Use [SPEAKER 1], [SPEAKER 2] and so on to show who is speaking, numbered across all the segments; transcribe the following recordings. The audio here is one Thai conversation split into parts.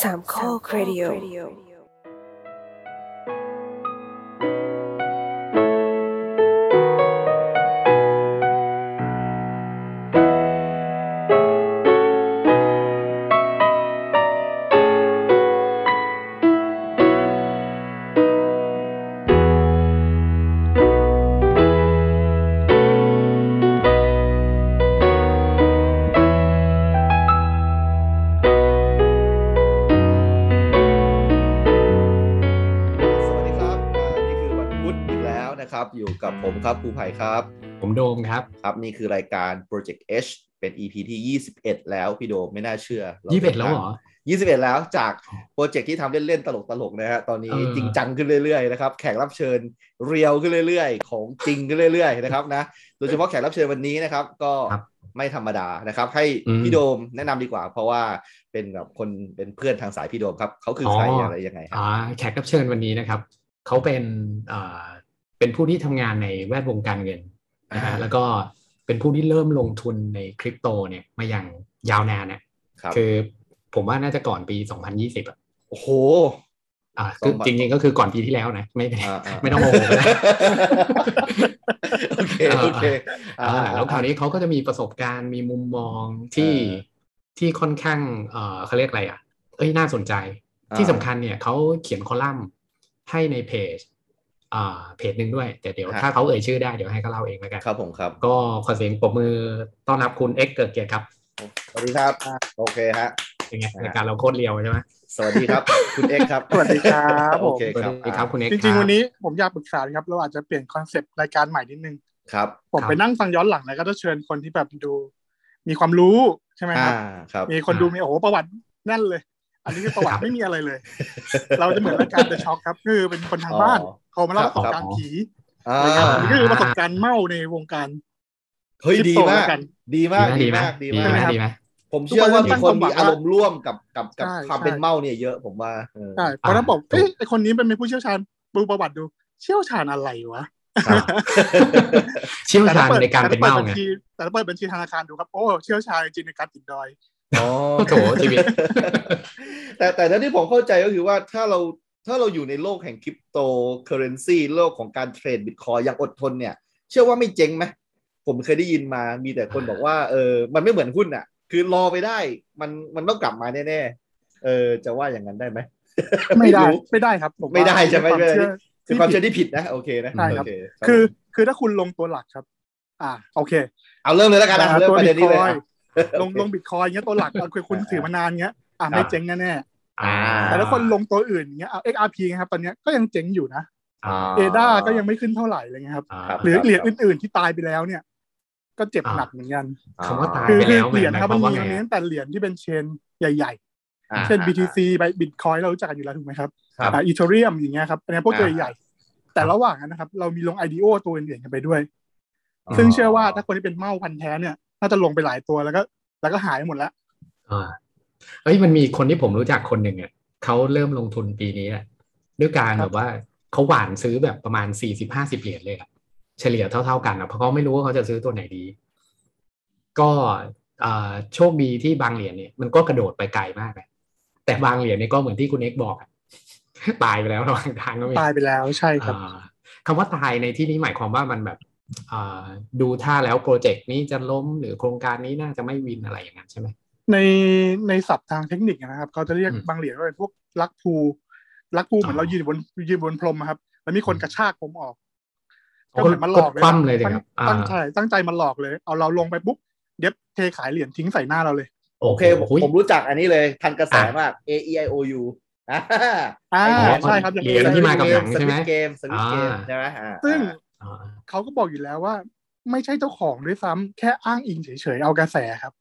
[SPEAKER 1] สามข้อครดิโอ
[SPEAKER 2] สวัสดีครับอ่านี่คือวันพุธอีกแล้วนะครับ อยู่กับผมครับครูไผ่ครับ
[SPEAKER 3] ผมโดมครับ
[SPEAKER 2] ครับ นี่คือรายการ Project H เป็น EP ที่ 21 แล้วพี่โดมไม่น่าเชื่อรา
[SPEAKER 3] 21 แล้วเหรอ
[SPEAKER 2] 21 แล้วจากโปรเจกต์ที่ทำเล่น ๆ ตลก ๆ นะฮะ ตอนนี้
[SPEAKER 3] เออ
[SPEAKER 2] จริงจังขึ้นเรื่อย ๆ นะครับ แขกรับเชิญเรียวขึ้นเรื่อย ๆ ของจริงขึ้นเรื่อย ๆ นะครับนะ โดยเฉพาะแขกรับเชิญวันนี้นะครับ ก็
[SPEAKER 3] ครับ
[SPEAKER 2] ไม่ธรรมดานะครับ ให้
[SPEAKER 3] อืม
[SPEAKER 2] พี่โดมแนะนำดีกว่า เพราะว่าเป็นแบบคนเป็นเพื่อนทางสายพี่โดมครับเขาคืออ
[SPEAKER 3] อ
[SPEAKER 2] ใครอะไรยังไงครับ
[SPEAKER 3] อ่าแขกรับเชิญวันนี้นะครับ เขาเป็นเอ่อเป็นผู้ที่ทำงานในแวดวงการเงินนะฮะแล้วก็เป็นผู้ที่เริ่มลงทุนในคริปโตเนี่ยมาอย่างยาวนานเนี่ย
[SPEAKER 2] ครับ
[SPEAKER 3] คือผมว่าน่าจะก่อนปี 2020 อ่ะ
[SPEAKER 2] โอ้โห
[SPEAKER 3] อ่าคือจริงๆก็คือก่อนปีที่แล้วนะไม่เป็นไร
[SPEAKER 2] อ่าอ่า
[SPEAKER 3] ไม่ต้องโมโหก็ได้
[SPEAKER 2] โอเค โอเคอ่า
[SPEAKER 3] อ่าแล้วคราวนี้เขาก็จะมีประสบการณ์มีมุมมองที่
[SPEAKER 2] เออ
[SPEAKER 3] ที่ค่อนข้างเอ่อเขาเรียกอะไรอ่ะ เอ้ยน่าสนใจ ที่สำคัญเนี่ยเขาเขียนคอลัมน์ให้ในเพจอ่าเพจหนึ่งด้วย แต่เดี๋ยวถ้าเขาเอ่ยชื่อได้เดี๋ยวให้เขาเล่าเองแล้วกัน
[SPEAKER 2] ครับผมครับ
[SPEAKER 3] ก็ขอเสียงปรบมือต้อนรับคุณเอ็กเกิดเกียรติครับ
[SPEAKER 2] สวัสดีครับ โอเคฮะ
[SPEAKER 3] เป็นไง
[SPEAKER 2] อ่า
[SPEAKER 3] รายการเราโคตรเรียวใช่ไหม
[SPEAKER 2] สวัสดีครับ คุณเอ็กซ์ครับ
[SPEAKER 4] สวัสดีครับผม
[SPEAKER 2] โอเค
[SPEAKER 3] สวั
[SPEAKER 2] ครับ
[SPEAKER 3] สดีครับคุณเอ็ก
[SPEAKER 4] จริงๆ วันนี้ผมอยากปรึกษาครับ เราอาจจะเปลี่ยนคอนเซปต์รายการใหม่นิดนึง
[SPEAKER 2] ครับ
[SPEAKER 4] ผมไปนั่งฟังย้อนหลังแล้วก็จะเชิญคนที่แบบดู มีความรู้ใช่ไหมค
[SPEAKER 2] อ่า
[SPEAKER 4] รับ
[SPEAKER 2] ครับ
[SPEAKER 4] มีคนดูมีโอ้โหประวัติแน่นเลย อันนี้คือประวัติไม่มีอะไรเลย เราจะเหมือนรายการ The Shock ครับคือเป็นคนทางบ้าน
[SPEAKER 2] อ๋อ
[SPEAKER 4] โทรมาเล่าประสบการณ์ผี
[SPEAKER 2] อ่า
[SPEAKER 4] นะครับอันนี้ก็คือประสบการณ์เมาในวงการ
[SPEAKER 2] เฮ้ย
[SPEAKER 4] คลิ
[SPEAKER 2] ดี
[SPEAKER 4] ปโต
[SPEAKER 2] มาก
[SPEAKER 4] แล้วกัน
[SPEAKER 2] ดีมาก
[SPEAKER 3] ดีไหม
[SPEAKER 2] ดี
[SPEAKER 3] ดี
[SPEAKER 2] มาก
[SPEAKER 3] ไหม
[SPEAKER 2] ดีมาก
[SPEAKER 3] ดีไหม
[SPEAKER 2] ผมเชื่อว่ามีคนมี
[SPEAKER 4] ทุกคนตั้งความหวังว่า
[SPEAKER 2] อารมณ์ร่วมกับกับกับ
[SPEAKER 4] ใช่
[SPEAKER 2] ความเป็น
[SPEAKER 4] ใช่
[SPEAKER 2] เมาเนี่ยเยอะผมว่าเออ
[SPEAKER 4] ใช่เพราะถ้าบอก
[SPEAKER 3] อ่า
[SPEAKER 4] เอ๊ะไอคนนี้มันเป็นผู้เชี่ยวชาญดูประวัติดู เชี่ยวชาญอะไรวะ
[SPEAKER 2] ครับ
[SPEAKER 3] เชี่ยว
[SPEAKER 4] ถ้
[SPEAKER 3] ชาญในการเป็นเมา
[SPEAKER 4] แต่
[SPEAKER 3] ไง
[SPEAKER 4] ถ้บัญชีแต่ถ้าเปิดบัญชีธนาคารดูครับโอ้เชี่ยวชาญจริงๆในการติดดอย
[SPEAKER 2] อ๋อ
[SPEAKER 3] โถชีวิต
[SPEAKER 2] แต่แต่ถ้าที่ผมเข้าใจก็คือว่าถ้าเราถ้าเราอยู่ในโลกแห่งคริปโตเคอเรนซีโลกของการเทรดบิตคอยอย่างอดทนเนี่ย เชื่อว่าไม่เจ๊งไหมผมเคยได้ยินมามีแต่คนบอกว่าเออมันไม่เหมือนหุ้นอ่ะ คือรอไปได้มันมันต้องกลับมาแน่ๆเออจะว่าอย่างนั้นได้ไหม
[SPEAKER 4] ไม่ได้
[SPEAKER 2] รู้
[SPEAKER 4] ไม่ได้ครับผมว่า
[SPEAKER 2] ไม่ได้ใช่ไหม
[SPEAKER 4] เป็
[SPEAKER 2] ไม่ได้
[SPEAKER 4] นความเชื่อ
[SPEAKER 2] คือความ
[SPEAKER 4] ที่
[SPEAKER 2] เชื่อ
[SPEAKER 4] ผิด
[SPEAKER 2] ที่ผิดนะโอเคนะ
[SPEAKER 4] ใช่ครับ
[SPEAKER 2] โอเ
[SPEAKER 4] คือคือถ้าคุณลงตัวหลักครับ อ่าโอเค
[SPEAKER 2] เอาเริ่มเลยแล้วกันนะเริ่ม
[SPEAKER 4] ตัว
[SPEAKER 2] ประ
[SPEAKER 4] บิ
[SPEAKER 2] เด็
[SPEAKER 4] ต
[SPEAKER 2] นนี้
[SPEAKER 4] ค
[SPEAKER 2] เลย
[SPEAKER 4] อย
[SPEAKER 2] อ่ะ
[SPEAKER 4] ลงลงบิตคอยเงี้ยตัวหลักเอาคือคุณ
[SPEAKER 2] อ่า
[SPEAKER 4] ถือมานานเงี้ยอ่าไม่เจ๊งแน่
[SPEAKER 3] อ่า
[SPEAKER 4] ๆแต่ถ้าคนลงตัวอื่นเงี้ยเอา XRP นะครับตอนเนี้ยก็ยังเจ๊งอยู่นะ
[SPEAKER 3] อ่า
[SPEAKER 4] เอด้าก็ยังไม่ขึ้นเท่าไหร่อะไรเลยครับ
[SPEAKER 3] อ่า
[SPEAKER 2] ครับ
[SPEAKER 4] หรือเหรียญอื่น ๆที่ตายไปแล้วเนี่ย ก็เจ็บ
[SPEAKER 3] อ่า
[SPEAKER 4] หนักเหมือนกัน
[SPEAKER 3] คำว่าตาย
[SPEAKER 4] คือ
[SPEAKER 3] ไป
[SPEAKER 4] คือ
[SPEAKER 3] แล้ว
[SPEAKER 4] เหรียญนะครับมัน
[SPEAKER 3] หา
[SPEAKER 4] มี
[SPEAKER 3] ยควาว่าไง
[SPEAKER 4] มัน
[SPEAKER 3] อะ
[SPEAKER 4] เน้นแต่เหรียญที่เป็นเชนใหญ่
[SPEAKER 2] อ่า
[SPEAKER 4] ๆ เช่น BTC ไปบิตคอยเรารู้จักกันอยู่แล้วถูกไหมครับ
[SPEAKER 2] ครับ
[SPEAKER 4] อ่าอีเทอรียมอย่างเงี้ยครับอันนี้พวกตัว
[SPEAKER 2] อ่า
[SPEAKER 4] ใหญ่ๆแต่ระหว่างนั้นนะครับ เรามีลง IDO ตัวอื่นๆกันไปด้วย
[SPEAKER 3] อ๋อ
[SPEAKER 4] ซึ่งเชื่อว่าถ้าคนที่เป็นเมาพันธุ์แท้เนี่ยน่าจะลงไปหลายตัวแล้วก็ แล้วก็หายหมดละ
[SPEAKER 3] อ่าเอ้ยมันมีคนที่ผมรู้จักคนหนึ่งอ่ะเขาเริ่มลงทุนปีนี้อะด้วยการแบบว่าเขาหว่านซื้อแบบประมาณสี่สิบห้าสิบเหรียญเลยอะเฉลี่ยเท่าๆกันอะเพราะเขาไม่รู้ว่าเขาจะซื้อตัวไหนดี ก็อ่าโชคดีที่บางเหรียญเนี่ยมันก็กระโดดไปไกลมากนะแต่บางเหรียญเนี่ยก็เหมือนที่คุณเอกบอกอะ ตายไปแล้วระหว่างทางก็มี
[SPEAKER 4] ตายไปแล้วใช่ครับ
[SPEAKER 3] อ่าคำว่าตายในที่นี้หมายความว่ามันแบบอ่าดูท่าแล้วโปรเจกต์นี้จะล้มหรือโครงการนี้น่าจะไม่วินอะไรอย่างนั้นใช่ไหม
[SPEAKER 4] ในในศัพท์ทางเทคนิคนะครับเขาจะเรียก
[SPEAKER 3] อืม
[SPEAKER 4] บางเหรียญว่าเป็นพวกลักพูลักพูเหมือ
[SPEAKER 3] อ๋อ
[SPEAKER 4] นเรายืนอยู่บนยืนบนพรมอะครับ แล้วมีคนกระชากผมออก
[SPEAKER 3] อ๋อ
[SPEAKER 4] ก็เหมือนมาหลอกเลย
[SPEAKER 3] กดคว่ำเลยสิครับอ่า
[SPEAKER 4] ตั้งใจตั้งใจมาหลอกเลย เอาเราลงไปปุ๊บเย็บเทขายเหรียญทิ้งใส่หน้าเราเลย
[SPEAKER 2] โอเคผม
[SPEAKER 3] โอ้โห
[SPEAKER 2] ผมรู้จักอันนี้เลยทันกระแส
[SPEAKER 3] อ่ะ
[SPEAKER 2] มาก A E I O U อ่า
[SPEAKER 4] อ่า
[SPEAKER 2] ไอ้
[SPEAKER 4] ใช่ครับอย่าง
[SPEAKER 3] เหรีย
[SPEAKER 4] นี้
[SPEAKER 3] ญที่มากับหนังใช่ไหม
[SPEAKER 2] สวิตช์เกมสวิตช์เกม
[SPEAKER 3] อ่า
[SPEAKER 2] ใช่ไหมอ่า
[SPEAKER 4] ซึ่ง
[SPEAKER 3] อ่า
[SPEAKER 4] เขาก็บอกอยู่แล้วว่า ไม่ใช่เจ้าของด้วยซ้ำแค่อ้างอิงเฉยๆเอากระแสครับ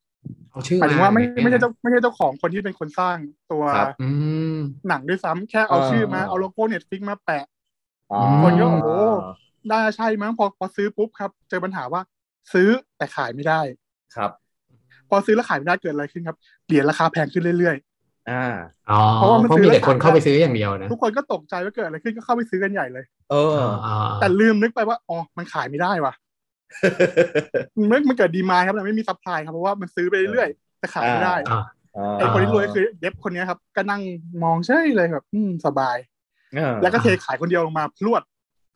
[SPEAKER 3] เอาชื่อ
[SPEAKER 4] หมายถึงว่าไม่
[SPEAKER 3] เนี่ยนะ
[SPEAKER 4] ไม่ใช่เจ้าไม่ใช่เจ้าของคนที่เป็นคนสร้างตัว
[SPEAKER 2] ครับ
[SPEAKER 3] อืม
[SPEAKER 4] หนังด้วยซ้ำแค่เอา
[SPEAKER 2] เออ
[SPEAKER 4] ชื่อมาเอาโลโก้เน็ตฟิกมาแปะ
[SPEAKER 2] อ๋อ
[SPEAKER 4] คนก็โอ้โห ได้ใช่มั้งพอพอซื้อปุ๊บครับ เจอปัญหาว่าซื้อแต่ขายไม่ได้
[SPEAKER 2] ครับ
[SPEAKER 4] พอซื้อแล้วขายไม่ได้เกิดอะไรขึ้นครับเหรียญราคาแพงขึ้นเรื่อย
[SPEAKER 2] อ่า
[SPEAKER 3] อ๋อ
[SPEAKER 4] เพราะว่ามัน
[SPEAKER 3] เพราะมีแต่คน
[SPEAKER 4] ซื้อแล้ว
[SPEAKER 3] เข้าไปซื้ออย่างเดียวนะ
[SPEAKER 4] ๆ ทุกคนก็ตกใจว่าเกิดอะไรขึ้นก็เข้าไปซื้อกันใหญ่เลย
[SPEAKER 2] เออ
[SPEAKER 3] อ่า
[SPEAKER 4] แต่ลืมนึกไปว่าอ๋อมันขายไม่ได้ว่ะมันมันเกิดดีมานครับแต่ไม่มีซัพพลายครับเพราะว่ามันซื้อไปเรื่อยๆแต่ขายไม่ได้
[SPEAKER 3] อ่า
[SPEAKER 2] อ่า
[SPEAKER 4] ไอ้คนที่รวยคือเดฟคนเนี้ยครับ ก็นั่งมองใช่เลยแบบอืมสบาย
[SPEAKER 2] อ่า
[SPEAKER 4] แล้วก็เทขายคนเดียวลงมาพรวด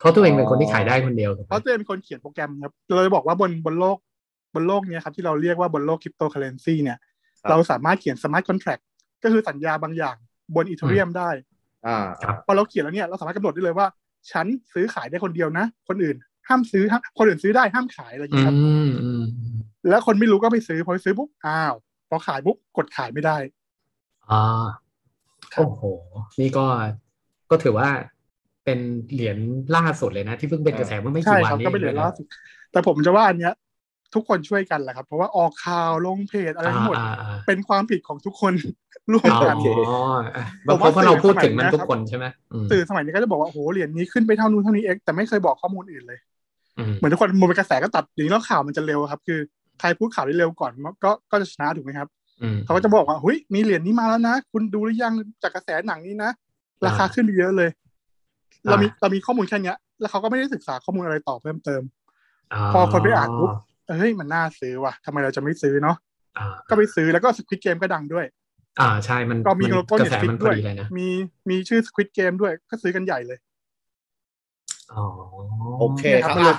[SPEAKER 3] เขาะตัวเองเป็นคนที่ขายได้คนเดียวถูกไห
[SPEAKER 4] เพ
[SPEAKER 3] ม
[SPEAKER 4] ราะตัวเองเป็นคนเขียนโปรแกรมครับ เราจะบอกว่าบนบนโลกบนโลกเนี้ยครับที่เราเรียกว่าบนโลกคริปโตเคอเรนซีเนี่ย
[SPEAKER 2] ครับ
[SPEAKER 4] เราสามารถเขียนสมาร์ทคอนแท c t ก็คือสัญญาบางอย่างบนอีเทเรียมได้
[SPEAKER 2] อ่า
[SPEAKER 4] พอเราเขียนแล้วเนี่ยเราสามารถกำหนดได้เลยว่า ฉันซื้อขายได้คนเดียวนะ คนอื่นห้ามซื้อห้ามคนอื่นซื้อได้ห้ามขายอะไรอย่าง
[SPEAKER 3] อื
[SPEAKER 4] เงี้ยครับ
[SPEAKER 3] มอืม
[SPEAKER 4] แล้วคนไม่รู้ก็ไปซื้อพอไปซื้อปุ๊บอ้าวพอขายปุ๊บกดขายไม่ได้
[SPEAKER 3] อ่า
[SPEAKER 4] ครับ
[SPEAKER 3] โอ้โห นี่ก็ก็ถือว่าเป็นเหรียญล่าสุดเลยนะ ที่เพิ่งเป็นกระแสเมื่อไม่
[SPEAKER 4] ใช่
[SPEAKER 3] กี่วั
[SPEAKER 4] คน รับ
[SPEAKER 3] นี้
[SPEAKER 4] ก็เป็นเหรียญ
[SPEAKER 3] อง
[SPEAKER 4] ล่าสุดแต่ผมจะว่าอันเนี้ย ทุกคนช่วยกันแหละครับ เพราะว่าออกข่าวลงเพจอะไรทั้งหมด
[SPEAKER 3] อ่าอ่า
[SPEAKER 4] เป็นความผิดของทุกคนร่วม
[SPEAKER 3] อ่า
[SPEAKER 4] กัน
[SPEAKER 2] โเค
[SPEAKER 3] อ๋ออ่ะเพราะเพราะเราพูดถึงมันทุกคนใช่ไหมอืม
[SPEAKER 4] สื่อสมัยนี้ก็จะบอกว่าโอ้โหเหรียญนี้ขึ้นไปเท่านู้นเท่านี้เองแต่ไม่เคยบอกข้อมูลอื่นเลย
[SPEAKER 3] อืม
[SPEAKER 4] เหมือนทุกคนมูลเป็นกระแสก็ตัดหนีแล้วข่าวมันจะเร็วครับ คือใครพูดข่าวได้เร็วก่อนมันก็ก็จะชนะถูกไหมครับ
[SPEAKER 3] อืม
[SPEAKER 4] เขาก็จะบอกว่าเฮ้ยมีเหรียญนี้มาแล้วนะ คุณดูหรือยังจากกระแสหนังนี้นะ ราคาขึ้นไปเยอะเลย เรามีเรามีข้อมูลแค่เนี้ย แล้วเขาก็ไม่ได้ศึกษาข้อมูลอะไรต่อเพิ่มเติม พอคนไปอ่านปุ๊บ เอ้ยมันน่าซื้อว่ะทำไมเราจะไม่ซื้อเนาะ
[SPEAKER 3] อ่า
[SPEAKER 4] ก็ไปซื้อแล้วก็สควิตเกมก็ดังด้วย
[SPEAKER 3] อ่าใช่มัน
[SPEAKER 4] ก็มี
[SPEAKER 3] น
[SPEAKER 4] โลโก้
[SPEAKER 3] ก
[SPEAKER 4] อ
[SPEAKER 3] ระ
[SPEAKER 4] ยู่
[SPEAKER 3] แส
[SPEAKER 4] สควิ
[SPEAKER 3] มั
[SPEAKER 4] ต
[SPEAKER 3] นพ
[SPEAKER 4] ด้
[SPEAKER 3] อ
[SPEAKER 4] วย
[SPEAKER 3] ดีเลยนะ
[SPEAKER 4] มีมีชื่อสควิตเกมด้วยก็ซื้อกันใหญ่เลย
[SPEAKER 3] อ๋อ
[SPEAKER 2] โอเคครับ
[SPEAKER 4] เนี่ยครับ
[SPEAKER 2] อ่ะ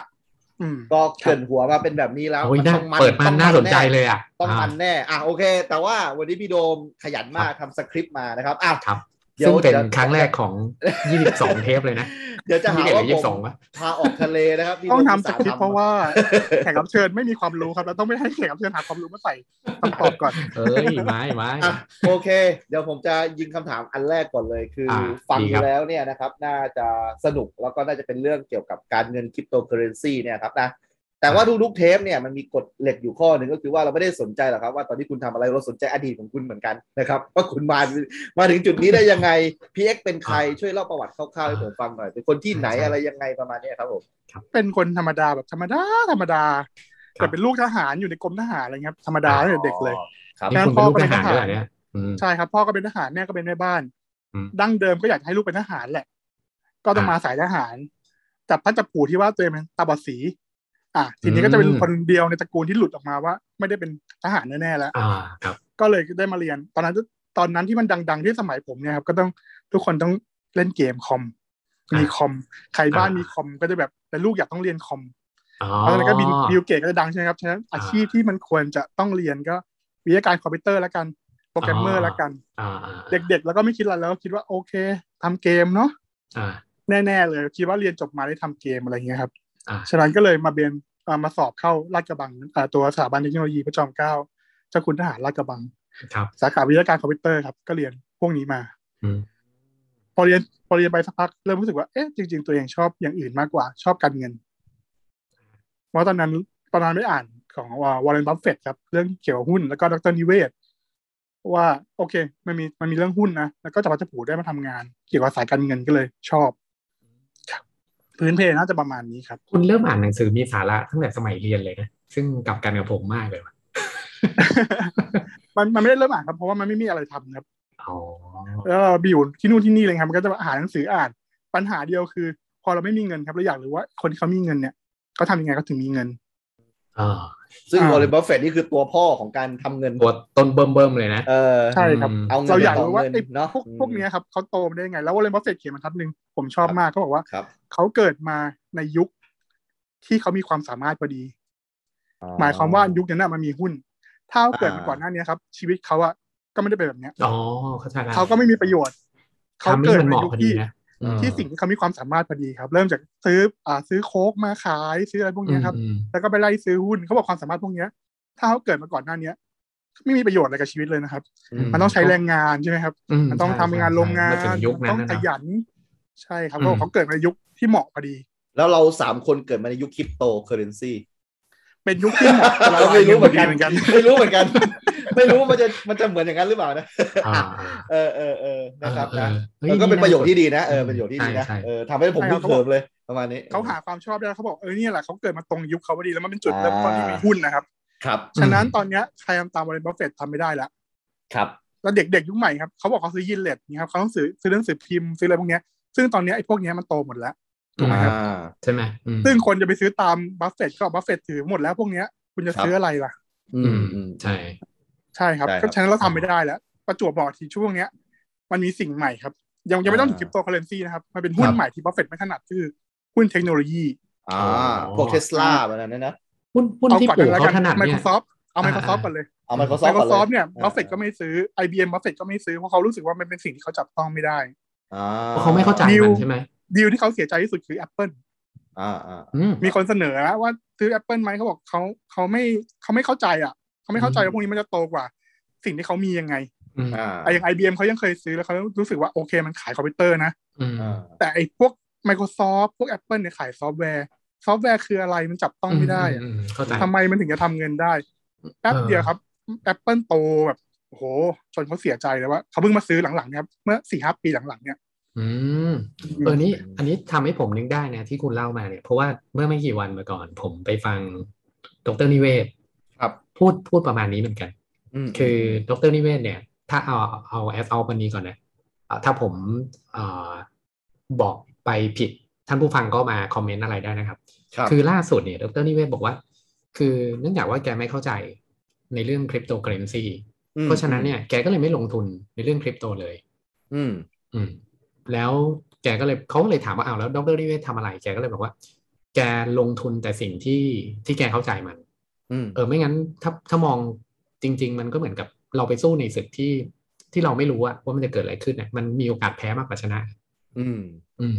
[SPEAKER 4] อืม
[SPEAKER 2] ก็เกรินหัวมาเป็นแบบนี้แล้ว
[SPEAKER 3] โอ้ย
[SPEAKER 2] มัน
[SPEAKER 3] น่า
[SPEAKER 2] ต้องมัน
[SPEAKER 3] เปิดมา
[SPEAKER 2] ต้อง
[SPEAKER 3] น่าสนใจ
[SPEAKER 2] แ
[SPEAKER 3] เลยอ่ะ
[SPEAKER 2] ต้องมั
[SPEAKER 3] อ่า
[SPEAKER 2] นแน่ อ่ะโอเค แต่ว่าวันนี้พี่โดมขยันมากทำสคริปต์มานะครับ อ่ะ
[SPEAKER 3] ครับ
[SPEAKER 2] เดี๋ยว
[SPEAKER 3] ซึ่งเป็น
[SPEAKER 2] เดี๋ยว
[SPEAKER 3] ครั้งแรกของ 22 เทปเลยนะ
[SPEAKER 2] เดี๋ยวจะหา
[SPEAKER 3] 21ห
[SPEAKER 2] ว่า
[SPEAKER 3] รือ
[SPEAKER 2] ผ
[SPEAKER 3] 22
[SPEAKER 2] ม
[SPEAKER 3] วะ
[SPEAKER 2] พาออกทะเลนะครับพี่โดม
[SPEAKER 4] ต้องทำส
[SPEAKER 2] ตา
[SPEAKER 4] คริปต์เพราะว่าแขกรับเชิญไม่มีความรู้ครับเราต้องไม่ให้แขกรับเชิญหาความรู้มาใส่คำตอบก่อน
[SPEAKER 3] เอ้ยไม่ไม่
[SPEAKER 2] อ่ะโอเค เดี๋ยวผมจะยิงคำถามอันแรกก่อนเลยคืออา ฟัง
[SPEAKER 3] ดีครับ
[SPEAKER 2] แล้วเนี่ยนะครับ น่าจะสนุกแล้วก็น่าจะเป็นเรื่องเกี่ยวกับการเงินคริปโตเคอเรนซีเนี่ยครับนะแต่ว่าทุกๆเทปเนี่ยมันมีกฎเหล็กอยู่ข้อหนึ่งก็คือว่าเราไม่ได้สนใจหรอกครับว่าตอนนี้คุณทำอะไรเราสนใจอดีตของคุณเหมือนกันนะครับว่าคุณมามาถึงจุดนี้ได้ยังไงพีเอ็กเป็นใครช่วยเล่าประวัติคร่าวๆให้ผมฟังหน่อยเป็นคนที่ไหนอะไรยังไงประมาณเนี้ยครับผม
[SPEAKER 4] เป็นคนธรรมดาแบบธรรมดาธรรมดา
[SPEAKER 3] ครั
[SPEAKER 4] แต่
[SPEAKER 3] บ
[SPEAKER 4] เป็นลูกทหารอยู่ในกรมทหารอะไรเงี้ยครับธรรมดาตั้งแต่เด็กเลย
[SPEAKER 2] ครับ
[SPEAKER 3] นี่คุณเป็นลูกทหารด้วยเหรอเนี่ยอืม
[SPEAKER 4] ใช่ครับพ่อก็เป็นทหารแม่ก็เป็นแม่บ้าน
[SPEAKER 3] อืม
[SPEAKER 4] ดั้งเดิมก็อยากให้ลูกเป็นทหารแหละ ก็ต้อง
[SPEAKER 3] อ่ะ
[SPEAKER 4] มาสายทหารจับพลัดจับผลูที่ว่าตัวเองเป็นตาบอดสี อ่ะทีนี้ก็จะเป็น
[SPEAKER 3] อืม
[SPEAKER 4] คนเดียวในตระกูลที่หลุดออกมาว่า ไม่ได้เป็นทหารแน่ๆแล้ว
[SPEAKER 3] อ่าครับ
[SPEAKER 4] ก็เลยได้มาเรียน ตอนนั้นตอนนั้นที่มันดัง ๆ ที่สมัยผมเนี่ยครับก็ต้องทุกคนต้องเล่นเกมคอม มีคอม ใครบ้าน
[SPEAKER 3] อ่ามี
[SPEAKER 4] มีคอมก็จะแบบแต่ลูกอยากต้องเรียนคอม
[SPEAKER 3] อ๋อ
[SPEAKER 4] เพราะฉะนั้นก็บินบิลเกตก็จะดังใช่ไหมครับฉะนั้นอาชีพที่มันควรจะต้องเรียนก็วิทยาการคอมพิวเตอร์ละกันโปรแกรมเมอ
[SPEAKER 3] อ๋
[SPEAKER 4] ร์
[SPEAKER 3] อ
[SPEAKER 4] ละกัน
[SPEAKER 3] อ่าอ่า
[SPEAKER 4] เด็กๆ แล้วก็ไม่คิดอะไรแล้วก็คิดว่าโอเคทำเกมเนาะ
[SPEAKER 3] อ่า
[SPEAKER 4] แน่ๆเลยคิดว่าเรียนจบมาได้ทำเกมอะไรอย่างเงี้ยครับ
[SPEAKER 3] อ่า
[SPEAKER 4] ฉะนั้นก็เลยมาเรียนอ่ามาสอบเข้าราชกระบังอ่าตัวสถาบันเทคโนโลยีพระจอมเกล้าเจ้าคุณทหารราชกระบัง
[SPEAKER 3] ครับ
[SPEAKER 4] สาขาวิทยาการคอมพิวเตอร์ครับก็เรียนพวกนี้มา
[SPEAKER 3] อืม
[SPEAKER 4] พอเรียนพอเรียนไปสักพักเริ่มรู้สึกว่าเอ๊ะจริง ๆ ตัวเองชอบอย่างอื่นมากกว่าชอบการเงินเพราะตอนนั้นตอนนั้นไม่อ่านของวอร์เรนบัฟเฟตครับ เรื่องเกี่ยวกับหุ้นแล้วก็ดรนิเวศน์ว่าโอเค มันมีมันมีเรื่องหุ้นนะแล้วก็จับพัชผูได้มาทำงาน เกี่ยวกับสายการเงินก็เลยชอบครับพื้นเพน่าจะประมาณนี้ครับ
[SPEAKER 3] คุณเริ่มอ่านหนังสือมีสาระตั้งแต่สมัยเรียนเลยนะ ซึ่งกลับกันกับผมมากเลยว่ะ
[SPEAKER 4] มันมันไม่ได้เริ่มอ่านครับเพราะว่ามันไม่มีอะไรทำครับ
[SPEAKER 3] อ๋อ
[SPEAKER 4] แล้วเราไปอยู่ที่นู่นที่นี่เลยครับมันก็จะหาหนังสืออ่าน ปัญหาเดียวคือ พอเราไม่มีเงินครับเราอยากรู้ว่าคนที่เขามีเงินเนี่ยเขาทำยังไงเขาถึงมีเงิน
[SPEAKER 3] อ่า
[SPEAKER 2] ซึ่ง
[SPEAKER 4] อ่า
[SPEAKER 2] วอร์เรนบัฟเฟตนี่คือตัวพ่อของการทำเงิน
[SPEAKER 3] ตัวต้นเบิ่มเบิ่มๆเลยนะ
[SPEAKER 2] เออ
[SPEAKER 4] ใช่ครับ
[SPEAKER 3] อืม
[SPEAKER 2] เอาเงิน
[SPEAKER 4] เราอยากรู้ว่า
[SPEAKER 2] ไป
[SPEAKER 4] ไอ้
[SPEAKER 2] เนาะ
[SPEAKER 4] พวก
[SPEAKER 2] อืม
[SPEAKER 4] พวกเนี้ยครับเขาโตมาได้ยังไง แล้ววอลเลนบัฟเฟตเขียนบรรทัดหนึ่งผมชอบ
[SPEAKER 2] ครับ
[SPEAKER 4] มากเขาบอกว่า
[SPEAKER 2] ครับ
[SPEAKER 4] เขาเกิดมาในยุคที่เขามีความสามารถพอดี หมายความว่ายุคนั้นน่ะมันมีหุ้น ถ้าเกิดมาก่อนหน้านี้ครับ ชีวิตเขาอะก็ไม่ได้เป็นแบบเนี้ย
[SPEAKER 3] อ๋อเข้าใจละ
[SPEAKER 4] เขาก็ไม่มีประโยชน์เขา
[SPEAKER 3] ทำนี่
[SPEAKER 4] เกิด
[SPEAKER 3] มันเห
[SPEAKER 4] ใน
[SPEAKER 3] มาะ
[SPEAKER 4] ยุค
[SPEAKER 3] พอดี
[SPEAKER 4] ที่
[SPEAKER 3] นะ
[SPEAKER 4] ที่สิ่งที่เขามีความสามารถพอดีครับ เริ่มจากซื้ออ่าซื้อโค้กมาขายซื้ออะไรพวกเนี้ยครับ
[SPEAKER 3] อืม
[SPEAKER 4] แล้วก็ไปไล่ซื้อหุ้นเขาบอกความสามารถพวกเนี้ย ถ้าเขาเกิดมาก่อนหน้าเนี้ย ไม่มีประโยชน์อะไรกับชีวิตเลยนะครับ มันต้องใช้แรงงานใช่ไหมครับ
[SPEAKER 3] อื
[SPEAKER 4] มันต้องทำงานโรงงาน
[SPEAKER 3] มใช่ใช่ถึงยุคนั้น
[SPEAKER 4] ต้อง
[SPEAKER 3] นะ
[SPEAKER 4] ข
[SPEAKER 3] เนาะ
[SPEAKER 4] ยัน ใช่ครับ
[SPEAKER 3] อืม
[SPEAKER 4] เขาบอกเขาเกิดในยุคที่เหมาะพอดี
[SPEAKER 2] แล้วเราสามคนเกิดมาในยุคคริปโตเคอเรนซี
[SPEAKER 4] เป็นยุคที่เหมาะกับเรา
[SPEAKER 2] ไม่รู้เหมือน
[SPEAKER 4] ดี
[SPEAKER 2] กัน ไม่รู้เหมือนกัน ไม่รู้มันจะมันจะเหมือนอย่างนั้นหรือเปล่านะ
[SPEAKER 3] อ่า
[SPEAKER 2] เออเออเออนะครับ
[SPEAKER 3] เอ
[SPEAKER 2] นะ
[SPEAKER 3] อออฮ้
[SPEAKER 2] มันก็เป็น
[SPEAKER 3] า
[SPEAKER 2] ประโยชน์ที่ดีนะเออเป็นประโยชน์ที่ดีนะ
[SPEAKER 3] ใช่ใช่
[SPEAKER 2] เออทำให้ผมพึกเขิมเลยประมาณนี้
[SPEAKER 4] เขาหาความชอบได้แล้วเขาบอกเออเนี่ยแหละเขาเกิดมาตรงยุคเขาพอดีแล้วมันเป็นจุดเริ่มต้นที่มีหุ้นนะครับ
[SPEAKER 2] ครับ
[SPEAKER 4] ฉะนั้นตอนเนี้ยใครทำตามวอร์เรนบัฟเฟตทำไม่ได้ละ
[SPEAKER 2] ครับ
[SPEAKER 4] แล้วเด็กๆยุคใหม่ครับเขาบอกเขาซื้อยินเลตนี่ครับเขาต้องซื้อซื้อหนังสือพิมพ์ซื้ออะไรพวกเนี้ยซึ่งตอนเนี้ยไอ้พวกเนี้ยมันโตหมดแล้ว
[SPEAKER 3] ถูกไหมครับ
[SPEAKER 2] อ่า
[SPEAKER 3] ใช่ไหมอืม
[SPEAKER 4] ซึ่งคนจะไปซื้อตามบัฟเฟตก็บัฟเฟตถือหมดแล้วพวกเนี้ยคุณจะ
[SPEAKER 2] ครับ
[SPEAKER 4] ซื้ออะไรล่ะ
[SPEAKER 2] อืมอืม
[SPEAKER 3] ใช่
[SPEAKER 4] ใช่ครับ
[SPEAKER 2] ใช่ครับ
[SPEAKER 4] ก็ฉะนั้นเราทำไม่ได้แล้ว ประจวบบอกที่ช่วงเนี้ย มันมีสิ่งใหม่ครับ ยังยังไม่ต้องถึงคริปโตเคอเรนซีนะครับ มันเป็นหุ้น
[SPEAKER 3] ครับ
[SPEAKER 4] ใหม่ที่บัฟเฟตไม่ถนัดคือหุ้นเทคโนโลยี
[SPEAKER 2] อ่า
[SPEAKER 3] อ๋อ
[SPEAKER 2] พวกเทสลาแบบนั้นนะนะ
[SPEAKER 3] หุ้นหุ้น
[SPEAKER 4] เอา
[SPEAKER 3] ที่
[SPEAKER 4] ก่อน
[SPEAKER 3] ปู่
[SPEAKER 4] แล้ว
[SPEAKER 3] เขา
[SPEAKER 4] กั
[SPEAKER 3] ถ
[SPEAKER 4] น
[SPEAKER 3] นัดเนี่ย
[SPEAKER 4] Microsoft เอา
[SPEAKER 3] อ่า
[SPEAKER 4] Microsoft ก่อนเลย
[SPEAKER 2] เอา Microsoft ก่อนเลย
[SPEAKER 4] Microsoft เนี่ย
[SPEAKER 2] อ่า
[SPEAKER 4] บัฟเฟตก็ไม่ซื้อ IBM บัฟเฟตก็ไม่ซื้อ เพราะเขารู้สึกว่ามันเป็นสิ่งที่เขาจับต้องไม่ได้
[SPEAKER 2] อ่า
[SPEAKER 3] เพราะเขาไม่เข้าใจมันใช่ไหม
[SPEAKER 4] ดีลที่เขาเสียใจที่สุดคือ Apple
[SPEAKER 2] อ่าอ่า
[SPEAKER 3] อืม
[SPEAKER 4] มีคนเสนอแล้วว่าซื้อ Apple ไหมเขาบอกเขาเขาไม่เขาไม่เข้าใจอ่ะเขาไม่เข้าใจ
[SPEAKER 3] อืม
[SPEAKER 4] ว่าพวกนี้มันจะโตกว่า สิ่งที่เขามียังไง
[SPEAKER 3] อืม
[SPEAKER 2] อ่า
[SPEAKER 4] ไอ้อย่าง IBM เขายังเคยซื้อแล้วเขารู้สึกว่าโอเคมันขายคอมพิวเตอร์นะ
[SPEAKER 3] อืม
[SPEAKER 2] อ่า
[SPEAKER 4] แต่ไอ้พวก Microsoft พวก Apple เนี่ยขายซอฟต์แวร์ ซอฟต์แวร์คืออะไรมันจับต้องไม่ได้อะ
[SPEAKER 3] อืมอืมเข้าใจ
[SPEAKER 4] ทำไมมันถึงจะทำเงินได้แป๊บ
[SPEAKER 3] เออ
[SPEAKER 4] เดียวครับ Apple โตแบบโอ้โหจนเขาเสียใจเลยว่าเขาเพิ่งมาซื้อหลังๆเนี่ยครับเมื่อสี่ห้าปีหลังๆเนี่ย
[SPEAKER 3] อืมเออนี่อันนี้ทำให้ผมนึกได้นะที่คุณเล่ามาเนี่ย เพราะว่าเมื่อไม่กี่วันมาก่อน ผมไปฟังดรนิเวศน์
[SPEAKER 2] ครับ
[SPEAKER 3] พูดพูดประมาณนี้เหมือนกัน
[SPEAKER 2] ม
[SPEAKER 3] คือดรนิเวศน์เนี่ย ถ้าเอาเอาแอสเอาคนนี้ก่อนนะเอ่อถ้าผมเอ่อบอกไปผิด ท่านผู้ฟังก็มาคอมเมนต์อะไรได้นะครับ
[SPEAKER 2] ครับ
[SPEAKER 3] คือล่าสุดเนี่ยดรนิเวศน์บอกว่า คือเนื่องจากว่าแกไม่เข้าใจในเรื่องคริปโตเคอเรนซี
[SPEAKER 2] ม
[SPEAKER 3] เพราะฉะนั้นเนี่ยแกก็เลยไม่ลงทุนในเรื่องคริปโตเลย
[SPEAKER 2] อืม
[SPEAKER 3] อืมแล้วแกก็เลยเขาก็เลยถามว่าอ้าวแล้วดรนิเวศน์ทำอะไร แกก็เลยบอกว่า แกลงทุนแต่สิ่งที่ที่แกเข้าใจมัน
[SPEAKER 2] อืม
[SPEAKER 3] เออไม่งั้นถ้าถ้ามองจริง ๆ มันก็เหมือนกับเราไปสู้ในศึกที่ที่เราไม่รู้อะว่ามันจะเกิดอะไรขึ้นเนี่ยมันมีโอกาสแพ้มากกว่าชนะ
[SPEAKER 2] อืม
[SPEAKER 3] อืม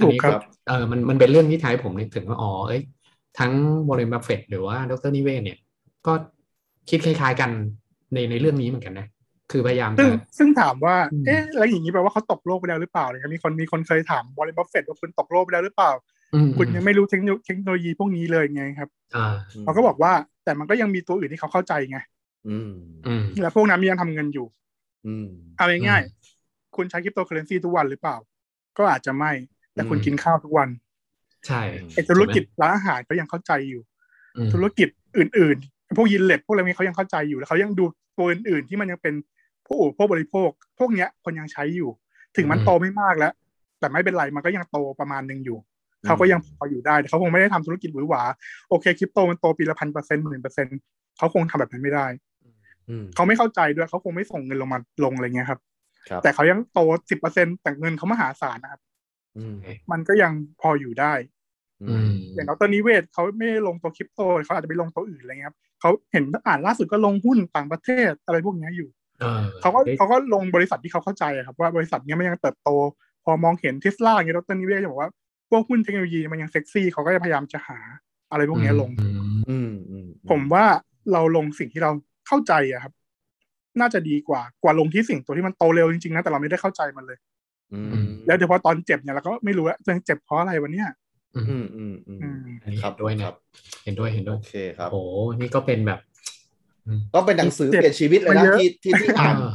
[SPEAKER 4] ถูกครับ
[SPEAKER 3] อันนี้ก็เออมันมันเป็นเรื่องที่ทายผมนึกถึงว่าอ๋อเอ้ยทั้งวอร์เรนบัฟเฟตหรือว่าดรนิเวศน์เนี่ย ก็คิดคล้าย ๆกันในในเรื่องนี้เหมือนกันนะ คือพยายาม
[SPEAKER 4] ซึ่ง
[SPEAKER 3] จะ
[SPEAKER 4] ซึ่งถามว่า
[SPEAKER 3] อืม
[SPEAKER 4] เอ๊ะแล้วอย่างนี้แปลว่าเขาตกโลกไปแล้วหรือเปล่าเลยครับมีคนมีคนเคยถามบริบัฟเฟตว่าคุณตกโลกไปแล้วหรือเปล่า
[SPEAKER 3] อืม
[SPEAKER 4] คุณยังไม่รู้เทคโนเทคโนโลยีพวกนี้เลยไงครับ
[SPEAKER 3] อ่า
[SPEAKER 4] เขาก็บอกว่าแต่มันก็ยังมีตัวอื่นที่เขาเข้าใจไง
[SPEAKER 2] อืม
[SPEAKER 3] อืม
[SPEAKER 4] และพวกนั้นมันยังทำเงินอยู่
[SPEAKER 2] อืม
[SPEAKER 4] เอาง่าย
[SPEAKER 3] อืม
[SPEAKER 4] ๆคุณใช้คริปโตเคอเรนซีทุกวันหรือเปล่า ก็อาจจะไม่ แต่คุณ
[SPEAKER 3] อืม
[SPEAKER 4] กินข้าวทุกวัน
[SPEAKER 3] ใช่
[SPEAKER 4] ไอ้ธุรกิจร้านอาหารเขายังเข้าใจอยู่
[SPEAKER 3] อืม
[SPEAKER 4] ธุรกิจอื่นๆ พวกยินเล็บพวกอะไรนี้เขายังเข้าใจอยู่แล้วเขายังดูตัวอื่นๆ ที่มันยังเป็นผู้อุปโภคบริโภค พวกเนี้ยคนยังใช้อยู่ ถึงมันโตไม่มากแล้ว แต่ไม่เป็นไรมันก็ยังโตประมาณหนึ่งอยู่
[SPEAKER 2] อืม
[SPEAKER 4] เขาก็ยังพออยู่ได้แต่เขาคงไม่ได้ทำธุรกิจหวือหวาโอเคคริปโตมันโตปีละพันเปอร์เซ็นต์หมื่นเปอร์เซ็นต์เขาคงทำแบบนั้นไม่ได้
[SPEAKER 2] อืม
[SPEAKER 4] เขาไม่เข้าใจด้วยเขาคงไม่ส่งเงินลงมาลงอะไรเงี้ยครับ
[SPEAKER 2] ครับ
[SPEAKER 4] แต่เขายังโตสิบเปอร์เซ็นแต่เงินเขามหาศาลนะครับ
[SPEAKER 2] อืม
[SPEAKER 4] มันก็ยังพออยู่ได้
[SPEAKER 3] อืม
[SPEAKER 4] อย่างดรนิเวศน์เขาไม่ได้ลงตัวคริปโตเขาอาจจะไปลงตัวอื่นอะไรเงี้ยครับเขาเห็นอ่านล่าสุดก็ลงหุ้นต่างประเทศอะไรพวกเนี้ยอยู่
[SPEAKER 3] เออ
[SPEAKER 4] เขาก็
[SPEAKER 3] ได้
[SPEAKER 4] เขาก็ลงบริษัทที่เขาเข้าใจอะครับว่าบริษัทเนี้ยมันยังเติบโต พอมองเห็นเทสลาอย่างเงี้ยดรนิเวศน์จะบอกว่าพวกหุ้นเทคโนโลยีมันยังเซ็กซี่เขาก็จะพยายามจะหาอะไรพวกเนี้ยลง
[SPEAKER 3] อืม
[SPEAKER 2] อืมอืม
[SPEAKER 4] ผมว่าเราลงสิ่งที่เราเข้าใจอะครับ น่าจะดีกว่ากว่าลงที่สิ่งตัวที่มันโตเร็วจริงๆนะแต่เราไม่ได้เข้าใจมันเลย
[SPEAKER 2] อืม
[SPEAKER 4] แล้วเดี๋ยวพอตอนเจ็บเนี่ยเราก็ไม่รู้ว่าตัวเองเจ็บเพราะอะไรวันเนี้ย
[SPEAKER 2] อืมอืมอืม
[SPEAKER 4] อืม
[SPEAKER 3] อันนี้เห็นด้วยนะเห็นด้วยเห็นด้ว
[SPEAKER 2] โอย เคครับ
[SPEAKER 3] โอ้นี่ก็เป็นแบบอืม
[SPEAKER 2] ก็เป็นหนังสือ
[SPEAKER 4] เจ็บ
[SPEAKER 2] เปลี่ยนชีวิตเลย
[SPEAKER 4] มาเย
[SPEAKER 2] นะ
[SPEAKER 4] อะ
[SPEAKER 2] ที่ที่ที่อ่าน
[SPEAKER 3] เออ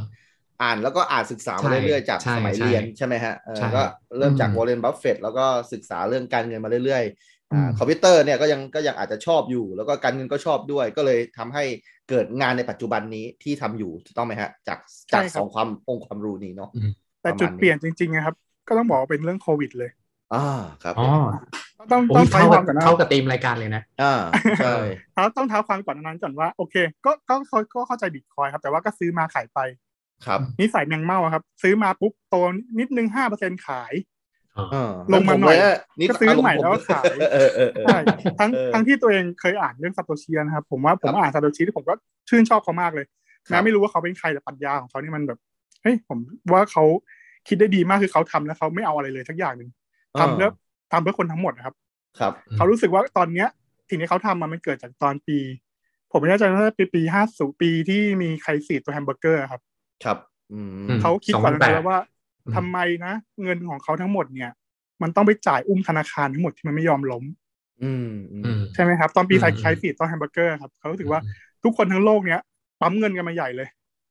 [SPEAKER 2] อ่านแล้วก็อ่านศึกษามาเรื่อยๆ จาก
[SPEAKER 3] ใช่
[SPEAKER 2] สมัย
[SPEAKER 3] ใช่
[SPEAKER 2] เรียนใช่ไหมฮะเออ
[SPEAKER 3] ใช่
[SPEAKER 2] ก็เริ่มจาก
[SPEAKER 3] อืม
[SPEAKER 2] วอร์เรนบัฟเฟตแล้วก็ศึกษาเรื่องการเงินมาเรื่อยๆ
[SPEAKER 3] อื
[SPEAKER 2] อ่าม คอมพิวเตอร์เนี่ยก็ยังก็ยังอาจจะชอบอยู่ แล้วก็การเงินก็ชอบด้วย ก็เลยทำให้เกิดงานในปัจจุบันนี้ที่ทำอยู่ถูกต้องไหมฮะ จากจาก
[SPEAKER 4] ใช่ครั
[SPEAKER 2] ส
[SPEAKER 4] บ
[SPEAKER 2] องความองค์ความรู้นี้เนาะ
[SPEAKER 4] แต่จุดเปลี่ยนจริงๆนะครับ ก็ต้องบอกว่าเป็นเรื่องโควิดเลย
[SPEAKER 2] อ่าครับ
[SPEAKER 3] อ๋อ
[SPEAKER 4] ต้อง
[SPEAKER 3] โอ้
[SPEAKER 4] ต้อย งใช้
[SPEAKER 3] เข้ากับ
[SPEAKER 4] ความก่อนนะ
[SPEAKER 3] เข้ากับธีมรายการเลยนะ
[SPEAKER 2] อ่าใช่
[SPEAKER 4] เราต้องเท้าความก่อนนั้นก่อนว่าโอเค ก็ก็ก็ก็เข้าใจบิตคอยครับ แต่ว่าก็ซื้อมาขายไป
[SPEAKER 2] ครับ
[SPEAKER 4] นิสัยแมงเม่าอะครับ ซื้อมาปุ๊บโตนิดนึงห้าเปอร์เซ็นขาย
[SPEAKER 2] เออ
[SPEAKER 4] ลงมาหน่อย
[SPEAKER 2] แล้วผะนี่
[SPEAKER 4] ก็ซื้อใหม่แล้วก็ขาย
[SPEAKER 2] เออเออเออ
[SPEAKER 4] ใช่ทั้ง
[SPEAKER 2] เออ
[SPEAKER 4] ทั้งที่ตัวเองเคยอ่านเรื่องซาโตชินะครับ ผมว่าผ
[SPEAKER 2] ค
[SPEAKER 4] ม
[SPEAKER 2] รับ
[SPEAKER 4] อ่านซาโตชิที่ผมก็ชื่นชอบเขามากเลย
[SPEAKER 2] ครั
[SPEAKER 4] แม้
[SPEAKER 2] บ
[SPEAKER 4] ไม่รู้ว่าเขาเป็นใครแต่ปรัญญาของเขานี่มันแบบเฮ้ยผมว่าเขาคิดได้ดีมากคือเขาทำแล้วเขาไม่เอาอะไรเลยสักอย่างหนึ่งทำเพื่อทำเพื่อคนทั้งหมดนะครับ
[SPEAKER 2] ครับ
[SPEAKER 3] อืม
[SPEAKER 4] เขารู้สึกว่าตอนเนี้ยสิ่งที่เขาทำมามันเกิดจากตอนปี ผมไม่แน่ใจว่าปีปีห้าสูปีที่มีใครสีดตัวแฮมเบอร์เกอร์ครับ
[SPEAKER 2] ครับอืม
[SPEAKER 3] อืม
[SPEAKER 4] เขาคิดก่อนหนานั้
[SPEAKER 3] 2008
[SPEAKER 4] นแล้วว่า
[SPEAKER 3] อืม
[SPEAKER 4] ทำไมนะ เงินของเขาทั้งหมดเนี่ย มันต้องไปจ่ายอุ้มธนาคารทั้งหมดที่มันไม่ยอมล้ม
[SPEAKER 2] อืมอื
[SPEAKER 3] อื
[SPEAKER 2] ม
[SPEAKER 3] ม
[SPEAKER 4] ใช่ไหมครับตอนปี
[SPEAKER 3] อืม
[SPEAKER 4] ใครสีดตัวแฮมเบอร์เกอร์ครับเขารู้สึกว่าทุกคนทั้งโลกเนี้ยปั๊มเงินกันมาใหญ่เลย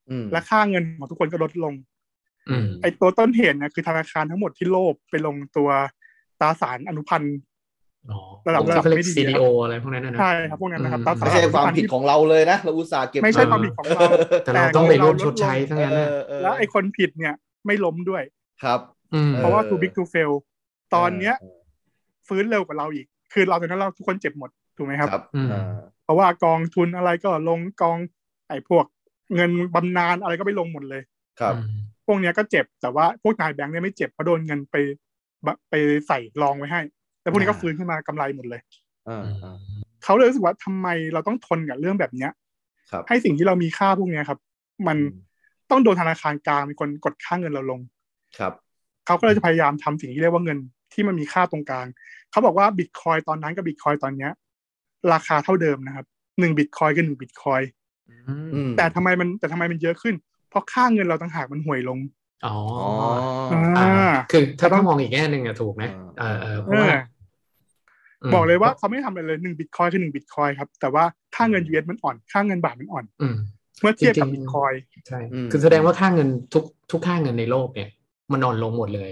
[SPEAKER 2] อืม
[SPEAKER 4] และค่าเงินของทุกคนก็ลดลง
[SPEAKER 3] อืม
[SPEAKER 4] ไอ้ตัวต้นเหตุเนี่ยคือธนาคารทั้งหมดที่โลภไปลงตัวตราสารอนุพันธ์
[SPEAKER 3] อ๋อ
[SPEAKER 4] ระดับ
[SPEAKER 3] พวกที่เขาเรียก
[SPEAKER 4] ระดับไม่ดี
[SPEAKER 3] CDO อะไรพวกนั้นนะนะ
[SPEAKER 4] ใช่ครับพวกนั้นนะครับ
[SPEAKER 3] อืม
[SPEAKER 4] ตราสาร
[SPEAKER 2] ไม่ใช่ความ
[SPEAKER 4] อนุพันธ์
[SPEAKER 2] ผิด
[SPEAKER 4] ที่
[SPEAKER 2] ของเราเลยนะ เราอุตส่าห์เก็บ
[SPEAKER 4] ไม่ใช่ความผิดของเรา
[SPEAKER 3] แต่เราต้องไปร่วมชดใช้
[SPEAKER 4] แต่
[SPEAKER 3] ทั้งนั้นนะ
[SPEAKER 2] เออ
[SPEAKER 4] แล้วไอ้คนผิดเนี่ยไม่ล้มด้วย
[SPEAKER 2] ครับ
[SPEAKER 3] อืม
[SPEAKER 4] เพราะว่า
[SPEAKER 2] เออ
[SPEAKER 4] too big to fail ตอนเนี้ยฟื้นเร็วกว่าเราอีก คือเราตอนนั้นเราทุกคนเจ็บหมด ถูกไหม
[SPEAKER 2] ค
[SPEAKER 4] ครับ
[SPEAKER 2] รับอ่า
[SPEAKER 4] เพราะว่ากองทุนอะไรก็ลงกองไอ้พวก เงินบำนาญอะไรก็ไปลงหมดเลย
[SPEAKER 2] ครับ
[SPEAKER 3] อืม
[SPEAKER 4] พวกเนี้ยก็เจ็บแต่ว่าพวกนายแบงค์เนี่ยไม่เจ็บเพราะโดนเงินไปบะไปใส่รองไว้ให้ แต่พวกนี้ก็ฟื้นขึ้นมากำไรหมดเลย
[SPEAKER 2] อ่าอ่า
[SPEAKER 4] เขาเลยรู้สึกว่าทำไมเราต้องทนกับเรื่องแบบเนี้ย
[SPEAKER 2] ครับ
[SPEAKER 4] ให้สิ่งที่เรามีค่าพวกเนี้ยครับ มันต้องโดนธนาคารกลางเป็นคนกดค่าเงินเราลง
[SPEAKER 2] ครับ
[SPEAKER 4] เขาก็เลยจะพยายามทำสิ่งที่เรียกว่าเงินที่มันมีค่าตรงกลาง เขาบอกว่าบิตคอยตอนนั้นกับบิตคอยตอนเนี้ย ราคาเท่าเดิมนะครับหนึ่งบิตคอยกับหนึ่งบิตคอย
[SPEAKER 2] อืม
[SPEAKER 4] แต่ทำไมมันแต่ทำไมมันเยอะขึ้น เพราะค่าเงินเราต่างหากมันห่วยลง
[SPEAKER 3] อ๋อ
[SPEAKER 2] อ๋อ
[SPEAKER 3] อ่า
[SPEAKER 4] อ่า
[SPEAKER 3] คือถ้าต้องมองอีกแง่หนึ่งอะถูกนะเอ
[SPEAKER 2] อ่า
[SPEAKER 3] อเออเพราะว่า
[SPEAKER 4] เออ
[SPEAKER 3] ม
[SPEAKER 4] บอกเลยว่าเขาไม่ทำอะไรเลยหนึ่งบิตคอยคือหนึ่งบิตคอยครับ แต่ว่าค่าเงิน US มันอ่อน ค่าเงินบาทมันอ่อน
[SPEAKER 3] อืม
[SPEAKER 4] เมื่อเทียบกับ
[SPEAKER 3] จริ
[SPEAKER 4] บิ
[SPEAKER 3] งๆ
[SPEAKER 4] ตคอย
[SPEAKER 3] ใช่
[SPEAKER 2] อืม
[SPEAKER 3] คือแสดงว่าค่าเงินทุกทุกค่าเงินในโลกเนี่ยมันนอนลงหมดเลย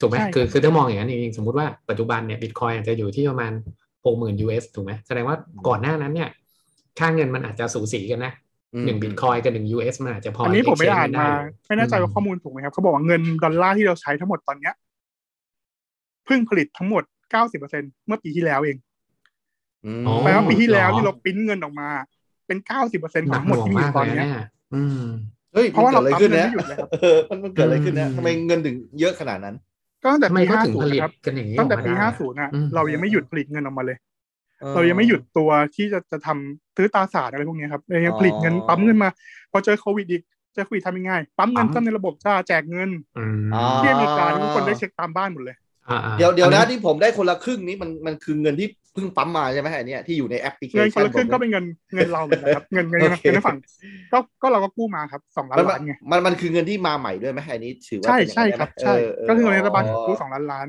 [SPEAKER 3] ถูกไหมคือคือถ้ามองอย่างนั้นจริงๆสมมติว่าปัจจุบันเนี่ยบิตคอยอาจจะอยู่ที่ประมาณหกหมื่น US ถูกไหมแสดงว่าก่อนหน้านั้นเนี่ย ค่าเงินมันอาจจะสูสีกันนะ
[SPEAKER 2] อืม
[SPEAKER 3] หนึ่งบิตคอยกับหนึ่ง US มันอาจจะพอ
[SPEAKER 4] อันนี้ผมไป
[SPEAKER 3] exchange
[SPEAKER 4] อ่าน
[SPEAKER 3] กั
[SPEAKER 4] มา ไม่แน่ใจ
[SPEAKER 3] อืม
[SPEAKER 4] ว่าข้อมูลถูกไหมครับเขาบอกว่าเงินดอลลาร์ที่เราใช้ทั้งหมดตอนเนี้ยเพิ่งผลิตทั้งหมด 90%เมื่อปีที่แล้วเอง
[SPEAKER 2] อืม
[SPEAKER 3] อ๋อ
[SPEAKER 4] แปลว่าปีที่แล้วที่
[SPEAKER 3] เหรอ
[SPEAKER 4] เราปริ้นเงินออกมา เป็นเก้าสิบเปอร์เซ็นต์
[SPEAKER 3] ห
[SPEAKER 4] ขอ
[SPEAKER 3] นั
[SPEAKER 4] ง
[SPEAKER 3] ก
[SPEAKER 4] ทั้งห
[SPEAKER 3] ห
[SPEAKER 4] มด
[SPEAKER 3] น่วง
[SPEAKER 4] ที่มี
[SPEAKER 3] มาก
[SPEAKER 4] ตอ
[SPEAKER 3] เล
[SPEAKER 4] น
[SPEAKER 3] ย
[SPEAKER 4] เนี้ย
[SPEAKER 3] นะอืม
[SPEAKER 2] เฮ้ย
[SPEAKER 4] เพราะว่า
[SPEAKER 2] มันกิดอะไรขึ้นเนี่ย
[SPEAKER 4] เราปั๊มเงินไม่หยุดเลยครับ
[SPEAKER 2] เออมันมันเกิดอะไรขึ้นเนี่ย
[SPEAKER 3] อืม
[SPEAKER 2] ทำไมเงินถึงเยอะขนาดนั้น
[SPEAKER 4] ก็ตั้งแต่
[SPEAKER 3] ทำไม
[SPEAKER 4] ปี
[SPEAKER 3] เขา
[SPEAKER 4] ห้า
[SPEAKER 3] ถึง
[SPEAKER 4] ศู
[SPEAKER 3] ผ
[SPEAKER 4] นย์
[SPEAKER 3] ลิต
[SPEAKER 4] ครับ
[SPEAKER 3] กันอย่างนี้อ
[SPEAKER 4] ตั้
[SPEAKER 3] อง ก
[SPEAKER 4] แต่
[SPEAKER 3] มา
[SPEAKER 4] ปี
[SPEAKER 3] ได้
[SPEAKER 4] ห้า
[SPEAKER 3] อะ
[SPEAKER 4] ศูนย์อ่ะ
[SPEAKER 3] อืม
[SPEAKER 4] เรายังไม่หยุดผลิตเงินออกมาเลย เรายังไม่หยุดตัวที่จะจะทำซื้อตราสารอะไรพวกเนี้ยครับเรายังผลิตเงิน
[SPEAKER 2] อ๋อ
[SPEAKER 4] ปั๊มเงินมา พอเจอโควิดอีกเจอโควิดทำยังไงปั๊มเงินต้นในระบบจ้าแจกเงิน
[SPEAKER 3] อืม
[SPEAKER 2] อ๋อ
[SPEAKER 4] ที่อเมริกาทุกคนได้เช็คตามบ้านหมดเลย
[SPEAKER 3] อ่าๆ
[SPEAKER 2] เดี๋ยวเดี๋ยวนะ
[SPEAKER 3] อั
[SPEAKER 2] ที่ผมได้คนละครึ่งนี้มันมันคือเงินที่เพิ่งปั๊มมาใช่ไหมไอ้เนี่ยที่อยู่ในแอปพลิเค
[SPEAKER 4] เงินค
[SPEAKER 2] ชั
[SPEAKER 4] น
[SPEAKER 2] น
[SPEAKER 4] ละครึ่งก็
[SPEAKER 2] ผม
[SPEAKER 4] เป็น
[SPEAKER 2] ย
[SPEAKER 4] เงินเงินเราเหมือนกันครับเงินเงิน
[SPEAKER 2] โอ
[SPEAKER 4] เงิน
[SPEAKER 2] เค
[SPEAKER 4] ในฝั่งก็ก็เราก็กู้มาครับสองล้าน
[SPEAKER 2] มัน
[SPEAKER 4] ล้านไง
[SPEAKER 2] มันมันคือเงินที่มาใหม่ด้วยไหมไอ้นี้ถือว่า
[SPEAKER 4] ใช่
[SPEAKER 2] เป็นอย่าง
[SPEAKER 4] ใช่
[SPEAKER 2] นั้นได้ไหม
[SPEAKER 4] ครับ ใช่
[SPEAKER 2] เออ
[SPEAKER 4] ก็คือเงินในรัฐบาล
[SPEAKER 2] เ
[SPEAKER 4] กู้สองล้านล้าน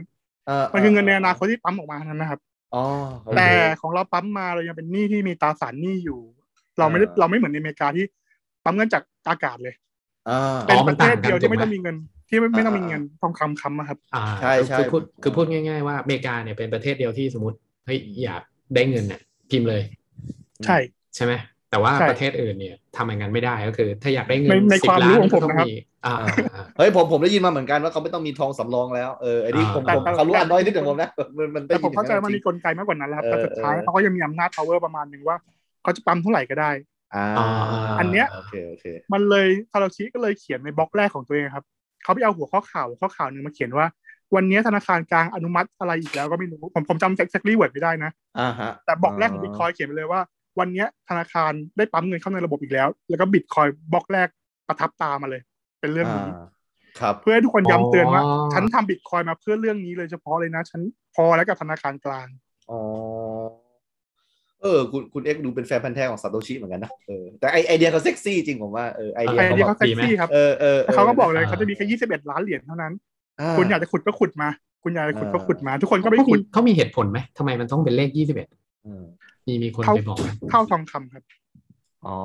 [SPEAKER 2] เ
[SPEAKER 4] มันคือเงินในอนาคตที่ปั๊มออกมาทั้งนั้นนะครับ
[SPEAKER 2] อ๋อโอเค
[SPEAKER 4] แต่ของเราปั๊มมาเรายังเป็นหนี้ที่มีตราสารหนี้อยู่ เราไม่ได้
[SPEAKER 2] อ่า
[SPEAKER 4] เราไม่เหมือนในอเมริกาที่ปั๊มเงินจากอากาศเลย
[SPEAKER 2] อ่า
[SPEAKER 4] เป็นประเทศเดียวที่ไม่ต้องมีเงินที่ไม่ไม่ต้องมีเงินทองคำค้ำอะครับ
[SPEAKER 3] อ่า
[SPEAKER 2] ใช่ใช่
[SPEAKER 3] คือพูด
[SPEAKER 2] ผม
[SPEAKER 3] คือพูดง่าย ๆว่าอเมริกาเนี่ยเป็นประเทศเดียวที่สมมติเฮ้ยอยากได้เงินเนี่ยพิมพ์เลย
[SPEAKER 4] ใช่
[SPEAKER 3] ใช่ไหมแต่ว่า
[SPEAKER 4] ใช่
[SPEAKER 3] ประเทศอื่นเนี่ยทำอย่างนั้นไม่ได้ก็คือ ถ้าอยากได้เงิ
[SPEAKER 4] ใน
[SPEAKER 3] น
[SPEAKER 4] ใน
[SPEAKER 3] สิ
[SPEAKER 4] ความ
[SPEAKER 3] บล้า
[SPEAKER 4] รู้
[SPEAKER 3] น
[SPEAKER 4] ของผม
[SPEAKER 3] ก็ต้
[SPEAKER 4] นะครับ
[SPEAKER 3] มีอ่าอ่า
[SPEAKER 2] เฮ้ยผมผมได้ยินมาเหมือนกันว่าเขาไม่ต้องมีทองสำรองแล้วเออไอ้นี่ผม
[SPEAKER 3] อ่า
[SPEAKER 2] ผมเขารู้อันน้อยนิดแต่ผมนะมันมันได้
[SPEAKER 4] แต่
[SPEAKER 2] ยิน
[SPEAKER 4] ผมเข้าใจ
[SPEAKER 2] อย่ง
[SPEAKER 4] ว่า
[SPEAKER 2] นั้นจ
[SPEAKER 4] มันมี
[SPEAKER 2] ริง
[SPEAKER 4] กลไกมากกว่านั้นแหล้วครับ
[SPEAKER 2] เอ
[SPEAKER 4] แต่
[SPEAKER 2] อ
[SPEAKER 4] สุดท้าย
[SPEAKER 2] เออ
[SPEAKER 4] เขาก็ยังมีอำนาจ power ประมาณหนึ่งว่าเขาจะปั๊มเท่าไหร่ก็ได้
[SPEAKER 2] อ่า
[SPEAKER 3] อ่า
[SPEAKER 4] อันเนี้ย
[SPEAKER 2] โอเคโอเค
[SPEAKER 4] มันเลยคาราชิก็เลยเขียนในบล็อกแรกของตัวเองครับเขาไปเอาหัวข้อข่าวข้อข่าวหนึ่งมาเขียนว่า วันนี้ธนาคารกลางอนุมัติอะไรอีกแล้วก็ไม่รู้ผมผมจำ exactly word ไม่ได้นะ
[SPEAKER 2] อ่าฮะ
[SPEAKER 4] แต่บล็อกแรกของบิตคอยเขียนไปเลยว่า วันเนี้ยธนาคารได้ปั๊มเงินเข้าในระบบอีกแล้ว แล้วก็บิตคอยบล็อกแรกประทับตามาเลย เป็นเรื่องนี้
[SPEAKER 2] าครับ
[SPEAKER 4] เพื่อให้ทุกคนย้ำเตือนว่า
[SPEAKER 3] อ๋อ
[SPEAKER 4] ฉันทำบิตคอยน์มาเพื่อเรื่องนี้เลยเฉพาะเลยนะ ฉันพอแล้วกับธนาคารกลาง
[SPEAKER 2] อ๋อเออ คุณคุณเอ็กซ์ดูเป็นแฟนพันธ์แท้ของซาโตชิเหมือนกันนะเออแต่ไอไอเดียเขาเซ็กซี่จริงผมว่าเออไอเดีย
[SPEAKER 4] ไอ
[SPEAKER 2] เขา
[SPEAKER 4] เดีย
[SPEAKER 2] แบ
[SPEAKER 4] เขา
[SPEAKER 2] บ
[SPEAKER 4] เซ็ก
[SPEAKER 3] ดี
[SPEAKER 4] ซี่
[SPEAKER 3] ไหม
[SPEAKER 4] ครับ
[SPEAKER 2] เออเออ
[SPEAKER 4] เขาก็บอกเลย
[SPEAKER 3] อ่า
[SPEAKER 4] เขาจะมีแค่ 21 ล้านเหรียญเท่านั้น
[SPEAKER 2] า
[SPEAKER 4] คุณอยากจะขุดก็ขุดมา คุณอยากจะขุดก็ขุดมา ทุกคนก็ไป
[SPEAKER 3] เขา
[SPEAKER 4] ขุด
[SPEAKER 3] เขามีเหตุผลไหมทำไมมันต้องเป็นเลขยี่สิบเอ็ด
[SPEAKER 2] อืม
[SPEAKER 3] มีมีคน
[SPEAKER 4] เขา
[SPEAKER 3] ไปบอกไหม
[SPEAKER 4] เท่าทองคำครับ
[SPEAKER 2] อ๋อ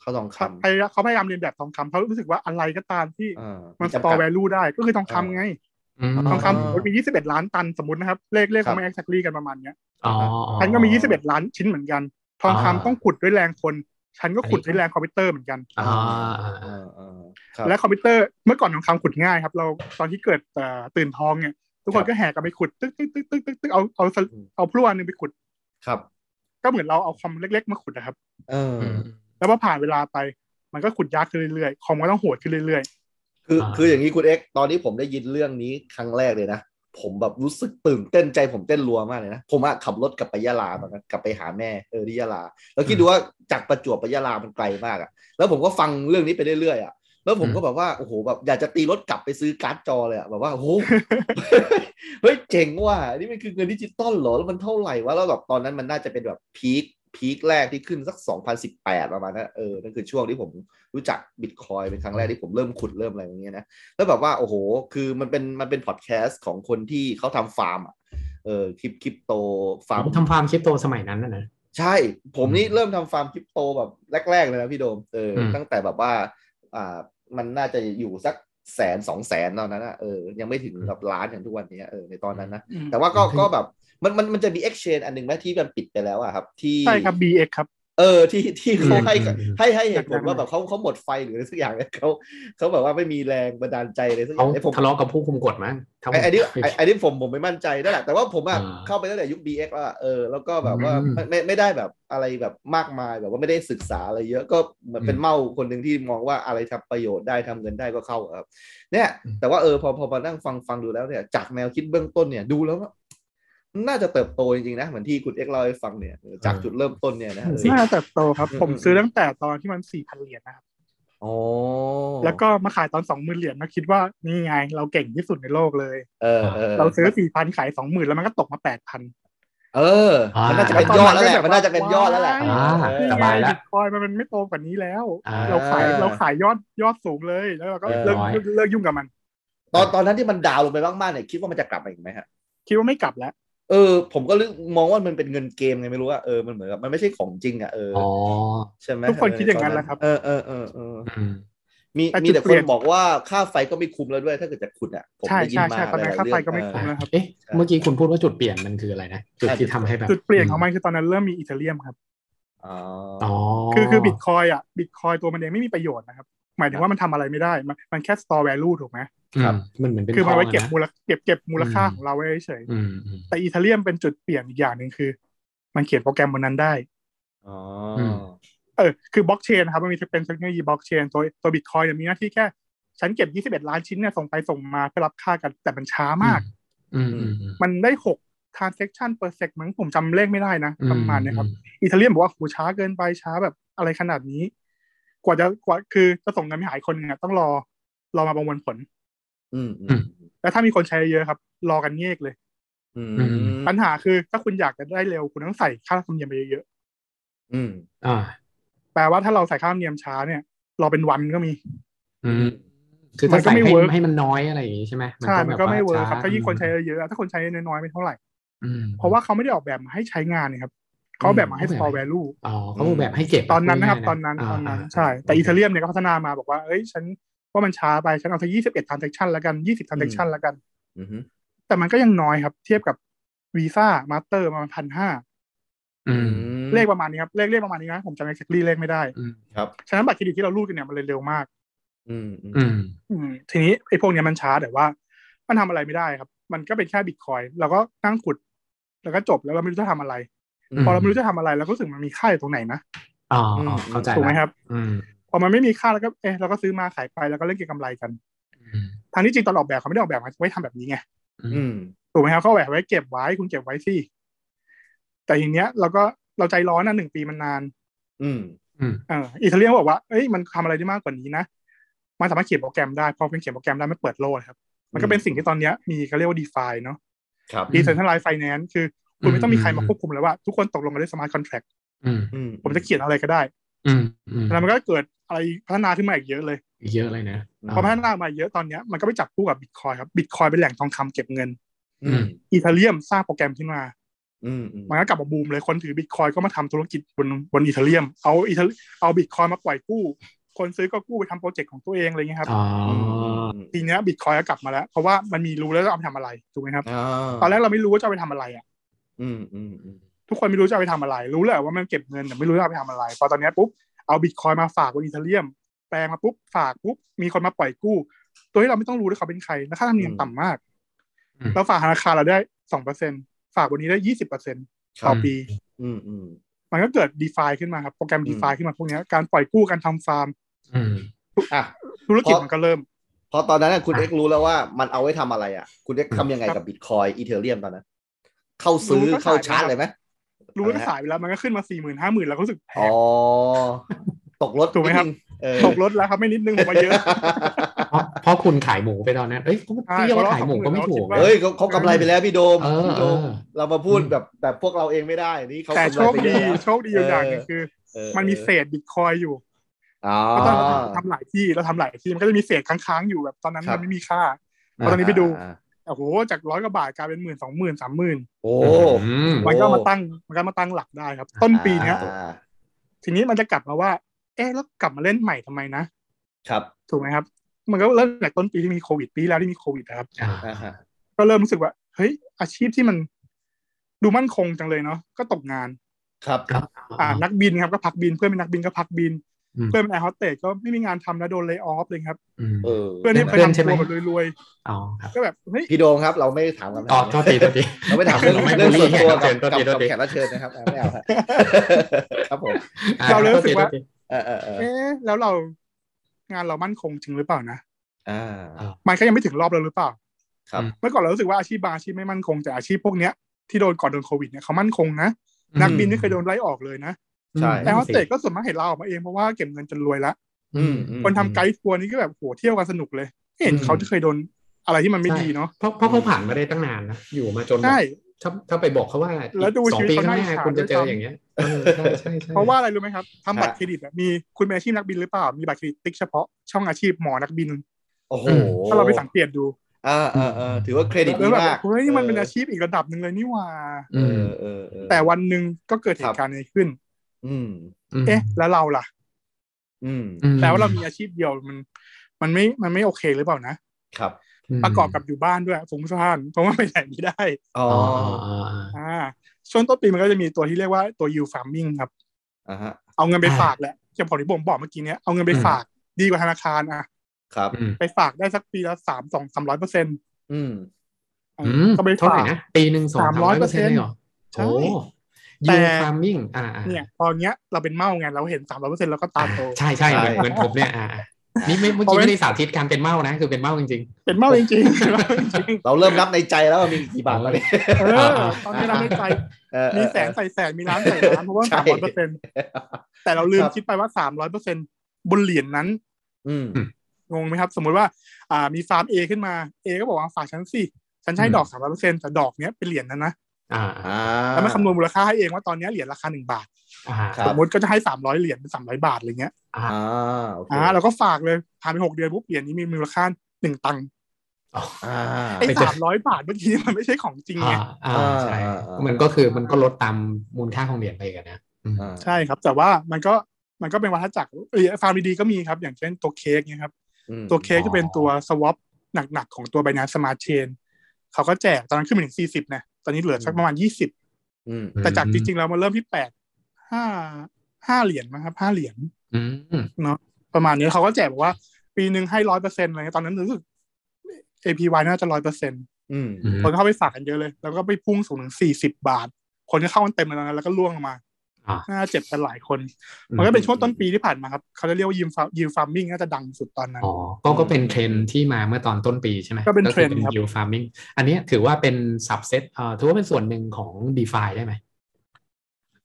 [SPEAKER 2] เข้าทองค
[SPEAKER 4] พยายามเขาพยายามเรียนแบบทองคำเขารู้สึกว่าอะไรก็ตามที่
[SPEAKER 2] ำอ่า
[SPEAKER 4] มันส
[SPEAKER 2] จำ
[SPEAKER 4] ตอ
[SPEAKER 2] กัด
[SPEAKER 4] แวลูได้ก็คือทองคำไง
[SPEAKER 3] ม
[SPEAKER 2] อ๋อ
[SPEAKER 4] ทองคำสมมติมี 21 ล้านตันสมมตินะครับ เลขเลขของมัน exactly กันประมาณเนี้ย
[SPEAKER 3] อ๋อ
[SPEAKER 4] ฉันก็มี 21 ล้านชิ้นเหมือนกัน ทองคำ
[SPEAKER 3] อ่า
[SPEAKER 4] ต้องขุดด้วยแรงคน ฉันก็ขุดด้วยแรงคอมพิวเตอร์เหมือนกัน
[SPEAKER 3] อ่าอ่า
[SPEAKER 2] อ่าอ่าครับ
[SPEAKER 4] และคอมพิวเตอร์เมื่อก่อนทองคำขุดง่ายครับเราตอนที่เกิดเอ่อตื่นทองเนี่ยทุกค
[SPEAKER 2] ครั
[SPEAKER 4] น
[SPEAKER 2] บ
[SPEAKER 4] ก็แห่กันไปขุดตึ๊กตึ๊กตึ๊กตึ๊กตึ๊กตึ๊กเอาเอาสะ
[SPEAKER 2] อืม
[SPEAKER 4] เอาพลั่วหนึงไปขุด
[SPEAKER 2] ครับ
[SPEAKER 4] ก็เหมือนเราเอาคอมเล็ก ๆ มาขุดนะครับ
[SPEAKER 2] เออ
[SPEAKER 3] อื
[SPEAKER 2] อ
[SPEAKER 3] ม
[SPEAKER 4] แล้วพอผ่านเวลาไปมันก็ขุดยากขึ้นเรื่อยๆคอมก็ต้องโหดขึ้นเรื่อย
[SPEAKER 2] คือ
[SPEAKER 3] อ่า
[SPEAKER 2] คืออย่างนี้คุณเอ็กซ์ตอนนี้ผมได้ยินเรื่องนี้ครั้งแรกเลยนะ ผมแบบรู้สึกตื่นเต้นใจผมเต้นรัวมากเลยนะ ผมอะขับรถกลับไปยะลาตอนนั้นกลับไปหาแม่เออที่ยะลา แล้วคิดดูว่าจากประจวบไปยะลามันไกลมากอะแล้วผมก็ฟังเรื่องนี้ไปเรื่อยๆอะแล้วผมก็แบบว่าโอ้โหแบบอยากจะตีรถกลับไปซื้อการ์ดจอเลยอะแบบว่าโอ้โห เฮ้ยเจ๋งว่ะนี่มันคือเงินดิจิตอลเหรอ แล้วมันเท่าไหร่วะ แล้วแบบตอนนั้นมันน่าจะเป็นแบบพีคพีคแรกที่ขึ้นสัก 2018 ประมาณนั้นเออนั่นคือช่วงที่ผมรู้จักบิตคอยเป็นครั้งแรกที่ผมเริ่มขุดเริ่มอะไรอย่างเงี้ยนะ แล้วแบบว่าโอ้โห คือมันเป็นมันเป็นพอดแคสต์ของคนที่เขาทำฟาร์มอะเออคลิปคริปโตฟาร์ม
[SPEAKER 3] ทำฟาร์มคริปโตสมัยนั้นนะนะ
[SPEAKER 2] ใช่ ผมนี่เริ่มทำฟาร์มคริปโตแบบแรก ๆ เลยนะพี่โดมเอออ
[SPEAKER 3] ม
[SPEAKER 2] ตั้งแต่แบบว่าอ่ามันน่าจะอยู่สักแสนสองแสนตอนนั้นนะเออยังไม่ถึงแบบล้านอย่างทุกวันนี้เออในตอนนั้นนะ
[SPEAKER 4] ๆ
[SPEAKER 2] แต่ว่าก็ก็แบบมันมันมันจะมี exchange อันหนึ่งไหมที่มันปิดไปแล้วอะครับ ที่
[SPEAKER 4] ใช่ครับ BX ครับ
[SPEAKER 2] เออที่ที่เขาให้
[SPEAKER 3] อืมอืม
[SPEAKER 2] ให้ให้เหตุผลว่าแบบเขาเขาหมดไฟหรืออะไรสักอย่างเนี่ยเขาเขาแบบว่าไม่มีแรงบันดาลใจอะไรสักอ
[SPEAKER 3] เขา
[SPEAKER 2] ย่างไอ้ผม
[SPEAKER 3] ทะเลาะกับผู้คุมกฎมั้งถ้าผม
[SPEAKER 2] ไอ้ไอ้นี่ไอ้ไอ้นี่ผมผมไม่มั่นใจนั่นแหละแต่ว่าผมอะ
[SPEAKER 3] อ่า
[SPEAKER 2] เข้าไปตั้งแต่ยุค DX แล้วอะเออแล้วก็แบบว่า
[SPEAKER 3] อืม
[SPEAKER 2] ไม่ไม่ไม่ได้แบบอะไรแบบมากมายแบบว่าไม่ได้ศึกษาอะไรเยอะก็เหมือนเป็น
[SPEAKER 3] อืม
[SPEAKER 2] เมาคนหนึ่งที่มองว่าอะไรทำประโยชน์ได้ทำเงินได้ก็เข้าอะครับ เนี่ย
[SPEAKER 3] อืม
[SPEAKER 2] แต่ว่าเออพอพอมานั่งฟังฟังดูแล้วเนี่ยจากแนวคิดเบื้องต้นเนี่ยดูแล้วว่าน่าจะเติบโตจริงๆนะเหมือนที่คุณเอ็กซ์เล่าให้ฟังเนี่ยจากจุดเริ่มต้นเนี่ยนะเออ
[SPEAKER 4] น่าเติบโตครับ
[SPEAKER 2] อืม
[SPEAKER 4] ผมซื้อตั้งแต่ตอนที่มันสี่พันเหรียญนะครับ
[SPEAKER 2] อ๋อ
[SPEAKER 4] แล้วก็มาขายตอนสองหมื่นเหรียญมาคิดว่านี่ไง เราเก่งที่สุดในโลกเลย
[SPEAKER 2] เออเออ
[SPEAKER 4] เราซื้อสี่พันขายสองหมื่นแล้วมันก็ตกมาแปดพัน
[SPEAKER 2] เออ มันน่าจะเป็นยอดแล้วแหละ มันน่าจะเป็นยอดแล้วแหละ
[SPEAKER 3] อ่า
[SPEAKER 2] เออ
[SPEAKER 3] สบายละ
[SPEAKER 4] บิตคอยมันไม่โตกว่านี้แล้ว
[SPEAKER 3] อ่า
[SPEAKER 4] เราขายเราขายยอดยอดสูงเลยแล้วเราก็
[SPEAKER 2] เออ
[SPEAKER 4] เลิก
[SPEAKER 3] น้อย
[SPEAKER 4] เลิกเลิกยุ่งกับมัน
[SPEAKER 2] ตอนตอนนั้นที่มันดาวน์ลงไปมากๆเนี่ยคิดว่ามันจะกลับมาอีกไหมฮะ
[SPEAKER 4] คิดว่าไม่กลับแล้ว
[SPEAKER 2] เออ ผมก็รู้มองว่ามันเป็นเงินเกมไงไม่รู้ว่าเออ มันเหมือนกับมันไม่ใช่ของจริงอ่ะเออ
[SPEAKER 3] อ๋อ
[SPEAKER 2] ใช่ไหม
[SPEAKER 4] ทุกคนคิดอย่างนั้นแหละครับ
[SPEAKER 2] เออเออเออเออ
[SPEAKER 3] อืม
[SPEAKER 2] มี
[SPEAKER 4] แต่
[SPEAKER 2] มี
[SPEAKER 4] จุด
[SPEAKER 2] แต่
[SPEAKER 4] เป
[SPEAKER 2] ค
[SPEAKER 4] ลี่
[SPEAKER 2] น
[SPEAKER 4] ยน
[SPEAKER 2] บอกว่าค่าไฟก็ไม่คุ้มแล้วด้วย ถ้าเกิดจะขุดอ่ะ ผม
[SPEAKER 4] ใช่
[SPEAKER 2] ได้ยิน
[SPEAKER 4] ใช่
[SPEAKER 2] มา
[SPEAKER 4] ใช่ตอนนั้
[SPEAKER 2] หลย
[SPEAKER 4] น
[SPEAKER 2] ๆ
[SPEAKER 4] ค่าไฟก็ไม่
[SPEAKER 2] เรื่อง
[SPEAKER 4] คุ้มแล้วครับ
[SPEAKER 3] เอ๊ะ
[SPEAKER 2] ใช่
[SPEAKER 3] เมื่อกี้คุณพูดว่าจุดเปลี่ยนมันคืออะไรนะ จุด
[SPEAKER 2] ใช่
[SPEAKER 3] ที่ทำให้แบบ
[SPEAKER 4] จุดเปลี่ยนของมันคือตอนนั้นเริ่มมีอีเธอเรียมครับ
[SPEAKER 2] อ๋อ
[SPEAKER 3] อ๋อ
[SPEAKER 4] คือคือบิตคอยอ่ะบิตคอยตัวมันเองไม่มีประโยชน์นะครับ หมายถึงว่ามันทำอะไรไม่ได้ มันมันแค่ store value ถูกไหม
[SPEAKER 3] อืมมันเหมือนเป็น
[SPEAKER 4] คือมันไว้
[SPEAKER 3] ทงะ
[SPEAKER 4] เก็บมูลเก็บเก็บมูลค่า
[SPEAKER 3] อืม
[SPEAKER 4] ของเราไว้เฉย
[SPEAKER 3] อืมอืม
[SPEAKER 4] แต่อีเธอเรียมเป็นจุดเปลี่ยนอีกอย่างหนึ่งคือ มันเขียนโปรแกรมบนนั้นได้
[SPEAKER 2] อ๋อ
[SPEAKER 3] อืม
[SPEAKER 4] เออคือบล็อกเชนนะครับมันมีเป็นเทคโนโลยีบล็อกเชนตัวตัวบิตคอยเนี่ยมีหน้าที่แค่ ฉันเก็บ 21 ล้านชิ้นเนี่ยส่งไปส่งมาเพื่อรับค่ากันแต่มันช้ามาก
[SPEAKER 3] อืมอืมอืม
[SPEAKER 4] มันได้ 6 transaction per sec มั้งผมจำเลขไม่ได้นะ
[SPEAKER 3] อื
[SPEAKER 4] ประมาณเนะครับ อิตาเลียนบอกว่าโหช้าเกินไปช้าแบบอะไรขนาดนี้ กว่าจะกว่าคือจะส่งเงินไปหายคนหนึงอะต้องรอรอมาประมวลผล
[SPEAKER 2] อืมอืม
[SPEAKER 4] แล้วถ้ามีคนใช้เยอะครับ รอกันเงียกเลย
[SPEAKER 2] อืม
[SPEAKER 4] ปัญหาคือถ้าคุณอยากจะได้เร็วคุณต้องใส่ค่าธรรมเนียมไปเยอะ
[SPEAKER 2] อืม
[SPEAKER 3] อ่า
[SPEAKER 4] ๆแปลว่าถ้าเราใส่ค่าธรรมเนียมช้าเนี่ย รอเป็นวันก็มี
[SPEAKER 3] อืมคือถ้า
[SPEAKER 4] มันก็
[SPEAKER 3] ใส่
[SPEAKER 4] ไม่
[SPEAKER 3] ให้
[SPEAKER 4] เวิร์ก
[SPEAKER 3] ให้มันน้อยอะไรอย่างงี้ใช่ไหม
[SPEAKER 4] ใช่มันก็ไม่
[SPEAKER 3] แบบา
[SPEAKER 4] เวิร์คครับ
[SPEAKER 3] ช้
[SPEAKER 4] ถ้ายิ่งคนใช้เยอะๆถ้าคนใช้น้อยๆไม่เท่าไหร่
[SPEAKER 3] อืม
[SPEAKER 4] เพราะว่าเขาไม่ได้ออกแบบมาให้ใช้งานนะครับเขาแบบมาให้
[SPEAKER 3] อืม
[SPEAKER 4] store value
[SPEAKER 3] อ๋อเขาบอกแบบให้เก็บ
[SPEAKER 4] ตอนนั้นนะครับ
[SPEAKER 3] พูด
[SPEAKER 4] ต
[SPEAKER 3] ง่ายๆ
[SPEAKER 4] อนนั้น
[SPEAKER 3] อ่า
[SPEAKER 4] ตอนนั้น
[SPEAKER 3] อ่า
[SPEAKER 4] ใช่ แต่อิตาเลียนเนี่ยก็พัฒนามาบอกว่าเอ้ยฉันว่ามันช้าไปฉันเอาทั้ง21 transaction แล้วกัน 20 transaction แล้วกัน
[SPEAKER 2] อืม
[SPEAKER 4] แต่มันก็ยังน้อยครับ เทียบกับวีซ่ามาสเตอร์ประมาณพันห้า
[SPEAKER 3] อืม
[SPEAKER 4] เลขประมาณนี้ครับ เลขเลขประมาณนี้นะผมจำ exactly เลขไม่ได้
[SPEAKER 3] อืม
[SPEAKER 4] ฉะนั้นบัตรเครดิตที่เรารูดกันเนี่ยมันเลยเร็วมาก
[SPEAKER 2] อืมอืม
[SPEAKER 3] อืม
[SPEAKER 4] อืมทีนี้ไอ้พวกเนี้ยมันช้าแต่ว่า มันทำอะไรไม่ได้ครับ มันก็เป็นแค่บิตคอยเราก็นั่งขุด แล้วก็จบแล้วเราไม่รู้จะทำอะไร พอเราไม่รู้จะทำอะไรเราก็รู้สึกมันมีค่าอยู่ตรงไหนนะ
[SPEAKER 3] อ๋ออ๋อเข้าใจ
[SPEAKER 4] ถูกไหม
[SPEAKER 3] ละ
[SPEAKER 4] ครับ
[SPEAKER 3] อืม
[SPEAKER 4] พอมันไม่มีค่าแล้วก็เอ๊ะเราก็ซื้อมาขายไปแล้วก็เล่นเก็งกำไรกัน
[SPEAKER 3] อืม
[SPEAKER 4] ทางที่จริงตอนออกแบบเขาไม่ได้ออกแบบมาไว้ทำแบบนี้ไง
[SPEAKER 3] อื
[SPEAKER 2] อืม
[SPEAKER 3] ม
[SPEAKER 4] ถูกไหมครับเขาออกแบบไว้เก็บไว้คุณเก็บไว้สิแต่ทีเนี้ยเราก็เราใจร้อนนะหนึ่งปีมันนาน
[SPEAKER 2] อืม
[SPEAKER 4] เอออิตาเลียนก็บอกว่าเอ้ยมันทำอะไรได้มากกว่านี้นะมันสามารถเขียนโปรแกรมได้พอเป็นเขียนโปรแกรมได้มันเปิดโลกครับ มันก็เป็นสิ่งที่ตอนเนี้ยมีเขาเรียกว่าดีฟาเนาะ
[SPEAKER 2] ครับ
[SPEAKER 4] ดีเซนทัลไล f i ไฟแนนซ์คือคุณไม่ต้องมีใครมาควบคุมเลยว่าทุกคนตกลงกันด้วยสมาร์ทคอนแทรค
[SPEAKER 3] อืม
[SPEAKER 2] อืม
[SPEAKER 4] ผมจะเขียนอะไรก็ได้
[SPEAKER 3] อืมอืม
[SPEAKER 4] แล้วมันก็เกิดอะไรพัฒนาขึ้นมาอีกเยอะเลย
[SPEAKER 3] อีกเยอะเลยนะ
[SPEAKER 4] พอพัฒนามาเยอะตอนเนี้ยมันก็ไปจับคู่กับบิตคอยครับบิตคอยเป็นแหล่งทองคำเก็บเงิน
[SPEAKER 2] อืม
[SPEAKER 4] อีเทเรียมสร้างโปรแกรมขึ้นมา
[SPEAKER 2] อืมอืม
[SPEAKER 4] มันก็กลับมาบูมเลย คนถือบิตคอยก็มาทำธุรกิจบนบนอีเทเรียม เอาอีเทเอาบิตคอยมาปล่อยกู้ คนซื้อก็กู้ไปทำโปรเจกต์ของตัวเองอะไรเงี้ยครับ
[SPEAKER 3] อ๋อ
[SPEAKER 4] ทีเนี้ยบิตคอยก็กลับมาแล้ว เพราะว่ามันมีรู้แล้วจะเอาไปทำอะไร ถูกไหมครับ
[SPEAKER 2] อ่า
[SPEAKER 4] ตอนแรกเราไม่รู้ว่าจะเอาไปทำอะไรอ่ะ
[SPEAKER 2] อืมอืมอืม
[SPEAKER 4] ทุกคนไม่รู้จะเอาไปทำอะไร รู้แหละว่ามันเก็บเงินแต่ไม่รู้จะเอาไปทำอะไร พอตอนเนี้ยปุ๊บ เอาบิตคอยมาฝากบนอีเทเรียม แปลงมาปุ๊บ ฝากปุ๊บ มีคนมาปล่อยกู้ โดยที่เราไม่ต้องรู้ด้วยเขาเป็นใคร และค่าธรรมเนียมต่ำมาก เราฝากธนาคารเราได้สองเปอร์เซ็นฝากบนนี้ได้ยี่สิบเปอร์เซ็นต่อปี
[SPEAKER 2] อืมอืม
[SPEAKER 4] มันก็เกิด d e f i ขึ้นมาครับ โปรแกรม
[SPEAKER 2] อืม
[SPEAKER 4] d e f i ขึ้นมาพวกเนี้ยการปล่อยกู้การทำฟาร์ม
[SPEAKER 3] อืม
[SPEAKER 2] อ่ะ
[SPEAKER 4] ธุรกิจ
[SPEAKER 2] เพราะ
[SPEAKER 4] มันก็เริ่ม
[SPEAKER 2] พอตอนนั้นคุณเอ็กรู้แล้วว่ามันเอาไว้ทำอะไรอ่ะ คุณเอ็กทำยังไงกับบิตคอยอีเทเรียมตอนนั้น เข้าซื้อเข้าชาร์จเลยไหม
[SPEAKER 4] รู้แล้วก็ขายไปแล้วมันก็ขึ้นมาสี่หมื่นห้าหมื่นแล้วก็รู้สึกแพ
[SPEAKER 2] อ๋
[SPEAKER 4] ง
[SPEAKER 2] อ ตกรถเออ
[SPEAKER 4] ตกรถแล้วครับ ไม่นิดนึงผมว่าเยอะ
[SPEAKER 3] เพราะเพราะคุณขายหมูไปตอนนั้น เอ้ย
[SPEAKER 4] ใช่
[SPEAKER 3] พี่
[SPEAKER 4] เพ
[SPEAKER 3] ว่า
[SPEAKER 4] ราะเรา
[SPEAKER 3] ขายหมูก็ไม่ถูก
[SPEAKER 4] สองหมื่น
[SPEAKER 2] เฮ้ยเขากำไรไปแล้วพี่โดม
[SPEAKER 3] เออ
[SPEAKER 2] พี่
[SPEAKER 3] เอ
[SPEAKER 2] โดม
[SPEAKER 3] อ
[SPEAKER 2] เรามาพูดแบบแบบพวกเราเองไม่ได้นี่เขา
[SPEAKER 4] แต่
[SPEAKER 2] กำ
[SPEAKER 4] โช
[SPEAKER 2] ไร
[SPEAKER 4] ค
[SPEAKER 2] ไปเย
[SPEAKER 4] ดี
[SPEAKER 2] อะ
[SPEAKER 4] โชคดีอยู่อย่างหนึงคือ
[SPEAKER 2] เออ
[SPEAKER 4] มันมีเศษบิตคอยอยู่
[SPEAKER 2] อ๋อ
[SPEAKER 4] เพราะตอนเราทำหลายที่เราทำหลายที่มันก็จะมีเศษค้างๆอยู่แบบตอนนั้น
[SPEAKER 2] ครับ
[SPEAKER 4] มันไม่มีค่าพอตอนนี้ไปดูโอ้โหจากร้อยกว่าบาทกลายเป็นหมื่นสองหมื่นสามหมื่น
[SPEAKER 2] โอ้
[SPEAKER 3] ม
[SPEAKER 4] มันก็มาตั้งมันก็มาตั้งหลักได้ครับ ต้นปีเนี้ยทีนี้มันจะกลับมาว่า เอ๊ะแล้วกลับมาเล่นใหม่ทำไมนะ
[SPEAKER 2] ครับ
[SPEAKER 4] ถูกไหมครับ มันก็เริ่มจากต้นปีที่มีโควิดปีที่แล้วที่มีโควิดนะครับ
[SPEAKER 3] อ่า
[SPEAKER 2] อ่าฮะ
[SPEAKER 4] ก็เริ่มรู้สึกว่า เฮ้ยอาชีพที่มันดูมั่นคงจังเลยเนาะก็ตกงาน
[SPEAKER 2] ครับ
[SPEAKER 3] ครับ
[SPEAKER 4] อ่านักบินครับก็พักบินเพื่อนเป็นนักบินก็พักบิน
[SPEAKER 3] อืม
[SPEAKER 4] เพื่อนเป็นแอร์โฮสเตสก็ไม่มีงานทำแล้วโดนเลย์ออฟเลยครับ
[SPEAKER 3] อืม
[SPEAKER 2] เออ
[SPEAKER 4] เพื่อนที่เคย
[SPEAKER 3] เพื่อน
[SPEAKER 4] ทำ
[SPEAKER 3] ใช่ไหม
[SPEAKER 4] ตัวแบบรวย
[SPEAKER 3] อ๋อครับ
[SPEAKER 4] ๆก็แบบเฮ้ย
[SPEAKER 2] พี่โดมครับเราไม่ถามคำ
[SPEAKER 3] อ๋อ
[SPEAKER 2] ถาม
[SPEAKER 3] โทษทีโทษที
[SPEAKER 2] เราไม่ถามเรื่อง
[SPEAKER 3] เราไม่
[SPEAKER 2] เรื่องส่วนตัวกับ
[SPEAKER 3] โทษ
[SPEAKER 2] กับ
[SPEAKER 3] ทีโทษที
[SPEAKER 2] กับแขกรับเชิญนะครับ ไม่เอาฮะครับผม
[SPEAKER 3] อ่
[SPEAKER 4] เราเลยรู้สึกว่า
[SPEAKER 3] โทษทีโทษที
[SPEAKER 2] เออเออเออ
[SPEAKER 4] เอ๊ะแล้วเรางานเรามั่นคงจริงหรือเปล่านะ
[SPEAKER 2] อ่า
[SPEAKER 4] มันก็ยังไม่ถึงรอบเราหรือเปล่า
[SPEAKER 2] ครับ
[SPEAKER 4] เมื่อก่อนเรารู้สึกว่าอาชีพบางอาชีพไม่มั่นคงแต่อาชีพพวกเนี้ยที่โดนก่อนโดนโควิดเนี่ยเขามั่นคงนะ นักบินที่เคยโดนไล่ออกเลยนะ
[SPEAKER 2] ใช่
[SPEAKER 3] ม
[SPEAKER 4] แอร์โฮสเต
[SPEAKER 3] นั่น
[SPEAKER 4] สก็ส่วนมากเห็นเราออกมาเองเพราะว่าเก็บเงินจนรวยละ
[SPEAKER 3] อืม
[SPEAKER 2] อืม
[SPEAKER 4] คนทำไกด์ทัวร์นี่ก็แบบโหเที่ยวกันสนุกเลยไม่เห็น
[SPEAKER 3] อืม
[SPEAKER 4] เขาจะเคยโดนอะไรที่มันไม่ดีเนาะ
[SPEAKER 3] เพราะเพราะเขาผ่านมาได้ตั้งนานนะอยู่มาจนแบบ
[SPEAKER 4] ใช่
[SPEAKER 3] ถ้าถ้าไปบอกเขาว่าอีก
[SPEAKER 4] แล้วดู
[SPEAKER 3] สอง
[SPEAKER 4] ชีวิต
[SPEAKER 3] ปีข้างหน้า
[SPEAKER 4] เขาน่าอิจฉา
[SPEAKER 3] คุณจะเจ
[SPEAKER 4] ด้
[SPEAKER 3] อ
[SPEAKER 4] วยซ้ำ
[SPEAKER 3] อย่างเงี้ยเออใช่ใช่ใช่
[SPEAKER 4] เพราะว่าอะไรรู้ไหมครับทำบัตร
[SPEAKER 2] ฮะ
[SPEAKER 4] เครดิตอะมีคุณเป็นอาชีพนักบินหรือเปล่ามีบัตรเครดิตติ๊กเฉพาะช่องอาชีพหมอนักบิน
[SPEAKER 2] โอ้โห
[SPEAKER 4] ถ้าเราไปสังเกตดู
[SPEAKER 2] อ่าอ่าอ่าถือว่าเครดิต
[SPEAKER 4] แล้
[SPEAKER 2] ดี
[SPEAKER 4] วแบบ
[SPEAKER 2] มาก
[SPEAKER 4] เฮ้ยนี่มันเป็นอาชีพอีกระดับหนึ่งเลยนี่หว่า
[SPEAKER 2] เอ
[SPEAKER 3] อืม
[SPEAKER 2] อเออเออ
[SPEAKER 4] แต่วันหนึ่งก็เกิดเห
[SPEAKER 2] ครับ
[SPEAKER 4] ตุการณ์นี้ขึ้น
[SPEAKER 2] อืม
[SPEAKER 3] ม
[SPEAKER 4] เอ๊ะ แล้วเราล่ะ
[SPEAKER 2] อืม
[SPEAKER 3] อืม
[SPEAKER 4] แล้วเรามีอาชีพเดียวมัน มันไม่มันไม่โอเคหรือเปล่านะ
[SPEAKER 2] ครับ
[SPEAKER 3] ม
[SPEAKER 4] ประกอบกับอยู่บ้านด้วยฟุ้งซ่านเพราะว่าไปไหนไม่ได้
[SPEAKER 2] อ๋อ
[SPEAKER 3] อ๋อ
[SPEAKER 2] อ
[SPEAKER 3] อ๋ออ๋อ
[SPEAKER 4] อ่า ช่วงต้นปีมันก็จะมีตัวที่เรียกว่าตัว yield farming ครับ
[SPEAKER 2] อ่าฮะ
[SPEAKER 4] เอาเงินไป
[SPEAKER 3] อ่า
[SPEAKER 4] ฝากแหละอย่างผมที่ผมบอกเมื่อกี้เนี้ยเอาเงินไปฝากดีกว่าธนาคารอ่ะ
[SPEAKER 2] ครับ
[SPEAKER 3] อืม
[SPEAKER 4] ไปฝากได้สักปีละสามสองสามร้อยเปอร์เซ็นต์
[SPEAKER 2] อืม
[SPEAKER 3] อืม
[SPEAKER 4] ก็ไป
[SPEAKER 3] เท่าไห
[SPEAKER 4] ฝา
[SPEAKER 3] ร่
[SPEAKER 4] ก
[SPEAKER 3] นะปีหนึ่งสอง
[SPEAKER 4] สามร้อย
[SPEAKER 3] เปอร์เซ็นต์เลยเหรอ
[SPEAKER 4] ใช่
[SPEAKER 3] โอ้
[SPEAKER 4] แต่
[SPEAKER 3] ยูฟาร์มิ่งอ่าอ่า
[SPEAKER 4] เนี่ย ตอนเนี้ยเราเป็นเมาไงเราเห็นสามร้อยเปอร์เซ็นต์เราก็ตาโต
[SPEAKER 3] ใช่ใช่เหมือน
[SPEAKER 2] ใช่
[SPEAKER 3] เหมือนผมเนี่ยอ่าอ่านี่ไม่เมื่อกี้
[SPEAKER 4] เอาไว้
[SPEAKER 3] ไม่ได้สาธิตการเป็นเมานะ คือเป็นเมาจริง
[SPEAKER 4] เป็นเมาจริงๆเป็นเมาจริง
[SPEAKER 2] เราเริ่มนับในใจแล้วว่ามีกี่บาทแล้วเนี่ย
[SPEAKER 4] ๆเออ
[SPEAKER 3] อ่า
[SPEAKER 4] ตอนนี้เราไม่ใจ
[SPEAKER 2] เออเออ
[SPEAKER 4] มีแสนใส่แสนมีล้านใส่ล้านเพราะว่า
[SPEAKER 2] ใช่
[SPEAKER 4] สามร้อยเปอร์เซ็นต์ แต่เราลืม
[SPEAKER 2] ครับ
[SPEAKER 4] คิดไปว่าสามร้อยเปอร์เซ็นบนเหรียญนั้น
[SPEAKER 2] อืม
[SPEAKER 4] งงไหมครับ สมมติว่าอ่ามีฟาร์มเอขึ้นมาเอก็บอกว่าฝากฉันสิฉันจะให้ดอกสามร้อยเปอร์เซ็นแต่ดอกเนี้ยเป็นเหรียญนั้นนะ
[SPEAKER 3] ๆอ่าอ่า
[SPEAKER 2] อ่า
[SPEAKER 4] แล้วมันคำนวณมูลค่าให้เองว่าตอนเนี้ยเหรียญราคาหนึ่งบาท
[SPEAKER 3] อ่า
[SPEAKER 2] ครับ
[SPEAKER 4] สมมติก็จะให้สามร้อยเหรียญเป็นสามร้อยบาทอะไรเงี้ย
[SPEAKER 3] อ่า
[SPEAKER 2] อ่าโอเค
[SPEAKER 4] อ่าเราก็ฝากเลยผ่านไปหกเดือนปุ๊บเหรียญนี้มีมูลค่าหนึ่งตังค์
[SPEAKER 3] อ๋อ
[SPEAKER 2] อ่า
[SPEAKER 4] ไอ้
[SPEAKER 3] ไม่ใช่
[SPEAKER 4] สามร้อยบาทเมื่อกี้มันไม่ใช่ของจริงไง
[SPEAKER 3] อ่าอ่าใช่
[SPEAKER 2] อ่าอ่ามั
[SPEAKER 3] มันก็คือมันก็ลดตามมูลค่าของเหรียญไปกันนะอืม
[SPEAKER 2] อ่า
[SPEAKER 4] ใช่ครับ แต่ว่ามันก็มันก็เป็นวัฏจักรเออฟาร์มดีๆก็มีครับ อย่างเช่นตัวเค้กเนี่ยครับ
[SPEAKER 2] อืม
[SPEAKER 4] ตัวเค้กจะเป็นตัวสวอปหนักๆ ของตัวไบนาสมาร์ทเชนเขาก็แจกตอนนั้นขึ้นไปถึง 40 นะ ตอนนี้เหลือสักประมาณ 20
[SPEAKER 2] อืม
[SPEAKER 4] แต่จากจริงๆ แล้วมันเริ่มที่ 8 5 5 เหรียญนะครับ5เหรียญ
[SPEAKER 3] อืม
[SPEAKER 4] ประมาณนี้เขาก็แจกบอกว่า ปีหนึ่งให้ร้อยเปอร์เซ็นต์อะไรเงี้ยตอนนั้นรู้สึก APY น่าจะร้อยเปอร์เซ็นต์
[SPEAKER 2] อืม
[SPEAKER 3] อืม
[SPEAKER 4] คนเข้าไปฝากกันเยอะเลย แล้วก็ไปพุ่งสูงถึง 40 บาท คนก็เข้ากันเต็มเลยตอนนั้นแล้วก็ล่วงลงมา
[SPEAKER 3] อ่า
[SPEAKER 4] น่าเจ็บกันหลายคน มันก็เป็นช่วงต้นปีที่ผ่านมาครับเขาจะเรียกว่ายิมฟายิมฟาร์มิ่งน่าจะดังสุดตอนนั้น
[SPEAKER 3] อ๋อก็ก็เป็นเทรนด์ที่มาเมื่อตอนต้นปีใช่ไหม
[SPEAKER 4] ก็เป็นเทรนด์
[SPEAKER 3] คือ
[SPEAKER 4] ครับ
[SPEAKER 3] yield farming อันเนี้ยถือว่าเป็นสับเซตเอ่อถือว่าเป็นส่วนหนึ่งของ DeFi ได้ไหม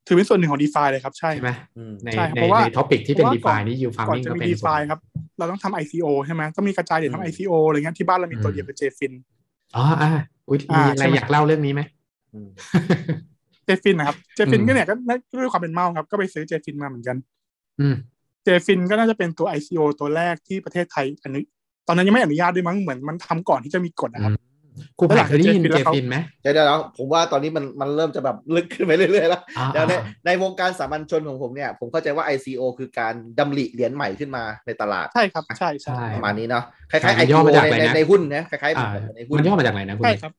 [SPEAKER 4] ถือเป็นส่วนหนึ่งของดีฟาเลยครับใช่
[SPEAKER 3] ใช่ไหม
[SPEAKER 2] อืม
[SPEAKER 3] ใน
[SPEAKER 4] ใช่ครับ
[SPEAKER 3] ใน
[SPEAKER 4] เพราะว่า
[SPEAKER 3] ในท็อปิกที่เป็น
[SPEAKER 4] เพราะว่าก่
[SPEAKER 3] DeFi
[SPEAKER 4] อน
[SPEAKER 3] นี่ yield
[SPEAKER 4] ก่อน
[SPEAKER 3] farming
[SPEAKER 4] จะ
[SPEAKER 3] ก็
[SPEAKER 4] มี
[SPEAKER 3] เป็นส่วนห
[SPEAKER 4] DeFi
[SPEAKER 3] นึ่ง
[SPEAKER 4] ครับ เราต้องทำ ICO ใช่ไหมต้องมีกระจายเหรียญ
[SPEAKER 2] อืม
[SPEAKER 4] ทำ ICO อะไรเงี้ยที่บ้านเรามีตัว
[SPEAKER 3] อืม
[SPEAKER 4] เดียวคือ JFIN
[SPEAKER 3] อ๋ออ่ะอุ๊ยมี
[SPEAKER 4] อ่า
[SPEAKER 3] อะไร
[SPEAKER 4] ใช่ไหม
[SPEAKER 3] อยากเล่าเรื่องนี้ไหม
[SPEAKER 2] อืม
[SPEAKER 4] JFIN นะครับ JFIN
[SPEAKER 3] อืม
[SPEAKER 4] ก็เนี่ยก็ด้วยความเป็นเมาครับ ก็ไปซื้อ JFIN มาเหมือนกัน
[SPEAKER 3] อืม
[SPEAKER 4] JFIN ก็น่าจะเป็นตัว ICO ตัวแรกที่ประเทศไทยอนุตอนนั้นยังไม่อนุญาตด้วยมั้งเหมือนมันทำก่อนที่จะมีกฎนะครับ
[SPEAKER 3] ครูผ่านเคยได้ยิน
[SPEAKER 4] แล้วห
[SPEAKER 3] เจ
[SPEAKER 4] ลังจาก
[SPEAKER 3] ฟินไหม
[SPEAKER 2] เดี๋ยวเดี๋ยวเดี๋ยวผมว่าตอนนี้มันมันเริ่มจะแบบลึกขึ้นไปเรื่อยๆแล้ว
[SPEAKER 3] อ่า
[SPEAKER 2] เดี๋ยวในในวงการสามัญชนของผมเนี่ย ผมเข้าใจว่า ICO คือการดำริเหรียญใหม่ขึ้นมาในตลาด
[SPEAKER 4] ใช่ครับใช่ใช่
[SPEAKER 3] ใช่
[SPEAKER 2] ประมาณนี้เนาะคล้ายๆ
[SPEAKER 3] มันย่
[SPEAKER 2] ICO
[SPEAKER 3] อมาจาก
[SPEAKER 2] ใน
[SPEAKER 3] อะไร
[SPEAKER 2] ใน
[SPEAKER 3] นะ
[SPEAKER 2] ในหุ้นนะคล้าย
[SPEAKER 3] อ่า
[SPEAKER 2] ๆในหุ้
[SPEAKER 3] มัน นย่อมาจากอะไรนะคุณ
[SPEAKER 4] ใช่ครับ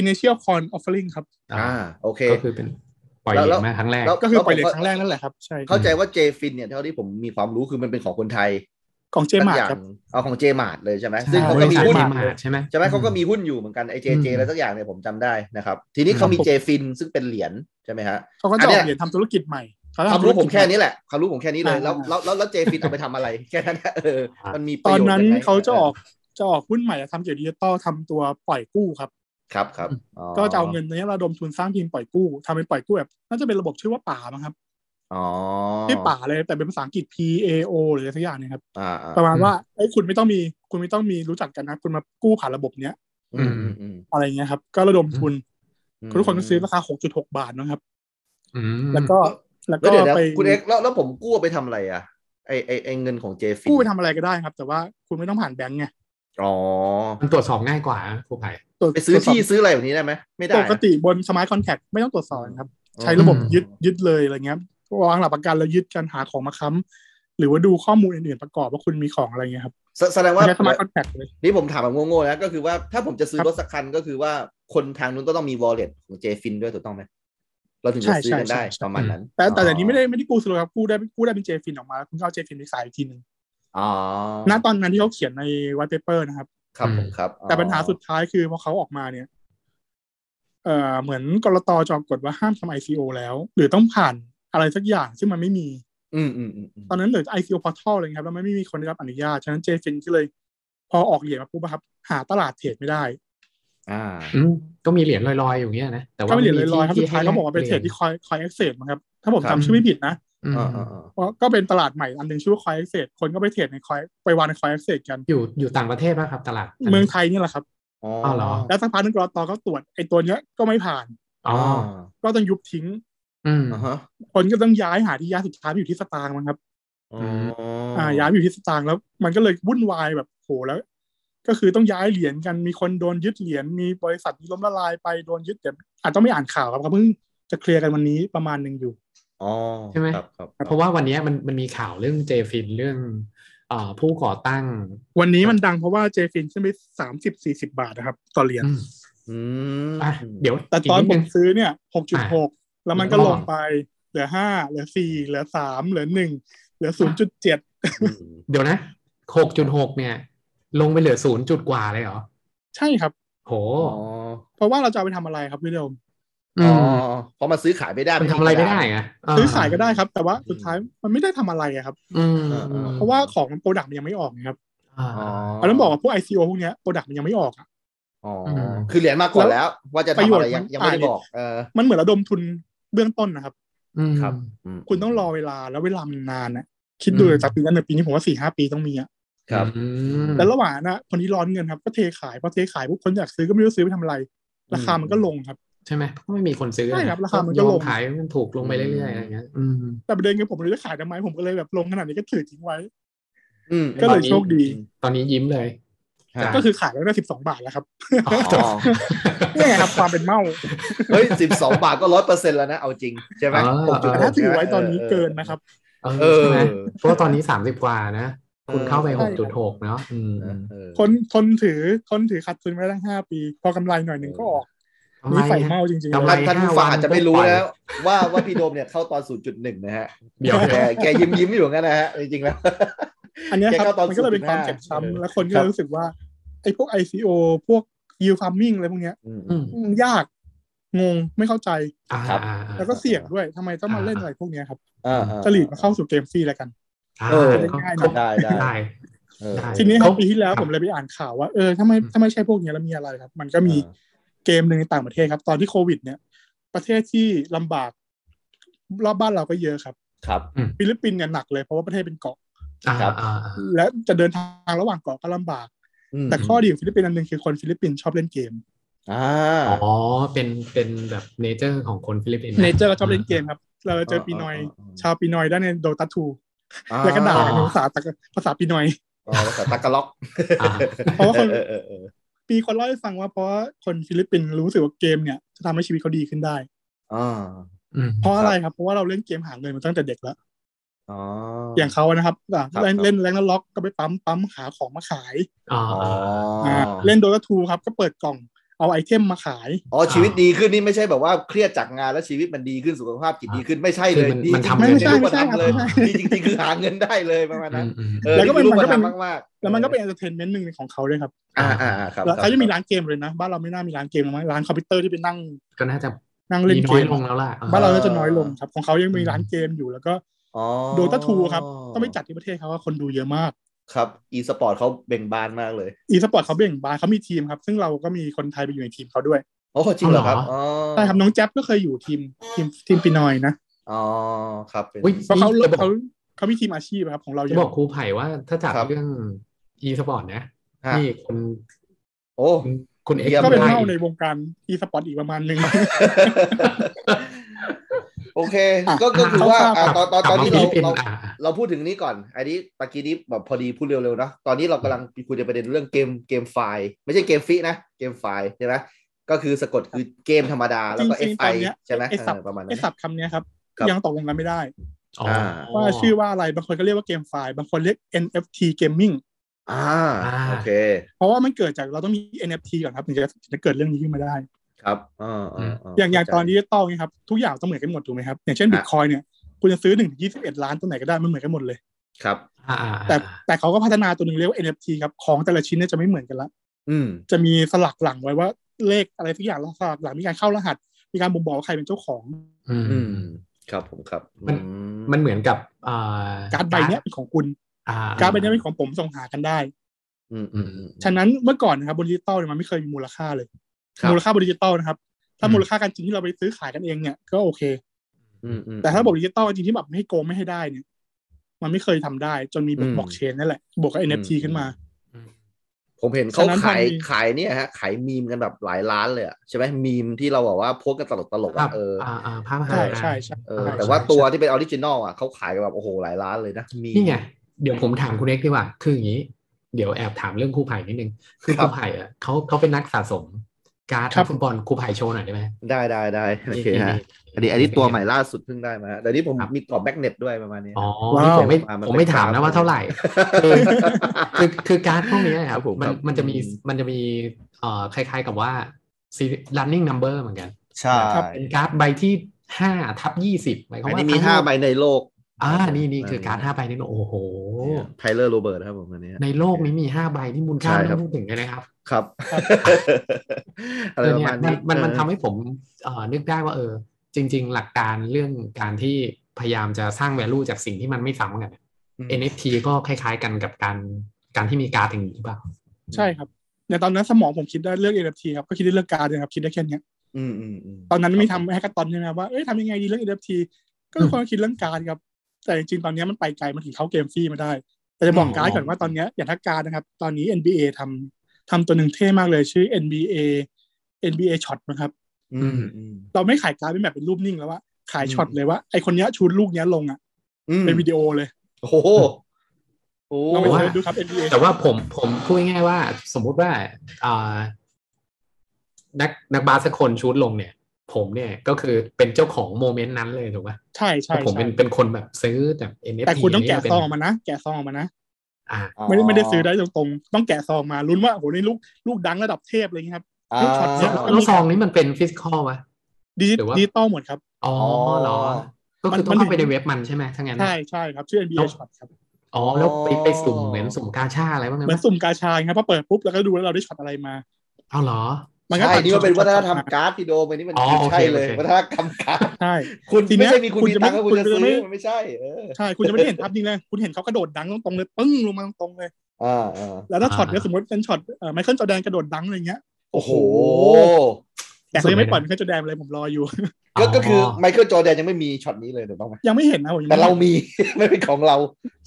[SPEAKER 4] Initial Coin Offering ครับ
[SPEAKER 3] อ่า
[SPEAKER 2] อ่าโอเค
[SPEAKER 3] ก็คือเป็นปล่อยเหรียญมาครั้งแรก
[SPEAKER 2] แล้ว
[SPEAKER 4] ก็คือปล่อยเหรียญครั้งแรกนั่นแหละครับใช่
[SPEAKER 2] เข้าใจว่า JFIN เนี่ยเท่าที่ผมมีความรู้คือมันเป็นของคนไทย
[SPEAKER 4] ของเจมาร์
[SPEAKER 2] สักอ
[SPEAKER 4] ท
[SPEAKER 2] ย่าง
[SPEAKER 4] ครับ
[SPEAKER 2] เอาของเจมาร์เลยใช่ไหม
[SPEAKER 3] ใช่
[SPEAKER 2] ซึ่งเขา
[SPEAKER 3] บ
[SPEAKER 2] ก็
[SPEAKER 3] ริ
[SPEAKER 2] มี
[SPEAKER 3] ษัท
[SPEAKER 2] หุ้น
[SPEAKER 3] เดมาร์ทใช่ไหม
[SPEAKER 2] ใช่ไหมเขาก็มีหุ้นอยู่เหมือนกันไอเจเจ
[SPEAKER 3] อืม
[SPEAKER 2] อะไรสักอย่างเนี่ยผมจำได้นะครับ ทีนี้เขามี
[SPEAKER 4] ครับผม
[SPEAKER 2] JFIN ซึ่งเป็นเหรียญใช่ไหมฮะ
[SPEAKER 4] เขาก็
[SPEAKER 2] อั
[SPEAKER 4] จะ
[SPEAKER 2] น
[SPEAKER 4] อ
[SPEAKER 2] เนี้
[SPEAKER 4] อก
[SPEAKER 2] ย
[SPEAKER 4] เหรียญทำธุรกิจใหม่เข
[SPEAKER 2] ค
[SPEAKER 4] จะ
[SPEAKER 2] วาม
[SPEAKER 4] ทำธุ
[SPEAKER 2] รู้
[SPEAKER 4] รกิจ
[SPEAKER 2] ผมแค่
[SPEAKER 4] ให
[SPEAKER 2] นี้แหละความรู้ผมแค่นี้เลย แล้ว
[SPEAKER 4] อ่า
[SPEAKER 2] แล้วแล้วแล้วเจฟินเอาไปทำอะไร แค่นั้นนะเออมันมีป
[SPEAKER 4] ต
[SPEAKER 2] ระ
[SPEAKER 4] อน
[SPEAKER 2] โยชน์
[SPEAKER 4] นั้น
[SPEAKER 2] ยังไง
[SPEAKER 4] เขาจะออกจะออกหุ้นใหม่ทำเกี่ยวกับดิจิตอลทำตัวปล่อยกู้ครับ
[SPEAKER 2] ครับครับ
[SPEAKER 4] ก็จะเอาเงินเนี้ยระดมทุนสร้างทีมปล่อยกู้ทำเป็นปล่อยกู้แบบน่าจะเป็นระบบชื่อว่าป่ามั้งครับ
[SPEAKER 2] อ๋อ
[SPEAKER 4] ที่ป่าเลยแต่เป็นภาษาอังกฤษ P A O หรืออะไรสักอย่างเนี่ยครับ
[SPEAKER 2] อ่าอ่า
[SPEAKER 4] ประมาณว่าไอ้ยคุณไม่ต้องมีคุณไม่ต้องมีรู้จักกันนะ คุณมากู้ผ่านระบบเนี้ย
[SPEAKER 2] อืมอืมอืม
[SPEAKER 4] อะไรเงี้ยครับก็ระดมทุน
[SPEAKER 2] อืม
[SPEAKER 4] ทุกคนก็ซื้อราคา 6.6 บาทนะครับ
[SPEAKER 3] อืม
[SPEAKER 4] แล้วก็แล้ว
[SPEAKER 2] แล้ว
[SPEAKER 4] ก็
[SPEAKER 2] เดี๋ยวนะ
[SPEAKER 4] ไป
[SPEAKER 2] คุณเอกแล้วแล้วผมกู้เอาไปทำอะไรอ่ะไอไอไอเงินของเจฟิน
[SPEAKER 4] กู้ไปทำอะไรก็ได้ครับ แต่ว่าคุณไม่ต้องผ่านแบงก์ไง
[SPEAKER 2] อ๋อ
[SPEAKER 3] มันตรวจสอบง่ายกว่าครูไผ่
[SPEAKER 4] ตรวจ
[SPEAKER 2] ไปซื้อ
[SPEAKER 4] ตรวจสอบ
[SPEAKER 2] ที่ซื้ออะไรแบบนี้ได้ไหมไม่ได้
[SPEAKER 4] ป
[SPEAKER 2] นะ
[SPEAKER 4] กติบนสมาร์ทคอนแทคไม่ต้องตรวจสอบครับ ใช้
[SPEAKER 3] อืม
[SPEAKER 4] ระบบยึดยึดเลยอะไรเงี้ยวางหลักประกันแล้วยึดการหาของมาค้ำหรือว่าดูข้อมูลอื่นๆประกอบว่าคุณมีของอะไรเงี้ยครับ
[SPEAKER 2] แสแสดงว่า
[SPEAKER 4] ใช้สมาร์ทคอนแทคเลย
[SPEAKER 2] นี่ผมถามแบบโง่ๆนะก็คือว่าถ้าผมจะซื้อ
[SPEAKER 4] ครับ
[SPEAKER 2] รถสักคันก็คือว่าคนทางนู้นก็ต้องมี wallet ของเจฟินด้วยถูกต้องไหม เราถึงจะซื้อกันได้ประมาณนั้น
[SPEAKER 4] แต่แต่เดี๋ยวนี้ไม่ได้ไม่ได้กู้สโลครับกู้ได้กู้ได้เป็นเจฟินออกมาแล้วคุณก็เอาเจฟินไปขายอีกทีหนึ่ง
[SPEAKER 2] อ๋อ
[SPEAKER 4] ณตอนนั้นที่เขาเขียนในวัตเปอร์นะครับ
[SPEAKER 2] ครับผมครับ
[SPEAKER 4] แต่ปัญหาสุดท้ายคือพอเขาออกมาเนี่ย เอ่อ เหมือนกรตจะออกกฎว่าห้ามทำ ICO แล้ว หรือต้องผ่านอะไรสักอย่างซึ่งมันไม่มี
[SPEAKER 2] อืมอืมอืมอืม
[SPEAKER 4] ตอนนั้นเหลือ ICO portal เลยครับแล้วไม่มีคนได้รับอนุญาต ฉะนั้นเจฟินก็เลย พอออกเหรียญมาปุ๊บอะครับ หาตลาดเทรดไม่ได้
[SPEAKER 2] อ่า
[SPEAKER 3] อืมก็มีเหรียญลอยๆอยู่เงี้ยนะแต่ว่า
[SPEAKER 4] ก็ไม่เหรียญลอยๆครับ
[SPEAKER 3] ที่
[SPEAKER 4] สุดท้าย
[SPEAKER 3] ให้
[SPEAKER 4] เขาบอกว่าเป็น
[SPEAKER 3] ห
[SPEAKER 4] เทร
[SPEAKER 3] ย
[SPEAKER 4] ด
[SPEAKER 3] ญ
[SPEAKER 4] ที่คอยคอยเอ็กเซสครับถ้าผม
[SPEAKER 2] ครับ
[SPEAKER 4] จำชื่อไม่ผิดนะ
[SPEAKER 3] อืม
[SPEAKER 2] อ่าอ่าอ่า
[SPEAKER 4] เพราะก็เป็นตลาดใหม่อันหนึ่งชื่อว่าคอยเอ็กเซสคนก็ไปเทรดในคอยไปวางในคอยเอ็กเซสกัน
[SPEAKER 3] อยู่อยู่ต่างประเทศป่ะครับ ตลาดนนั้น
[SPEAKER 4] เมืองไทยนี่แหละครับ
[SPEAKER 2] อ๋อ
[SPEAKER 3] อ๋อเหรอ
[SPEAKER 4] แล้วสักพักหนึงกรตก็ตรวจไอ้ตัวเนี้ยก็ไม่ผ่าน
[SPEAKER 3] อ๋อ
[SPEAKER 4] ก็ต้องยุบทิ้ง
[SPEAKER 3] อืม
[SPEAKER 2] อ่าฮะ
[SPEAKER 4] คนก็ต้องย้ายหาที่ย้ายสุดท้ายไปอยู่ที่สตางค์มั้งครับ
[SPEAKER 2] อ๋อ
[SPEAKER 4] อ่าย้ายไปอยู่ที่สตางค์แล้ว มันก็เลยวุ่นวายแบบโหแล้ว ก็คือต้องย้ายเหรียญกันมีคนโดนยึดเหรียญมีบริษัทที่ล้มละลายไปโดนยึดเดี๋ยวอาจต้องไม่อ่านข่าวครับเขาเพิ่งจะเคลียร์กันวันนี้ประมาณหนึ่งอยู่
[SPEAKER 2] อ๋อ
[SPEAKER 3] ใช่ไหม
[SPEAKER 2] ครับครับ
[SPEAKER 3] เพราะว่าวันเนี้ยมันมันมีข่าวเรื่องเจฟินเรื่องเอ่อผู้ก่อตั้ง
[SPEAKER 4] วันนี้มันดังเพราะว่าเจฟินขึ้นไปสามสิบสี่สิบาทนะครับ ต่อเหรียญ
[SPEAKER 3] อืม
[SPEAKER 2] อืม
[SPEAKER 3] อ่ะเดี๋ยว
[SPEAKER 4] แต่ตอน
[SPEAKER 3] กด
[SPEAKER 4] ผ
[SPEAKER 3] นึ
[SPEAKER 4] ม
[SPEAKER 3] ง
[SPEAKER 4] ซื้อเนี่ยหกจุดหกแล้วมันก็
[SPEAKER 3] อ๋อ
[SPEAKER 4] ลงไป เหลือห้าเหลือสี่เหลือสามเหลือหนึ่งเหลือศูนย์จุดเจ็ด
[SPEAKER 2] อืม
[SPEAKER 3] เดี๋ยวนะหกจุดหกเนี่ย ลงไปเหลือศูนย์จุดกว่าเลยเหรอ
[SPEAKER 4] ใช่ครับ
[SPEAKER 3] โห
[SPEAKER 2] อ๋อ
[SPEAKER 4] เพราะว่าเราจะเอาไปทำอะไรครับพี่เดม
[SPEAKER 2] อ๋อ
[SPEAKER 3] ม
[SPEAKER 2] เพราะมันซื้อขายไม่ได้
[SPEAKER 3] มันทำอะไรไม่ได้อะเ
[SPEAKER 4] ซื้อขายก็ได้ครับ แต่ว่าสุดท้ายมันไม่ได้ทำอะไรอะครับ
[SPEAKER 3] อืม
[SPEAKER 2] เออเออ
[SPEAKER 4] เพราะว่าของโปรดักต์มันยังไม่ออกนะครับ
[SPEAKER 3] อ่า
[SPEAKER 2] อ๋อ
[SPEAKER 4] เราต้องบอกว่าพวก ICO พวกเนี้ยโปรดักต์มันยังไม่ออกอะ
[SPEAKER 2] อ๋อ
[SPEAKER 3] ม
[SPEAKER 2] คือเหรียญมาก่อนแล้ว ว่าจะทำอะไรยัง
[SPEAKER 4] ประโยชน์มัน
[SPEAKER 2] ยังไม่ได้บอก เออ
[SPEAKER 4] มันเหมือนระดมทุนเบื้องต้นนะครับ
[SPEAKER 3] อืม
[SPEAKER 2] ครับ ม
[SPEAKER 4] คุณต้องรอเวลาแล้วเวลามันนานนะคิดดู
[SPEAKER 3] อืม
[SPEAKER 4] จากปีนั้นถึงปีนี้ผมว่าสี่ห้าปีต้องมีอะ
[SPEAKER 2] ครับ
[SPEAKER 3] อืม
[SPEAKER 4] แล้วระหว่างนั้นอะคนที่ร้อนเงินครับก็เทขายพอเทขายปุ๊บคนอยากซื้อก็ไม่รู้ซื้อไปทำอะไร ราคามันก็ลงครับ
[SPEAKER 3] ใช่ไหมเพราะไม่มีคนซื้อ
[SPEAKER 4] ใช่ครับราคามันก็
[SPEAKER 3] ยอ
[SPEAKER 4] ล
[SPEAKER 3] ม
[SPEAKER 4] ง
[SPEAKER 3] ขายมันถูกลงไปเรื่อยๆอะไรอย่างเงี้ยอืม
[SPEAKER 4] แต่ประเด็นคือผมไม่รู้จะขายทำไมผมก็เลยแบบลงขนาดนี้ก็ถือทิ้งไว้
[SPEAKER 2] อืม
[SPEAKER 4] ก็เลยโชคดี
[SPEAKER 3] ตอนนี้ยิ้มเลย
[SPEAKER 2] ฮะ
[SPEAKER 4] ก็คือขายแล้วได้สิบสองบาทแล้วครับ
[SPEAKER 3] อ๋อ
[SPEAKER 2] อ๋อ
[SPEAKER 4] เนี่ยครับความเป็นเมา
[SPEAKER 2] เฮ้ยสิบสองบาทก็ร้อยเปอร์เซ็นต์แล้วนะ เอาจริง ใช่ไหม
[SPEAKER 3] เออ
[SPEAKER 2] ผมจุด
[SPEAKER 4] แต่
[SPEAKER 2] ห
[SPEAKER 4] ถ้าก ถือไว้
[SPEAKER 2] ใช่หม
[SPEAKER 4] ตอนนี้เกินนะครับ
[SPEAKER 2] เอ
[SPEAKER 3] เอ
[SPEAKER 2] อ
[SPEAKER 3] อใช่ไหมเพราะว่าตอนนี้สามสิบกว่านะ คุณเข้าไป
[SPEAKER 2] เออ
[SPEAKER 3] หกจุดหกเนาะอืม
[SPEAKER 2] เออ
[SPEAKER 4] คนคนถือคนถือคัดทุนไว้ตั้งห้าปี พอกำไรหน่อยหนึ่งก็ออกนี่ใส่เมาจริง
[SPEAKER 3] ำ
[SPEAKER 4] ๆเล
[SPEAKER 3] ไร
[SPEAKER 4] ย
[SPEAKER 2] ท่านผู้ฟังอาจจะไม่รู้แล้ว ว่าว่าพี่โดมเนี่ยเข้าตอนศูนย์จุดหนึ่งนะฮะ
[SPEAKER 3] เดี๋ยว
[SPEAKER 2] แกแกยิ้มยิ้มๆอยู่งั้นนะฮะ จริงๆแล้ว
[SPEAKER 4] อันเนี้ยครับ
[SPEAKER 2] แกก็ตอน
[SPEAKER 4] มันก็เลยเป็นความ
[SPEAKER 2] 15
[SPEAKER 4] เจ็บ
[SPEAKER 2] เออ
[SPEAKER 4] ช้ำแล้วคนก็
[SPEAKER 2] ครั
[SPEAKER 4] เลย
[SPEAKER 2] บ
[SPEAKER 4] รู้สึกว่าไอ้พวก ICO พวก yield farming อะไรพวกเนี้ย
[SPEAKER 2] อืม
[SPEAKER 3] อืม
[SPEAKER 4] อืมยากงงไม่เข้าใจ
[SPEAKER 3] อ่า
[SPEAKER 2] ครับ
[SPEAKER 3] อ่าอ่า
[SPEAKER 4] แล้วก็เสี่ยงด้วยทำไมต้องมาเล่นอะไรพวกเนี้ยครับ
[SPEAKER 2] อ่า
[SPEAKER 4] ก็หลีดมาเข้าสู่เกมฟรีแล้วกัน
[SPEAKER 3] อ่า
[SPEAKER 2] เออ
[SPEAKER 4] จะได้ง่ายหน่อย
[SPEAKER 2] ได้ได้
[SPEAKER 3] ได้
[SPEAKER 2] เออ
[SPEAKER 3] ได้
[SPEAKER 4] ทีนี้ครับ
[SPEAKER 3] เขา
[SPEAKER 4] ปีที่แล้ว
[SPEAKER 3] ครับ
[SPEAKER 4] ผมเลยไปอ่านข่าวว่าเออถ้าไม่
[SPEAKER 3] อืม
[SPEAKER 4] ถ้าไม่ใช่พวกเนี้ยแล้วมีอะไรครับ มันก็มีเกมหนึ่งในต่างประเทศครับ ตอนที่โควิด เนี่ย ประเทศที่ลำบาก รอบบ้านเราก็เยอะครับ
[SPEAKER 2] ครับ
[SPEAKER 4] ฟิลิปปินส์เนี่ยหนักเลยเพราะว่าประเทศเป็นเกาะ
[SPEAKER 3] อ่า
[SPEAKER 2] ครับ
[SPEAKER 3] อ่าอ่า
[SPEAKER 4] และจะเดินทางระหว่างเกาะก็ลำบาก
[SPEAKER 2] อืม
[SPEAKER 4] แต่ข้อดีของฟิลิปปินส์อันหนึ่งคือคนฟิลิปปินส์ชอบเล่นเกม
[SPEAKER 2] อ่า
[SPEAKER 3] อ๋อเป็นเป็นแบบเนเจอร์ของคนฟิลิปปินส์
[SPEAKER 4] เนเจอร์ก็ชอบเล่นเกมครับ เราเจอปีนอย ชาวปีนอยได้ในโดตาทูแล้วก็ด่ากันในภาษาตะกะภาษาปีนอย
[SPEAKER 2] อ๋อภาษาตะกะล็อก
[SPEAKER 3] อ่า
[SPEAKER 4] เพราะว่าคน
[SPEAKER 2] เออเออเออ
[SPEAKER 4] ปีคนเล่าให้ฟังว่าเพราะว่าคนฟิลิปปินส์รู้สึกว่าเกมเนี่ยจะทำให้ชีวิตเขาดีขึ้นได้
[SPEAKER 2] อ่า
[SPEAKER 3] อืม
[SPEAKER 4] เพราะอะไรครับเพราะว่าเราเล่นเกมหาเงินมาตั้งแต่เด็กแล้ว
[SPEAKER 2] อ๋อ
[SPEAKER 4] อ
[SPEAKER 2] อ
[SPEAKER 4] ย่างเขานะครับอ่ะ
[SPEAKER 2] ครับ
[SPEAKER 4] เล่นเล่นแรงล็อกก็ไปปั๊มปั๊มหาของมาขาย
[SPEAKER 3] อ่า
[SPEAKER 2] อ๋อ
[SPEAKER 3] อ่า
[SPEAKER 2] อ่า
[SPEAKER 4] าเล่นโดตาทูครับก็เปิดกล่องเอาไอเทมมาขาย
[SPEAKER 2] อ๋อชีวิตดีขึ้นนี่ไม่ใช่แบบว่าเครียดจากงานแล้วชีวิตมันดีขึ้นสุขภาพจิตดีขึ้นไม่ใช่เลย
[SPEAKER 3] คือมัน
[SPEAKER 2] ดี
[SPEAKER 3] มัน
[SPEAKER 2] จริง
[SPEAKER 3] ทำ
[SPEAKER 2] ๆ
[SPEAKER 4] ไม่ใช่
[SPEAKER 2] รูป
[SPEAKER 4] ไม่ใช่
[SPEAKER 2] ธรร
[SPEAKER 4] ครับ
[SPEAKER 2] เลย
[SPEAKER 4] ไม่ใช่
[SPEAKER 2] ดีจริงๆคือหาเงินได้เลยประมาณ
[SPEAKER 3] อื
[SPEAKER 2] นั้น
[SPEAKER 3] มอืม
[SPEAKER 2] เออ
[SPEAKER 4] แล้วก็เป็น
[SPEAKER 2] รูป
[SPEAKER 4] มันก็
[SPEAKER 2] ธ
[SPEAKER 4] เป็
[SPEAKER 2] รร
[SPEAKER 4] น
[SPEAKER 2] มมากๆ
[SPEAKER 4] แล้วมันก็เป็น entertainment หนึ่งของเขาด้วยครับ
[SPEAKER 2] อ่าอ่าอ่าครับ
[SPEAKER 4] แล้วเขาจะมี
[SPEAKER 2] ครับ
[SPEAKER 4] ร้านเกมเลยนะบ้านเราไม่น่ามีร้านเกมหรอกมั้งร้านคอมพิวเตอร์ที่ไปนั่ง
[SPEAKER 3] ก็น่าจะ
[SPEAKER 4] นั่งเล่น
[SPEAKER 3] มี
[SPEAKER 4] เก
[SPEAKER 3] น้อย
[SPEAKER 4] ม
[SPEAKER 3] ลงแล้วล่ะอ่
[SPEAKER 4] บ้านเราน่าจะน้อยลงครับของเขายังมีร้านเกมอยู่แล้วก็
[SPEAKER 2] อ๋อ
[SPEAKER 4] โดตาทูครับ ต้องไปจัดที่ประเทศเขาว่าคนดูเยอะมาก
[SPEAKER 2] ครับอีสปอร์ตเขาเบ่งบานมากเลย
[SPEAKER 4] อีสปอร์ตเขาเบ่งบานเขามีทีมครับ ซึ่งเราก็มีคนไทยไปอยู่ในทีมเขาด้วย
[SPEAKER 2] โอ้จริงเหรอครับอ๋อ
[SPEAKER 4] ใช่ครับน้องแจ๊บก็เคยอยู่ทีมทีมทีมปีนอยนะ
[SPEAKER 2] อ๋อครับเป็น
[SPEAKER 3] อุ๊ย
[SPEAKER 4] เพราะเขา
[SPEAKER 3] จะบอก
[SPEAKER 4] เขาเขามีทีมอาชีพครับของเราเย
[SPEAKER 3] จะ
[SPEAKER 4] อะ
[SPEAKER 3] บอกครูไผ่ว่าถ้าจัด
[SPEAKER 2] ครับ
[SPEAKER 3] เรื่อง e สปอร์ตนะ
[SPEAKER 2] ฮะ
[SPEAKER 3] นี่คุณ
[SPEAKER 2] โอ้
[SPEAKER 3] คุณคุณเอ็ก
[SPEAKER 2] เยี่ยม
[SPEAKER 4] ก็เป็น
[SPEAKER 3] ได้
[SPEAKER 4] เล่าในวงการอีสปอร์ตอีกประมาณหนึ่ง
[SPEAKER 2] โอเค
[SPEAKER 4] อ่ะ
[SPEAKER 2] ก็ก็คือว่า
[SPEAKER 4] เข้า
[SPEAKER 2] อ่ะ
[SPEAKER 4] เข้า
[SPEAKER 2] ตอนตอน
[SPEAKER 3] กลั
[SPEAKER 2] ตอน
[SPEAKER 3] บม
[SPEAKER 2] ที่เรา
[SPEAKER 3] ฟิลิปปิน
[SPEAKER 2] เรา
[SPEAKER 3] ส์อ่ะอ่ะ
[SPEAKER 2] เราพูดถึงนี้ก่อน อันนี้ตะกี้นี้แบบพอดีพูดเร็วๆเนอะตอนนี้เรากำลังคุยในประเด็นเรื่องเกมเกมไฟล์ ไม่ใช่เกมฟินะ เกมไฟล์ใช่ไหมก็คือสะกดคือเกมธรรมดา แล้วก็
[SPEAKER 4] จริง
[SPEAKER 2] F
[SPEAKER 4] ๆตอน
[SPEAKER 2] I
[SPEAKER 4] เนี้ย
[SPEAKER 2] ใช่ไหม
[SPEAKER 4] ไอ้สับ
[SPEAKER 2] เออประมาณนั้
[SPEAKER 4] ไอ้
[SPEAKER 2] น
[SPEAKER 4] ศัพท์คำเนี้ยครับ
[SPEAKER 2] ครับ
[SPEAKER 4] ยังตกลงกันไม่ได้
[SPEAKER 3] อ๋อ
[SPEAKER 2] อ่า
[SPEAKER 4] ว่าชื่อว่าอะไรบางคนก็เรียกว่าเกมไฟล์บางคนเรียก NFT gaming
[SPEAKER 2] อ่าโอเค
[SPEAKER 4] เพราะว่ามันเกิดจากเราต้องมี NFT ก่อนครับถึงจะถึงจะเกิดเรื่องนี้ขึ้นมาได้
[SPEAKER 2] ครับอ่าอ่าา
[SPEAKER 4] อย่างอย่างตอน
[SPEAKER 2] เข้ใจ
[SPEAKER 4] ดิจิตอลเนี่ยครับทุกอย่างต้องเหมือนกันหมดถูกไหมครับอย่างเช่นบิตคอยเนี่ยคุณจะซื้อหนึ่งยี่สิบเอ็ดล้านตัวไหนก็ได้มันเหมือนกันหมดเลย
[SPEAKER 2] ครับ
[SPEAKER 3] อ่าอ่า
[SPEAKER 4] แต่แต่เขาก็พัฒนาตัวหนึ่งเรียกว่า NFT ครับของแต่ละชิ้นเนี่ยจะไม่เหมือนกันละ
[SPEAKER 2] อืม
[SPEAKER 4] จะมีสลักหลังไว้ว่าเลขอะไรสักอย่างแล้วสลักหลังมีการเข้ารหัส มีการบ่งบอกว่าใครเป็นเจ้าของ
[SPEAKER 3] อืม
[SPEAKER 2] อืม ครับผมครับ
[SPEAKER 3] มัน
[SPEAKER 2] อื
[SPEAKER 3] มันเหมือนกับอ่า
[SPEAKER 4] การ์ดใบเนี้ยเป็นของคุณ
[SPEAKER 3] อ่า
[SPEAKER 4] การ์ดใบเนี้ยเป็นของผมส่งหากันได้
[SPEAKER 2] อืมอืมอืม
[SPEAKER 4] ฉะนั้นเมื่อก่อนนะครับบนดิจิตอลเนี่ยมันไม่เคยมีมูลค่าเลย
[SPEAKER 2] ครับ
[SPEAKER 4] มูลค่าบนดิจิตอลนะครับ ถ้า
[SPEAKER 3] อืม
[SPEAKER 4] มูลค่ากันจริงที่เราไปซื้อขายกันเองเนี่ยก็โอเค
[SPEAKER 2] อืมอืม
[SPEAKER 4] แต่ถ้าระบบดิจิตอลจริงที่แบบไม่ให้โกงไม่ให้ได้เนี่ย มันไม่เคยทำได้ จนมี
[SPEAKER 2] อืม
[SPEAKER 4] บล็อกเชนนั่นแหละบวกกับ NFT ขึ้นมา
[SPEAKER 2] ผมเห็นเขา
[SPEAKER 4] ฉะนั้น
[SPEAKER 2] ขาย
[SPEAKER 4] มันมี
[SPEAKER 2] ขายเนี่ยฮะ ขายมีมกันแบบหลายล้านเลยอะใช่ไหมมีมที่เราแบบว่าโพสต์กันตลกตลกๆ
[SPEAKER 3] ภา
[SPEAKER 2] อะ
[SPEAKER 3] พ
[SPEAKER 2] เอออ
[SPEAKER 3] อ่าอ่าภาพหา
[SPEAKER 4] ใช่ใช่ใช่
[SPEAKER 2] เออ
[SPEAKER 4] ใช่
[SPEAKER 2] แต่ว่า
[SPEAKER 4] ใช่
[SPEAKER 2] ตัวที่เป็นออริจินอลอ่ะเขาขายกันแบบโอ้โหหลายล้านเลยนะมีม
[SPEAKER 3] นี่ไง เดี๋ยวผมถามคุณเอกดีกว่า คืออย่างนี้ เดี๋ยวแอบถามเรื่องครูไผ่นิดนึง คือ
[SPEAKER 2] ค
[SPEAKER 3] ครับ รูไผ่อะเขาเขาเป็นนักสะสม การ์ดฟุตบอลครูไผ่โชว์หน่อยได้ไหม
[SPEAKER 2] ได้ได้ได้ โอเค
[SPEAKER 3] นี่
[SPEAKER 2] ฮะอั
[SPEAKER 3] นี่
[SPEAKER 2] นนี้อันนี้ตัวใหม่ล่าสุดเพิ่งได้มาฮะแต่นี่ผม
[SPEAKER 3] ครับ
[SPEAKER 2] มีกรอบแมกเนตด้วยประมาณนี้
[SPEAKER 3] อ๋อนี่ผมไม่
[SPEAKER 2] ว้าว
[SPEAKER 3] ผมไม่ถามนะว่าเท่าไหร่ คือคือคือการ์ดพวกนี้นะค
[SPEAKER 2] ครั
[SPEAKER 3] รับบ
[SPEAKER 2] ผม
[SPEAKER 3] มัน
[SPEAKER 2] ครับ
[SPEAKER 3] มันจะมี
[SPEAKER 2] อืม
[SPEAKER 3] มันจะมีเอ่อคล้าย ๆกับว่า serial- running number เหมือนกัน
[SPEAKER 2] ใช่
[SPEAKER 3] เป็นการ์ดใบที่ห้าทับยี่สิบหมายความ
[SPEAKER 2] อัน
[SPEAKER 3] ว่า
[SPEAKER 2] นี้มี
[SPEAKER 3] ทั้ง
[SPEAKER 2] ห้า
[SPEAKER 3] โลก
[SPEAKER 2] ใบในโลก
[SPEAKER 3] อ่านี่นี่คือการ์ดห้าใบนี่โอ้โห
[SPEAKER 2] ไทเลอร์โรเบิร์ตครับผมอันนี้ฮะ
[SPEAKER 3] ในโลกนี้มีห้าใบที่มูลค่า
[SPEAKER 2] ใช่
[SPEAKER 3] ไม่
[SPEAKER 2] ครั
[SPEAKER 3] ต้
[SPEAKER 2] บ
[SPEAKER 3] องพูดถึงเลยนะครับ
[SPEAKER 2] ครับ อะไรประมาณ
[SPEAKER 3] เนี่
[SPEAKER 2] นี้
[SPEAKER 3] ยมันมันมัน
[SPEAKER 2] เออ
[SPEAKER 3] ทำให้ผมเอ่อนึกได้ว่าเออ จริง ๆ หลักการเรื่องการที่พยายามจะสร้าง value จากสิ่งที่มันไม่ซ้ำกันเนี่ย
[SPEAKER 2] อืม
[SPEAKER 3] NFT ก็คล้าย ๆ กันกับการการที่มีการ์ดอย่างนี้หรือเปล่า
[SPEAKER 4] ใช่ครับในตอนนั้นสมองผมคิดได้เรื่อง NFT ครับก็คิดได้เรื่องการ์ดเนยครับคิดได้แค่เนี้ย
[SPEAKER 2] อืมอืมอืม
[SPEAKER 4] ตอนนั้นมีทำแฮกเกอร์ตอนใช่ไหมครับว่าเอ้ยทำยังไงดีเรื่อง NFT ก็ทุกคนก็คิดเรื่องการ์ดครับแต่จริงๆตอนเนี้ยมันไปไกลมันถึงเข้าเกมฟรีมาได้ แต่จะบอกการ์ดก่อนว่าตอนเนี้ยอย่างถ้าการ์ดนะครับ ตอนนี้ NBA ทำทำตัวหนึ่งเท่มากเลยชื่อ NBA NBA Shot นะครับ
[SPEAKER 2] อืมอืม
[SPEAKER 4] เราไม่ขายการ์ดเป็นแบบเป็นรูปนิ่งแล้วว่าขายช็อตเลยว่าไอคนเนี้ยชูลูกเนี้ยลงอ่ะ
[SPEAKER 2] อืม
[SPEAKER 4] เป็นวิดีโอเลย
[SPEAKER 2] โอ้โหโอ้
[SPEAKER 4] ลองไป
[SPEAKER 3] โอ้
[SPEAKER 4] เสิร์ชดูครับ NBA
[SPEAKER 3] แต่ว่าผมผมพูดง่ายๆว่า สมมุติว่าอ่านักนักบาสสักคนชูดลงเนี่ย ผมเนี่ยก็คือเป็นเจ้าของโมเมนต์นั้นเลยถูกไหม
[SPEAKER 4] ใช่ใช่
[SPEAKER 3] แต่ผม
[SPEAKER 4] ใช่
[SPEAKER 3] เป็นเป็นคนแบบซื้อแบบ NFT
[SPEAKER 4] แต่คุณต้อง
[SPEAKER 3] นี่
[SPEAKER 4] แกะ
[SPEAKER 3] เป็น
[SPEAKER 4] ซองออกมานะ แกะซองออกมานะ
[SPEAKER 3] อ่า
[SPEAKER 4] ไม่ได้ไม่ได้ซื้อได้ตรงๆ ต้องแกะซองมาลุ้นว่าโอ้โหนี่ลูกลูกดังระดับเทพอะไรอย่างเงี้ยครับ
[SPEAKER 2] า
[SPEAKER 4] ลูกช็อตเยะ
[SPEAKER 3] แล้วซองนี้มันเป็นฟิสิกอลปะ
[SPEAKER 4] ดิจิ
[SPEAKER 3] หรือว่า
[SPEAKER 4] ดิจิตอลหมดครับ
[SPEAKER 3] อ๋อเหรอ ก็คือต้
[SPEAKER 4] มัน
[SPEAKER 3] องเข้าไป
[SPEAKER 4] มันถึ
[SPEAKER 3] ใน
[SPEAKER 4] ง
[SPEAKER 3] เว็บมันใช่ไหมถ้างั้น
[SPEAKER 4] ใช่ใช่ครับ ชื่อ NBA Shot ครับ
[SPEAKER 3] อ๋อ แล้วไป
[SPEAKER 2] อ๋อ
[SPEAKER 3] ไปสุ่มเหมือนสุ่มกาชาอะไรบ้าง
[SPEAKER 4] เหมือน
[SPEAKER 3] นะ
[SPEAKER 4] สุ่มกาชาครับพอเปิดปุ๊บแล้วก็ดูแล้วเราได้ช็อตอะไรมา
[SPEAKER 3] เอาเหรอ
[SPEAKER 4] มันก็
[SPEAKER 2] ใช่
[SPEAKER 4] ตัด
[SPEAKER 2] นี่มันเป็น
[SPEAKER 4] ช็อ
[SPEAKER 2] วั
[SPEAKER 4] ต
[SPEAKER 2] ฒนธรรม
[SPEAKER 4] ช็อตมา
[SPEAKER 2] การ์ดที่โดมอันนี้มัน
[SPEAKER 3] อ๋อโอเค
[SPEAKER 2] ใช่เลย
[SPEAKER 3] โอเค
[SPEAKER 2] วัฒนธรรมการ์ด
[SPEAKER 4] ใช่
[SPEAKER 2] คุณ
[SPEAKER 4] ทีเนี้
[SPEAKER 2] ไม่
[SPEAKER 4] ย
[SPEAKER 2] ใช่มีคุณ
[SPEAKER 4] คุณ
[SPEAKER 2] มี
[SPEAKER 4] จะไม่
[SPEAKER 2] ตังค์แล้วคุณจะ
[SPEAKER 4] คุณจะ
[SPEAKER 2] ซื้อ
[SPEAKER 4] ไม่
[SPEAKER 2] มันไม่ใช่ เออ
[SPEAKER 4] ใช่คุณจะไม่ได้เห็นภาพจริงเลย คุณเห็นเขากระโดดดังตรงๆเลยปึ้งลงมาตรงๆเลย
[SPEAKER 2] อ่าอ่า
[SPEAKER 4] แล้วถ้า
[SPEAKER 3] อ่า
[SPEAKER 4] ช็อตเนี้ยสมมติเป็นช็อตเอ่อไมเคิลจอร์แดนกระโดดดังอะไรอย่างเงี้ย
[SPEAKER 2] โอ้โห
[SPEAKER 4] แต่เขายังไม่ปล่อยไมเคิลจอร์แดนเลยผมรออยู่
[SPEAKER 2] ก็ก็คือไมเคิลจอร์แดนยังไม่มีช็อตนี้เลยถูกต้องไหม
[SPEAKER 4] ยังไม่เห็นนะผมยัง
[SPEAKER 2] แต่
[SPEAKER 4] ไม่
[SPEAKER 2] เรา
[SPEAKER 4] เห็น
[SPEAKER 2] มี ไม่เป็นของเรา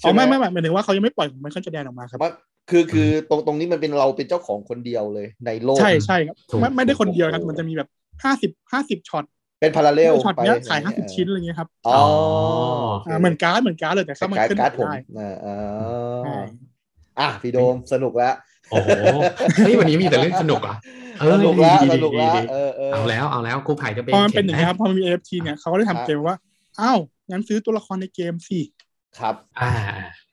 [SPEAKER 4] อ๋
[SPEAKER 2] ใช่
[SPEAKER 4] อ
[SPEAKER 2] ห
[SPEAKER 4] ไม่ไม่ไม่หมายถึงว่าเขายังไม่ปล่อยของไมเคิลจอร์แดนออกมาครับ
[SPEAKER 2] ว่าคือคือตรงตรงนี้มันเป็นเราเป็นเจ้าของคนเดียวเลยในโลก
[SPEAKER 4] ใช่ใช่ครับ
[SPEAKER 3] ถูก
[SPEAKER 4] ไม่ไม่ได้คนเดียวครับ
[SPEAKER 2] โอ้โห
[SPEAKER 4] มันจะมีแบบห้าสิบห้าสิบช็อต
[SPEAKER 2] เป็นพาราเรล
[SPEAKER 4] ช็อต
[SPEAKER 2] ไป
[SPEAKER 4] เนี้ยขายห้า
[SPEAKER 2] อะ
[SPEAKER 4] สิบ
[SPEAKER 2] ไเงี้
[SPEAKER 4] ชิ้นอะไรเงี้ยครับ
[SPEAKER 2] อ๋อ
[SPEAKER 4] อ่าเหมือนการ์ดเหมือนการ์ดเลยแต่
[SPEAKER 2] คล้า
[SPEAKER 4] เข้ามัน
[SPEAKER 2] ย
[SPEAKER 4] ขึ้น
[SPEAKER 2] ๆการ์ดผม
[SPEAKER 4] ได้
[SPEAKER 2] อ่าอ๋อ
[SPEAKER 4] ใช่
[SPEAKER 2] อ่ะพี่โดมสนุกแล้ว
[SPEAKER 3] โอ้โหเฮ้ยวันนี้มีแต่เรื่องสนุกเหรอ่ะเอ
[SPEAKER 2] ส
[SPEAKER 3] อ
[SPEAKER 2] นุกแล้ว
[SPEAKER 3] ดี
[SPEAKER 2] ส
[SPEAKER 3] ดี
[SPEAKER 2] นุก
[SPEAKER 3] ดี
[SPEAKER 2] แล้ว
[SPEAKER 3] ดี
[SPEAKER 2] เออเออ
[SPEAKER 3] เอาแล้วเอาแล้วกูไผ่จะเป็น
[SPEAKER 4] พอมันเป็นอย่างนี้ย
[SPEAKER 3] เข็ะ
[SPEAKER 4] ครับพอมันมี NFT เนี่ยเขาก็ได้
[SPEAKER 2] ครั
[SPEAKER 4] ทำ
[SPEAKER 2] บ
[SPEAKER 4] เกมว่าอ้าวงั้นซื้อตัวละครในเกมสิ
[SPEAKER 2] ครับ
[SPEAKER 3] อ่า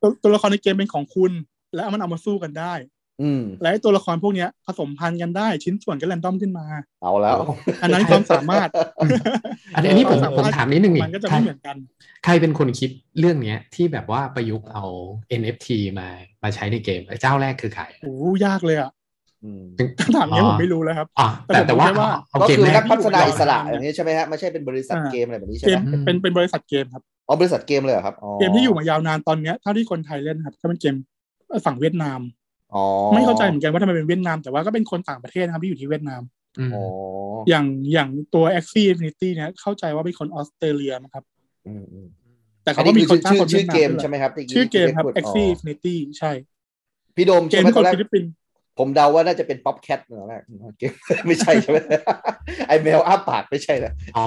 [SPEAKER 4] ตัวตัวละครในเกมเป็นของคุณ แล้วเอามันเอามาสู้กันได้
[SPEAKER 2] อืม
[SPEAKER 4] และไอ้ตัวละครพวกเนี้ยผสมพันธุ์กันได้ชิ้นส่วนก็แรนดอมขึ้นมา
[SPEAKER 2] เอาแล้ว
[SPEAKER 4] อันนั้นความสามาร ถ
[SPEAKER 3] อันนี้อันนี้ผม
[SPEAKER 4] เออ
[SPEAKER 3] ผมถามนิดนึงอี
[SPEAKER 4] มัน
[SPEAKER 3] ก
[SPEAKER 4] ก็จะ
[SPEAKER 3] ใคร
[SPEAKER 4] ไม่เหมือนกัน
[SPEAKER 3] ใครเป็นคนคิดเรื่องเนี้ย ที่แบบว่าประยุกต์เอา NFT มามาใช้ในเกมเจ้าแรกคือใคร
[SPEAKER 4] โอ้โหยากเลยอ่ะ
[SPEAKER 2] อืม
[SPEAKER 4] ถามเนี้ยผมไม่รู้แล้วครับ
[SPEAKER 3] อ่ะแต่แต่ว่า
[SPEAKER 4] แต่ผมคิดว่า
[SPEAKER 3] เอา
[SPEAKER 2] ก็
[SPEAKER 3] เกม
[SPEAKER 2] คือ
[SPEAKER 3] แร
[SPEAKER 2] นั
[SPEAKER 3] ก
[SPEAKER 2] กพัฒนาอิสระอย่างนี้ใช่ไหมฮะไม่ใช่เป็นบริษัท
[SPEAKER 4] อ่า
[SPEAKER 2] เกมอะไรแบบนี้ใช่
[SPEAKER 4] เก
[SPEAKER 2] ไห
[SPEAKER 4] ม
[SPEAKER 2] ม
[SPEAKER 3] อืม
[SPEAKER 4] เป็นเป็นบริษัทเกมครับ
[SPEAKER 2] อ๋อบริษัทเกมเลยหรอครับอ๋อ
[SPEAKER 4] เกมที่อยู่มายาวนานตอนเนี้ยเท่าที่คนไทยเล่นครับก็เป็นเกมฝั่งเวียดนาม
[SPEAKER 2] อ๋อ
[SPEAKER 4] ไม่เข้าใจเหมือนกันว่าทำไมเป็นเวียดนาม แต่ว่าก็เป็นคนต่างประเทศนะครับที่อยู่ที่เวียดนาม
[SPEAKER 3] อืม
[SPEAKER 2] อ๋อ
[SPEAKER 4] อย่างอย่างตัว a x i Infinity เนี่ยเข้าใจว่าเป็นคนออสเตรเลียมั้งครับ
[SPEAKER 2] อืมอืม
[SPEAKER 4] แต่
[SPEAKER 2] อั
[SPEAKER 4] เขา
[SPEAKER 2] น
[SPEAKER 4] ก็
[SPEAKER 2] นี้
[SPEAKER 4] มี
[SPEAKER 2] คือ
[SPEAKER 4] คนสร้า
[SPEAKER 2] ชื่
[SPEAKER 4] ง
[SPEAKER 2] อ
[SPEAKER 4] คน
[SPEAKER 2] ชื่อย
[SPEAKER 4] เวีดนาม
[SPEAKER 2] เกม
[SPEAKER 4] ด้วย
[SPEAKER 2] ใช่ไหมครับที่
[SPEAKER 4] ชื่อเกมครับ
[SPEAKER 2] ที่
[SPEAKER 4] a x i Infinity ใช่
[SPEAKER 2] พี่โดม
[SPEAKER 4] เก
[SPEAKER 2] ใช่
[SPEAKER 4] ม
[SPEAKER 2] ไหมตอ
[SPEAKER 4] ที่ค
[SPEAKER 2] น
[SPEAKER 4] น
[SPEAKER 2] แรก
[SPEAKER 4] ฟิลิปปินส์
[SPEAKER 2] ผมเดาว่าน่าจะเป็นป๊อปแคทเหรอแรก เกม ไม่ใช่ใช่ไหม ไอแมวอ้าปากไม่ใช่นะ
[SPEAKER 3] อ๋อ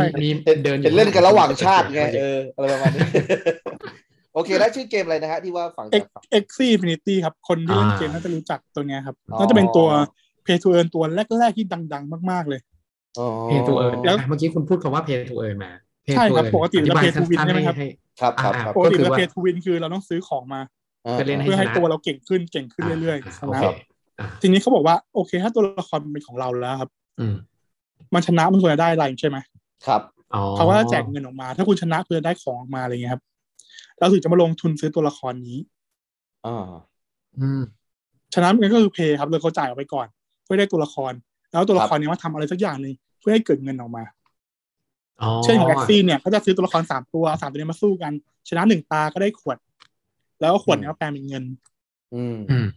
[SPEAKER 3] มีมี
[SPEAKER 2] เป็น
[SPEAKER 3] เดินอยู่
[SPEAKER 2] เป็นเล่นกันระหว่างชาติไงเอออะไรประมาณ นี้ โอเคแล้วชื่อเกมอะไรนะฮะที่ว่าฝั่ง
[SPEAKER 4] เอ็ก
[SPEAKER 2] จากฝั่ง
[SPEAKER 4] เอ็กซี่ฟินิตี้ครับ คนที่เล่น
[SPEAKER 3] อ่า
[SPEAKER 4] เกมน่าจะรู้จักตัวเนี้ยครับ
[SPEAKER 2] อ๋อ
[SPEAKER 4] น่าจะเป็นตัว Pay to Earn ตัวแรก ๆ ที่ดัง ๆ มากๆเลย
[SPEAKER 2] อ๋อ
[SPEAKER 3] เพย์ทูเอิร์
[SPEAKER 4] แล้ว
[SPEAKER 3] เมื่อกี้คุณพูดคำว่าเพย์ทูเอิร์มา Pay
[SPEAKER 4] ใช่ครับ
[SPEAKER 3] to Earn
[SPEAKER 4] ปกติ
[SPEAKER 3] อธิบา
[SPEAKER 4] เรา Pay to Win
[SPEAKER 3] สั้ๆ
[SPEAKER 4] ใช่ไหมครับ
[SPEAKER 3] ให้
[SPEAKER 2] ครับครับ
[SPEAKER 3] อ่า
[SPEAKER 2] ครับ
[SPEAKER 4] ปกติ
[SPEAKER 3] ก็คือ
[SPEAKER 4] แล้ว
[SPEAKER 3] ว่า
[SPEAKER 4] Pay to Win คือเราต้องซื้อของมา
[SPEAKER 2] า
[SPEAKER 3] จะเล่นให้
[SPEAKER 4] เพื่อให้
[SPEAKER 3] ชะ
[SPEAKER 4] ตัวเราเก่งขึ้นเก่งขึ้นเรื่อยๆ
[SPEAKER 3] อ่า
[SPEAKER 4] ช
[SPEAKER 3] โอ
[SPEAKER 4] นะ
[SPEAKER 3] เค
[SPEAKER 4] ทีนี้เขาบอกว่าโอเค ถ้าตัวละครเป็นของเราแล้วครับ
[SPEAKER 3] อืม
[SPEAKER 4] มันชนะมันควรจะได้อะไรใช่ไหม
[SPEAKER 2] ครับ
[SPEAKER 3] อ๋อ
[SPEAKER 4] เขาก็จะแจกเงินออกมา ถ้าคุณชนะคุณจะได้ของออกมาอะไรเงี้ยครับแล้วถึงจะมาลงทุนซื้อตัวละครนี้
[SPEAKER 2] อ่า
[SPEAKER 3] อืม
[SPEAKER 4] ชนะมันก็คือเพย์ครับเลยเขาจ่ายออกไปก่อน เพื่อได้ตัวละคร แล้วตัวละครเนี้มาทำอะไรสักอย่างหนึ่งเพื่อให้เกิดเงินออกมา
[SPEAKER 3] อ๋อ
[SPEAKER 4] เช่นแบ็กซี่เนี่ยก็จะซื้อตัวละครสามตัวสามตัวนี้มาสู้กัน ชนะหนึ่งตาก็ได้ขวด แล้วก็ขวดเนี้ยก็แปลงเป็นเงิน
[SPEAKER 2] อืม
[SPEAKER 3] อืม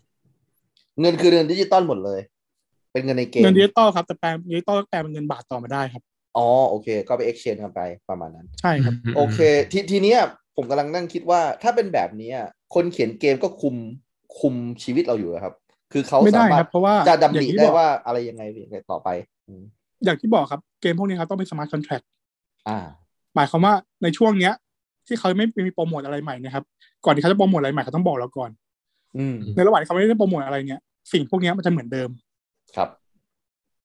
[SPEAKER 2] เงินคือเงินดิจิตอลหมดเลย เป็นเงินในเกม
[SPEAKER 4] เงินดิจิตอลครับแต่แปลงดิจิตอลแปลงเป็นเงินบาทต่อมาได้ครับ
[SPEAKER 2] อ๋อโอเค ก็ไปเอ็กชแนนกันไปประมาณนั้น
[SPEAKER 4] ใช่ครับ
[SPEAKER 2] โอเค ทีทีเนี้ยผมกำลังนั่งคิดว่าถ้าเป็นแบบเนี้ยคนเขียนเกมก็คุมคุมชีวิตเราอยู่อะครับ คือเขา
[SPEAKER 4] ไม่ได้
[SPEAKER 2] สามารถ
[SPEAKER 4] ครับเพราะว่า
[SPEAKER 2] จะ
[SPEAKER 4] อ
[SPEAKER 2] ดำ
[SPEAKER 4] ย่า
[SPEAKER 2] ริ
[SPEAKER 4] งที่
[SPEAKER 2] ได้
[SPEAKER 4] บอก
[SPEAKER 2] ว่าอะไรยังไงยังไงต่อไปอืม
[SPEAKER 4] อย่างที่บอกครับเกมพวกนี้ครับต้องเป็นสมาร์ทคอนแท็ก
[SPEAKER 2] อ่า
[SPEAKER 4] หมายความว่าในช่วงเนี้ย ที่เขาไม่มีโปรโมทอะไรใหม่เนะครับก่อนที่เขาจะโปรโมทอะไรใหม่เขาต้องบอกเราก่อน
[SPEAKER 2] อืม
[SPEAKER 4] ในระหว่างที่เขาไม่ได้โปรโมทอะไรเนี่ยสิ่งพวกเนี้ยมันจะเหมือนเดิม
[SPEAKER 2] ครับ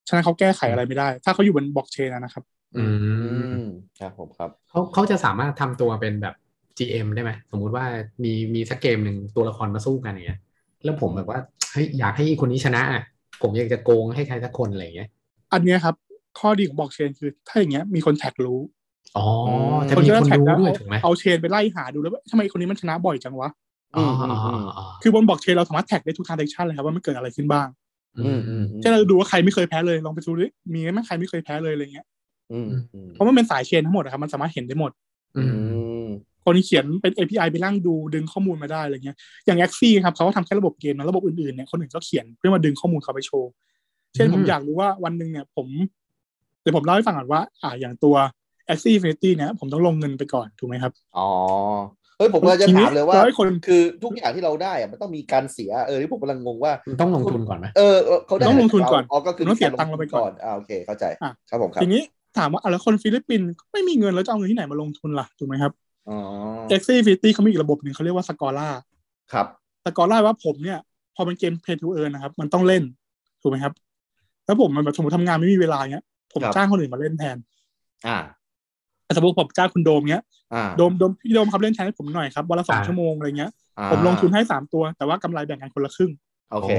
[SPEAKER 4] ฉะนั้นเขาแก้ไขอะไรไม่ได้ ถ้าเขาอยู่บนบล็อกเชนนะครับ
[SPEAKER 3] อื
[SPEAKER 2] อื
[SPEAKER 3] ม
[SPEAKER 2] มครับผมครับ
[SPEAKER 3] เขาเขาจะสามารถทำตัวเป็นแบบ GM ได้ไหมสมมุติว่ามีมีสักเกมหนึ่งตัวละครมาสู้กันอย่างเงี้ย แล้วผมแบบว่าเฮ้ยอยากให้คนนี้ชนะอ่ะผมอยากจะโกงให้ใครสักคนอะไรอย่างเงี้ย
[SPEAKER 4] อันเนี้ยครับ ข้อดีของบล็อกเชนคือ ถ้าอย่างเงี้ยมีคนแท็กรู้
[SPEAKER 3] อ๋ออ
[SPEAKER 2] ม
[SPEAKER 3] จะมีคน
[SPEAKER 4] แท็
[SPEAKER 3] รู้
[SPEAKER 4] แล้ว
[SPEAKER 3] ด้วย
[SPEAKER 4] เอา
[SPEAKER 3] ถูกไหม
[SPEAKER 4] เอาเชนไปไล่หาดูแล้วว่าทำไมคนนี้มันชนะบ่อยจังวะ
[SPEAKER 3] อ๋ออ๋ออ๋ออ๋อ
[SPEAKER 4] คือบนบล็อกเชนเราสามารถแท็กได้ทุกทางเดชันเลยครับว่ามันเกิดอะไรขึ้นบ้าง
[SPEAKER 2] อื
[SPEAKER 3] อื
[SPEAKER 2] ม
[SPEAKER 3] มอื
[SPEAKER 2] อื
[SPEAKER 3] ม
[SPEAKER 2] ม
[SPEAKER 4] เช่นเราดูว่าใครไม่เคยแพ้เลยลองไปดูดิมีไหมใครไม่เคยแพ้เลยอะไรเงี้ย
[SPEAKER 2] อืมอืม
[SPEAKER 4] เพราะมันเป็นสายเชนทั้งหมดอะครับมันสามารถเห็นได้หมด
[SPEAKER 3] อื
[SPEAKER 2] อื
[SPEAKER 3] ม
[SPEAKER 2] ม
[SPEAKER 4] คนที่เขียนเป็น API ไปร่างดูดึงข้อมูลมาได้อะไรเงี้ย อย่าง a x ซี่ครับเขาก็ทำแค่ระบบเกมนะระบบอื่นๆเนี่ยคนอื่นก็เขียนเพื่อมาดึงข้อมูลเขาไปโชว์ เช่นผมอยากรู้ว่าวันหนึ่งเนี่ยผมเดี๋ยวผมเล่าให้ฟังก่อนว่า อ่าอย่างตัว a x ซี่ Infinity เนี่ยผมต้องลงเงินไปก่อนถูกไหมครับ
[SPEAKER 2] อ๋อเฮ้ยผมกำลังจะ
[SPEAKER 4] ทีนี้
[SPEAKER 2] ถามเลยว่า
[SPEAKER 4] ร้อยคน
[SPEAKER 2] คือทุกอย่างที่เราได้อะมันต้องมีการเสียเออที่ผมกำลังงงว่า
[SPEAKER 3] มันต้องลงทุนก่อนไหม
[SPEAKER 2] เออเออเขาได้
[SPEAKER 4] ต้องลงทุนก่อน
[SPEAKER 2] อ๋อก็คือ
[SPEAKER 4] ต้องเสียตังค์เราไปก่อน
[SPEAKER 2] อ่าโอเคเข้าใจ
[SPEAKER 4] อ่ะ
[SPEAKER 2] ครับผมครับ
[SPEAKER 4] ทีนี้ถามว่าอ่ะแล้วคนฟิลิปปินส์ก็ไม่มีเงินแล้วจะเอาเงินที่ไหนมาลงทุนล่ะถูกไหมครับ
[SPEAKER 2] อ๋อ
[SPEAKER 4] a x ซี่ Infinity เขามีอีกระบบหนึ่งเขาเรียกว่าสกอร่า
[SPEAKER 2] ครับ
[SPEAKER 4] สกอร่าว่าผมเนี่ย พอเป็นเกม Play to Earn นะครับมันต้องเล่นถูกไหมครับแล้วผมมันแบบสมมติทำงานไม่มีเวลาเงี้ยผม
[SPEAKER 2] ครับ
[SPEAKER 4] จ้างคนอื่นมาเล่นแทน
[SPEAKER 2] อ่า
[SPEAKER 4] สมมติผมจ้างคุณโดมเงี้ย
[SPEAKER 2] อ่า
[SPEAKER 4] โดมโดมพี่โดมครับเล่นแชร์ให้ผมหน่อยครับวันละสองชั่วโมงอะไรเงี้ย
[SPEAKER 2] อ่า
[SPEAKER 4] ผมลงทุนให้สามตัวแต่ว่ากำไรแบ่งกันคนละครึ่ง
[SPEAKER 2] โอเค
[SPEAKER 3] อ๋อ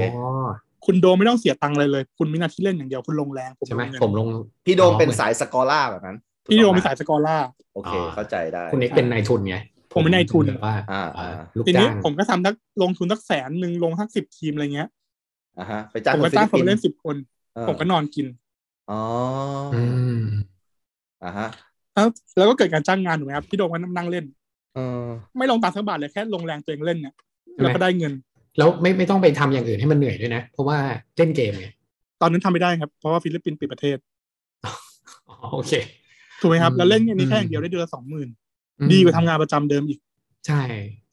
[SPEAKER 4] คุณโดมไม่ต้องเสียตังค์เลยเลย คุณมีหน้าที่เล่นอย่างเดียวคุณลงแรงผม
[SPEAKER 3] ใช่
[SPEAKER 4] ล
[SPEAKER 3] ไหม
[SPEAKER 4] งเงิน
[SPEAKER 3] ผมลง
[SPEAKER 2] พี่โดมเป็นสายสกอร่าแบบนั้นถูก
[SPEAKER 4] พี่โด
[SPEAKER 2] ต้อ
[SPEAKER 4] ม
[SPEAKER 2] งไห
[SPEAKER 4] เป็นสายสกอร่า
[SPEAKER 2] โอเค
[SPEAKER 3] อ่า
[SPEAKER 2] เข้าใจได้
[SPEAKER 3] คุณเอกเป็นนายทุนไง
[SPEAKER 4] ผมเป็นนายทุน
[SPEAKER 3] แบบว่า
[SPEAKER 2] อ่าอ่า
[SPEAKER 3] ลูก
[SPEAKER 4] ทีนี้
[SPEAKER 3] จ้าง
[SPEAKER 4] ผมก็ทำทักลงทุนทักแสนหนึ่งลงทักสิบทีมอะไรเงี้ย
[SPEAKER 2] อ่าฮะไปจ้าง
[SPEAKER 4] ผ
[SPEAKER 2] ค
[SPEAKER 4] มก็
[SPEAKER 2] นฟิ
[SPEAKER 4] จ้าง
[SPEAKER 2] ลิป
[SPEAKER 4] คน
[SPEAKER 2] ปิน
[SPEAKER 4] มาเล่น
[SPEAKER 2] ส์
[SPEAKER 4] สิบคน
[SPEAKER 2] เออ
[SPEAKER 4] ผมก็นอนกิน
[SPEAKER 2] อ๋อ
[SPEAKER 3] อืม
[SPEAKER 2] อ่าฮะ
[SPEAKER 4] แล้วแล้วก็เกิดการจ้างงานถูกไหมครับพี่โดมก็นั่งเล่น
[SPEAKER 2] เออ
[SPEAKER 4] ไม่ลงตังค์สักบาทเลยแค่ลงแรงตัวเองเล่นเนี่ยแล้วก็ได้เงิน
[SPEAKER 3] แล้วไม่ไม่ต้องไปทำอย่างอื่นให้มันเหนื่อยด้วยนะ เพราะว่าเล่นเกมไง
[SPEAKER 4] ตอนนั้นทำไม่ได้ครับเพราะว่าฟิลิปปินส์ปิดประเทศ
[SPEAKER 3] อ๋อโอเค
[SPEAKER 4] ถูกไหมครับแล้วเล่นอันนี้แค่
[SPEAKER 3] อืม
[SPEAKER 4] อย่างเดียวได้เดือนละสองหมื่น
[SPEAKER 3] อืม
[SPEAKER 4] ดีกว่าทำงานประจำเดิมอีก
[SPEAKER 3] ใช่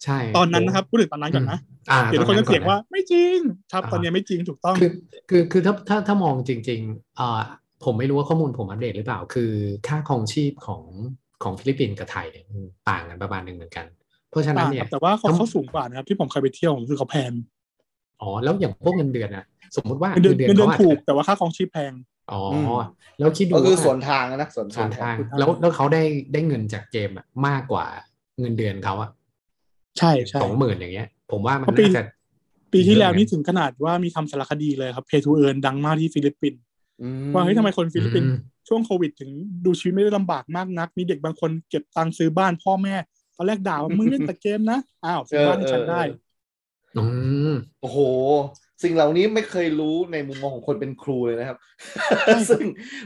[SPEAKER 3] ใช่
[SPEAKER 4] ตอนนั้นนะครับพูดถึงตอนนั้นก่อนนะ
[SPEAKER 3] อ่า
[SPEAKER 4] เดี๋ยวทุกคนจะเถียง
[SPEAKER 3] ตอ
[SPEAKER 4] ว่าไม่จริงครับ
[SPEAKER 3] อ่า
[SPEAKER 4] ตอนนี้ไม่จริงถูกต้อง
[SPEAKER 3] คือคือคือถ้าถ้าถ้ามองจริงๆเอ่อผมไม่รู้ว่าข้อมูลผมอัปเดตหรือเปล่า คือค่าครองชีพของของฟิลิปปินส์กับไทยเนี่ยมันต่างกันประมาณหนึ่งเหมือนกัน เพราะฉะนั้น
[SPEAKER 4] ต่าง
[SPEAKER 3] เนี่
[SPEAKER 4] ครั
[SPEAKER 3] ย
[SPEAKER 4] บแต่ว่าเขา
[SPEAKER 3] ทั้ง
[SPEAKER 4] เขาสูงกว่านะครับที่ผมเคยไปเที่ยวผมคือเขาแพง
[SPEAKER 3] อ๋อแล้วอย่างพวกเงินเดือนนะสมมุติว่า
[SPEAKER 4] เงินเดือนเงินเดือน
[SPEAKER 3] ขาาจจะ
[SPEAKER 4] ถูกแต่ว่าค่าครองชีพแพง
[SPEAKER 3] อ๋อแล้วคิดดู
[SPEAKER 2] ก็คือ
[SPEAKER 3] ว่า
[SPEAKER 2] ส่วนทางนะส่วน
[SPEAKER 3] ส่
[SPEAKER 2] ทา
[SPEAKER 3] วน
[SPEAKER 2] ง
[SPEAKER 3] ทาง
[SPEAKER 4] ส่วนทาง
[SPEAKER 3] แล้วแล้วเขาได้ได้เงินจากเกมอะมากกว่าเงินเดือนเขาอะ
[SPEAKER 4] ใช่ใช่
[SPEAKER 3] สองหมื่นอย่างเงี้ย ผมว่ามัน
[SPEAKER 4] เพราะปี
[SPEAKER 3] น่าจะ
[SPEAKER 4] ปีที่แล้ว
[SPEAKER 3] เยอะไง
[SPEAKER 4] นี่ถึงขนาดว่ามีทำสารคดีเลยครับ Pay to Earn ดังมากที่ฟิลิปปินส์
[SPEAKER 2] อื
[SPEAKER 4] ว่าเฮ้ยทำไมคนฟิลิปปินส์
[SPEAKER 3] อืม
[SPEAKER 4] ช่วงโควิดถึงดูชีวิตไม่ได้ลำบากมากนัก มีเด็กบางคนเก็บตังค์ซื้อบ้านพ่อแม่ตอนแรกด่า ว่า มึงเล่นแต่เกมนะอ้าวซื้อบ้านให้ฉันได้
[SPEAKER 3] อืม
[SPEAKER 2] โอ้โห สิ่งเหล่านี้ไม่เคยรู้ในมุมมองของคนเป็นครูเลย นะครับ
[SPEAKER 4] ใช่
[SPEAKER 2] ซึ่ง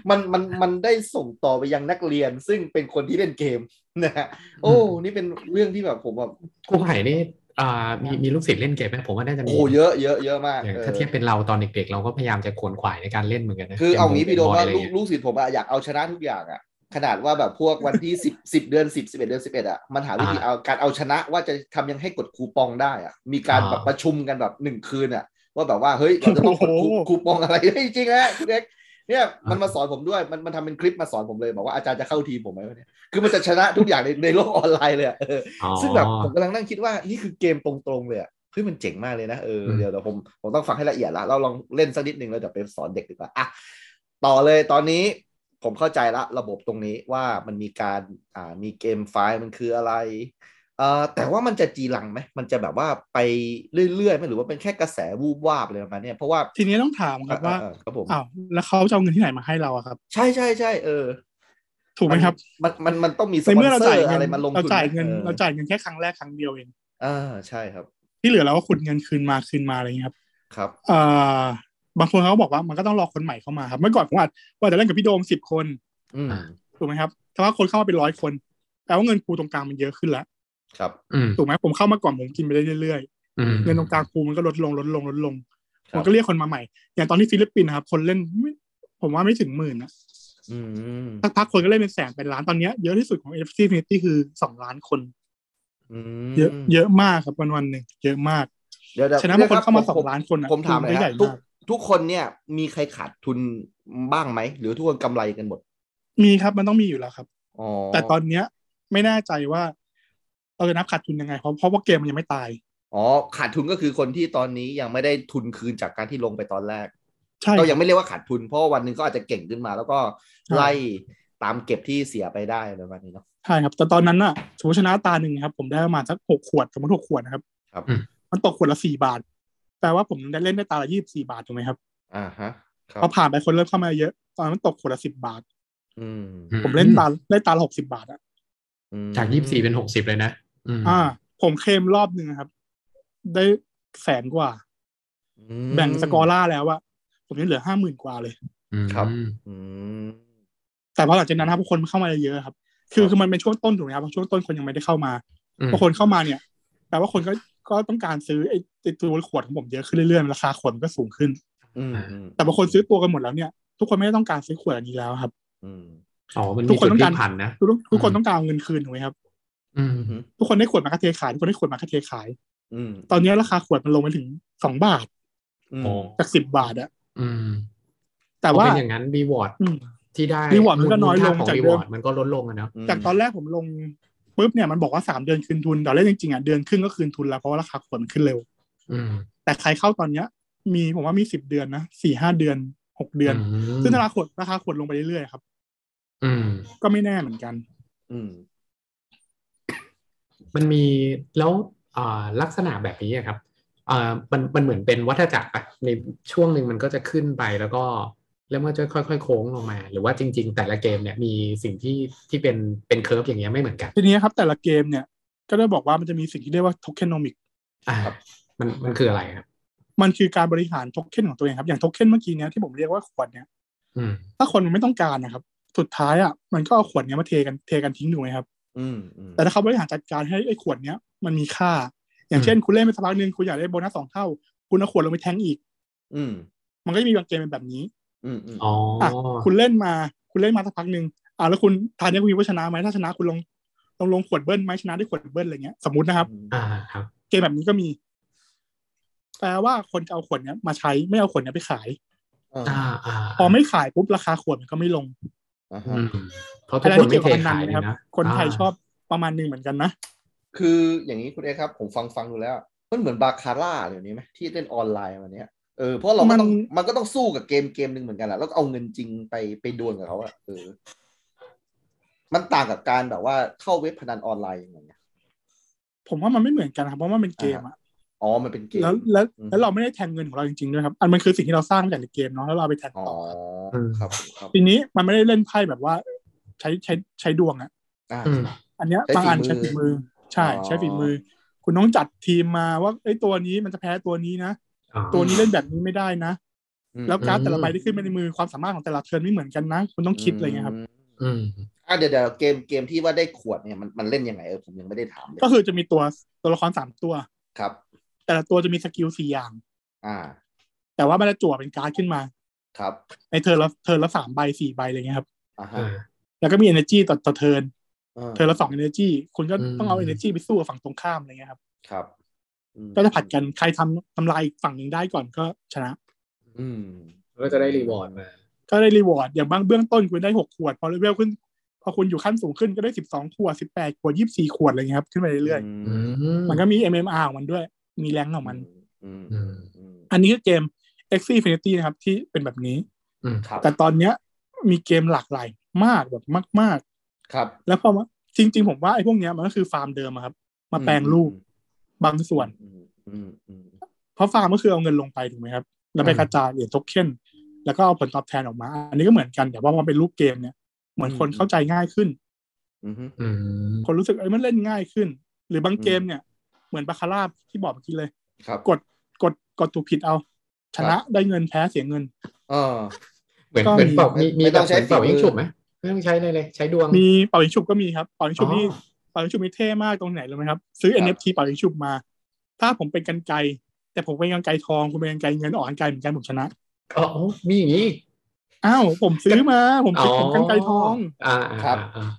[SPEAKER 2] มันมันมันได้ส่งต่อไปยังนักเรียน ซึ่งเป็นคนที่เล่นเกมนะฮะโอ้
[SPEAKER 3] อืม
[SPEAKER 2] นี่เป็นเรื่องที่แบบผมแบบ
[SPEAKER 3] ครูไผ่นี่อ่ามีมีลูกศิษย์เล่นเกมไหมผมว่าน่าจะ
[SPEAKER 2] โอ้
[SPEAKER 3] มี
[SPEAKER 2] โหเยอะเยอะเยอะมาก
[SPEAKER 3] อย่าง
[SPEAKER 2] ออ
[SPEAKER 3] ถ้าเทียบเป็นเราตอนเด็กๆ เราก็พยายามจะขวนขวายในการเล่นเหมือนกันนะ
[SPEAKER 2] คือเอางี้
[SPEAKER 3] กม
[SPEAKER 2] พี่โดม
[SPEAKER 3] บย
[SPEAKER 2] ว่า
[SPEAKER 3] อะไร
[SPEAKER 2] ลูก
[SPEAKER 3] เงี้ย
[SPEAKER 2] ลูกศิษย์ผมอะอยากเอาชนะทุกอย่างอะขนาดว่าแบบพวกวันที่สิบสิบเดือนสิบสิบเอ็ดเดือนสิบเอ็ดอะมันหาวิธีเอาการเอาชนะว่าจะทำยังให้กดคูปองได้อะมีการแบบประชุมกันแบบหนึ่งคืนอะว่าแบบว่าเฮ้ยเราจะต้องกดคู
[SPEAKER 4] โอ้โห
[SPEAKER 2] คูปองอะไร เฮ้ยจริงนะคุณเอกเนี่ยมันมาสอนผมด้วยมันมันทำเป็นคลิปมาสอนผมเลยบอกว่าอาจารย์จะเข้าทีมผมไหมวะเนี่ยคือมันจะชนะทุกอย่างในในโลกออนไลน์เลยอะเออ
[SPEAKER 3] อ๋อ
[SPEAKER 2] ซึ่งแบบผมกำลังนั่งคิดว่านี่คือเกมตรงๆเลยอะเฮ้ยมันเจ๋งมากเลยนะเออ
[SPEAKER 3] อืม
[SPEAKER 2] เดี๋ยวเดี๋ยวผมผมต้องฟังให้ละเอียดละเราลองเล่นสักนิดหนึ่งแล้วเดี๋ยวไปสอนเด็กดีกว่าอ่ะต่อเลยตอนนี้ผมเข้าใจละระบบตรงนี้ว่ามันมีการอ่ามีเกมไฟล์มันคืออะไร เอ่อแต่ว่ามันจะจีรังไหมมันจะแบบว่าไปเรื่อยๆไหมหรือว่าเป็นแค่กระแสวูบวาบอะไรประมาณเนี้ยเพราะว่า
[SPEAKER 4] ทีนี้ต้องถามครับว่า
[SPEAKER 2] เออเออครับผม
[SPEAKER 4] อ้าวแล้วเขาจะเอาเงินที่ไหนมาให้เราอะครับ
[SPEAKER 2] ใช่ใช่ใช่เออ
[SPEAKER 4] ถูกไหมครับ
[SPEAKER 2] มันมันมันต้องมีส
[SPEAKER 4] ใน
[SPEAKER 2] ปอน
[SPEAKER 4] เมื่อเรา
[SPEAKER 2] เซอ
[SPEAKER 4] จ่าย
[SPEAKER 2] ร์
[SPEAKER 4] เงิน
[SPEAKER 2] อะไรมาลงทุน
[SPEAKER 4] เราจ่ายเงิน
[SPEAKER 2] ออ
[SPEAKER 4] เราจ่ายเงินแค่ครั้งแรกครั้งเดียวเอง
[SPEAKER 2] อ่าใช่ครับ
[SPEAKER 4] ที่เหลือเราก็ขุดเงินคืนมาคืนมาอะไรอย่างเงี้ยครับ
[SPEAKER 2] ครับ
[SPEAKER 4] เอ่อบางคนเขาก็บอกว่ามันก็ต้องรอคนใหม่เข้ามาครับเมื่อก่อนผมอาจว่าจะเล่นกับพี่โดมสิบคน
[SPEAKER 2] อืม
[SPEAKER 4] ถูกไหมครับแต่ว่าคนเข้ามาเป็นร้อยคนแปลว่าเงินครูตรงกลางมันเยอะขึ้นแล้ว
[SPEAKER 2] ครับ
[SPEAKER 3] อืม
[SPEAKER 4] ถูกไหมผมเข้ามาก่อนผมกินไปได้เรื่อย
[SPEAKER 3] อืม
[SPEAKER 4] ๆเงินตรงกลางครูมันก็ลดลงลดลงลดลง
[SPEAKER 2] ค
[SPEAKER 4] มั
[SPEAKER 2] รับ
[SPEAKER 4] นก็เรียกคนมาใหม่ อย่างตอนที่ฟิลิปปินส์นะครับคนเล่นไม่ผมว่าไม่ถึงหมื่นนะ
[SPEAKER 2] อืม
[SPEAKER 4] สักพักคนก็เล่นเป็นแสนเป็นล้านตอนเนี้ยเยอะที่สุดของ FC Infinity คือสองล้านคน
[SPEAKER 2] อืม
[SPEAKER 4] เยอะเยอะมากครับวันวันๆหนึ่งเยอะมาก
[SPEAKER 2] เดี๋ยวเดี๋ยว
[SPEAKER 4] ฉะนั้นบางคนเข้ามา
[SPEAKER 2] ผ
[SPEAKER 4] สองล้านคนอะ
[SPEAKER 2] ผมถามหน่อย
[SPEAKER 4] ได้ให
[SPEAKER 2] ฮะ
[SPEAKER 4] ญ่
[SPEAKER 2] ทุก
[SPEAKER 4] มาก
[SPEAKER 2] ทุกคนเนี่ยมีใครขาดทุนบ้างไหม หรือทุกคนกำไรกันหมด
[SPEAKER 4] มีครับมันต้องมีอยู่แล้วครับ
[SPEAKER 2] อ๋อ
[SPEAKER 4] แต่ตอนเนี้ยไม่แน่ใจว่าเราจะนับขาดทุนยังไง เพราะเพราะว่าเกมมันยังไม่ตาย
[SPEAKER 2] อ๋อขาดทุนก็คือคนที่ตอนนี้ยังไม่ได้ทุนคืนจากการที่ลงไปตอนแรก
[SPEAKER 4] ใช่
[SPEAKER 2] ก็ยังไม่เรียกว่าขาดทุนเพราะว่าวันหนึ่งก็อาจจะเก่งขึ้นมา แล้วก็ไล่ตามเก็บที่เสียไปได้ประมาณนี้เนาะ
[SPEAKER 4] ใช่ครับ แต่ตอนนั้นน่ะสมมติชนะตาหนึ่งครับ ผมได้ประมาณสักหกขวดสมมติหกขวดนะครับ
[SPEAKER 2] ครับ
[SPEAKER 4] มันตกขวดละสี่บาท แปลว่าผมได้เล่นได้ตาละยี่สิบสี่บาทถูกไหมครับ
[SPEAKER 2] อ่าฮะครั
[SPEAKER 4] พอผ่านไปคนเริ่มเข้ามาเยอะ ตอนนั้นมันตกขวดละสิบบาท
[SPEAKER 2] อืม
[SPEAKER 4] ผมเล่นตาได้ตาละหกสิบาทอ่ะ
[SPEAKER 2] อืม
[SPEAKER 3] จากยี่สิบสี่เป็นหกสิบเลยนะม
[SPEAKER 4] อ่า ผมเคลมรอบหนึ่งนะครับ ได้แสนกว่า
[SPEAKER 2] อืม
[SPEAKER 4] แบ่งสกอร่าแล้วอะผมยังเหลือห้าหมื่นกว่าเลย
[SPEAKER 3] อืม
[SPEAKER 2] ครับ อืม
[SPEAKER 4] แต่พอหลังจากนั้นนะครับคนเข้ามาเยอะครับ คื
[SPEAKER 2] ค
[SPEAKER 4] อ
[SPEAKER 2] รับ
[SPEAKER 4] คือมันเป็นช่วงต้นถูกไหมครับเพราะช่วงต้นคนยังไม่ได้เข้ามา
[SPEAKER 3] อืม
[SPEAKER 4] พอคนเข้ามาเนี่ยแปลว่าคนก็ก็ต้องการซื้อไอ้ไอ้ตัวขวดของผมเยอะขึ้นเรื่อยๆราคาขวดมันก็สูงขึ้น
[SPEAKER 2] อืมอืม
[SPEAKER 4] แต่บางคนซื้อตัวกันหมดแล้วเนี่ย ทุกคนไม่ได้ต้องการซื้อขวดอันนี้แล้วครับ
[SPEAKER 2] อืม
[SPEAKER 3] อ๋อมัน
[SPEAKER 4] ทุ
[SPEAKER 3] มี
[SPEAKER 4] กค
[SPEAKER 3] จุ
[SPEAKER 4] น
[SPEAKER 3] ด
[SPEAKER 4] ต้อง
[SPEAKER 3] พลิ
[SPEAKER 4] การ
[SPEAKER 3] กผันนะ
[SPEAKER 4] ทุกทุกคน
[SPEAKER 3] อืม
[SPEAKER 4] ต้องการเอาเงินคืนถูกไหมครับ
[SPEAKER 3] อืม
[SPEAKER 2] อืม
[SPEAKER 4] ทุกคนได้ขวดมาก็เทขายทุกคนได้ขวดมาก็เทขาย
[SPEAKER 2] อืม
[SPEAKER 4] ตอนนี้ราคาขวดมันลงไปถึงสองบาท
[SPEAKER 2] อืม
[SPEAKER 3] โอ้
[SPEAKER 4] จากสิบบาทอะ
[SPEAKER 3] อืม
[SPEAKER 4] แต่
[SPEAKER 3] พอ
[SPEAKER 4] ว่า
[SPEAKER 3] เป็นอย่างนั้นรีวอร์ด
[SPEAKER 4] อืม
[SPEAKER 3] ที่ได้
[SPEAKER 4] reward มันก็น้อยลงจาก
[SPEAKER 3] รี
[SPEAKER 4] เดิม
[SPEAKER 3] วอร์ดมันก็ลดลงอะเนาะ
[SPEAKER 4] จากตอนแรกผมลงปุ๊บเนี่ยมันบอกว่าสามเดือนคืนทุนแต่เล่นจริงๆอ่ะเดือนครึ่งก็คืนทุนแล้วเพราะว่าราคาขวดมันขึ้นเร็ว
[SPEAKER 3] อืม
[SPEAKER 4] แต่ใครเข้าตอนเนี้ย มีผมว่ามีสิบเดือนนะสี่ห้าเดือนหกเดือน
[SPEAKER 3] ม
[SPEAKER 4] ซึ่งราคาขวดราคาขวดลงไปเรื่อยๆครับ
[SPEAKER 3] อืม
[SPEAKER 4] ก็ไม่แน่เหมือนกัน
[SPEAKER 2] อืม
[SPEAKER 3] มันมีแล้วอ่าลักษณะแบบนี้อะครับอ่ามันมันเหมือนเป็นวัฏจักรปะในช่วงหนึ่งมันก็จะขึ้นไปแล้วก็แล้วมันจะค่อยๆโค้งลงมา หรือว่าจริง ๆ แต่ละเกมเนี่ยมีสิ่งที่ที่เป็นเป็นเคอร์ฟอย่างเงี้ยไม่เหมือนกัน
[SPEAKER 4] ทีนี้ครับ แต่ละเกมเนี่ย ก็ได้บอกว่ามันจะมีสิ่งที่เรียกว่าโทเคนอมิก
[SPEAKER 3] อ่า
[SPEAKER 2] ครับ
[SPEAKER 3] มันมันคืออะไรครับ
[SPEAKER 4] มันคือการบริหารโทเค็นของตัวเองครับ อย่างโทเค็นเมื่อกี้เนี้ยที่ผมเรียกว่าขวดเนี่ย
[SPEAKER 3] อืม
[SPEAKER 4] ถ้าคนมันไม่ต้องการนะครับ สุดท้ายอ่ะมันก็เอาขวดเนี้ยมาเทกันเทกันทิ้งถูกไหมครับ
[SPEAKER 2] อืมอืม
[SPEAKER 4] แต่ถ้าเขาบริหารจัดการให้ไอ้ขวดเนี้ยมันมีค่า อย่า
[SPEAKER 3] อื
[SPEAKER 4] ง
[SPEAKER 3] ม
[SPEAKER 4] เช่น คุณเล่นไปสักพักหนึ่งคุณอยากได้โบนัสสองเท่า คุณเอาขวดลงไปแทงอีก
[SPEAKER 2] อืม
[SPEAKER 4] มันก็จะมีบางเกมเป็นแบบนี้
[SPEAKER 2] อืมอืม
[SPEAKER 3] อ๋ออ่ะ
[SPEAKER 4] อ่ะคุณเล่นมาคุณเล่นมาสักพักหนึ่งอ่ะแล้วคุณทานเนี้คุณคิดว่าชนะไหมถ้าชนะคุณลงลงลงขวดเบิ้ลไหมชนะด้วยขวดเบิ้ลอะไรเงี้ยสมมตินะครับ
[SPEAKER 3] อ่าครับ
[SPEAKER 4] เกมแบบนี้ก็มี แปลว่าคนจะเอาขวดเนี้ยมาใช้ไม่เอาขวดเนี้ยไปขาย
[SPEAKER 2] อ่า
[SPEAKER 3] อ่าอ่า
[SPEAKER 4] พอไม่ขายปุ๊บราคาขวดมันก็ไม่ลง
[SPEAKER 2] อ่า
[SPEAKER 3] อื
[SPEAKER 2] ฮะ
[SPEAKER 3] มเพราะทุก
[SPEAKER 4] อะไร
[SPEAKER 3] คน
[SPEAKER 4] ที่
[SPEAKER 3] ไม่
[SPEAKER 4] เกี่ยว
[SPEAKER 3] เท
[SPEAKER 4] กับพนั
[SPEAKER 3] ขาน ยเลย
[SPEAKER 4] นะครับ
[SPEAKER 3] นะ
[SPEAKER 4] คนไทย
[SPEAKER 3] า
[SPEAKER 4] ชอบประมาณหนึงเหมือนกันนะ
[SPEAKER 2] คืออย่างนี้คุณเอครับผมฟังฟังดูแล้ว มันเหมือนบาคาร่าเดี๋ยวนี้ไหมที่เล่นออนไลน์วันเนี้ยเออเพราะเราก็ต้องมันก็ต้องสู้กับเกมเกมหนึ่งเหมือนกันแหละแล้วก็เอาเงินจริงไปไปดวลกับเขาอะเออ มันต่างกับการแบบว่าเข้าเว็บพนันออนไลน์ยังไงอะ
[SPEAKER 4] ผมว่ามันไม่เหมือนกันครับเพราะว่ามันเป็นเกมอะ
[SPEAKER 2] อ๋อมันเป็นเกม
[SPEAKER 4] แล้วแล้ว
[SPEAKER 2] อืม
[SPEAKER 4] แล้วเราไม่ได้แทนเงินของเราจริงๆด้วยครับ อันมันคือสิ่งที่เราสร้างมาจากในเกมเนาะแล้วเราไปแทน
[SPEAKER 2] อ๋อ
[SPEAKER 4] ต่ออ
[SPEAKER 2] ครับครับ
[SPEAKER 4] ทีนี้มันไม่ได้เล่นไพ่แบบว่า ใช้ใช้ใช้ดวงอะ
[SPEAKER 2] อ่า
[SPEAKER 3] อืม
[SPEAKER 4] อันเนี้ย
[SPEAKER 2] ใช้
[SPEAKER 4] บางอัน
[SPEAKER 2] ฝีมือ
[SPEAKER 4] ใช้ฝีมือ ใช่
[SPEAKER 2] อ๋อ
[SPEAKER 4] ใช้ฝีมือ คุณต้องจัดทีมมาว่าไอ้ยตัวนี้มันจะแพ้ตัวนี้นะ
[SPEAKER 3] อ๋อ
[SPEAKER 4] ตัวนี้เล่นแบบนี้ไม่ได้นะ
[SPEAKER 2] อืม
[SPEAKER 4] แล้วการ์ด
[SPEAKER 3] อืม
[SPEAKER 4] แต่ละใบที่ขึ้นมาในมือความสามารถของแต่ละเทิร์นไม่เหมือนกันนะ คุณต้องคิดอะไรเงี้ยครับ
[SPEAKER 2] ม
[SPEAKER 3] อืม
[SPEAKER 2] อ่ะเดี๋ยวเดี๋ยวเกมเกมที่ว่าได้ขวดเนี่ยมันมันเล่นยังไงเออผมยังไม่ได้ถามเลย
[SPEAKER 4] ก็คือจะมีตัวตัวละครสามตัว
[SPEAKER 2] ครับ
[SPEAKER 4] แต่ละตัวจะมีสกิลสี่อย่าง
[SPEAKER 2] อ่า
[SPEAKER 4] แต่ว่ามันจะจั่วเป็นการ์ดขึ้นมา
[SPEAKER 2] ครับ
[SPEAKER 4] ในเทิร์นละเทิร์นละสามใบสี่ใบอะไรเงี้ยครับ
[SPEAKER 2] อ่าฮะ
[SPEAKER 3] อ่า
[SPEAKER 4] แล้วก็มี energy ต่อต่อเทิร์น
[SPEAKER 2] อ่า
[SPEAKER 4] เทิร์นละสอง energy คุณก็
[SPEAKER 3] อืม
[SPEAKER 4] ต้องเอา energy ไปสู้กับฝั่งตรงข้ามอะไรเงี้ยครับ
[SPEAKER 2] ครับอืม
[SPEAKER 4] ก็จะผัดกันใครทำทำลายอีกฝั่งหนึ่งได้ก่อนก็ชนะ
[SPEAKER 2] อืม
[SPEAKER 3] ก็จะได้รีวอร์ดมา
[SPEAKER 4] ก็ได้รีวอร์ดอย่างบางเบื้องต้นคุณได้หกขวด พอเลเวลขึ้น พอคุณอยู่ขั้นสูงขึ้นก็ได้สิบสองขวดสิบแปดขวดยี่สิบสี่ขวดอะไรเงี้ยครับขึ้นไปเรื่อย
[SPEAKER 3] อืม
[SPEAKER 4] ๆมันก็มี MMR ของมันด้วย มีแรงของมัน
[SPEAKER 2] อืม
[SPEAKER 3] อืม
[SPEAKER 2] อืม
[SPEAKER 4] อันนี้คือเกม x i n f i n i t y นะครับที่เป็นแบบนี้
[SPEAKER 3] อืม
[SPEAKER 2] ครับ
[SPEAKER 4] แต่ตอนเนี้ยมีเกมหลากหลายมากแบบมาก
[SPEAKER 2] ครับ
[SPEAKER 4] ๆ แล้วพอมาจริง ๆ ผมว่าไอ้พวกเนี้ยมันก็คือฟาร์มเดิมอะครับ มาแปลงรูปบางส่วน
[SPEAKER 2] อืมอืมอืม
[SPEAKER 4] เพราะฟาร์มก็คือเอาเงินลงไปถูกไหมครับ แล้วไปกระจายเหรียญโทเค็นแล้วก็เอาผลตอบแทนออกมา อันนี้ก็เหมือนกันแต่ว่ามันเป็นรูปเกมเนี่ย เหมือนคนเข้าใจง่ายขึ้น
[SPEAKER 2] อืมอืม
[SPEAKER 3] อืม
[SPEAKER 4] คนรู้สึกเอ้ยมันเล่นง่ายขึ้น หรือบางเกมเนี่ย เหมือนบาคาร่าที่บอกเมื่อกี้เลย
[SPEAKER 2] ครับ
[SPEAKER 4] กดกดกดถูกผิดเอา ชนะได้เงินแพ้เสียเงิน
[SPEAKER 2] เออ
[SPEAKER 3] เหมือน
[SPEAKER 4] ก็
[SPEAKER 3] เหมือน
[SPEAKER 4] มี
[SPEAKER 3] เป่ามีมี
[SPEAKER 2] ไม่ต้อบ ง
[SPEAKER 3] แบเห
[SPEAKER 2] ใช้
[SPEAKER 3] มือนเป่า
[SPEAKER 2] ฝีมือ
[SPEAKER 3] ยิงฉุบไหมไม่ต้องใช้เลยเลย ใช้ดวง
[SPEAKER 4] มีเป่ายิงชุบก็มีครับเป่ายิงชุบนี่
[SPEAKER 3] อ๋อ
[SPEAKER 4] เป่ายิงชุบนี่เท่มากตรงไหนรู้ไหมครับ ซื้อ
[SPEAKER 2] ครับ
[SPEAKER 4] NFT เป่ายิงชุบมา ถ้าผมเป็นกันไกรแต่ผมเป็นกันไกรทองคุณเป็นกันไกรเงินออกกันไกรเหมือนกันผมชนะ
[SPEAKER 3] อ๋อมีอย่างนี้อีก
[SPEAKER 4] อ้าวผมซื้อมา ผมซื้อผมกันไกรทอง
[SPEAKER 3] อ่าอ่า
[SPEAKER 2] ครับ
[SPEAKER 3] อ่า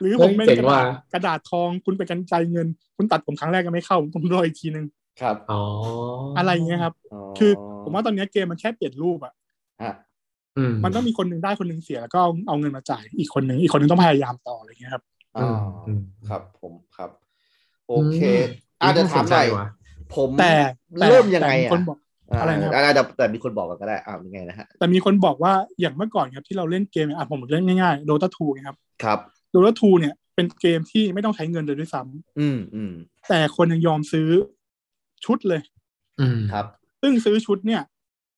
[SPEAKER 4] หรือ
[SPEAKER 3] เฮ้
[SPEAKER 4] ผ
[SPEAKER 3] ย
[SPEAKER 4] มเป็น
[SPEAKER 3] เจ๋
[SPEAKER 4] ก
[SPEAKER 3] ง
[SPEAKER 4] ระดา
[SPEAKER 3] ว่ะ
[SPEAKER 4] ษกระดาษทองคุณเป็นกันไกรเงิน คุณตัดผมครั้งแรกก็ไม่เข้าผมต้องรออีกทีนึง
[SPEAKER 2] ครับ
[SPEAKER 3] อ๋อ
[SPEAKER 4] อะ
[SPEAKER 3] อะไร
[SPEAKER 4] อย่างเงี้ยครับ คือ ผมว่าตอนเนี้ยเกมมันแค่เปลี่ยนรูปอะ
[SPEAKER 2] ฮะ
[SPEAKER 4] มันต้องมีคนหนึงได้คนหนึงเสียแล้วก็เอาเอาเงินมาจ่ายอีกคนหนึงอีกคนหนึงต้องพยายามต่ออะไรเงี้ยครับ
[SPEAKER 2] อ๋ออ
[SPEAKER 3] ม
[SPEAKER 2] ครับผมครับ โอ
[SPEAKER 3] อืม
[SPEAKER 2] เคอาจจะเดี๋ยวถามหน่อย
[SPEAKER 3] น่สนใจว่ะ
[SPEAKER 2] ผม
[SPEAKER 4] แต่แต่
[SPEAKER 2] เริ่มยังไง
[SPEAKER 4] แต่มี
[SPEAKER 2] อะ
[SPEAKER 4] คนบอก อะไรนะครับ
[SPEAKER 2] าแต่แต่มีคนบอกกันก็ได้อ้าวยังไงนะฮะ
[SPEAKER 4] แต่มีคนบอกว่าอย่างเมื่อก่อนครับที่เราเล่นเกมอ่ะผมเล่นง่ายๆโดตาทูครับ
[SPEAKER 2] ครับ
[SPEAKER 4] โดตาทูเนี่ยเป็นเกมที่ไม่ต้องใช้เงินเลยด้วยซ้ำ
[SPEAKER 2] อืมอืม
[SPEAKER 4] แต่คนยังยอมซื้อชุดเลย
[SPEAKER 3] อืม
[SPEAKER 2] ครับ
[SPEAKER 4] ซึ่งซื้อชุดเนี่ย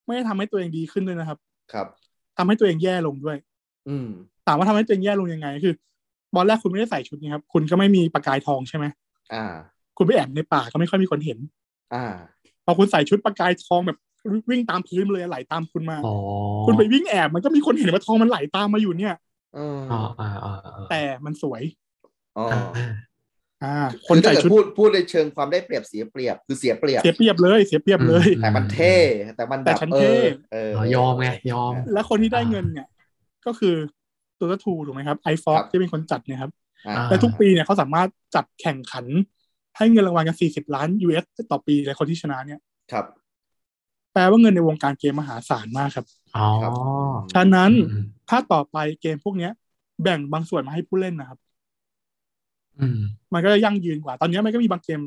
[SPEAKER 4] ไม่ได้ทำให้ตัวเองดีขึ้นด้วยนะครับ
[SPEAKER 2] ครับ
[SPEAKER 4] ทำให้ตัวเองแย่ลงด้วย
[SPEAKER 2] อืม
[SPEAKER 4] ถามว่าทำให้ตัวเองแย่ลงยังไงคือตอนแรกคุณไม่ได้ใส่ชุดนี้ครับคุณก็ไม่มีประกายทองใช่ไหม
[SPEAKER 2] อ่า
[SPEAKER 4] คุณไปแอบในป่าก็ไม่ค่อยมีคนเห็น
[SPEAKER 2] อ่า
[SPEAKER 4] พอคุณใส่ชุดประกายทองแบบวิ่งตามพื้นมาเลยไหลตามคุณมา
[SPEAKER 3] อ๋อ
[SPEAKER 4] คุณไปวิ่งแอบมันก็มีคนเห็นว่าทองมันไหลตามมาอยู่เนี่ย
[SPEAKER 2] เออ
[SPEAKER 3] อ๋ออ๋ออ๋ออ๋อ
[SPEAKER 4] แต่มันสวย
[SPEAKER 2] อ๋อ
[SPEAKER 3] อ่าอ่า
[SPEAKER 4] อ่า ค
[SPEAKER 2] คื
[SPEAKER 4] น
[SPEAKER 2] อถ้า
[SPEAKER 4] ใส่
[SPEAKER 2] เกิด
[SPEAKER 4] ชุด
[SPEAKER 2] พูดพูดในเชิงความได้เปรียบเสียเปรียบคือเสียเปรียบ
[SPEAKER 4] เสียเปรียบเลยเสียเปรียบเลย
[SPEAKER 2] แต่มันเท่แต่มันแบ
[SPEAKER 4] แต่
[SPEAKER 2] บ
[SPEAKER 4] ฉัน
[SPEAKER 2] เอ
[SPEAKER 4] เท่
[SPEAKER 2] อเออ
[SPEAKER 3] อ๋อยอมไงยอม
[SPEAKER 4] และคนที่ได้เงินเนี่ย ก็คือตัวละทูถูกไหมครับไอฟอกที่เป็นคนจัดเนะครับ
[SPEAKER 2] อ่า
[SPEAKER 3] า
[SPEAKER 4] และทุกปีเนี่ยเขาสามารถจัดแข่งขัน ให้เงินรางวัลกัน 40 ล้าน US ต่อปีเลยคนที่ชนะเนี่ย
[SPEAKER 2] ครับ
[SPEAKER 4] แปลว่าเงินในวงการเกมมหาศาลมากครับ
[SPEAKER 3] อ๋อ
[SPEAKER 2] ครับ
[SPEAKER 4] ฉะนั้น
[SPEAKER 3] อืม
[SPEAKER 4] ถ้าต่อไปเกมพวกเนี้ย แบ่งบางส่วนมาให้ผู้เล่นนะครับ
[SPEAKER 3] อืม
[SPEAKER 4] มันก็จะยั่งยืนกว่า ตอนเนี้ยมันก็มีบางเกม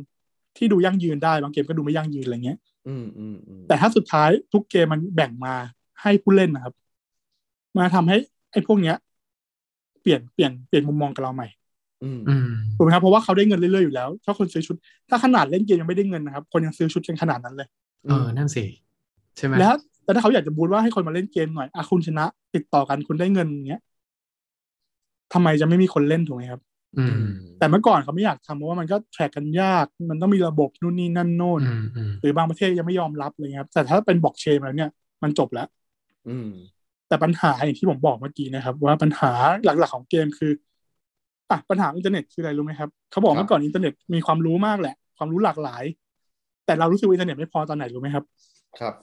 [SPEAKER 4] ที่ดูยั่งยืนได้ บางเกมก็ดูไม่ยั่งยืนอะไรเงี้ย
[SPEAKER 2] อืมอืมอืม
[SPEAKER 4] แต่ถ้าสุดท้ายทุกเกมมันแบ่งมาให้ผู้เล่นนะครับ มาทำให้ไอ้พวกเนี้ย เปลี่ยนเปลี่ยนเปลี่ยนมุมมองกับเราใหม่
[SPEAKER 2] อืม
[SPEAKER 3] อืม
[SPEAKER 4] ถูกไหมครับเพราะว่าเขาได้เงินเรื่อยๆอยู่แล้วถ้าคนซื้อชุด ถ้าขนาดเล่นเกมยังไม่ได้เงินนะครับ คนยังซื้อชุดกันขนาดนั้นเลย
[SPEAKER 3] เออ นั่นสิ ใช่ไหม
[SPEAKER 4] แล้วแต่ถ้าเขาอยากจะบูทว่าให้คนมาเล่นเกมหน่อยอะคุณชนะ ติดต่อกันคุณได้เงินอย่างเงี้ยทำไมจะไม่มีคนเล่นถูกไหมครับ
[SPEAKER 3] อื
[SPEAKER 2] อื
[SPEAKER 3] ม
[SPEAKER 2] ม
[SPEAKER 4] แต่เมื่อก่อนเขาไม่อยากทำเพราะว่ามันก็แทร็กกันยาก มันต้องมีระบบนู่นนี่นั่นโน่น
[SPEAKER 3] อืมอืม
[SPEAKER 4] หรือบางประเทศยังไม่ยอมรับเลยครับ แต่ถ้าเป็นบล็อกเชนแล้วเนี่ยมันจบแล้ว
[SPEAKER 2] อืม
[SPEAKER 4] แต่ปัญหาอย่างที่ผมบอกเมื่อกี้นะครับ ว่าปัญหาหลักๆของเกมคืออ่ะปัญหาอินเทอร์เน็ตคืออะไรรู้ไหมครับเขาบอกเมื่อก่อนอินเทอร์เน็ตมีความรู้มากแหละ ความรู้หลากหลาย แต่เรารู้สึกว่าอินเทอร์เน็ตไม่พอตอนไหนรู้ไหมครับ
[SPEAKER 2] ครับ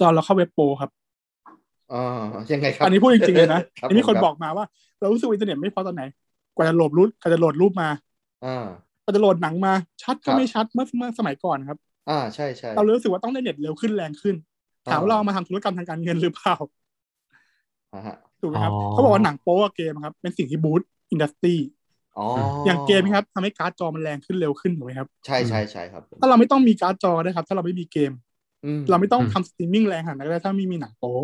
[SPEAKER 4] ตอนเราเข้าเว็บโปรครับ
[SPEAKER 2] อ๋อยังไงครับ
[SPEAKER 4] อันนี้พูดจริงๆเลยนะ
[SPEAKER 2] รั
[SPEAKER 4] อันนี้ มีคน
[SPEAKER 2] รั
[SPEAKER 4] บอกมาว่า เรารู้สึกว่าอินเทอร์เน็ตไม่พอตอนไหน กว่าจะโหลดรูปกว่าจะโหลดรูปมา
[SPEAKER 2] อ่า
[SPEAKER 4] กว่าจะโหลดหนังมา ชัด
[SPEAKER 2] ครับ
[SPEAKER 4] ก็ไม่ชัดเมื่อเมื่อสมัยก่อนครับ
[SPEAKER 2] อ่าใช่ใช่
[SPEAKER 4] เรารู้สึกว่าต้องได้เน็ตเร็วขึ้นแรงขึ้น ถามว่าเราเอามาทำธุรกรรมทางการเงินหรือเปล่า
[SPEAKER 2] อ่าฮะ
[SPEAKER 4] ถูกไหมครับเขาบอกว่าหนังโป๊กับเกมครับเป็นสิ่งที่บูตอินดัสตรี
[SPEAKER 2] อ๋อ
[SPEAKER 4] อย่างเกมครับทำให้การ์ดจอมันแรงขึ้นเร็วขึ้นถูกไหมครับ
[SPEAKER 2] ใช่ใช่ใช่ครับผม
[SPEAKER 4] ถ้าเราไม่ต้องมีการ์ดจอนะครับ ถ้าเราไม่มีเกม
[SPEAKER 2] อืม
[SPEAKER 4] เราไม่ต้องทำสตรีมมิ่งแรงขนาดนั้นก็ได้ถ้าไม่มีหนังโป๊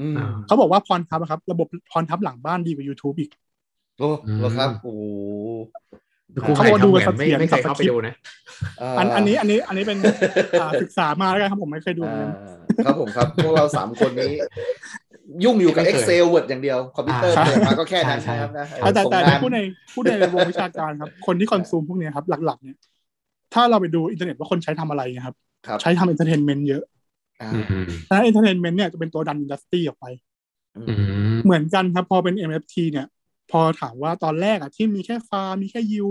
[SPEAKER 2] อืม
[SPEAKER 3] อ่า
[SPEAKER 4] เขาบอกว่าพรทับครับ ระบบพรทับหลังบ้านดีกว่า YouTube อีก
[SPEAKER 2] โอ้เหรอครับโอ้
[SPEAKER 3] กู
[SPEAKER 4] เขา
[SPEAKER 3] เคย
[SPEAKER 4] บอก
[SPEAKER 3] ทำ
[SPEAKER 4] ดู
[SPEAKER 3] เหมือน
[SPEAKER 4] กับ
[SPEAKER 3] ไม่
[SPEAKER 4] เสียง
[SPEAKER 3] ไม่เคย
[SPEAKER 4] กับ
[SPEAKER 3] เข้าไป
[SPEAKER 4] คลิป
[SPEAKER 3] ดูนะ
[SPEAKER 4] อันอันนี้อันนี้อันนี้เป็น อ่าศึกษามาแล้วกันครับผมไม่เคยดูเหมือนกัน
[SPEAKER 2] อ่าครับผมครับ พวกเราสามคนนี้ ยุ่งอยู่กับ
[SPEAKER 3] ไม่เคย
[SPEAKER 2] Excel Word อย่างเดียว คอมพิวเตอร์
[SPEAKER 4] อ่า
[SPEAKER 2] เปิดมาก็แค่นั้น
[SPEAKER 3] ใช่
[SPEAKER 2] นะครับ
[SPEAKER 3] ใช่
[SPEAKER 2] นะ
[SPEAKER 4] อ่ะแต่
[SPEAKER 2] ส่ง
[SPEAKER 4] แต่
[SPEAKER 2] งา
[SPEAKER 4] ถ้าน พูดในพูดในวงวิชาการครับ คนที่คอนซูมพวกเนี้ยครับ หลักๆเนี่ยถ้าเราไปดูอินเทอร์เน็ตว่าคนใช้ทำอะไรนะครับ
[SPEAKER 2] ครับ
[SPEAKER 4] ใช้ทำเอนเตอร์เทนเมนต์เยอะ
[SPEAKER 2] อ่า
[SPEAKER 4] ดังนั้นเอนเตอร์เทนเมนต์เนี่ยจะเป็นตัวดันอินดัสตรีออกไป
[SPEAKER 3] อืม
[SPEAKER 4] เหมือนกันครับ พอเป็น MFT เนี่ย พอถามว่าตอนแรกอ่ะที่มีแค่ฟาร์มมีแค่ยิว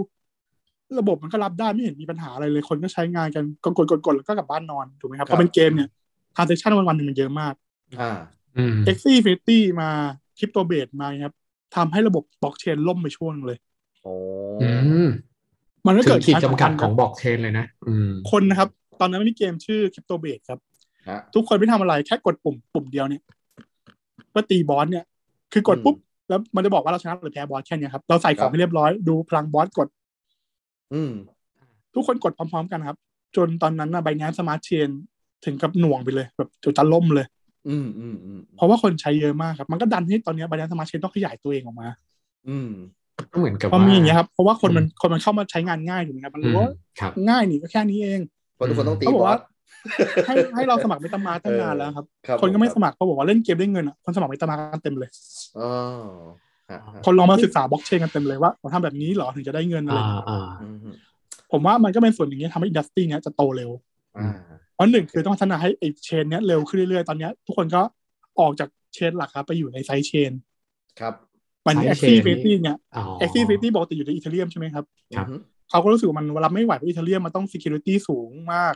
[SPEAKER 4] ระบบมันก็รับได้ไม่เห็นมีปัญหาอะไรเลย คนก็ใช้งานกันกดกดกดแล้วก็กลับบ้านนอนถูกไหมครับพอเป็นเกมเนี่ยทรานเซชันวันๆหนึ่งมันเยอะมาก
[SPEAKER 2] อ่า
[SPEAKER 3] อืม
[SPEAKER 4] เอ็กซี่ฟิตี้มาคริปโตเบสมาครับทำให้ระบบบล็อกเชนล่มไปช่วงหนึ่งเลย
[SPEAKER 2] โอ้
[SPEAKER 3] อืม
[SPEAKER 4] มันก็
[SPEAKER 3] ถึ
[SPEAKER 4] เกิ
[SPEAKER 3] งขีด
[SPEAKER 4] ดาร
[SPEAKER 3] จำกัดของ
[SPEAKER 4] ทำ
[SPEAKER 3] บล็อกเชนเลยนะ อืม
[SPEAKER 4] คนนะครับ ตอนนั้นไม่มีเกมชื่อคริปโตเบสครับ
[SPEAKER 2] ฮะ
[SPEAKER 4] ทุกคนไม่ทำอะไรแค่กดปุ่มปุ่มเดียวเนี่ยเมื่อตีบอสเนี่ย คือกด
[SPEAKER 2] อืม
[SPEAKER 4] ปุ๊บ แล้วมันจะบอกว่าเราชนะหรือแพ้บอสแค่เนี้ยครับ เราใส่
[SPEAKER 2] ค
[SPEAKER 4] ขอ
[SPEAKER 2] รั
[SPEAKER 4] ง
[SPEAKER 2] บ
[SPEAKER 4] ให้เรียบร้อยดูพลังบอสกด
[SPEAKER 2] อืม
[SPEAKER 4] ทุกคนกดพร้อมๆกันครับ จนตอนนั้นนะไบแนนสมาร์ทเชนถึงกับหน่วงไปเลย แบบจะจะล่มเลย
[SPEAKER 2] อืมอืมอืม
[SPEAKER 4] เพราะว่าคนใช้เยอะมากครับ มันก็ดันให้ตอนเนี้ไบแนนสมาร์ทเชนต้องขยายตัวเองออกมา
[SPEAKER 2] อืม
[SPEAKER 3] ก็เหมือนกับ
[SPEAKER 4] พอ
[SPEAKER 3] ว่า
[SPEAKER 4] มีอย่างเงี้ยครับเพราะว่าคนมันคนมันเข้ามาใช้งานง่ายถูกไหมครับมัน
[SPEAKER 3] อื
[SPEAKER 4] รู้
[SPEAKER 3] ม
[SPEAKER 4] ว่า
[SPEAKER 3] ครับ
[SPEAKER 4] ง่ายนี่ก็แค่นี้เอง
[SPEAKER 2] เพราะทุกคนต้องตี
[SPEAKER 4] เขาบอบก
[SPEAKER 2] อ
[SPEAKER 4] ว่า
[SPEAKER 2] ส
[SPEAKER 4] ให้ให้เราสมัครเมตามาตั้งนานแล้วครับ
[SPEAKER 2] รับ
[SPEAKER 4] คนก็ไม่
[SPEAKER 2] ผ
[SPEAKER 4] สมัครเขาบอกว่าเล่นเกมได้เงินอ่ะคนสมัครเมตามากันเต็มเลย
[SPEAKER 2] อ๋อฮะฮะ
[SPEAKER 4] คนลองมาศึกษาบล็อกเชนกันเต็มเลยว่าเราทำแบบนี้เหรอถึงจะได้เงินอะไร
[SPEAKER 3] อ่า
[SPEAKER 4] อย่างเงี้ย
[SPEAKER 3] อ่า
[SPEAKER 2] อืม
[SPEAKER 4] ผมว่ามันก็เป็นส่วนหนึ่งที่ทำให้อินดัสตรีเนี้ยจะโตเร็ว
[SPEAKER 2] อ่า
[SPEAKER 4] เพราะหนึ่งคือต้องพัฒนาให้ไอ้เชนเนี้ยเร็วขึ้นเรื่อยๆ ตอนเนี้ยทุกคนก็ออกจากเชนหลักครับไปอยู่ในไซด์เชน
[SPEAKER 2] ครับ
[SPEAKER 4] มัน
[SPEAKER 3] ไซด์
[SPEAKER 4] เอ็ก
[SPEAKER 3] chain
[SPEAKER 4] ซี่เฟตี้เนี่ย
[SPEAKER 3] อ๋อ
[SPEAKER 4] เอ็กซี่เฟตี้บอกติอยู่ในอีเทเรียมใช่ไหมครับ
[SPEAKER 3] ครับ
[SPEAKER 2] อืม
[SPEAKER 4] เขาก็รู้สึกว่ามันรับไม่ไหวเพราะอีเทเรียมมันต้อง security สูงมาก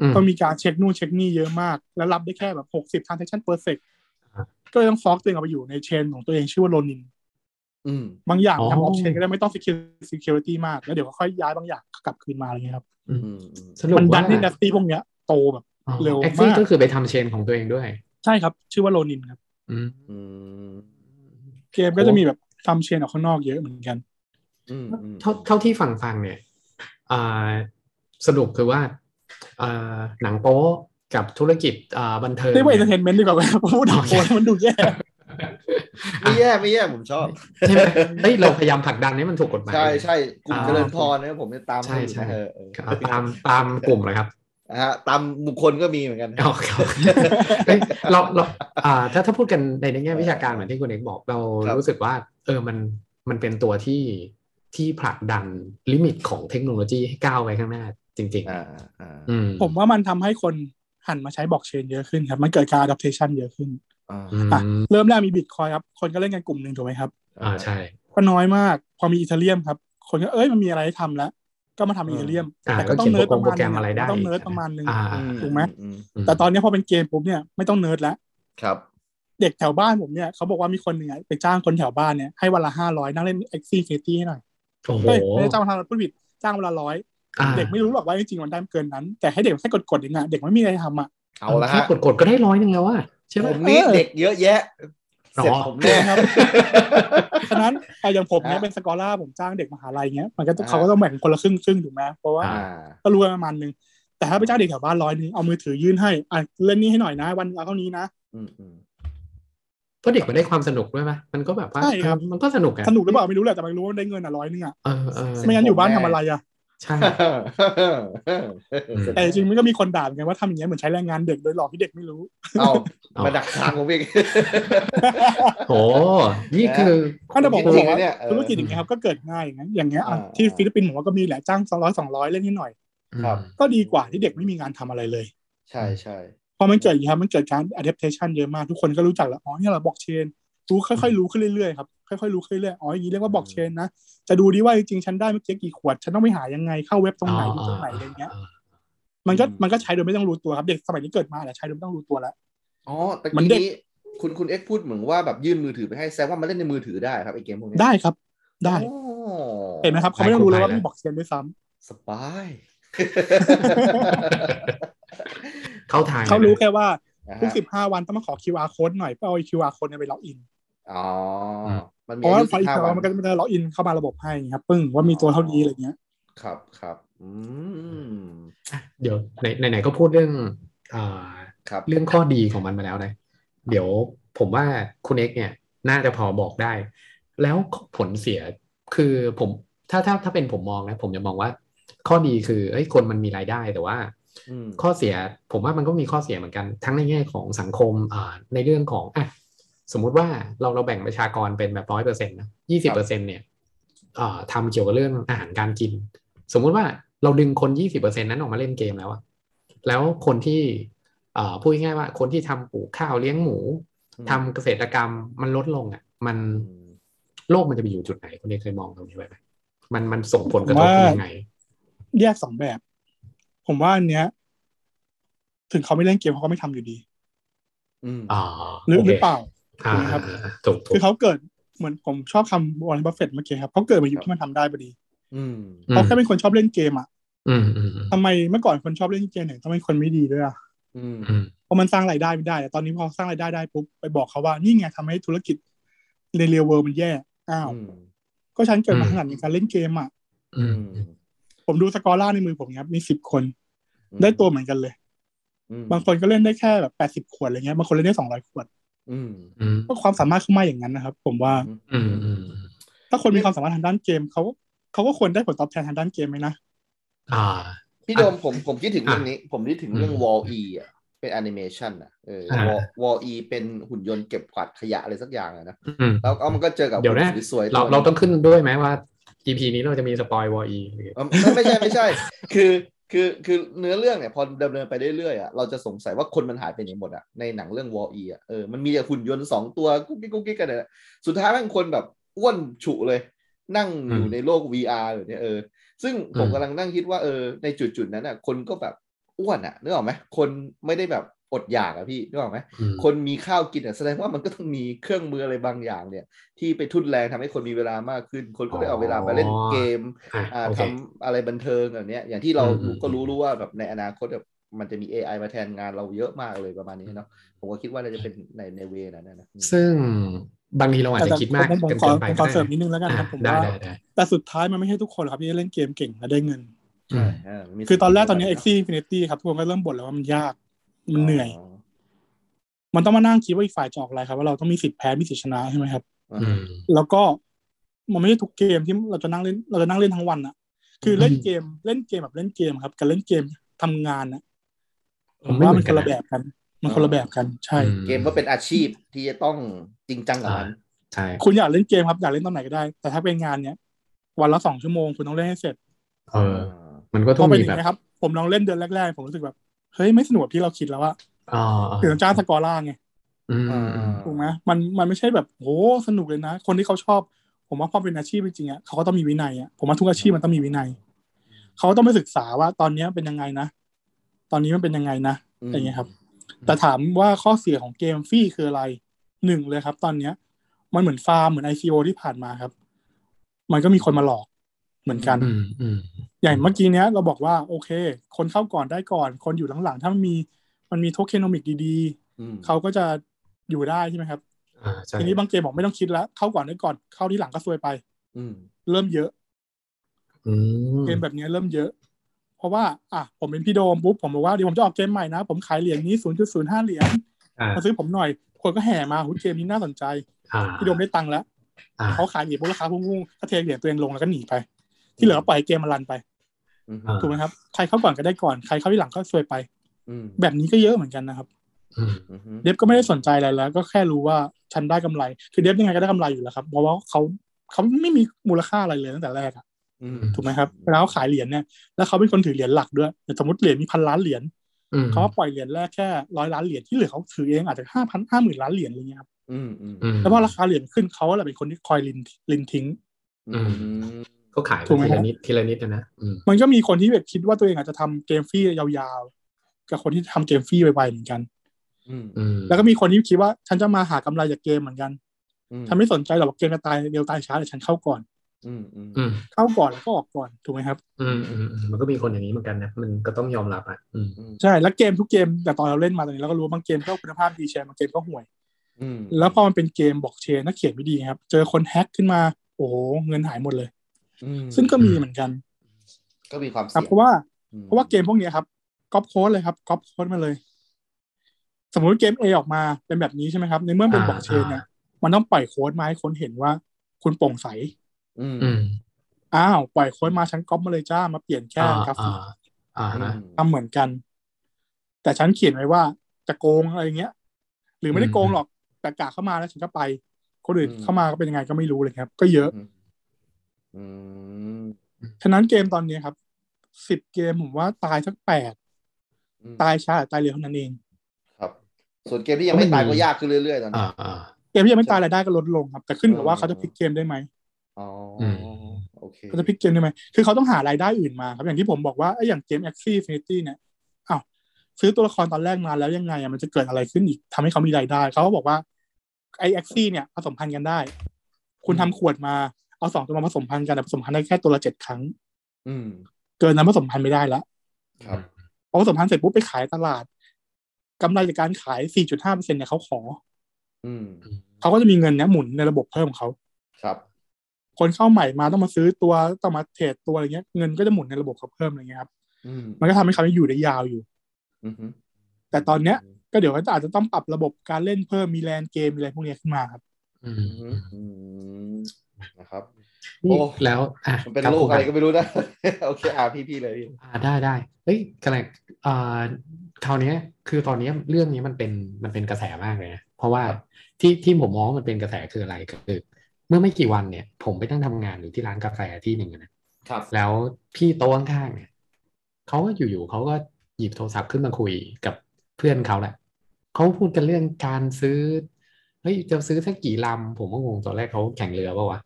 [SPEAKER 3] อืม
[SPEAKER 4] ต้องมีการเช็คนู่นเช็คนี่เยอะมาก แล้วรับได้แค่แบบหกสิบ transaction per sec
[SPEAKER 3] ครับ
[SPEAKER 4] ก็เลยต้องฟอกตัวเองออกไปอยู่ในเชนของตัวเองชื่อว่าโลนิน
[SPEAKER 2] อืม
[SPEAKER 4] บางอย่าง
[SPEAKER 3] อ๋อ
[SPEAKER 4] ทำออฟเชนก็ได้ไม่ต้อง secure- security มากแล้วเดี๋ยวก็ค่อยย้ายบางอย่างกลับคืนมาอะไรเงี้ยครับ
[SPEAKER 2] อืมอืม
[SPEAKER 3] สรุป
[SPEAKER 4] มันดั
[SPEAKER 3] ว่าน
[SPEAKER 4] ให้ดัสตี้พวกเนี้ยโตแบบ เร็วมาก
[SPEAKER 3] แอ็กซี่ก็คือไปทำเชนของตัวเองด้วย
[SPEAKER 4] ใช่ครับชื่อว่าโลนินครับ
[SPEAKER 3] อืม
[SPEAKER 2] อืม
[SPEAKER 4] เกมก็จะมีแบบทำเชนออกข้างนอกเยอะเหมือนกัน
[SPEAKER 2] อืมอืม
[SPEAKER 3] เท่าเท่าที่ฟังฟังเนี่ยอ่าสรุปคือว่าอ่าหนังโป๊กับธุรกิจอ่าบันเทิง
[SPEAKER 4] เรียกว่าเอนเตอร์เทนเมนต์ดีกว่าไหม เพราะว่าดอกโคนมันดูแย่
[SPEAKER 2] ไม่แย่ไม่แย่ผมชอบ
[SPEAKER 3] ใช่ไหมเฮ้ยเราพยายามผลักดันให้มันถูกกฎหมาย
[SPEAKER 2] ใช่ใช่กลุ่ม
[SPEAKER 3] อ่า
[SPEAKER 2] เจริญพรนะครับผมเนี่ยตาม
[SPEAKER 3] ใช่ใช่
[SPEAKER 2] เออเออ
[SPEAKER 3] อ่าตามตามกลุ่มเลยครับ
[SPEAKER 2] นะฮะตามบุคคลก็มีเหมือนกัน
[SPEAKER 3] เอาครับเฮ้ยเราเราอ่าถ้าถ้าพูดกันในแง่วิชาการเหมือนที่คุณเอกบอกเรารู้สึกว่า เออมันมันเป็นตัวที่ที่ผลักดันลิมิตของเทคโนโลยีให้ก้าวไปข้างหน้าจริง
[SPEAKER 2] อ่าอ่า
[SPEAKER 3] ๆ อืม
[SPEAKER 4] ผมว่ามันทำให้คนหันมาใช้บล็อกเชนเยอะขึ้นครับมันเกิดการ adaptation เยอะขึ้น
[SPEAKER 2] อ่า
[SPEAKER 3] อืม
[SPEAKER 4] เริ่มแรกมีบิตคอยครับ คนก็เล่นกันกลุ่มหนึ่งถูกไหมครับ
[SPEAKER 3] อ่าใช่
[SPEAKER 4] ก็น้อยมาก พอมีอีเทเรียมครับ คนก็เอ้ยมันมีอะไรให้ทำแล้ว ก็มาทำอีเทเรียม
[SPEAKER 3] อ่า
[SPEAKER 4] แต่ก็ต้อง
[SPEAKER 3] ก็เขียน
[SPEAKER 4] เนิร์ดประ
[SPEAKER 3] โปร
[SPEAKER 4] มาณ
[SPEAKER 3] แกร
[SPEAKER 4] นึ
[SPEAKER 3] ม
[SPEAKER 4] ง
[SPEAKER 3] อะไรได้
[SPEAKER 4] อะต้องเนิร์ดประมาณนึง
[SPEAKER 3] อ่า
[SPEAKER 2] อื
[SPEAKER 4] ถูกไหม
[SPEAKER 2] อื
[SPEAKER 3] อืม
[SPEAKER 4] แต่ตอนนี้พอเป็นเกมปุ๊บเนี่ยไม่ต้องเนิร์ดแล้ว
[SPEAKER 2] ครับ
[SPEAKER 4] เด็กแถวบ้านผมเนี่ยเขาบอกว่ามีคนหนึ่งอะไปจ้างคนแถวบ้านเนี่ยให้วันละห้าร้อยนั่งเล่น x c f i t y ให้หน่อย
[SPEAKER 3] โอ้โห
[SPEAKER 4] เฮ้ยไม่ได้จ้างวันละพูดผิดจ้างวันละร้อย
[SPEAKER 3] อ่า
[SPEAKER 4] เด็กไม่รู้หรอกว่าจริงๆมันได้เกินนั้น แต่ให้เด็กแค่กดๆเองอะเด็กไม่มีอะไรทำอะ
[SPEAKER 2] เอาละฮะ
[SPEAKER 3] แค่กดๆก็ได้ร้อยหนึ่งแล้วอะใช่ไหม
[SPEAKER 2] ผมนี่
[SPEAKER 4] เออ
[SPEAKER 2] เด็กเยอะแยะเสร็จ
[SPEAKER 3] อ๋อ
[SPEAKER 2] ผมแน่
[SPEAKER 4] ครับ ฉะนั้นไอ้อย่างผมเนี่ย
[SPEAKER 2] ฮะ
[SPEAKER 4] เป็นสกอร่าผมจ้างเด็กมหาลัยเงี้ยมันก็ต้อง
[SPEAKER 2] อ่า
[SPEAKER 4] เขาก็ต้องแบ่งคนละครึ่งครึ่งถูกไหมเพราะว่า
[SPEAKER 2] อ่า
[SPEAKER 4] ก็รู้กันประมาณนึงแต่ถ้าไปจ้างเด็กแถวบ้านร้อยนึงเอามือถือยื่นให้อ่ะเล่นนี่ให้หน่อยนะ วันละเท่านี้นะ
[SPEAKER 2] อืมอืม
[SPEAKER 3] เพราะเด็กมันได้ความสนุกด้วยไหมมันก็แบบว่า
[SPEAKER 4] ใช่ครับ
[SPEAKER 3] เออมันก็สนุกอะ
[SPEAKER 4] สนุกหรือเปล่าไม่รู้แหละแต่มันรู้ว่าได้เงินอ่ะร้อยนึงอ่ะ
[SPEAKER 3] เออเออ
[SPEAKER 4] ไม่งั้นอยู่บ้านทำอะไรอ่ะ
[SPEAKER 3] ใช่
[SPEAKER 4] แต่จริงๆมันก็มีคนด่าเหมือนกันว่าทำอย่างเงี้ยเหมือนใช้แรงงานเด็กโดยหลอกที่เด็กไม่รู้
[SPEAKER 2] เอา
[SPEAKER 3] เอาม
[SPEAKER 2] มาดักทางผมอีก
[SPEAKER 3] โอ้นี่คือ
[SPEAKER 4] ก็จะบอก
[SPEAKER 2] จริงๆ
[SPEAKER 4] ว่า
[SPEAKER 2] นะเนี่ยเออ
[SPEAKER 4] ธุรกิจอย่างเงี้ยครับก็เกิดง่ายอย่างเงี้ยอย่างเงี้ยอ่ะ
[SPEAKER 2] อ่า
[SPEAKER 4] ที่ฟิลิปปินส์ผมว่าก็มีแหละจ้างสองร้อยสองร้อยเล่นนิดหน่อย
[SPEAKER 2] ครับ
[SPEAKER 4] ก็ดีกว่าที่เด็กไม่มีงานทำอะไรเลย
[SPEAKER 2] ใช่ใช่
[SPEAKER 4] พอมันเกิดอย่างนี้ครับมันเกิดการ adaptation เยอะมากทุกคนก็รู้จักแล้วอ๋อเนี่ยเราบล็อกเชนรู้ค่อยๆรู้ขึ้นเรื่อยๆครับค่อยๆรู้ขึ้นเรื่อยๆอ๋ออย่างนี้เรียกว่าบล็อกเชนนะจะดูดีว่าจริงๆฉันได้เมื่อกี้กี่ขวด ฉันต้องไปหายังไงเข้าเว็บตรงไหนดูตรงไหนอะไรเงี้ยมันก็มันก็ใช้โดยไม่ต้องรู้ตัวครับเด็กสมัยนี้เกิดมาแต่ใช้โดยไม่ต้องรู้ตัวแล้ว
[SPEAKER 2] อ๋อตะ
[SPEAKER 4] มัน
[SPEAKER 2] กี้
[SPEAKER 4] เด็ก
[SPEAKER 2] นี้คุณคุณเอ็กพูดเหมือนว่าแบบยื่นมือถือไปให้แซงว่ามาเล่นในมือถือได้ครับไอเกมพวกเนี้ย
[SPEAKER 4] ได้ครับ ได้
[SPEAKER 2] อ๋อ
[SPEAKER 4] เห็นไหมครับเขาไม่ต้องรู้เลยว่ามีบล็อกเชนด้วยซ้ำ
[SPEAKER 2] สบาย
[SPEAKER 3] เข้าทางลยนะ
[SPEAKER 4] เขารู้แค่ว่าทุ
[SPEAKER 2] นะ
[SPEAKER 4] ก
[SPEAKER 2] ฮะ
[SPEAKER 4] สิบห้าวันต้องมาขอ QR code หน่อยเพื่อเอา QR code เนี่ยไปล็อกอิน
[SPEAKER 2] อ๋อ มันมี
[SPEAKER 4] เพราะว่า
[SPEAKER 2] อายุ
[SPEAKER 4] พออีก
[SPEAKER 2] 15
[SPEAKER 4] แล้วมันก็มันจะล็อกอินเข้ามาระบบให้ครับปึ้งว่ามีตัวเท่านี้อะไรเงี้ย
[SPEAKER 2] ครับครับอืม
[SPEAKER 3] เดี๋ยวไหนไหนๆก็พูดเรื่องอ่า
[SPEAKER 2] ครับ
[SPEAKER 3] เรื่องข้อดีของมันมาแล้วนะ เดี๋ยวผมว่าคุณเอกเนี่ย น่าจะพอบอกได้ แล้วผลเสียคือผมถ้าถ้าถ้าเป็นผมมองนะผมจะมองว่า ข้อดีคือเอ้ยคนมันมีรายได้แต่ว่า
[SPEAKER 2] อืม
[SPEAKER 3] ข้อเสียผมว่ามันก็มีข้อเสียเหมือนกัน ทั้งในแง่ของสังคมอ่าในเรื่องของอ่ะสมมุติว่าเราเราแบ่งประชากรเป็นแบบร้อยเปอร์เซ็นต์นะยี่สิบเปอร์เซ็นต์เนี่ยอ่าทำเกี่ยวกับเรื่องอาหารการกิน สมมุติว่าเราดึงคนยี่สิบเปอร์เซ็นต์นั้นออกมาเล่นเกมแล้วอะแล้วคนที่อ่าพูดง่ายๆว่าคนที่ทำปลูกข้าวเลี้ยงหมูทำเกษตรกรรมมันลดลงอะมันโลกมันจะไปอยู่จุดไหนคนนี้เคยมองตรงนี้ไว้ไหมมันมันส่งผลกระทบยังไง
[SPEAKER 4] แยกสองแบบ ผมว่าอันเนี้ย ถึงเขาไม่เล่นเกมเขาก็ไม่ทำอยู่ดี
[SPEAKER 2] อืม
[SPEAKER 3] อ่า
[SPEAKER 4] หรือ
[SPEAKER 3] โค
[SPEAKER 4] หรือเปล่า
[SPEAKER 3] อ่า
[SPEAKER 4] ครับ
[SPEAKER 3] ถูกถูก
[SPEAKER 4] คือเขาเกิดเหมือนผมชอบคำวอร์เรนบัฟเฟตเมื่อกี้ครับเขาเกิดมาอยู่ที่มันทำได้พอดี
[SPEAKER 2] อืม
[SPEAKER 3] อืม
[SPEAKER 4] เขาแค่เป็นคนชอบเล่นเกมอ่ะ
[SPEAKER 3] อืมอืมอืม
[SPEAKER 4] ทำไมเมื่อก่อนคนชอบเล่นเกมเนี่ยทำไมคนไม่ดีด้วยอ่ะ
[SPEAKER 2] อืม
[SPEAKER 3] อืม
[SPEAKER 4] เพราะมันสร้างรายได้ไม่ได้แต่ตอนนี้พอสร้างรายได้ได้ปุ๊บไปบอกเขาว่านี่ไงทำให้ธุรกิจในเรียลเวิร์มันแย่อ้าว
[SPEAKER 2] อืม
[SPEAKER 4] ก็ฉันเกิดมาขนาดในการเล่นเกมอ่ะ
[SPEAKER 3] อืม
[SPEAKER 4] ผมดูสกอร่าในมือผมครับมีสิบคน ได้ตัวเหมือนกันเลย
[SPEAKER 2] อืม
[SPEAKER 4] บางคนก็เล่นได้แค่แบบแปดสิบ80 ขวดอะไรเงี้ยบางคนเล่นได้สองร้อยขวด
[SPEAKER 2] อืม
[SPEAKER 3] อืม
[SPEAKER 4] ก็ความสามารถเข้ามาอย่างนั้นนะครับ ผมว่า
[SPEAKER 2] อืม
[SPEAKER 3] อืมอืม
[SPEAKER 4] ถ้าคนมีความสามารถทางด้านเกมเขาเขาก็ควรได้ผลตอบแทนทางด้านเกมไหมนะ
[SPEAKER 3] อ่า
[SPEAKER 2] พี่โดมผมผมคิดถึง
[SPEAKER 3] อ่ะ
[SPEAKER 2] เรื่องนี้ ผมคิดถึงเรื่อง
[SPEAKER 3] อืม
[SPEAKER 2] วอล E อ่ะเป็นแอนิเมชันอ่ะเออ
[SPEAKER 3] อ่า
[SPEAKER 2] วอล E เป็นหุ่นยนต์เก็บกวาดขยะอะไรสักอย่างอะนะ
[SPEAKER 3] อืม
[SPEAKER 2] แล้วเอามันก็เจอกับ
[SPEAKER 3] เดี๋ยวนะ
[SPEAKER 2] หุ่สวยๆ
[SPEAKER 3] เรา
[SPEAKER 2] ตัวหนึ่
[SPEAKER 3] เราต้องขึ้นด้วยไหมว่า EP นี้เราจะมีสปอยวอลีหรือ
[SPEAKER 2] เออไม่ไม่ใช่ไม่ใช่ คือคือคือเนื้อเรื่องเนี่ยพอดำเนินไปเรื่อยๆอ่ะเราจะสงสัยว่าคนมันหายไปไหนหมดอ่ะในหนังเรื่องวอล E อ่ะเออมันมีแต่หุ่นยนต์สองตัวกุ๊กกิ๊กกุ๊กกิ๊กกันเนี่ยสุดท้ายแม่งคนแบบอ้วนฉุเลย นั่งอยู่
[SPEAKER 3] อืม
[SPEAKER 2] ในโลก VR อยู่เนี่ยเออ ซึ่งผม
[SPEAKER 3] อืม
[SPEAKER 2] กำลังนั่งคิดว่าเออในจุดๆนั้นอ่ะคนก็แบบอ้วนอ่ะนึกออกไหมคนไม่ได้แบบอดอยากอ่ะพี่นึกออกไหม
[SPEAKER 3] อืม
[SPEAKER 2] คนมีข้าวกินอ่ะแสดงว่ามันก็ต้องมีเครื่องมืออะไรบางอย่างเนี่ย ที่ไปทุ่นแรงทำให้คนมีเวลามากขึ้น คนก็เลยเอาเวลามาเล่นเกม
[SPEAKER 3] อ่ะ
[SPEAKER 2] อ่า
[SPEAKER 3] โอเค
[SPEAKER 2] ทำอะไรบันเทิงแบบเนี้ยอย่างที่เรา
[SPEAKER 3] อืมอืม
[SPEAKER 2] ก็รู้รู้ว่าแบบในอนาคตแบบมันจะมี AI มาแทนงานเราเยอะมากเลยประมาณนี้เนาะผมก็คิดว่าน่าจะเป็นในในเวนั้นนะนะ
[SPEAKER 3] ซึ่งบางทีเราอาจจะคิดมาก
[SPEAKER 4] แต่ผม
[SPEAKER 3] กัน
[SPEAKER 4] ขอ
[SPEAKER 3] เกินไป
[SPEAKER 4] ผมข
[SPEAKER 3] ก็
[SPEAKER 4] อ
[SPEAKER 3] ได้
[SPEAKER 4] เสริมนิดนึงแล้วกัน
[SPEAKER 3] อ่ะ
[SPEAKER 4] ครับผม
[SPEAKER 3] ได้
[SPEAKER 4] ว่า
[SPEAKER 3] ได้ได้
[SPEAKER 4] แต่สุดท้ายมันไม่ใช่ทุกคนหรอกครับที่จะเล่นเกมเก่งและได้เงิน
[SPEAKER 2] ใช่เออมี
[SPEAKER 4] คือตอนแรกตอนนี้ Axie Infinity ครับทุกคนก็เริ่มบ่นแล้วว่ามันยากมันเหนื่อย มันต้องมานั่งคิดว่าอีกฝ่ายจะออกอะไรครับว่าเราต้องมีสิทธิ์แพ้มีสิทธิ์ชนะใช่ไหมครับ
[SPEAKER 2] อื
[SPEAKER 3] อื
[SPEAKER 2] ม
[SPEAKER 3] ม
[SPEAKER 4] แล้วก็มันไม่ใช่ทุกเกมที่เราจะนั่งเล่นเราจะนั่งเล่นทั้งวันอะคือเล่น
[SPEAKER 3] อืม
[SPEAKER 4] เกมเล่นเกมแบบเล่นเกมครับกับเล่นเกมทำงานอะผม
[SPEAKER 3] ไ
[SPEAKER 4] ว่ามัน
[SPEAKER 3] เห
[SPEAKER 4] คนละ
[SPEAKER 3] อ
[SPEAKER 4] แบบกัน มันคนละแบบกันใช่
[SPEAKER 3] อื
[SPEAKER 2] เกมก็เป็นอาชีพที่จะต้องจริงจังกับมัน
[SPEAKER 3] ใช่
[SPEAKER 4] คุณอยากเล่นเกมครับอยากเล่นตอนไหนก็ได้ แต่ถ้าเป็นงานเนี้ยวันละสองชั่วโมงคุณต้องเล่นให้เสร็จ
[SPEAKER 3] เออ มันก็
[SPEAKER 4] เพ
[SPEAKER 3] ต้อง
[SPEAKER 4] ราะเป็น
[SPEAKER 3] มี
[SPEAKER 4] อย่าง
[SPEAKER 3] แบ
[SPEAKER 4] นี้
[SPEAKER 3] บ
[SPEAKER 4] ยครับ ผมลองเล่นเดือนแรกๆผมรู้สึกแบบเฮ้ยไม่สนุกแบบที่เราคิดแล้วอะ
[SPEAKER 3] อ๋อ
[SPEAKER 4] ถึงต้องจ้างสกอร่าไง
[SPEAKER 3] อืม
[SPEAKER 2] อ่า
[SPEAKER 3] อืม
[SPEAKER 4] ถูกไหมมันมันไม่ใช่แบบโหสนุกเลยนะ คนที่เขาชอบ ผมว่าพอเป็นอาชีพจริงๆอ่ะเขาก็ต้องมีวินัยอ่ะผมว่าทุกอาชีพมันต้องมีวินัย เขาต้องไปศึกษาว่าตอนเนี้ยเป็นยังไงนะ ตอนนี้มันเป็นยังไงนะ
[SPEAKER 2] ม
[SPEAKER 4] อย่างเงี้ยครับ แต่ถามว่าข้อเสียของเกมฟรีคืออะไรหนึ่งเลยครับ ตอนเนี้ย มันเหมือนฟาร์มเหมือน ICO ที่ผ่านมาครับ มันก็มีคนมาหลอกเหมือนกัน
[SPEAKER 3] อืมอืม
[SPEAKER 4] อย่างเมื่อกี้เนี้ยเราบอกว่าโอเค คนเข้าก่อนได้ก่อน คนอยู่หลังๆถ้ามันมีมันมีโทเคโนมิกดี
[SPEAKER 2] อืม
[SPEAKER 4] ๆเขาก็จะอยู่ได้ใช่ไหมครับ
[SPEAKER 3] อ่าใช่
[SPEAKER 4] ทีนี้บางเกมบอกไม่ต้องคิดแล้ว เข้าก่อนได้ก่อนเข้าที่หลังก็ซวยไป
[SPEAKER 2] อืม
[SPEAKER 4] เริ่มเยอะ
[SPEAKER 3] อืม
[SPEAKER 4] เกมแบบนี้เริ่มเยอะ เพราะว่าอ่ะผมเป็นพี่โดมปุ๊บผมบอกว่าเดี๋ยวผมจะออกเกมใหม่นะ ผมขายเหรียญนี้ 0.05 เหรียญ
[SPEAKER 3] อ่า
[SPEAKER 4] มาซื้อผมหน่อยคนก็แห่มาหุ้นเกมนี้น่าสนใจ
[SPEAKER 3] อ่า
[SPEAKER 4] พี่โดมได้ตังค์แล้ว
[SPEAKER 3] อ่า
[SPEAKER 4] เขาขายเหรียญปุ๊บราคาพุ่งๆก็เทเหรียญตัวเองลงแล้วก็หนีไป ที่เหลือก็ปล่อยให้เกมมันรันไป
[SPEAKER 2] อืม
[SPEAKER 3] อ่า
[SPEAKER 4] ถูกไหมครับใครเข้าก่อนก็ได้ก่อนใครเข้าที่หลังก็ซวยไป
[SPEAKER 2] อืม
[SPEAKER 4] แบบนี้ก็เยอะเหมือนกันนะครับ
[SPEAKER 3] อืม
[SPEAKER 2] อืม
[SPEAKER 4] เดฟก็ไม่ได้สนใจอะไรแล้ว ก็แค่รู้ว่าฉันได้กำไร คือเดฟยังไงก็ได้กำไรอยู่แล้วครับเพราะว่าเขาเขาไม่มีมูลค่าอะไรเลยตั้งแต่แรกอะ
[SPEAKER 2] อืม
[SPEAKER 4] ถูกไหมครับเวลาเขาขายเหรียญเนี่ย แล้วเขาเป็นคนถือเหรียญหลักด้วยอย่างสมมติเหรียญมีพันล้านเหรียญ
[SPEAKER 3] อืม
[SPEAKER 4] เขาก็ปล่อยเหรียญแรกแค่ร้อยล้านเหรียญที่เหลือเขาถือเองอาจจะห้าพันห้าหมื่นล้านเหรียญอะไรเงี้ยครับ
[SPEAKER 2] อืมอืม
[SPEAKER 3] ม
[SPEAKER 4] แล้วพอราคาเหรียญขึ้นเขาอะไรเป็นคนที่คอยลินลินทิ้ง
[SPEAKER 2] อืมอืม
[SPEAKER 3] ก็ขายมา
[SPEAKER 4] ถูกไหม
[SPEAKER 3] ที
[SPEAKER 4] ครั
[SPEAKER 3] ละ
[SPEAKER 4] บ
[SPEAKER 3] นิดทีละนิดนะนะอืม
[SPEAKER 4] มันก็มีคนที่แบบคิดว่าตัวเองอาจจะทำเกมฟรียาวๆ กับคนที่ทำเกมฟรีไวๆเหมือนกัน
[SPEAKER 2] อืม
[SPEAKER 3] อืม
[SPEAKER 4] แล้วก็มีคนที่คิดว่าฉันจะมาหากำไรจากเกมเหมือนกัน
[SPEAKER 2] อืม
[SPEAKER 4] ฉันไม่สนใจหรอกว่าเกมจะตายเร็วตายช้าแต่ฉันเข้าก่อน
[SPEAKER 2] อืมอืม
[SPEAKER 3] อืม
[SPEAKER 4] เข้าก่อนแล้วก็ออกก่อนถูกไหมครับ
[SPEAKER 3] อืมอืมอืมมันก็มีคนอย่างนี้เหมือนกันนะมันก็ต้องยอมรับอ่ะอืม
[SPEAKER 2] อืม
[SPEAKER 4] ใช่แล้วเกมทุกเกมแต่ตอนเราเล่นมาตอนนี้เราก็รู้ว่าบางเกมก็คุณภาพดีแชร์บางเกมก็ห่วย
[SPEAKER 2] อืม
[SPEAKER 4] แล้วพอมันเป็นเกมบล็อกเชนนักเขียนไม่ดีครับ เจอคนแฮ็กขึ้นมา โอ้โห เงินหายหมดเลย
[SPEAKER 2] อืม
[SPEAKER 4] ซึ่งก็มีเหมือนกัน
[SPEAKER 2] ก็มีความ
[SPEAKER 4] ครั
[SPEAKER 2] เสี่
[SPEAKER 4] บ
[SPEAKER 2] ยง
[SPEAKER 4] เพราะว่า
[SPEAKER 2] อืม
[SPEAKER 4] เพราะว่าเกมพวกเนี้ยครับก๊อปโค้ดเลยครับก๊อปโค้ดมาเลย สมมุติเกม A ออกมาเป็นแบบนี้ใช่ไหมครับในเมื่อเป็นบล็อกเชนเนี่ยมันต้องปล่อยโค้ดมาให้คนเห็นว่า คุณโปร่งใส
[SPEAKER 2] อืม
[SPEAKER 3] อืม
[SPEAKER 4] อ้าวปล่อยโค้ดมาฉันก๊อปมาเลยจ้ามาเปลี่ยนแค่
[SPEAKER 3] อ่าก
[SPEAKER 4] ราฟิ
[SPEAKER 3] อ่าก อ่า
[SPEAKER 2] อื
[SPEAKER 3] นะ
[SPEAKER 2] ม
[SPEAKER 4] ทำเหมือนกัน แต่ฉันเขียนไว้ว่าจะโกงอะไรเงี้ย หรือไม่ได้โกงหรอกแต่กาเข้ามาแล้วฉันก็ไป คนอื่นเข้ามาก็เป็นยังไงก็ไม่รู้เลยครับ ก็เยอะ
[SPEAKER 2] อืม
[SPEAKER 4] ฉะนั้นเกมตอนนี้ครับสิบเกมผมว่าตายสักแปด
[SPEAKER 2] อืม
[SPEAKER 4] ตายช้าหรือตายเร็วเท่านั้นเอง
[SPEAKER 2] ครับ ส่วนเกมที่ยังไม่ตายก็ยากขึ้นเรื่อยๆตอนนี้
[SPEAKER 3] อ่าอ่า
[SPEAKER 4] เกมที่ยังไม่ตายรายได้ก็ลดลงครับ แต่ขึ้นกับว่าเขาจะพลิกเกมได้ไหม
[SPEAKER 2] อ๋ออ
[SPEAKER 3] ม
[SPEAKER 2] โอเค
[SPEAKER 4] เขาจะพลิกเกมได้ไหมคือเขาต้องหารายได้อื่นมาครับ อย่างที่ผมบอกว่าไอ้อย่างเกม a x i f i n i t y เนี่ยอ้าวซื้อตัวละครตอนแรกมาแล้วยังไงอะมันจะเกิดอะไรขึ้นอีกทำให้เขามีรายได้ เขาก็บอกว่าไอ้ a x i เนี่ยผสมพันธุ์กันได้ คุณทำขวดมาเอาสองตัวมาผสมพันธุ์กันแต่ผสมพันธุ์ได้แค่ตัวละเจ็ดครั้ง
[SPEAKER 2] อืม
[SPEAKER 4] เกินนั้นผสมพันธุ์ไม่ได้ละ
[SPEAKER 2] ครับ
[SPEAKER 4] พอผสมพันธุ์เสร็จปุ๊บไปขายตลาดกำไรจากการขาย 4.5%เนี่ยเขาขอ
[SPEAKER 2] อืม
[SPEAKER 4] เขาก็จะมีเงินเนี้ยหมุนในระบบเพิ่มของเขา
[SPEAKER 2] ครับ
[SPEAKER 4] คนเข้าใหม่มาต้องมาซื้อตัวต้องมาเทรดตัวอะไรเงี้ยเงินก็จะหมุนในระบบเขาเพิ่มอะไรเงี้ยครับ
[SPEAKER 2] อืม
[SPEAKER 4] มันก็ทำให้เขายังอยู่ได้ยาวอยู่
[SPEAKER 2] อืมฮึ
[SPEAKER 4] แต่ตอนเนี้ยก็เดี๋ยวก็อาจจะต้องปรับระบบการเล่นเพิ่มมีแลนเกมมีอะไรพวกเนี้ยขึ้นมาครับ
[SPEAKER 3] อืม
[SPEAKER 2] อืมอืม นะครับ
[SPEAKER 3] นี่
[SPEAKER 2] โอ้
[SPEAKER 3] แล้วอ่ะ
[SPEAKER 2] มันเป็น
[SPEAKER 3] กลับ
[SPEAKER 2] โรคอะไร
[SPEAKER 3] มา
[SPEAKER 2] ก็ไม่รู้นะ โอเคอ่าพี่พี่เลยพี่
[SPEAKER 3] อ่าได้ได้เฮ้ยกระไรอ่าคราวเนี้ยคือตอนเนี้ยเรื่องนี้มันเป็นมันเป็นกระแสมากเลยนะเพราะว่าที่ที่ผมมองว่ามันเป็นกระแสคืออะไรคือ เมื่อไม่กี่วันเนี่ย ผมไปนั่งทำงานอยู่ที่ร้านกาแฟที่หนึ่งอะนะครับแล้วพี่โต๊ะข้างๆเนี่ยเขาก็อยู่ๆเขาก็หยิบโทรศัพท์ขึ้นมาคุยกับเพื่อนเขาแหละเขาพูดกันเรื่องการซื้อเฮ้ยจะซื้อสักกี่ลำผมก็งงตอนแรกเขาแข่งเรือปะวะ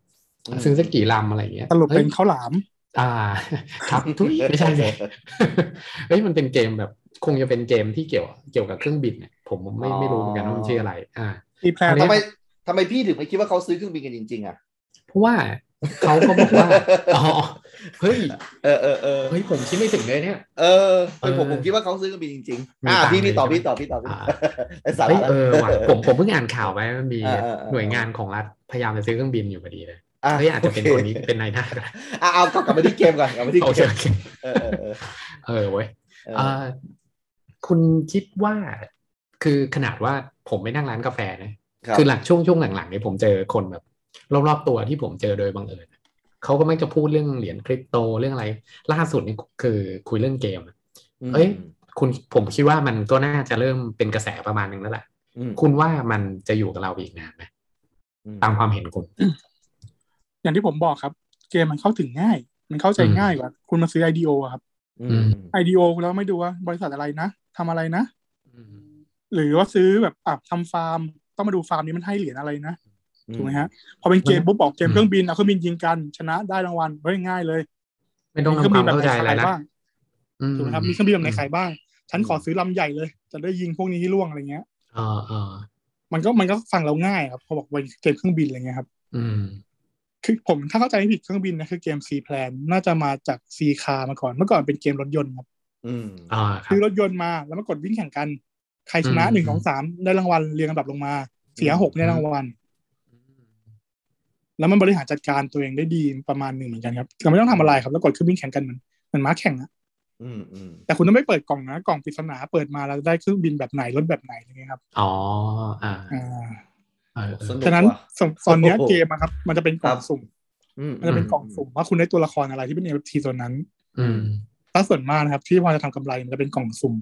[SPEAKER 3] ซื้อสักกี่ลำอะไรอย่างเงี้ย
[SPEAKER 4] สรุปเป็น
[SPEAKER 3] ฮ้ย
[SPEAKER 4] ข้าวหลาม
[SPEAKER 3] อ่า ครับ ทุยไม่ใช่เลย เฮ้ยมันเป็นเกมแบบ คงจะเป็นเกมที่เกี่ยวเกี่ยวกับเครื่องบินเนี่ยผมไม่ไม่รู้เหมือนกันว่ามันชื่ออะไร อ่า
[SPEAKER 4] ตีแพร
[SPEAKER 3] อันนี้
[SPEAKER 2] ทำไมทำไมพี่ถึงไม่คิดว่าเขาซื้อเครื่องบินกันจริง ๆ อ่ะ
[SPEAKER 3] เพราะว่าเขาก็บอกว่า อ๋อเฮ้ย
[SPEAKER 2] เออเออเออ
[SPEAKER 3] เฮ้ยผมคิดไม่ถึงเลยเนี่ย
[SPEAKER 2] เออเป็นผม
[SPEAKER 3] เออ
[SPEAKER 2] ผมคิดว่าเขาซื้อเครื่องบินจริงๆ
[SPEAKER 3] มี
[SPEAKER 2] อ่า
[SPEAKER 3] ตังค์
[SPEAKER 2] พี่พี่ต่อ
[SPEAKER 3] เลย
[SPEAKER 2] พี่ต่อพี่ต่อพี่
[SPEAKER 3] อ่า
[SPEAKER 2] ต่อไอ้สา
[SPEAKER 3] เฮ้ย
[SPEAKER 2] ระ
[SPEAKER 3] เออว่ะผมผมเพิ่งอ่านข่าวไปมันมี
[SPEAKER 2] เออเออเออ
[SPEAKER 3] หน่วยงานของรัฐพยายามจะซื้อเครื่องบินอยู่พอดีเลย
[SPEAKER 2] อ่ะ
[SPEAKER 3] เฮ้ยอาจจะเป็นตัวนี้
[SPEAKER 2] โอ
[SPEAKER 3] เป็นนายหน้าก็ได้
[SPEAKER 2] คอ่ะเอากลับกลับมาที่เกมก่อนกลับมาที่
[SPEAKER 3] โอ
[SPEAKER 2] เก
[SPEAKER 3] เค
[SPEAKER 2] ม
[SPEAKER 3] โอเค
[SPEAKER 2] เออเออเออ
[SPEAKER 3] เออเว้ย
[SPEAKER 2] เออ
[SPEAKER 3] เอ่อคุณคิดว่าคือขนาดว่าผมไปนั่งร้านกาแฟนะครับ คือหลังช่วงช่วงหลังๆเนี่ยผมเจอคนแบบ รอบๆตัวที่ผมเจอโดยบังเอิญเขาก็ไม่จะพูดเรื่องเหรียญคริปโตเรื่องอะไร ล่าสุดนี่คือคุยเรื่องเกมอะ เอ้ย คุณผมคิดว่ามันก็น่าจะเริ่มเป็นกระแสประมาณนึงแล้วแหละ
[SPEAKER 2] อืม
[SPEAKER 3] คุณว่ามันจะอยู่กับเราอีกนานไหม
[SPEAKER 2] อืม
[SPEAKER 3] ตามความเห็นคุณ
[SPEAKER 4] อย่างที่ผมบอกครับ เกมมันเข้าถึงง่าย มันเข้าใจ
[SPEAKER 3] อืม
[SPEAKER 4] ง่ายกว่า คุณมาซื้อ IDO อะครับ
[SPEAKER 2] อืม
[SPEAKER 4] IDO แล้วไม่ดูว่าบริษัทอะไรนะทำอะไรนะ หรือว่าซื้อแบบอ่ะทำฟาร์ม ต้องมาดูฟาร์มนี้มันให้เหรียญอะไรนะถูกไหมฮะพอเป็นเกมปุ๊บบอกเกมเครื่องบินเอาเครื่องบินยิงกันชนะได้รางวัลเฮ้ยง่ายเลย
[SPEAKER 3] ไม่ต้อง
[SPEAKER 4] มีเครื่
[SPEAKER 3] ทำ
[SPEAKER 4] อง
[SPEAKER 3] ความ
[SPEAKER 4] บินแบบ
[SPEAKER 3] เข้า
[SPEAKER 4] ไห
[SPEAKER 3] ใจ
[SPEAKER 4] น
[SPEAKER 3] อะไร
[SPEAKER 4] ขาย
[SPEAKER 3] นะ
[SPEAKER 4] บ้างถูกไหมครับมีเครื่องบินแบบไหนขายบ้าง ฉันขอซื้อลำใหญ่เลย จะได้ยิงพวกนี้ให้ล่วงอะไรเงี้ย
[SPEAKER 3] เออเออ
[SPEAKER 4] มันก็มันก็ฟังเราง่ายครับพอบอกเป็นเกมเครื่องบินอะไรเงี้ยครับ
[SPEAKER 3] อืม
[SPEAKER 4] คือผมถ้าเข้าใจไม่ผิดเครื่องบินนะคือเกม C plan น่าจะมาจาก C car มาก่อนเมื่อก่อนเป็นเกมรถยนต์ครับ
[SPEAKER 2] อืม
[SPEAKER 3] อ่าครั
[SPEAKER 4] ซื้
[SPEAKER 3] บ
[SPEAKER 4] อรถยนต์มาแล้วมากดวิ่งแข่งกัน ใครชนะ
[SPEAKER 3] อืม
[SPEAKER 4] หนึ่งสองสามได้รางวัลเรียงลำดับลงมาเสียหกได้รางวัล แล้วมันบริหารจัดการตัวเองได้ดีประมาณหนึ่งเหมือนกันครับเราไม่ต้องทำอะไรครับ แล้วกดเครื่องบินแข่งกันเหมือนเหมือนม้าแข่งอะ
[SPEAKER 2] อืมอืม
[SPEAKER 4] แต่คุณต้องไม่เปิดกล่องนะกล่องปริศนาเปิดมาแล้วได้เครื่องบินแบบไหนรถแบบไหนอะไรเงี้ยครับ
[SPEAKER 3] อ๋ออ่า
[SPEAKER 4] อ่า
[SPEAKER 3] เออเอ
[SPEAKER 2] ส
[SPEAKER 3] อ
[SPEAKER 2] นุก
[SPEAKER 4] ฉะนั้น
[SPEAKER 2] ว่ะ
[SPEAKER 4] สมตอนเนี้ย
[SPEAKER 2] โอ้โห
[SPEAKER 4] เกมอะครับ มันจะเป็นกล่อ
[SPEAKER 2] ค
[SPEAKER 4] ง
[SPEAKER 2] รับ
[SPEAKER 4] สุ่ม
[SPEAKER 2] อืม
[SPEAKER 4] มันจะเป็นกล่องสุ่มว่าคุณได้ตัวละครอะไรที่เป็น NFT ตัวนั้น
[SPEAKER 3] อืม
[SPEAKER 4] ถ้าส่วนมากนะครับที่พอจะทำกำไรมันจะเป็นกล่องสุ่ม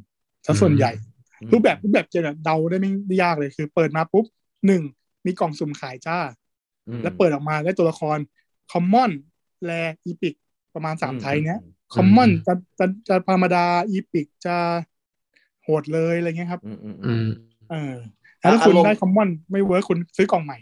[SPEAKER 4] ถ้าส่วนใหญ่
[SPEAKER 2] อืม
[SPEAKER 4] รูปแบบรูปแบบเจนอะเดาได้ไม่ยากเลยคือ เปิดมาปุ๊บหนึ่งมีกล่องสุ่มขายจ้า
[SPEAKER 2] อืม
[SPEAKER 4] แล้วเปิดออกมาได้ตัวละครคอมมอนแรอีพิกประมาณสามไทยเนี้ยคอมมอนจะจะจะธรรมดาอีพิกจะโหดเลยอะไรเงี้ยครับ
[SPEAKER 2] อืมอืมอื
[SPEAKER 3] อื
[SPEAKER 2] ม
[SPEAKER 3] ม
[SPEAKER 4] เออแล้วถ้าคุณ
[SPEAKER 2] อารมณ์
[SPEAKER 4] ได้คอมมอนไม่เวิร์คคุณซื้อกล่องใหม่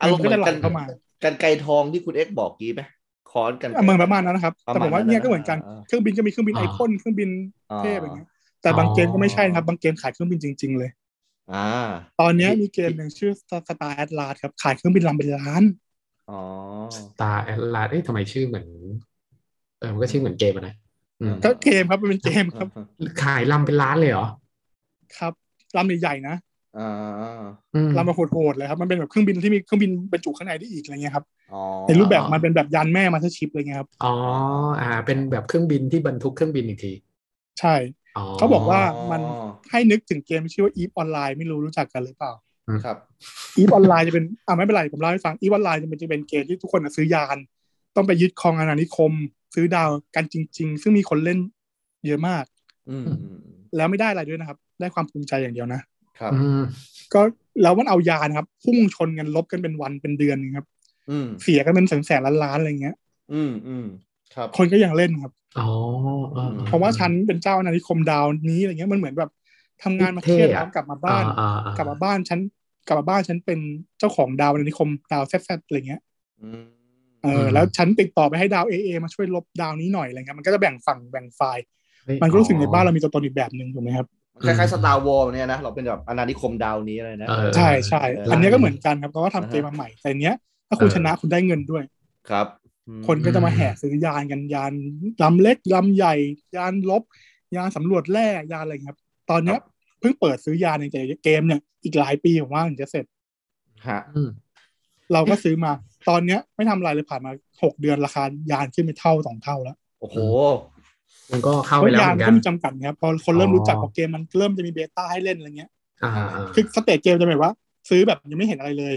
[SPEAKER 2] อารมณ์เหมือนกัน
[SPEAKER 4] มันก็จะไหลเข้ามา
[SPEAKER 2] กันไกรทองที่คุณเอ็กบอกกี้ไหมคอนกันไกร
[SPEAKER 4] อ่ะเหมือนประมาณนั้นนะครับ แต่ผมว่าเนี่ยก็เหมือนกัน
[SPEAKER 2] อ่า
[SPEAKER 4] เครื่องบินก็มีเครื่องบิน
[SPEAKER 3] อ่า
[SPEAKER 4] ไอคอนเครื่องบินเทพอะไรเงี้ยแต่
[SPEAKER 3] อ๋อ
[SPEAKER 4] บางเกมก็ไม่ใช่นะครับ บางเกมขายเครื่องบินจริง ๆ เลย
[SPEAKER 2] อ่า
[SPEAKER 4] ตอนเนี้ยมีเกมหนึ่งชื่อสตาร์แอดลาครับขายเครื่องบินลำเป็นล้าน
[SPEAKER 2] อ๋อ
[SPEAKER 3] ตาแอดลาเอ้ยทำไมชื่อเหมือน เออมันก็ชื่อเหมือนเกมอะนะอืม
[SPEAKER 2] อื
[SPEAKER 4] ก็เกมครับมันเป็นเกมครับ
[SPEAKER 3] ขายลำเป็นล้านเลยเหรอ
[SPEAKER 4] ครับลำใหญ่ๆนะ
[SPEAKER 2] อ่า
[SPEAKER 3] อืม
[SPEAKER 4] ลำมาโหดๆเลยครับ มันเป็นแบบเครื่องบินที่มีเครื่องบินบรรจุข้างในได้อีกอะไรเงี้ยครับ
[SPEAKER 2] อ๋อ
[SPEAKER 4] ในรูปแบบมันเป็นแบบยานแม่มาสเตอร์ชิพอะไรเงี้ยครับ
[SPEAKER 3] อ๋อ อ่า เป็นแบบเครื่องบินที่บรรทุกเครื่องบินอีกที
[SPEAKER 4] ใช่
[SPEAKER 3] อ๋อ
[SPEAKER 4] เขาบอกว่า มัน ให้นึกถึงเกมที่ชื่อว่าอีฟออนไลน์ไม่รู้รู้จักกันหรือเปล่า
[SPEAKER 2] ครับ
[SPEAKER 4] อีฟออนไลน์จะเป็น อ่าไม่เป็นไรผมเล่าให้ฟังอีฟออนไลน์จะเป็นจะเป็นเกมที่ทุกคนน่ะซื้อยาน ต้องไปยึดครองอาณานิคม ซื้อดาวกันจริง ๆ ซึ่งมีคนเล่นเยอะมาก
[SPEAKER 2] อืมอืม
[SPEAKER 4] แล้วไม่ได้อะไรด้วยนะครับ ได้ความภูมิใจอย่างเดียวนะ
[SPEAKER 2] ครับ
[SPEAKER 3] อืม
[SPEAKER 4] ก็แล้วมันเอายานครับพุ่งชนกันลบกันเป็นวันเป็นเดือนนึงครับ
[SPEAKER 2] อืม
[SPEAKER 4] เสียกันเป็นแสนแสนๆล้านๆอะไรเงี้ย
[SPEAKER 2] อืมอืมครับ
[SPEAKER 4] คนก็ยังเล่นครับ
[SPEAKER 3] อ๋อเออออ
[SPEAKER 4] เพราะว่าฉันเป็นเจ้าอาณานิคมดาวนี้อะไรเงี้ยมันเหมือนแบบทำงานมาเครียดแล้วกลับมาบ้าน
[SPEAKER 3] อ่อ่อ่
[SPEAKER 4] กลับมาบ้านฉันกลับมาบ้านฉันเป็นเจ้าของดาวอาณานิคมดาวแซ่บๆอะไรเงี้ย
[SPEAKER 2] อืม
[SPEAKER 4] เออแล้วฉันติดต่อไปให้ดาวเอเอมาช่วยลบดาวนี้หน่อยอะไรเงี้ยมันก็จะแบ่งฝั่งแบ่งฝ่าย
[SPEAKER 3] เฮ้ย
[SPEAKER 4] มันก็รู้สึกในบ้านเรามีตัวตนอีกแบบหนึ่งถูกไหมครับ
[SPEAKER 2] คล้ายๆสตาร์วอลเนี่ยนะ เราเป็นแบบอาณานิคมดาวนี้อะไรนะ
[SPEAKER 3] เออ
[SPEAKER 4] ใช่ใช่
[SPEAKER 2] เอออั
[SPEAKER 4] อันเนี้ยก็เหมือนกันครับเพราะว่าทำเกมมาใหม่แต่อันเนี้ยถ้าคุณชนะคุณได้เงินด้วย
[SPEAKER 2] ครับ
[SPEAKER 4] คนก็จะมาแห่ซื้อยานกันยานลำเล็กลำใหญ่ ยานลบ ยานสำรวจแร่ยานอะไรอย่างเงี้ยครับ ตอนเนี้ยเพิ่งเปิดซื้อยานในแต่เกมเนี่ยอีกหลายปีผมว่าถึงจะเสร็จ
[SPEAKER 2] ฮะ
[SPEAKER 3] อืม
[SPEAKER 4] เราก็ซื้อมา ตอนเนี้ยไม่ทำอะไรเลยผ่านมาหกเดือนราคายานขึ้นไปเท่าสองเท่าแล้ว
[SPEAKER 2] โอ้โห
[SPEAKER 3] มันก็เข้า
[SPEAKER 4] เพ
[SPEAKER 3] ไป
[SPEAKER 4] ราะ
[SPEAKER 3] แล้ว
[SPEAKER 4] ยา
[SPEAKER 3] เห
[SPEAKER 4] น
[SPEAKER 3] มือนกัน
[SPEAKER 4] ก็มีจำกัดครับพอคนเริ่ม
[SPEAKER 3] อ๋อ
[SPEAKER 4] รู้จักพอเกมมันเริ่มจะมีเบต้าให้เล่นอะไรเงี้ย
[SPEAKER 3] อ่า
[SPEAKER 4] คือสเตจเกมจะแบบว่า ซื้อแบบยังไม่เห็นอะไรเลย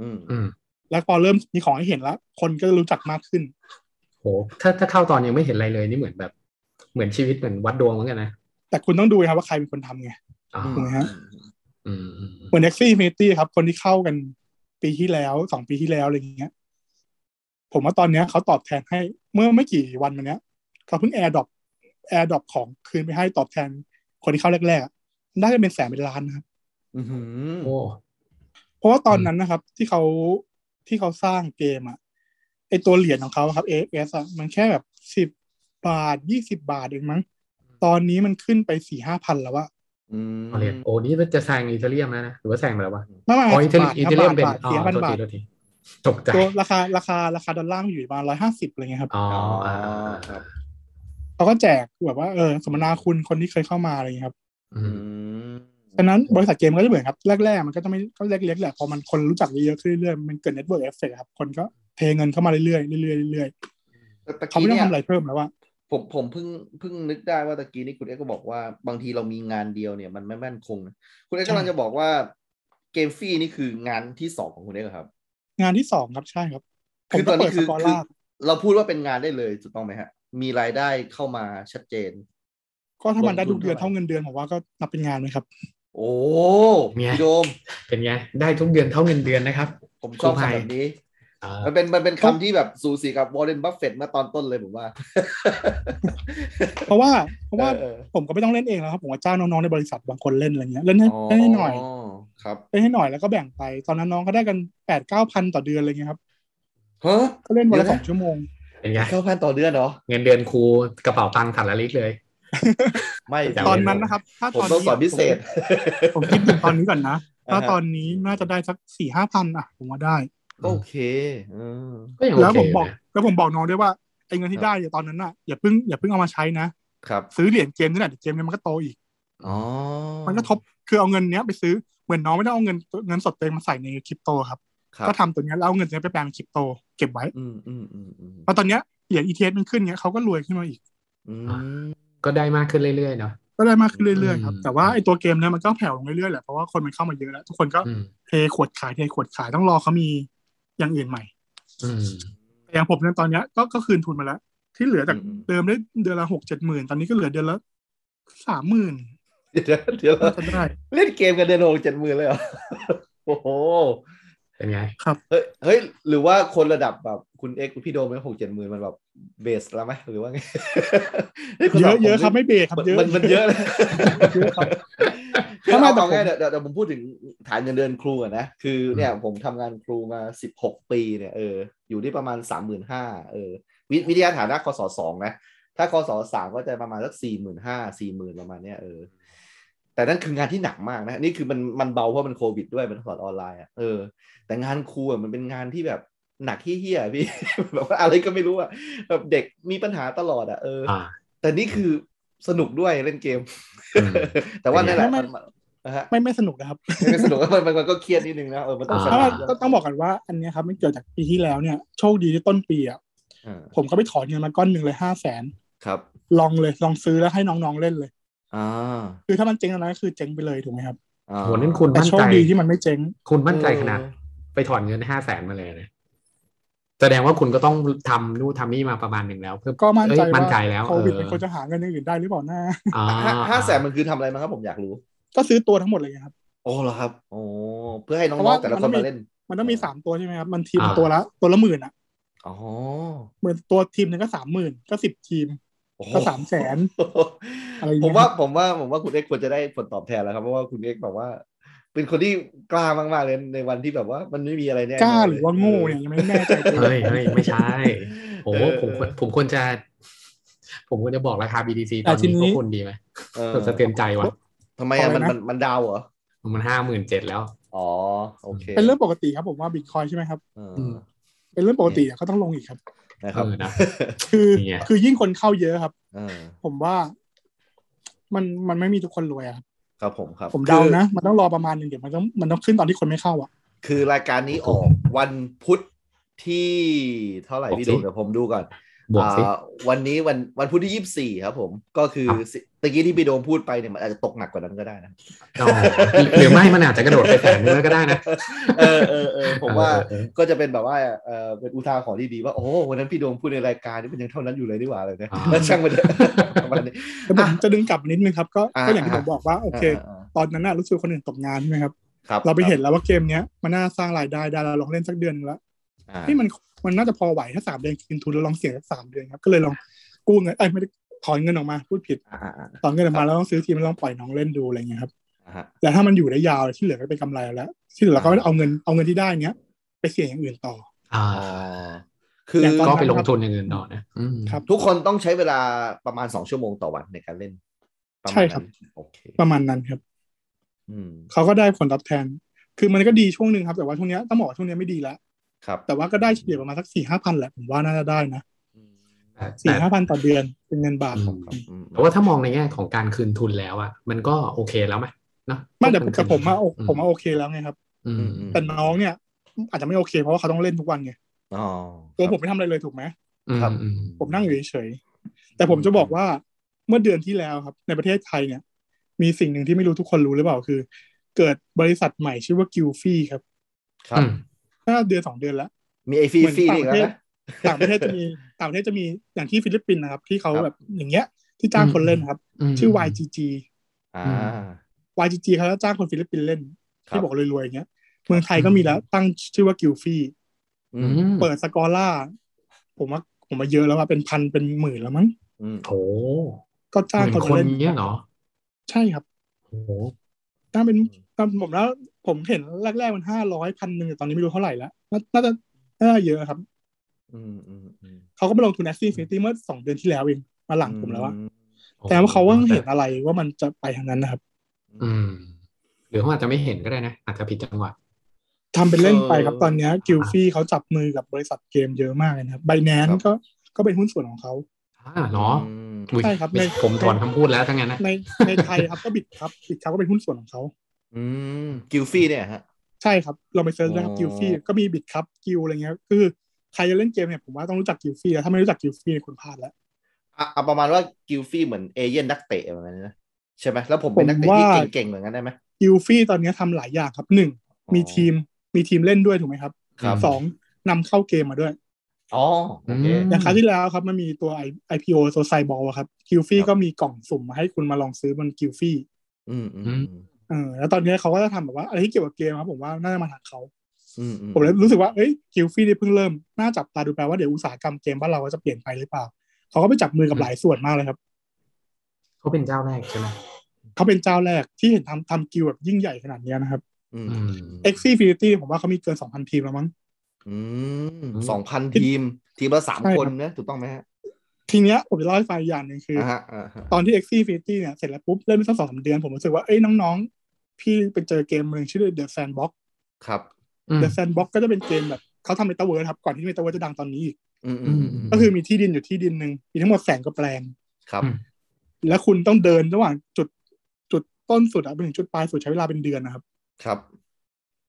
[SPEAKER 2] อืม
[SPEAKER 3] อืม
[SPEAKER 4] แล้วพอเริ่มมีของให้เห็นแล้ว คนก็รู้จักมากขึ้น
[SPEAKER 3] โหถ้าถ้าเข้าตอนยังไม่เห็นอะไรเลยนี่เหมือนแบบ เหมือนชีวิตเหมือนวัดดวงเหมือนกันนะ
[SPEAKER 4] แต่คุณต้องดูนะครับว่าใครเป็นคนทำไง
[SPEAKER 3] อ๋อ
[SPEAKER 4] ถูกไหมฮะ
[SPEAKER 3] อืมอืม
[SPEAKER 4] เหมือน Axie Infinity ครับ คนที่เข้ากันปีที่แล้วสองปีที่แล้วอะไรอย่างเงี้ย ผมว่าตอนเนี้ยเขาตอบแทนให้เมื่อไม่กี่วันมาเนี้ยเขาเพิ่งแอร์ดรอปแอร์ดรอปของคืนไปให้ตอบแทนคนที่เข้าแรกๆอะได้กันเป็นแสนเป็นล้านนะครับ
[SPEAKER 2] อื้อหือ
[SPEAKER 3] โอ้
[SPEAKER 4] เพราะว่าตอนนั้นนะครับ ที่เขาที่เขาสร้างเกมอะไอตัวเหรียญของเขาครับ AS อะมันแค่แบบสิบบาทยี่สิบาทเองมั้ง ตอนนี้มันขึ้นไปสี่ห้าพันแล้วอะ
[SPEAKER 2] อืม
[SPEAKER 3] เอาเลยโอ้นี่จะแซงอิตาเลียนแล้วนะหรือว่าแซงไปแล้ววะ
[SPEAKER 4] ไม่ไม่
[SPEAKER 3] อ๋ออิตา
[SPEAKER 4] บาท
[SPEAKER 3] อิ
[SPEAKER 4] ค
[SPEAKER 3] ตาเลียน
[SPEAKER 4] รั
[SPEAKER 3] เป็น
[SPEAKER 4] บาท
[SPEAKER 3] อ๋อ
[SPEAKER 4] สี่พัน
[SPEAKER 3] โทษ
[SPEAKER 4] บา
[SPEAKER 3] ที
[SPEAKER 4] ท
[SPEAKER 3] โทษทีตกใจ
[SPEAKER 4] ตัวราคาราคาราคาดอลลาร์มันอยู่ประมาณร้อยห้าสิบอะไรเงี้ยครับ
[SPEAKER 3] อ๋อ
[SPEAKER 2] อ๋อ
[SPEAKER 3] อ่า
[SPEAKER 2] ครับ
[SPEAKER 4] เขาก็แจกแบบว่าเออสมนาคุณคนที่เคยเข้ามาอะไรเงี้ยครับ
[SPEAKER 3] อื
[SPEAKER 2] อื
[SPEAKER 3] ม
[SPEAKER 2] ม
[SPEAKER 4] ฉะนั้นบริษัทเกมก็จะเหมือนครับแรกๆมันก็จะไม่ก็เล็กๆแหละพอมันคนรู้จักเยอะๆขึ้นเรื่อยๆมันเกิดเน็ตเวิร์กเอฟเฟกครับคนก็เทเงินเข้ามาเรื่อยๆเรื่อยๆเรื่อย
[SPEAKER 2] แต่ตะ
[SPEAKER 4] ๆเขา
[SPEAKER 2] กี้
[SPEAKER 4] ไม่ต้อ
[SPEAKER 2] เนี่
[SPEAKER 4] ง
[SPEAKER 2] ย
[SPEAKER 4] ทำอะไรเพิ่มแล้วว่า
[SPEAKER 2] ผมผมเพิ่งเพิ่งนึกได้ว่าตะกี้นี่คุณเอ็กก็บอกว่าบางทีเรามีงานเดียวเนี่ยมันไม่มั่นคงนะคุณเอ็กกำลังจะบอกว่าเกมฟรีนี่คืองานที่สองของคุณเอ็กเหรอครับ
[SPEAKER 4] งานที่สองครับใช่ครับผ
[SPEAKER 2] คือ
[SPEAKER 4] ม
[SPEAKER 2] ต
[SPEAKER 4] ก็
[SPEAKER 2] อน
[SPEAKER 4] เปิ
[SPEAKER 2] นี้
[SPEAKER 4] ดส
[SPEAKER 2] คือ
[SPEAKER 4] ปอร์
[SPEAKER 2] คือ
[SPEAKER 4] ล่าร์
[SPEAKER 2] เราพูดว่าเป็นงานได้เลยถูกต้องไหมฮะ มีรายได้เข้ามาชัดเจน
[SPEAKER 4] ก็ถ้ามันได้ทุกเดือน
[SPEAKER 2] ลงทุน
[SPEAKER 4] เท่าเงินเดือนผมว่าก็นับเป็นงานไหมครับ
[SPEAKER 2] โอ้พี่โยม
[SPEAKER 3] เป็นไงได้ทุกเดือนเท่าเงินเดือนนะครับ
[SPEAKER 2] ผมชอบคำแบบนี้
[SPEAKER 3] อ่า
[SPEAKER 2] มันเป็นมันเป็นคำที่แบบสูสีกับวอร์เรนบัฟเฟตเมื่อตอนต้นเลยผมว่า
[SPEAKER 4] เพราะว่าเพราะว่า
[SPEAKER 2] เออ
[SPEAKER 4] ผมก็ไม่ต้องเล่นเองแล้วครับผมก็จ้างน้องๆในบริษัทบางคนเล่นอะไรเงี้ยเล่นให้
[SPEAKER 2] เออ
[SPEAKER 4] เล่นให้หน่อย
[SPEAKER 2] ครับ
[SPEAKER 4] ไปให้หน่อยแล้วก็แบ่งไป ตอนนั้นน้องก็ได้กันแปดเก้าพันต่อเดือนอะไรเงี้ยครับ
[SPEAKER 2] ฮะ
[SPEAKER 4] ก็เล่นวันละ
[SPEAKER 2] เดี๋ยว
[SPEAKER 4] สอ
[SPEAKER 2] นะ
[SPEAKER 4] งชั่วโมง
[SPEAKER 3] เป็นไง
[SPEAKER 2] เข้าพันต่อเดือนเหรอ
[SPEAKER 3] เงินเดือนครูกระเป๋าตังค์ถัดละลิตรเลย
[SPEAKER 2] ไม่
[SPEAKER 3] แต่
[SPEAKER 4] ตอนนั้นนะครับ ถ้า
[SPEAKER 2] ผม
[SPEAKER 4] ตอน
[SPEAKER 2] ต้อง
[SPEAKER 4] นี้
[SPEAKER 2] สอนพิเศษ
[SPEAKER 4] ผมผมคิดถึงตอนนี้ก่อนนะ
[SPEAKER 2] อ่าฮะ
[SPEAKER 4] ถ้าตอนนี้น่าจะได้สักสี่ห้าพันอ่ะ ผมว่าได้
[SPEAKER 2] โอเคเออ
[SPEAKER 3] ก็ยังโอ
[SPEAKER 4] แล้ว
[SPEAKER 3] เค
[SPEAKER 4] ผม
[SPEAKER 3] อยู่
[SPEAKER 4] บอก
[SPEAKER 3] นะ
[SPEAKER 4] แล้วผมบอกน้องด้วยว่าไอ้เงินที่ได้เนี่ยตอนนั้นอ่ะอย่าเพิ่งอย่าเพิ่งเอามาใช้นะ
[SPEAKER 2] ครับ
[SPEAKER 4] ซื้อเหรียญเกมนี่แหละเดี๋ยวเกมมันก็โตอีก
[SPEAKER 2] อ๋อ
[SPEAKER 4] มันก็ทบคือเอาเงินเนี้ยไปซื้อเหมือนน้องไม่ได้เอาเงินเงินสดตัวเองมาใส่ในคริปโตครับ
[SPEAKER 2] ครับ
[SPEAKER 4] ก็ทำตัวเนี้ยแล้วเอาเงินตัวเนี้ยไปแปลงเป็นคริปโตเก็บไว้
[SPEAKER 2] อืมอืมอืมอืม
[SPEAKER 4] พอตอนเนี้ยเหรียญ ETH มันขึ้นเนี้ยเขาก็รวยขึ้นมาอีก
[SPEAKER 2] อืม
[SPEAKER 3] ก็ได้มากขึ้นเรื่อยๆเนาะ
[SPEAKER 4] ก็ได้มากขึ้นเรื่อยๆครับ
[SPEAKER 3] อืม
[SPEAKER 4] แต่ว่าไอตัวเกมเนี่ยมันก็แผ่วลงเรื่อยๆแหละ เพราะว่าคนมันเข้ามาเยอะแล้ว ทุกคนก็
[SPEAKER 3] อืม
[SPEAKER 4] เทขวดขายเทขวดขายต้องรอเขามีอย่างอื่นใหม่
[SPEAKER 3] อืม
[SPEAKER 4] แต่อย่างผมเนี่ยตอนเนี้ยก็ก็คืนทุนมาแล้ว ที่เหลือจาก
[SPEAKER 2] อืม
[SPEAKER 4] เดิมได้เดือนละหกเจ็ดหมื่นตอนนี้ก็เหลือเดือนละสามหมื่น
[SPEAKER 2] เดี๋ยวนะเดี๋ยวนะ
[SPEAKER 4] ก็ได้
[SPEAKER 2] เล่นเกมกันเดือนหกเจ็ดหมื่นเลยเหรอ โอ้โห
[SPEAKER 3] เป็นไง
[SPEAKER 2] เฮ้ยเฮ้ย หรือว่าคนระดับแบบคุณเอ็กซ์พี่โดมเนี่ยหกเจ็ดหมื่นมันแบบเบสแล้วไหมหรือว่าไง
[SPEAKER 4] เยอะเยอะครับไม่เบรกครับ
[SPEAKER 2] มัน
[SPEAKER 4] เยอะ
[SPEAKER 2] มันมันเยอะเลย
[SPEAKER 4] เยอะครับ
[SPEAKER 2] คือ
[SPEAKER 4] ทำไม
[SPEAKER 2] เอาเอา
[SPEAKER 4] แต่ผม
[SPEAKER 2] ง่ายๆเดี๋ยวเดี๋ยวเดี๋ยวผมพูดถึงฐานเงินเดือนครูอะนะ คือเนี่ยผมทำงานครูมาสิบหกปีเนี่ยเอออยู่ที่ประมาณสามหมื่นห้าเออวิวิทยาฐานะคศสองนะ ถ้าคศสามก็จะประมาณสักสี่หมื่นห้าสี่หมื่นประมาณเนี้ยเออ แต่นั่นคืองานที่หนักมากนะ นี่คือมันมันเบาเพราะมันโควิดด้วยมันสอนออนไลน์อ่ะเออ แต่งานครูอะมันเป็นงานที่แบบหนักเฮี้ยๆพี่ แบบว่าอะไรก็ไม่รู้อ่ะแบบเด็กมีปัญหาตลอดอ่ะเออ
[SPEAKER 3] อ่า
[SPEAKER 2] แต่นี่คือสนุกด้วยเล่นเกม
[SPEAKER 3] อืม
[SPEAKER 2] แต่ว่านั่นแหละ
[SPEAKER 4] ไม่
[SPEAKER 2] มั
[SPEAKER 4] ไม่
[SPEAKER 2] นมันนะฮะ
[SPEAKER 4] ไม่ไม่สนุกนะครับ
[SPEAKER 2] มันก็สนุกมันมันมันก็เครียดนิดนึงนะเออมันต้องส
[SPEAKER 3] อ่า
[SPEAKER 4] เพราะ
[SPEAKER 2] ลั
[SPEAKER 4] ว่า
[SPEAKER 2] บ
[SPEAKER 4] ก็ต้องบอกกันว่าอันเนี้ยครับมันเกิดจากปีที่แล้วเนี่ยโชคดีที่ต้นปีอ่ะ
[SPEAKER 2] อ่า
[SPEAKER 4] ผมก็ไปถอนเงินมาก้อนหนึ่งเลยห้าแสน
[SPEAKER 2] ครับ
[SPEAKER 4] ลองเลยลองซื้อแล้วให้น้องๆเล่นเลย
[SPEAKER 2] อ่า
[SPEAKER 4] คือถ้ามันเจ๊งตอนนั้นก็คือเจ๊งไปเลยถูกไหมครับ
[SPEAKER 2] อ่า
[SPEAKER 3] โหนั่นคุณ
[SPEAKER 4] แต่
[SPEAKER 3] มั่น
[SPEAKER 4] โช
[SPEAKER 3] ใจ
[SPEAKER 4] คดีที่มันไม่เจ๊ง
[SPEAKER 3] คุณมั่นใจขนาด
[SPEAKER 2] เออ
[SPEAKER 3] ไปถอนเงินห้าแสนมาเลยนะแสดงว่าคุณก็ต้องทำนู่นทำนี่มาประมาณหนึ่งแล้วเพื่อ
[SPEAKER 4] ก็มั่นใจ
[SPEAKER 3] เอ้ยมั่นใจ
[SPEAKER 4] ว่า
[SPEAKER 3] แล้ว
[SPEAKER 4] โค
[SPEAKER 3] เออ
[SPEAKER 4] วิดเป็นคนจะหาเงินอย่างอื่นได้หรือเปล่านะ
[SPEAKER 3] อ่า
[SPEAKER 2] ห้าห้าแสนมันคือทำอะไรมาครับผมอยากรู้
[SPEAKER 4] ก็ซื้อตัวทั้งหมดเลยครับ
[SPEAKER 2] โอ้เหรอครับโอ้เพื่อให้น้
[SPEAKER 4] เพราะ
[SPEAKER 2] อ
[SPEAKER 4] ว่าง
[SPEAKER 2] ๆแต่ละ
[SPEAKER 4] มัน
[SPEAKER 2] ค
[SPEAKER 4] ต้อน งมี
[SPEAKER 2] มาเล่น
[SPEAKER 4] มันต้องมีสามตัวใช่ไหมครับ มันทีมตัวละตัวละหมื่นอ่ะ
[SPEAKER 2] อ๋อ
[SPEAKER 4] เหมือนตัวทีมหนึ่งก็สามหมื่นก็สิบทีม
[SPEAKER 2] โอ้โห
[SPEAKER 4] ก็สามแสน อะไรอย่าง
[SPEAKER 2] ผ
[SPEAKER 4] เงี้ย
[SPEAKER 2] มว่าผมว่าผมว่าคุณเอกควรจะได้ผลตอบแทนแล้วครับเพราะว่าคุณเอกแบบว่า เป็นคนที่กล้ามากๆเลยในวันที่แบบว่ามันไม่มีอะไรแน่นน
[SPEAKER 4] กล้าหรือว่าโง่เนี่ยยังไม่แน่ใจตัว
[SPEAKER 3] เฮ้ยเฮ้ยไม่ใช่ โอ้
[SPEAKER 2] เออ
[SPEAKER 3] ผมควรผมควรจะ ผมควรจะบอกราคา BTC ต
[SPEAKER 4] แต่
[SPEAKER 3] อน
[SPEAKER 4] ที
[SPEAKER 3] นี้
[SPEAKER 4] นี้
[SPEAKER 3] ก็คุณดีไหม
[SPEAKER 2] เออ
[SPEAKER 3] สะเทือนใจว่ะ
[SPEAKER 2] ทำไมอ่ะมัน
[SPEAKER 4] อะไรนะ
[SPEAKER 2] มันมันดาวเหรอ
[SPEAKER 3] มันห้าหมื่นเจ็ดแล้ว
[SPEAKER 2] อ๋อโอเค
[SPEAKER 4] เป็นเรื่องปกติครับผมว่าบิตคอยใช่ไหมครับ
[SPEAKER 2] เออ
[SPEAKER 4] เป็นเรื่องปกติอะก็ต้องลงอีกครับ
[SPEAKER 2] นะครับ
[SPEAKER 3] เออนะ
[SPEAKER 4] คือ
[SPEAKER 3] นี่ไง
[SPEAKER 4] คือยิ่งคนเข้าเยอะครับ
[SPEAKER 2] เออ
[SPEAKER 4] ผมว่า มันมันไม่มีทุกคนรวยอะครับ
[SPEAKER 2] ครับผมครับ
[SPEAKER 4] ผมเดา
[SPEAKER 2] คือ
[SPEAKER 4] นะ มันต้องรอประมาณหนึ่งเดี๋ยวมันต้องมันต้องขึ้นตอนที่คนไม่เข้าอ่ะ
[SPEAKER 2] คือรายการนี้ออกวันพุธที่เท่าไหร่พี่โดม
[SPEAKER 3] ออกสิ
[SPEAKER 2] เดี๋ยวผมดูก่อน
[SPEAKER 3] บวกสิ
[SPEAKER 2] อ่าวันนี้วันวันพุธที่ยี่สิบสี่ครับผม ก็คือสิตะกี้ที่พี่โดมพูดไปเนี่ยมันอาจจะตกหนักกว่านั้นก็ได้นะ
[SPEAKER 3] อ๋อหรือไม่มันอาจจะกระโดดไปแสนนึงแล้วก็ได้นะ
[SPEAKER 2] เอ อเออเออผมว่า
[SPEAKER 3] เออเออ
[SPEAKER 2] ก็จะเป็นแบบว่าเออเป็นอุทาหรณ์ที่ดีว่า โอ้วันนั้นพี่โดมพูดในรายการนี่มันยังเท่านั้นอยู่เลยนี่หว่าอะไรเนี่ย
[SPEAKER 3] อ๋อ
[SPEAKER 2] แล้วช่างมันเถอะ ประมาณนี้
[SPEAKER 4] แต่ผมจะดึงกลับนิดนึงครับก็
[SPEAKER 2] อ่า
[SPEAKER 4] ก็อย่างที่
[SPEAKER 2] อ่า
[SPEAKER 4] ผมบอกว่าโอเค
[SPEAKER 2] อ่า
[SPEAKER 4] ตอนนั้นน่ะรู้สึกคนอื่นตกงานใช่ไหมครับ
[SPEAKER 2] ๆครับ
[SPEAKER 4] เราไปเห็นแล้วว่าเกมเนี้ยมันน่าสร้างรายได้ได้เราลองเล่นสักเดือนนึงแล้ว
[SPEAKER 2] อ่า
[SPEAKER 4] ที่มันมันน่าจะพอไหวถ้าสามเดือนคืนทุนแล้วลองเสี่ยงสักสามเดือนครับก็เลยลองกู้เงินเอ้ยไม่ได้ถอนเงินออกมาพูดผิด
[SPEAKER 2] อ่าๆ
[SPEAKER 4] ถอนเงินออกมาแล้วลองซื้อทีมแล้วลองปล่อยน้องเล่นดูอะไรเงี้ยครับ
[SPEAKER 2] อ่าฮะ
[SPEAKER 4] แต่ถ้ามันอยู่ได้ยาวที่เหลือก็เป็นกำไรแล้ว ที่เหลือเราก็
[SPEAKER 2] อ่า
[SPEAKER 4] เอาเงินเอาเงินที่ได้เนี้ยไปเสี่ยงอย่างอื่นต่อ
[SPEAKER 3] อ่า
[SPEAKER 2] อ่าคือ
[SPEAKER 4] อย่างตอน
[SPEAKER 3] ก็
[SPEAKER 4] นั้น
[SPEAKER 3] ไปลงทุนอย่างอื่นต่อนะอืม
[SPEAKER 4] ครับ
[SPEAKER 2] ทุกคนต้องใช้เวลาประมาณสองชั่วโมงต่อวันในการเล่นประมาณ
[SPEAKER 4] ใช่ครับ
[SPEAKER 2] นั้นโอเค
[SPEAKER 4] ประมาณนั้นครับ
[SPEAKER 2] อืม
[SPEAKER 4] เขาก็ได้ผลตอบแทน คือมันก็ดีช่วงหนึ่งครับ แต่ว่าช่วงเนี้ยต้องบอกว่าช่วงเนี้ยไม่ดีแล้ว
[SPEAKER 2] ครับ
[SPEAKER 4] แต่ว่าก็ได้เฉลี่ยประมาณสักสี่ห้าพันแหละ ผมว่าน่าจะได้นะ
[SPEAKER 2] อืม
[SPEAKER 4] สี่ห้าพันต่อเดือนเป็นเงินบาท
[SPEAKER 3] อืม
[SPEAKER 4] ครับ
[SPEAKER 2] อืม
[SPEAKER 3] แต่ว่าถ้ามองในแง่ของการคืนทุนแล้วอ่ะมันก็โอเคแล้วไหมเนาะ
[SPEAKER 4] ไม่แต่แต่ผมว่าโอ
[SPEAKER 3] อื
[SPEAKER 4] ผมว่าโอเคแล้วไงครับ
[SPEAKER 3] อืม
[SPEAKER 2] อืม
[SPEAKER 4] แต่น้องเนี่ย อาจจะไม่โอเคเพราะว่าเขาต้องเล่นทุกวันไง
[SPEAKER 2] อ๋อ
[SPEAKER 4] ตัวผมไม่ทำอะไรเลยถูกไหม
[SPEAKER 3] อืม
[SPEAKER 2] ครับ
[SPEAKER 3] อืม
[SPEAKER 4] ผมนั่งอยู่เฉยๆแต่ผมจะบอกว่าเมื่อเดือนที่แล้วครับ ในประเทศไทยเนี่ย มีสิ่งหนึ่งที่ไม่รู้ทุกคนรู้หรือเปล่าคือ เกิดบริษัทใหม่ชื่อว่ากิลฟี่ครับ
[SPEAKER 2] ครับ
[SPEAKER 3] อืม
[SPEAKER 4] น่าเดือนสองเดือนแล้ว
[SPEAKER 2] มีไอฟี
[SPEAKER 4] เหมือน
[SPEAKER 2] ฟี่
[SPEAKER 4] ต่าง
[SPEAKER 2] นี่
[SPEAKER 4] ป
[SPEAKER 2] ครั
[SPEAKER 4] ระเทศ
[SPEAKER 2] นะ
[SPEAKER 4] ต่างประเทศจะมีต่างประเทศจะมีอย่างที่ฟิลิปปินส์นะครับ ที่เขา
[SPEAKER 2] ครับ
[SPEAKER 4] แบบอย่างเงี้ยที่จ้างคนเล่นครับ
[SPEAKER 3] ม
[SPEAKER 4] ชื่อ YGG
[SPEAKER 2] อ่า
[SPEAKER 4] YGG เขาจะจ้างคนฟิลิปปินส์เล่น
[SPEAKER 2] ครับ
[SPEAKER 4] ที่บอกรวยๆอย่างเงี้ยเมืองไทยก็มีแล้วตั้งชื่อว่ากิลฟี่
[SPEAKER 2] อื
[SPEAKER 3] อื
[SPEAKER 2] ม
[SPEAKER 3] ม
[SPEAKER 4] เปิดสกอร่าผมว่าผมมาเยอะแล้วว่าเป็นพันเป็นหมื่นแล้วมั้ง
[SPEAKER 2] อืม
[SPEAKER 3] โห
[SPEAKER 4] ก็
[SPEAKER 3] ห
[SPEAKER 4] จ้าง
[SPEAKER 3] มื่น
[SPEAKER 4] ค
[SPEAKER 3] คน
[SPEAKER 4] นมาเล่น
[SPEAKER 3] เนี้ยเหรอ
[SPEAKER 4] ใช่ครับ
[SPEAKER 3] โอ้โห
[SPEAKER 4] จ้างเป็นตามผมแล้ว ผมเห็นแรกๆมันห้าร้อยพันหนึ่งแต่ตอนนี้ไม่รู้เท่าไหร่แล้วน่าน่าจะน่าจะเยอะครับ
[SPEAKER 2] อืมอืมอืม
[SPEAKER 4] เขาก็มาลงทุน a อ s ซี่ i ิตี้เมื่อสองเดือนที่แล้วเองมาหลังผมแล้วว่า
[SPEAKER 3] โอ้โห
[SPEAKER 4] แต่ว่าเขาว่าเห็นอะไรว่ามันจะไปทางนั้นนะครับ
[SPEAKER 3] อืม หรือเขาอาจจะไม่เห็นก็ได้นะ อาจจะผิดจังหวะ
[SPEAKER 4] ทำเป็นเล่นไปครับตอนเนี้กิลฟี่เขาจับมือกับบริษัทเกมเยอะมากเลยนะครับไบแนนก็ก็เป็นหุ้นส่วนของเขา
[SPEAKER 3] อ่าเนาะ
[SPEAKER 2] ม
[SPEAKER 3] อุ๊ย
[SPEAKER 4] ใช่ครับใน
[SPEAKER 3] ผมถอนคำพูดแล้วทั้งนั้นนะ
[SPEAKER 4] ในในไทยครับก็บิดครับบิดครับก็เป็นหุ้นส่วนของเขา
[SPEAKER 2] อืมกิลฟี่เนี่ยฮะ
[SPEAKER 4] ใช่ครับเราไปเซิร์ชนะครับ
[SPEAKER 2] อ๋อ
[SPEAKER 4] กิลฟี่ก็มีบิดครับกิลอะไรเงี้ยคือใครจะเล่นเกมเนี่ยผมว่าต้องรู้จักกิลฟี่ถ้าไม่รู้จักกิลฟี่คุณพลาดแล้ว
[SPEAKER 2] อ่ะเอาประมาณว่ากิลฟี่เหมือนเอเย่นนักเตะประมาณนี้นะใช่ไหมแล้วผมเป็นนักเตะ
[SPEAKER 4] ผมว่า
[SPEAKER 2] ที่เก่งๆเหมือนกันได้ไหม
[SPEAKER 4] กิลฟี่ตอนเนี้ยทำหลายอย่างครับหนึ่งมีทีมมีทีมเล่นด้วยถูกไหมครับ
[SPEAKER 2] ครับ
[SPEAKER 4] สองนำเข้าเกมมาด้วย
[SPEAKER 2] อ๋อโอเค
[SPEAKER 4] อย่างคราวที่แล้วครับมันมีตัว I- IPO s o c i b a l ครับกิลฟี่
[SPEAKER 2] ครับ
[SPEAKER 4] ก็มีกล่องสุ่มมาให้คุณมาลองซื้อบนกิลฟี่
[SPEAKER 2] อืมอืมอืม
[SPEAKER 4] เออแล้วตอนนี้เขาก็จะทำแบบว่าอะไรที่เกี่ยวกับเกมครับผมว่าน่าจะมาทางเขา
[SPEAKER 2] อืมอื
[SPEAKER 4] ผมเลยรู้สึกว่าเอ้ยกิลฟี่นี่เพิ่งเริ่มน่าจับตาดูแปลว่าเดี๋ยวอุตสาหกรรมเกมบ้านเราก็จะเปลี่ยนไปหรือเปล่าเขาก็ไปจับมือกับหลายส่วนมากเลยครับ
[SPEAKER 3] เขาเป็นเจ้าแรกใช่ไหม
[SPEAKER 4] เขาเป็นเจ้าแรกที่เห็นทำทำกิลแบบยิ่งใหญ่ขนาดเนี้ยนะครับ
[SPEAKER 2] อืม
[SPEAKER 4] x c f i n i t y ผมว่าเขามีเกิน 2,000 ทีมแล้วมั้ง
[SPEAKER 2] อืมสองพันทีม ทีมละสาม
[SPEAKER 4] ใช่ครับ
[SPEAKER 2] คนนะถูกต้องไหมฮะ
[SPEAKER 4] ทีเนี้ยผมจะเล่าให้ฟังอีกอย่างหนึ่งคืออ
[SPEAKER 2] อ่าฮะอ่าฮะ
[SPEAKER 4] ตอนที่ x อ็กซี่ฟิตี้เนี่ยเสร็จแล้วปุ๊บเล่นไปสักสองสามเดือน ผมรู้สึกว่า เอ้ยน้องๆ พี่ไปเจอเกมหนึ่งชื่อ The Sandbox
[SPEAKER 2] ครับ
[SPEAKER 3] อืม
[SPEAKER 4] The Sandbox ก็จะเป็นเกมแบบเขาทำเมตาเวิร์ครับ ก่อนที่เมตาเวิร์จะดังตอนนี้อีก
[SPEAKER 2] อืมอืมอืม
[SPEAKER 4] ก็คือมีที่ดินอยู่ที่ดินหนึ่งมีทั้งหมดแสนกว่าแปลง
[SPEAKER 2] ครับ
[SPEAKER 4] แล้วคุณต้องเดินระหว่างจุดจุดต้นสุดอะไปถึงจุดปลายสุดใช้เวลาเป็นเดือนนะครับ
[SPEAKER 2] ครับ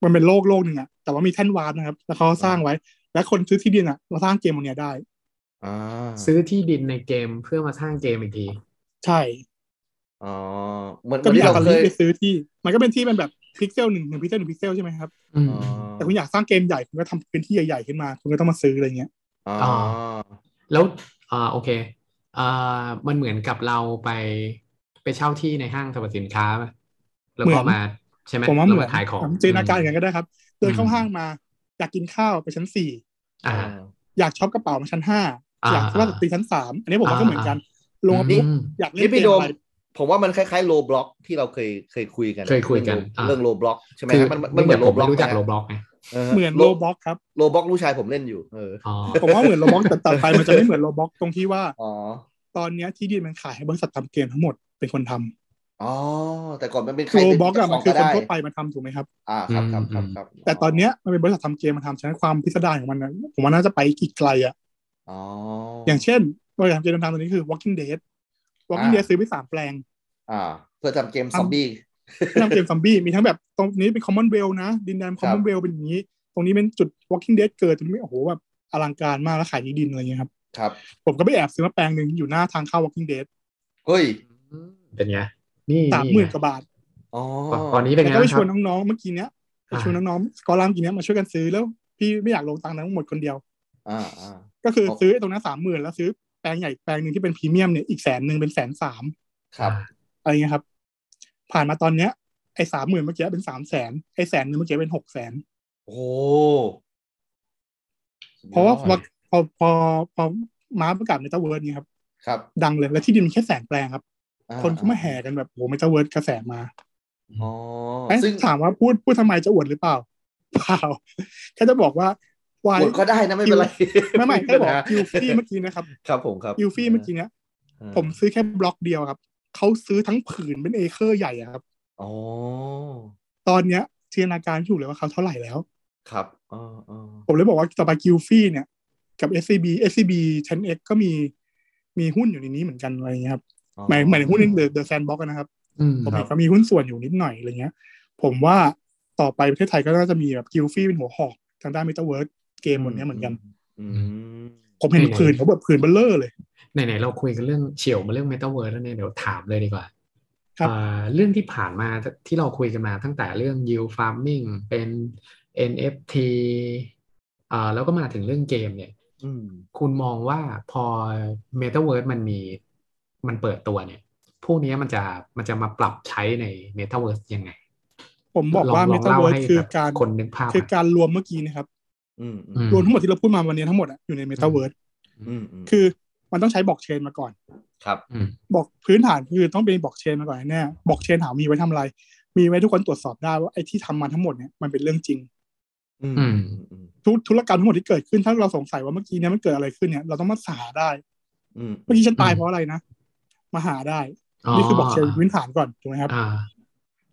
[SPEAKER 4] มันเป็นโลกโลกหนึ่งอะแต่ว่ามีแท่นวาร์ปนะครับ แล้วเขาสร้างไว้ และคนซื้อที่ดินอะมาสร้างเกมตรงเนี้ยได้
[SPEAKER 2] อ่า
[SPEAKER 3] ซื้อที่ดินในเกมเพื่อมาสร้างเกมอีกที
[SPEAKER 4] ใช่
[SPEAKER 2] อ๋อเหมือนเห
[SPEAKER 4] ก็
[SPEAKER 2] มือน
[SPEAKER 4] มี
[SPEAKER 2] ที่
[SPEAKER 4] อา
[SPEAKER 2] เรา
[SPEAKER 4] คา
[SPEAKER 2] เค
[SPEAKER 4] ลิ
[SPEAKER 2] ย
[SPEAKER 4] ไปซื้อที่ มันก็เป็นที่เป็นแบบพิกเซลหนึ่งหนึ่งพิกเซลหนึ่งพิกเซลใช่ไหมครับ
[SPEAKER 3] อืม
[SPEAKER 2] อ๋อ
[SPEAKER 4] แต่คุณอยากสร้างเกมใหญ่คุณก็ทำพื้นที่ใหญ่ๆขึ้นมา คุณก็ต้องมาซื้ออะไรเงี้ย
[SPEAKER 2] อ๋อ
[SPEAKER 3] แล้วอ่าโอเคอ่ามันเหมือนกับเราไปไปเช่าที่ในห้างสรรพสินค้าป่ะแล้ว
[SPEAKER 4] เหมื
[SPEAKER 3] ก็
[SPEAKER 4] อน
[SPEAKER 3] มาใช่ไหม
[SPEAKER 4] ผมว่า
[SPEAKER 3] แล้ว
[SPEAKER 4] เหมือ
[SPEAKER 3] มานขายของ
[SPEAKER 4] จินตนาการกันก็ได้ครับ เดินเข้า
[SPEAKER 3] อืม
[SPEAKER 4] ห้างมา อยากกินข้าวไปชั้นสี่
[SPEAKER 3] อ่า
[SPEAKER 4] อยากช็อปกระเป๋ามาชั้นห้า
[SPEAKER 3] อ่า
[SPEAKER 4] อยากสวัสดิตีชั้นสามอันนี้ผมว่าก็
[SPEAKER 3] อ่า
[SPEAKER 4] เหมือนกัน ลงมา
[SPEAKER 2] นี่
[SPEAKER 4] ปุ๊บอยากเล่น
[SPEAKER 2] นี่
[SPEAKER 4] เก
[SPEAKER 2] พี่
[SPEAKER 4] ม
[SPEAKER 2] โดม
[SPEAKER 4] อะไร
[SPEAKER 2] ผมว่ามันคล้ายๆโลบล็อกที่เราเคยเคยคุยกัน
[SPEAKER 3] เคยคุยกัน
[SPEAKER 2] เรื่อง
[SPEAKER 3] อ่า
[SPEAKER 2] โลบล็อกใช่ไหม
[SPEAKER 3] คือ
[SPEAKER 2] ฮะมันมันเหมือน
[SPEAKER 3] ผ
[SPEAKER 2] โล
[SPEAKER 3] ม
[SPEAKER 2] บล็อก
[SPEAKER 3] ไม่รู้จักโลบล็อกไง
[SPEAKER 4] เหมือนโลบ็อกครับ
[SPEAKER 2] โลบล็อกลูกชายผมเล่นอยู่เออ
[SPEAKER 3] อ๋อ
[SPEAKER 4] ผมว่าเหมือนโลบ็อกแต่ต่อไปมันจะไม่เหมือนโลบ็อกตรงที่ว่า
[SPEAKER 2] อ๋อ
[SPEAKER 4] ตอนเนี้ยที่ดินมันขายให้บริษัททำเกมทั้งหมดเป็นคนทำ
[SPEAKER 2] อ๋อแต่ก่อนมันเป็นใคร
[SPEAKER 4] โล
[SPEAKER 2] เป็น
[SPEAKER 4] บ็อกอะ
[SPEAKER 2] เจ้าข
[SPEAKER 4] มั
[SPEAKER 2] อน ง
[SPEAKER 4] คือ
[SPEAKER 2] ก็
[SPEAKER 4] คน
[SPEAKER 2] ได้
[SPEAKER 4] ทั่วไปมาทำถูกไหมครับ
[SPEAKER 2] อ่าครับครับครับครับ
[SPEAKER 4] แต่ตอนเนี้ยมันเป็นบริษัททำเกมมาทำฉะนั้นความพิสดารของมันอะผมว่าน่าจะไปอีกไกลอะ
[SPEAKER 2] อ๋อ
[SPEAKER 4] อ
[SPEAKER 2] อย่าง
[SPEAKER 4] เช่นตัวอย่างเกมดังๆตัวนี้คือ Walking Dead Walking Dead ซื้อไปสามแปลง
[SPEAKER 2] อ่า เพื่อทำเกมซอมบี้
[SPEAKER 4] ที่ทำเกมซอมบี้มีทั้งแบบตรงนี้เป็น Commonwealth นะ ดินแด
[SPEAKER 2] ค
[SPEAKER 4] น
[SPEAKER 2] รับ
[SPEAKER 4] Commonwealth เป็นอย่างนี้ ตรงนี้เป็นจุด Walking Dead เกิดตรงนี้โอ้โหแบบอลังการมากแล้วขายที่ดินอะไรเงี้ยครับ
[SPEAKER 2] ครับ
[SPEAKER 4] ผมก็ไปแอบซื้อมาแปลงหนึ่งอยู่หน้าทางเข้า Walking Dead
[SPEAKER 2] เฮ้ย
[SPEAKER 3] เป็นไงนี่
[SPEAKER 4] สามหมื่นกว่าบาท
[SPEAKER 2] อ๋อ
[SPEAKER 3] ตอนนี้เป็น
[SPEAKER 4] แล้ว
[SPEAKER 3] ไง
[SPEAKER 4] ก็ไป
[SPEAKER 3] บ้าง
[SPEAKER 4] ช
[SPEAKER 3] ครั
[SPEAKER 4] วน
[SPEAKER 3] บ
[SPEAKER 4] น้องๆเมื่อกี้เนี้ยไป
[SPEAKER 3] อ่า
[SPEAKER 4] ชวนน้องๆสกอลามกี้เนี้ยมาช่วยกันซื้อแล้วพี่ไม่อยากลงตังค์ทั้งหมดคนเดียว
[SPEAKER 2] อ่าอ่า
[SPEAKER 4] ก็คือ
[SPEAKER 2] อ๋อ
[SPEAKER 4] ซื้อไอ้ตรงนั้นสามหมื่นแล้วซื้อแปลงใหญ่อีกแปลงหนึ่งที่เป็นพรีเมียมเนี่ยอีกแสนหนึ่งเป็นแสนสาม
[SPEAKER 2] ครับ
[SPEAKER 4] อะไรเงี้ยครับ ผ่านมาตอนเนี้ยไอ้สามหมื่นเมื่อกี้เป็นสามแสนไอ้แสนหนึงเมื่อกี้เป็นหกแสน
[SPEAKER 2] โอ้โหสุดยอด
[SPEAKER 4] เพราะว่าพอพอพอพอม้าประกาศเมตาเวิร์ดเนี่ยครับ
[SPEAKER 2] ครับ
[SPEAKER 4] ดังเลยแล้วที่ดินมีแค่แสนแปลงครับ
[SPEAKER 2] อ่
[SPEAKER 4] คนก็มาแห่กันแบบโอ้เมตาเวิร์ดกระแสมา
[SPEAKER 2] อ๋อ
[SPEAKER 4] เอ้ย
[SPEAKER 2] ซึ่ง
[SPEAKER 4] ถามว่าพูดพูดทำไมจะอวดหรือเปล่า เปล่าแค่จะบอกว่าไวาย
[SPEAKER 2] กดก็ได้นะไม่เป็นไร
[SPEAKER 4] ไม่ไม่แค่บอก
[SPEAKER 2] คิ
[SPEAKER 4] ยูฟี่เมื่อกี้นะครับ
[SPEAKER 2] ครับผมครับ
[SPEAKER 4] ยูฟี่เมื่อกี้เนี้ยผมซื้อแค่บล็อกเดียวครับเขาซื้อทั้งผืนเป็นเอเคอร์ใหญ่อะครับ
[SPEAKER 2] อ๋อ
[SPEAKER 4] ตอนเนี้ยจินตนาการไม่ถูกเลยว่าเขาเท่าไหร่แล้ว
[SPEAKER 2] ครับอ๋ออ๋อ
[SPEAKER 4] ผมเลยบอกว่าต่อไปกิวฟี่เนี่ย กับ SCB SCB 10X ก็มีมีหุ้นอยู่ในนี้เหมือนกันอะไรเงี้ยครับ
[SPEAKER 2] อ๋อ
[SPEAKER 4] หมายหมายถึงหุ้นในเดอะแซนด์บ็อกนะครับ
[SPEAKER 3] อืม
[SPEAKER 4] ผม
[SPEAKER 3] ค
[SPEAKER 4] เอ
[SPEAKER 3] รับ
[SPEAKER 4] งก็มีหุ้นส่วนอยู่นิดหน่อยอะไรเงี้ย ผมว่าต่อไปประเทศไทยก็น่าจะมีแบบกิวฟี่เป็นหัวหอกทางด้านเมตาเวิร์สเกมบนเนี้ยเหมือนกัน
[SPEAKER 2] อืม
[SPEAKER 4] ผมเห็นผืนเขาแบบผืนเบลเลอร์เลย
[SPEAKER 3] ไหนๆเราคุยกันเรื่องเฉียวมาเรื่องเมตาเวิร์แล้วเนี่ยเดี๋ยวถามเลยดีกว่า
[SPEAKER 4] ครับ
[SPEAKER 3] อ่าเรื่องที่ผ่านมาที่เราคุยกันมาตั้งแต่เรื่อง yield farming เป็น NFT อ่าแล้วก็มาถึงเรื่องเกมเนี่ย
[SPEAKER 2] อืม
[SPEAKER 3] คุณมองว่าพอ Metaverse มันมีมันเปิดตัวเนี่ย พวกนี้มันจะมันจะมาปรับใช้ใน Metaverse ยังไง
[SPEAKER 4] ผมบอกว่า
[SPEAKER 3] ลง
[SPEAKER 4] เม
[SPEAKER 3] ลง
[SPEAKER 4] ตา
[SPEAKER 3] ล่
[SPEAKER 4] เวิร์ส
[SPEAKER 3] ให้
[SPEAKER 4] คือ
[SPEAKER 3] แบบ
[SPEAKER 4] การ
[SPEAKER 3] คนนึกภาพ
[SPEAKER 4] คือการรวมเมื่อกี้นะครับ
[SPEAKER 2] อืม
[SPEAKER 3] อืม
[SPEAKER 4] รวมทั้งหมดที่เราพูดมาวันนี้ทั้งหมดอะอยู่ในเมตาเวิร์ส
[SPEAKER 2] อืม
[SPEAKER 4] คือมันต้องใช้บล็อกเชนมาก่อน
[SPEAKER 2] ครับ
[SPEAKER 3] อืม
[SPEAKER 4] บอกพื้นฐานคือต้องเป็นบล็อกเชนมาก่อนแน่บล็อกเชนถามมีไว้ทำอะไร มีไว้ทุกคนตรวจสอบได้ว่าไอ้ที่ทำมาทั้งหมดเนี่ยมันเป็นเรื่องจริง
[SPEAKER 2] อืมอืม
[SPEAKER 4] ทุกธุรกรรมทั้งหมดที่เกิดขึ้นถ้าเราสงสัยว่าเมื่อกี้เนี่ยมันเกิดอะไรขึ้นเนี่ยเราต้องมาหาได้
[SPEAKER 2] อืม
[SPEAKER 4] เมื่อกี้ฉันตายเพราะอะไรนะ มาหาได้ นี่คือบล็อกเชนพื้นฐานก่อนถูกไหมครับ
[SPEAKER 3] อ่า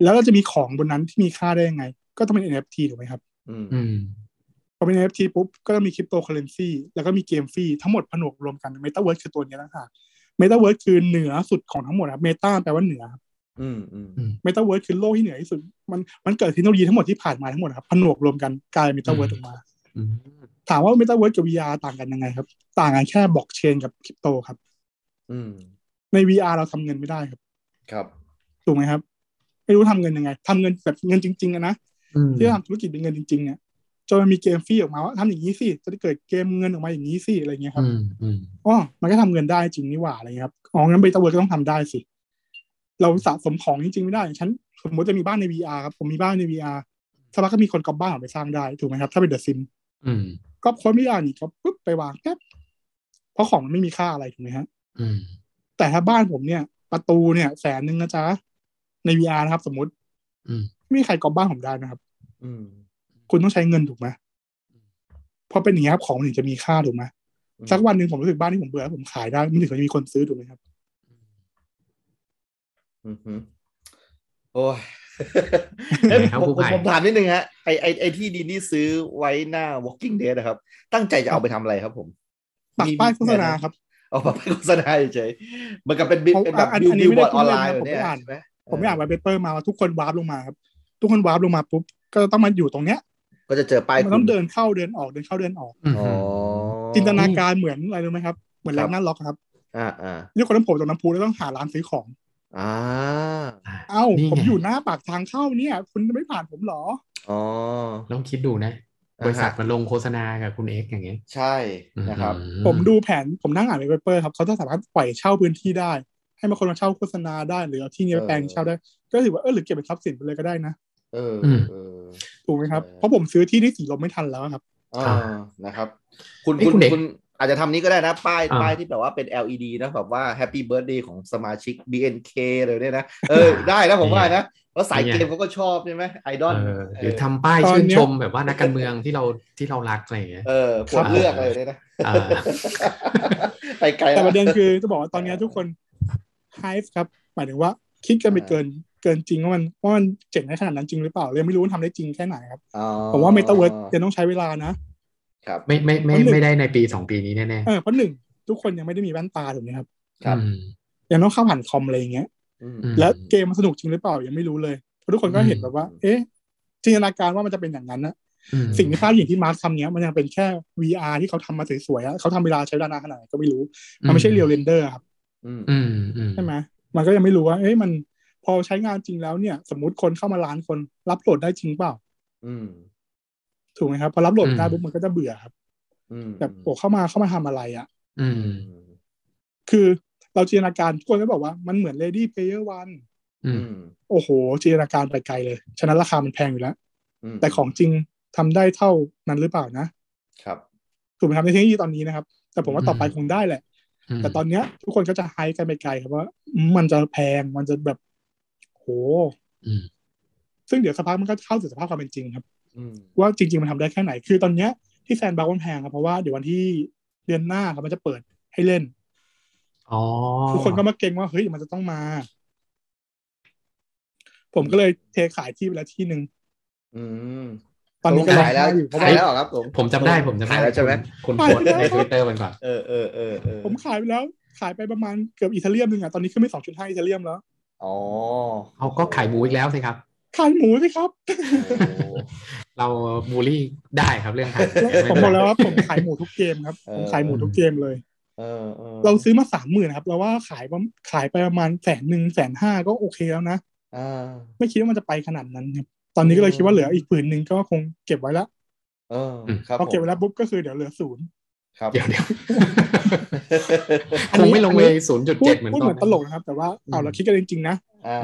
[SPEAKER 4] แล้วเราจะมีของบนนั้นที่มีค่าได้ยังไง ก็ต้องเป็น NFT ถูกไหมครับ
[SPEAKER 2] อืม
[SPEAKER 3] อืม
[SPEAKER 4] พอเป็น NFT ปุ๊บก็ต้องมีคริปโตเคอเรนซีแล้วก็มีเกมฟรีทั้งหมดผนวกรวมกันเมตาเวิร์สคือตัวเนี้ยนะคะเมตาเวิร์สคือเหนือสุดของทั้งหมดครับเมตาแปลว่าเหนือ
[SPEAKER 2] อืมอืม
[SPEAKER 4] เมตาเวิร์สคือโลกที่เหนือที่สุด มันมันเกิดเทคโนโลยีทั้งหมดที่ผ่านมาทั้งหมดครับผนวกรวมกันกลายเมตาเวิร์ส
[SPEAKER 3] อื
[SPEAKER 4] อ
[SPEAKER 3] ม
[SPEAKER 4] อกมา
[SPEAKER 3] อืม
[SPEAKER 4] ถามว่าเมตาเวิร์สกับ VR ต่างกันยังไงครับ ต่างกันแค่บล็อกเชนกับคริปโตครับ
[SPEAKER 2] อืม
[SPEAKER 4] ใน VR เราทำเงินไม่ได้ครับ
[SPEAKER 2] ครับ
[SPEAKER 4] ถูกไหมครับ ไม่รู้ทำเงินยังไงทำเงินแบบเงินจริงๆอะนะ
[SPEAKER 3] อืม
[SPEAKER 4] ที่ทำธุรกิจเป็นเงินจริงๆเนี่ยจนมันมีเกมฟรีออกมาว่าทำอย่างนี้สิจะได้เกิดเกมเงินออกมาอย่างนี้สิอะไรเงี้ยครับ
[SPEAKER 3] อืมอืม
[SPEAKER 4] อ๋อมันก็ทำเงินได้จริงนี่หว่าอะไรเงี้ยครับอ๋องั้นเมตาเวิร์สก็ต้องทำได้สิ เราสะสมของจริงๆไม่ได้ฉันสมมติจะมีบ้านใน VR ครับผมมีบ้านใน VR สักพักก็มีคนก๊อปบ้านออกไปสร้างได้ถูกไหมครับถ้าเป็นเดอะซิม
[SPEAKER 3] อืม
[SPEAKER 4] ก็คนไม่ได้นี่ก็ปุ๊บไปวางแป๊บเพราะของมันไม่มีค่าอะไรถูกไหมฮะ
[SPEAKER 3] อืม
[SPEAKER 4] แต่ถ้าบ้านผมเนี่ย ประตูเนี่ยแสนหนึ่งนะจ๊ะ ใน VR นะครับ สมมติ
[SPEAKER 3] อืม
[SPEAKER 4] ไม่มีใครกอบบ้านผมได้นะครับ
[SPEAKER 2] อืม
[SPEAKER 4] คุณต้องใช้เงินถูกไหมพอเป็นอย่างนี้ยครับของมันถึงจะมีค่าถูกไหมสักวันหนึ่งผมรู้สึกบ้านที่ผมเบื่อแล้วผมขายได้มันถึงจะมีคนซื้อถูกไหมครับ
[SPEAKER 2] อืมโอ้ยผมผมถามนิดนึงฮะไอไอไอที่ดินที่ซื้อไว้หน้า Walking Dead นะครับ ตั้งใจจะเอาไปทำอะไรครับผม
[SPEAKER 4] ปักป้ายโฆษณาครับ
[SPEAKER 2] เอาไปโฆษณาเฉยเหมือนกับเป็นบิเป็นแบบบิวบอร์ดออนไลน์แบบนี้ไหม
[SPEAKER 4] ผมไปอ่านไวเปเปอร์มาว่าทุกคนวาร์ปลงมาครับ ทุกคนวาร์ปลงมาปุ๊บก็ต้องมาอยู่ตรงเนี้ย
[SPEAKER 2] ก็จะเจอป้าย
[SPEAKER 4] มันต้องเดินเข้าเดินออกเดินเข้าเดินออก
[SPEAKER 3] อืม
[SPEAKER 2] อ๋อ
[SPEAKER 4] จินตนาการเหมือนอะไรรู้ไหมครับเหมือนแรงหน้าล็อกครับ
[SPEAKER 2] อ่าอ่า
[SPEAKER 4] นี่คนน้ำผมตรงน้ำพุแล้วต้องหาร้านซื้อของ
[SPEAKER 2] อ่า
[SPEAKER 4] เอ้า
[SPEAKER 3] นี่ไง
[SPEAKER 4] ผมอยู่หน้าปากทางเข้าเนี่ย คุณไม่ผ่านผมเหรอ
[SPEAKER 2] อ๋อ
[SPEAKER 3] ลองคิดดูนะ
[SPEAKER 2] อ่าฮะ
[SPEAKER 3] บริษัทมันลงโฆษณากับคุณเอ็กอย่างเงี้ย
[SPEAKER 2] ใช่นะครับ
[SPEAKER 3] อื
[SPEAKER 4] ผมดูแผนผมนั่งอ่านเว็บเปอร์ครับเขาจะสามารถปล่อยเช่าพื้นที่ได้ ให้มาคนมาเช่าโฆษณาได้หรือเอาที่นี้ไปแปลงเช่าได้ ก็ถือว่าเออหรือเก็บเป็นทรัพย์สินไปเลยก็ได้นะ
[SPEAKER 2] เออเออ
[SPEAKER 4] ถูกไหมครับ
[SPEAKER 2] ใช่
[SPEAKER 4] เพราะผมซื้อที่ที่สีลมไม่ทันแล้วครับ
[SPEAKER 2] อ่านะครับ คุณ
[SPEAKER 3] เอ้ย
[SPEAKER 2] คุณ
[SPEAKER 3] คุณเอก
[SPEAKER 2] คุณอาจจะทำนี้ก็ได้นะ ป้าย
[SPEAKER 3] อ่า
[SPEAKER 2] ป้ายที่แบบว่าเป็น LED นะแบบว่า Happy Birthday ของสมาชิก BNK เลยเนี่ยนะ เออ ได้นะผมว่านะเพราะสายเกมเขาก็ชอบใช่ไหมไอดอล
[SPEAKER 3] เออหรือทำป้าย
[SPEAKER 4] ตอน
[SPEAKER 3] ชื่น
[SPEAKER 4] เนี้ย
[SPEAKER 3] ชมแบบว่านักการเมืองที่เราที่เรารักอะไรอย่างเงี้ย
[SPEAKER 2] เออผมเลือกเลยเนี่ยนะ
[SPEAKER 3] อ่า
[SPEAKER 2] ไปไกล
[SPEAKER 4] แต่
[SPEAKER 2] แล้ว
[SPEAKER 4] ประเด็นคือจะบอกว่าตอนเนี้ยทุกคนไฮฟ์ครับ หมายถึงว่าคิดกันไปเกินเกินจริงว่ามันว่ามันเจ๋งในขนาดนั้นจริงหรือเปล่าเลยงไม่รู้ว่าทำได้จริงแค่ไหนครับ
[SPEAKER 2] อ๋อ
[SPEAKER 4] ผมว่าเมตาเวิร์ดยังต้องใช้เวลานะ
[SPEAKER 2] ครับ
[SPEAKER 3] ไม่ไม่ไม่
[SPEAKER 4] คนหนึ่ง
[SPEAKER 3] ไม่ได้ในปีสองปีนี้แน่
[SPEAKER 4] เออเพราะหนึ่งทุกคนยังไม่ได้มีแว่นตาถูกไหมครับ
[SPEAKER 3] ๆ
[SPEAKER 2] ครับ
[SPEAKER 3] อืม
[SPEAKER 4] ยังต้องเข้าผ่านคอมอะไรอย่างเงี้ย
[SPEAKER 2] อืม
[SPEAKER 3] อืม
[SPEAKER 4] แล้วเกมมันสนุกจริงหรือเปล่ายังไม่รู้เลยเพราะทุกคนก็เห็น
[SPEAKER 3] อืม
[SPEAKER 4] แบบว่า เอ๊ะจินตนาการว่ามันจะเป็นอย่างนั้นนะ
[SPEAKER 3] อืม
[SPEAKER 4] สิ่งที่ภาพอย่างที่มาร์คทำเนี้ยมันยังเป็นแค่ VR ที่เขาทำมาสวยๆอะเขาทำเวลาใช้เวลานานขนาดไหนก็ไม่รู้ มันไม่ใช่เรียลเรนเดอร์ครับ
[SPEAKER 2] อืม
[SPEAKER 3] อืมอืม
[SPEAKER 4] ใช่ไหมมันก็ยังไม่รู้ว่า เอ้ยมันพอใช้งานจริงแล้วเนี่ย สมมติคนเข้ามาล้านคนรับโหลดได้จริงเปล่า
[SPEAKER 2] อืม
[SPEAKER 4] ถูกไหมครับ พอรับโหลดได้ปุ๊บมันก็จะเบื่อครับ
[SPEAKER 2] อืม
[SPEAKER 4] แบบโอ้เข้ามาเข้ามาทำอะไรอะ
[SPEAKER 3] อื
[SPEAKER 2] อื
[SPEAKER 3] ม
[SPEAKER 2] ม
[SPEAKER 4] คือเราจินตนาการทุกคนก็บอกว่ามันเหมือน Lady Player One
[SPEAKER 3] อื
[SPEAKER 2] อื
[SPEAKER 3] ม
[SPEAKER 2] ม
[SPEAKER 4] โอ้โห จินตนาการไปไกลเลย ฉะนั้นราคามันแพงอยู่แล้ว
[SPEAKER 2] ม
[SPEAKER 4] แต่ของจริงทำได้เท่านั้นหรือเปล่านะครับ ถูกไหมครับในเทคโนโลยีตอนนี้นะครับ แต่ผมว่าต่อไปคงได้แหละ
[SPEAKER 3] ม
[SPEAKER 4] แต่ตอนเนี้ยทุกคนก็จะไฮป์กันไปไกลครับว่าอืมมันจะแพงมันจะแบบโห
[SPEAKER 3] อืม
[SPEAKER 4] ซึ่งเดี๋ยวสักพักมันก็เข้าสู่สภาพความเป็นจริงครับ
[SPEAKER 2] อืม
[SPEAKER 4] ว่าจริง ๆ มันทำได้แค่ไหน คือตอนเนี้ยที่แซนบาร์มันแพงครับเพราะว่าเดี๋ยววันที่เดือนหน้าครับมันจะเปิดให้เล่น
[SPEAKER 3] อ๋อ
[SPEAKER 4] ทุกคนก็มาเก่งว่าเฮ้ยมันจะต้องมา ผมก็เลยเทขายที่ไปแล้วที่หนึ่ง
[SPEAKER 2] อืม
[SPEAKER 4] ตอนนี้ก็
[SPEAKER 2] ขายแล้ว
[SPEAKER 4] ร้องไห้อยู่เพราะ
[SPEAKER 2] ขาย
[SPEAKER 4] ว่า
[SPEAKER 2] แล้วเหรอครับผม
[SPEAKER 3] ผมจำได้ผมจำได้
[SPEAKER 2] ขายแล้วใช่ไหม
[SPEAKER 3] คุณโพสต์ในทวิตเตอร์มันก่อน
[SPEAKER 2] เออเออเออเออ
[SPEAKER 4] ผมขายไปแล้ว ขายไปประมาณเกือบอิตาเลียมหนึ่งอ่ะตอนนี้ขึ้นไปสองจุดห้าอิตาเลียมแล้ว
[SPEAKER 2] อ๋อ
[SPEAKER 3] เขาก็ขายบูอีกแล้วสิครับ
[SPEAKER 4] ขายหมูสิ ครับ
[SPEAKER 2] โอ้
[SPEAKER 3] เราบูลลี่ได้ครับเรื่องขาย
[SPEAKER 4] แล้วผมบอกแล้วว่าผมขายหมูทุกเกมครับ
[SPEAKER 2] เออ
[SPEAKER 4] ผมขายหมูทุกเกมเลย
[SPEAKER 2] เออเออ
[SPEAKER 4] เราซื้อมาสามหมื่นครับเราว่าขายประขายไปประมาณแสนหนึ่งแสนห้าก็โอเคแล้วนะ
[SPEAKER 2] อ่า
[SPEAKER 4] ไม่คิดว่ามันจะไปขนาดนั้นครับตอนนี้ก็เลยคิดว่าเหลืออีกผืนหนึ่งก็คงเก็บไว้ละ
[SPEAKER 2] เออครับ
[SPEAKER 4] พอเก็บ
[SPEAKER 2] ผม
[SPEAKER 4] ไว้แล้วปุ๊บก็คือเดี๋ยวเหลือศูนย์
[SPEAKER 2] ครับ
[SPEAKER 3] เดี๋ยวเดี๋ยว
[SPEAKER 4] อัน
[SPEAKER 3] ค
[SPEAKER 4] นี้
[SPEAKER 3] งไม่ลงไปศูนย์จุด
[SPEAKER 4] พู
[SPEAKER 3] เจ็
[SPEAKER 4] ด
[SPEAKER 3] ดเหมือน
[SPEAKER 4] พูด
[SPEAKER 3] ต
[SPEAKER 4] เห
[SPEAKER 3] อ
[SPEAKER 4] มื
[SPEAKER 3] น
[SPEAKER 4] อนตลกนะครับ แต่ว่าเอา
[SPEAKER 3] อืม
[SPEAKER 4] เราคิดกันจริงๆนะ
[SPEAKER 2] อ่า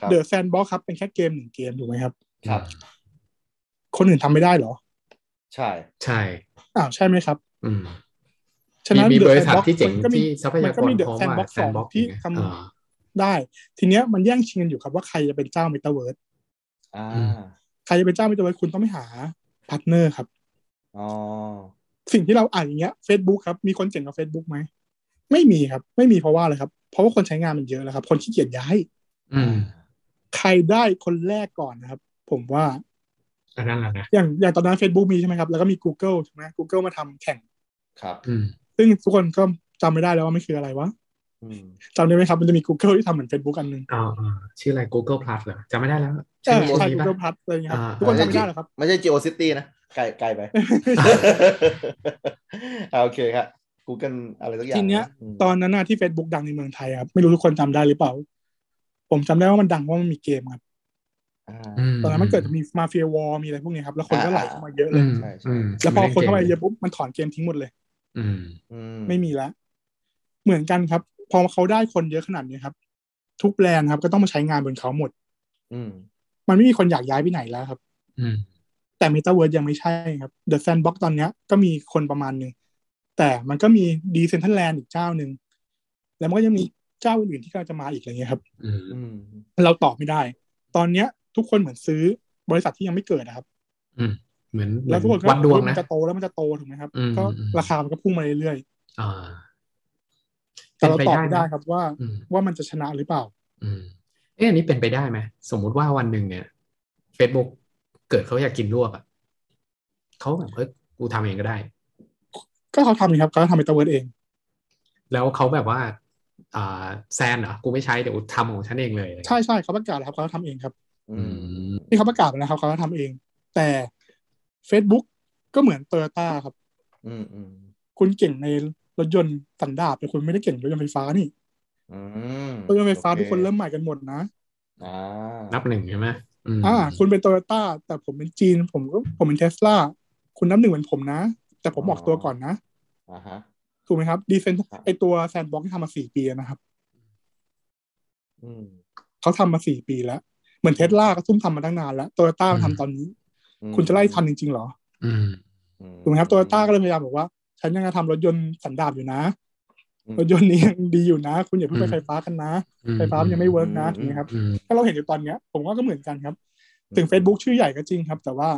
[SPEAKER 2] ครับ
[SPEAKER 4] เดอะแซนบ็อกครับเป็นแค่เกมหนึ่งเกมถูกไหมครับ
[SPEAKER 2] ครับ
[SPEAKER 4] คนอื่นทำไม่ได้เหรอ
[SPEAKER 2] ใช่
[SPEAKER 3] ใช่
[SPEAKER 4] อ้าวใช่ไหมครับ
[SPEAKER 3] อืม
[SPEAKER 4] ฉะนั้น
[SPEAKER 3] มีมี
[SPEAKER 4] เด
[SPEAKER 3] บ
[SPEAKER 4] อะ
[SPEAKER 3] ริ
[SPEAKER 4] แซน
[SPEAKER 3] ษัท
[SPEAKER 4] บ็อก
[SPEAKER 3] ที่เจ๋ง
[SPEAKER 4] ก็มี
[SPEAKER 3] ที่ทรัพยาก
[SPEAKER 4] มันก็มี
[SPEAKER 3] ร
[SPEAKER 4] The
[SPEAKER 3] พร้อม
[SPEAKER 4] Sandbox
[SPEAKER 3] ว่าแซนบ็อก
[SPEAKER 4] ที่ทำ
[SPEAKER 3] เออ
[SPEAKER 4] ได้ ทีเนี้ยมันแย่งชิงกันอยู่ครับว่าใครจะเป็นเจ้าเมตาเวิร์ด
[SPEAKER 2] อ่า
[SPEAKER 3] อืม
[SPEAKER 4] ใครจะเป็นเจ้าเมตาเวิร์ดคุณต้องไปหาพาร์ทเนอร์ครับ
[SPEAKER 2] อ๋อ
[SPEAKER 4] สิ่งที่เราอ่านอย่างเงี้ย Facebook ครับ มีคนเจ๋งกว่า Facebook ไหม ไม่มีครับ ไม่มีเพราะว่าอะไรครับ เพราะว่าคนใช้งานมันเยอะแล้วครับ คนขี้เกียจย้าย
[SPEAKER 3] อืม
[SPEAKER 4] ใครได้คนแรกก่อนนะครับ ผมว่า
[SPEAKER 3] อันนั้นแหละนะ
[SPEAKER 4] อย่างอย่างตอนนั้น Facebook มีใช่ไหมครับ แล้วก็มี Google ใช่ไหม Google มาทำแข่ง
[SPEAKER 2] ครับ
[SPEAKER 3] อืม
[SPEAKER 4] ซึ่งทุกคนก็จำไม่ได้แล้วว่ามันคืออะไรวะ
[SPEAKER 2] อืม
[SPEAKER 4] จำได้ไหมครับ มันจะมี Google ที่ทำเหมือน Facebook อันหนึ่ง
[SPEAKER 3] อ่าอ่าชื่ออะไร Google Plus เหรอจำไม่ได้แล้ว
[SPEAKER 4] ใช่
[SPEAKER 3] ชื่อ
[SPEAKER 4] ใช่
[SPEAKER 3] นี้ปะ
[SPEAKER 4] Google Plus อะไรอย่างเงี้ยครับ
[SPEAKER 3] อ่า
[SPEAKER 4] ทุกคนจำไม่ได้หรอกครับ
[SPEAKER 2] ไม่ใช่ Geo City นะไกลไกลไป อ่าโอเคครับ Google อะไรสักอย่าง
[SPEAKER 4] ทีเนี้ย
[SPEAKER 2] ม
[SPEAKER 4] ตอนนั้นน่ะที่ Facebook ดังในเมืองไทยครับ ไม่รู้ทุกคนจำได้หรือเปล่า ผมจำได้ว่ามันดังว่าะมันมีเกมครับ
[SPEAKER 2] อ่า
[SPEAKER 3] อื
[SPEAKER 4] ตอนนั้นมันเกิดมีมาเฟียวอมีอะไรพวกเนี้ยครับ แล้วคนก็ไหลเข้ามาเยอะเล
[SPEAKER 3] อื
[SPEAKER 4] ย
[SPEAKER 3] ม
[SPEAKER 2] ใช่ใช่
[SPEAKER 3] อืม
[SPEAKER 4] แล้วพอคนเข้ามาเยอะปุ๊บมันถอนเกมทิ้งหมดเลย
[SPEAKER 3] อืม
[SPEAKER 2] อื
[SPEAKER 4] ไม่มีละ เหมือนกันครับ พอเขาได้คนเยอะขนาดเนี้ยครับ ทุกแบรนด์ครับก็ต้องมาใช้งานบนเขาหมด
[SPEAKER 2] อืม
[SPEAKER 4] มันไม่มีคนอยากย้ายไปไหนแล้วครับ
[SPEAKER 3] อืม
[SPEAKER 4] แต่ Meta w o r l d ยังไม่ใช่ครับ The Sandbox ตอนเนี้ยก็มีคนประมาณหนึ่ง แต่มันก็มี Decentraland อีกเจ้าหนึ่ง แล้วมันก็ยังมีเจ้าอื่นๆที่กำลังจะมาอีกอะไรเงี้ยครับ
[SPEAKER 3] อืม
[SPEAKER 2] อืม
[SPEAKER 4] เราตอบไม่ได้ ตอนเนี้ยทุกคนเหมือนซื้อบริษัทที่ยังไม่เกิดนะครับ
[SPEAKER 3] อืมเหมือนเหมื
[SPEAKER 4] แล้
[SPEAKER 3] อ
[SPEAKER 4] วน ทุกคนก็
[SPEAKER 3] วัดดวง
[SPEAKER 4] มั
[SPEAKER 3] นะ
[SPEAKER 4] จะโตแล้วมันจะโตถูกไหมครับ
[SPEAKER 3] อืม
[SPEAKER 4] ก็
[SPEAKER 3] อืม
[SPEAKER 4] ราคามันก็พุ่งมาเรื่อย
[SPEAKER 3] อ่า
[SPEAKER 4] ๆ แต่
[SPEAKER 3] ป็นป
[SPEAKER 4] เราตอบไม่ได้
[SPEAKER 3] นะ
[SPEAKER 4] ครับว่า
[SPEAKER 3] อืม
[SPEAKER 4] ว่ามันจะชนะหรือเปล่า
[SPEAKER 3] อืมเอ๊ะอันนี้เป็นไปได้ไหมสมมุติว่าวันหนึ่งเนี่ย Facebook เกิดเขาอยากกินรวบอ่ะเขาแบบเอ้ยกูทำเองก็ได้
[SPEAKER 4] ก็เขาทำนี่ครับเขาทำเมตาเวิร์ดเอง
[SPEAKER 3] แล้วเขาแบบว่า อ่าแซนเหรอกูไม่ใช้เดี๋ยวกูทำของฉันเองเลยอะไรเงี้ย
[SPEAKER 4] ใช่ใช่เขาประกาศแล้วครับเขาทำเองครับ
[SPEAKER 2] อื
[SPEAKER 3] อื
[SPEAKER 2] ม
[SPEAKER 3] ม
[SPEAKER 4] นี่เขาประกาศแล้วนะครับเขาทำเอง แต่ Facebook ก็เหมือนโตโยต้าครับ
[SPEAKER 2] อืมอืม
[SPEAKER 4] คุณเก่งในรถยนต์สันดาปแต่คุณไม่ได้เก่งรถยนต์ไฟฟ้านี่
[SPEAKER 2] อืม
[SPEAKER 4] รถยนต์ไฟฟ้า
[SPEAKER 2] โอ
[SPEAKER 4] ทุกคนเริ่มใหม่กันหมดนะ
[SPEAKER 2] อ่า
[SPEAKER 3] นับหนึ่งใช่ไหมอืม
[SPEAKER 4] อ่า คุณเป็นโตโยต้าแต่ผมเป็นจีน ผมก็ผมเป็นเทสลาคุณนับหนึ่งเหมือนผมนะ แต่ผมออกตัวก่อนนะ
[SPEAKER 2] อ่าฮะ
[SPEAKER 4] ถูกไหมครับดีเซน
[SPEAKER 2] ครับ
[SPEAKER 4] ไอตัวแซนบ็อกที่ทำมาสี่ปีแล้วนะครับ
[SPEAKER 2] อืม
[SPEAKER 4] เขาทำมาสี่ปีแล้วเหมือนเทสลาก็ซุ่มทำมาตั้งนานแล้วโตโยต้าทำตอนนี้
[SPEAKER 2] อืม
[SPEAKER 4] คุณจะไล่ทันจริงๆเหรอ
[SPEAKER 3] อืม
[SPEAKER 4] ถูกไหมครับโตโยต้าก็เลยพยายามบอกว่า ฉันยังจะทำรถยนต์สันดาปอยู่นะ รถยนต์นี้ยังดีอยู่นะ คุณอย่าเพิ่งไปไฟฟ้ากันนะ
[SPEAKER 3] อื
[SPEAKER 4] ไฟฟ้ามันยังไม่เวิร์กนะถูกไหมครับ
[SPEAKER 3] อืม
[SPEAKER 4] ถ้าเราเห็นอยู่ตอนเนี้ยผมว่าก็เหมือนกันครับ ถึง Facebook ชื่อใหญ่ก็จริงครับ แต่ว่า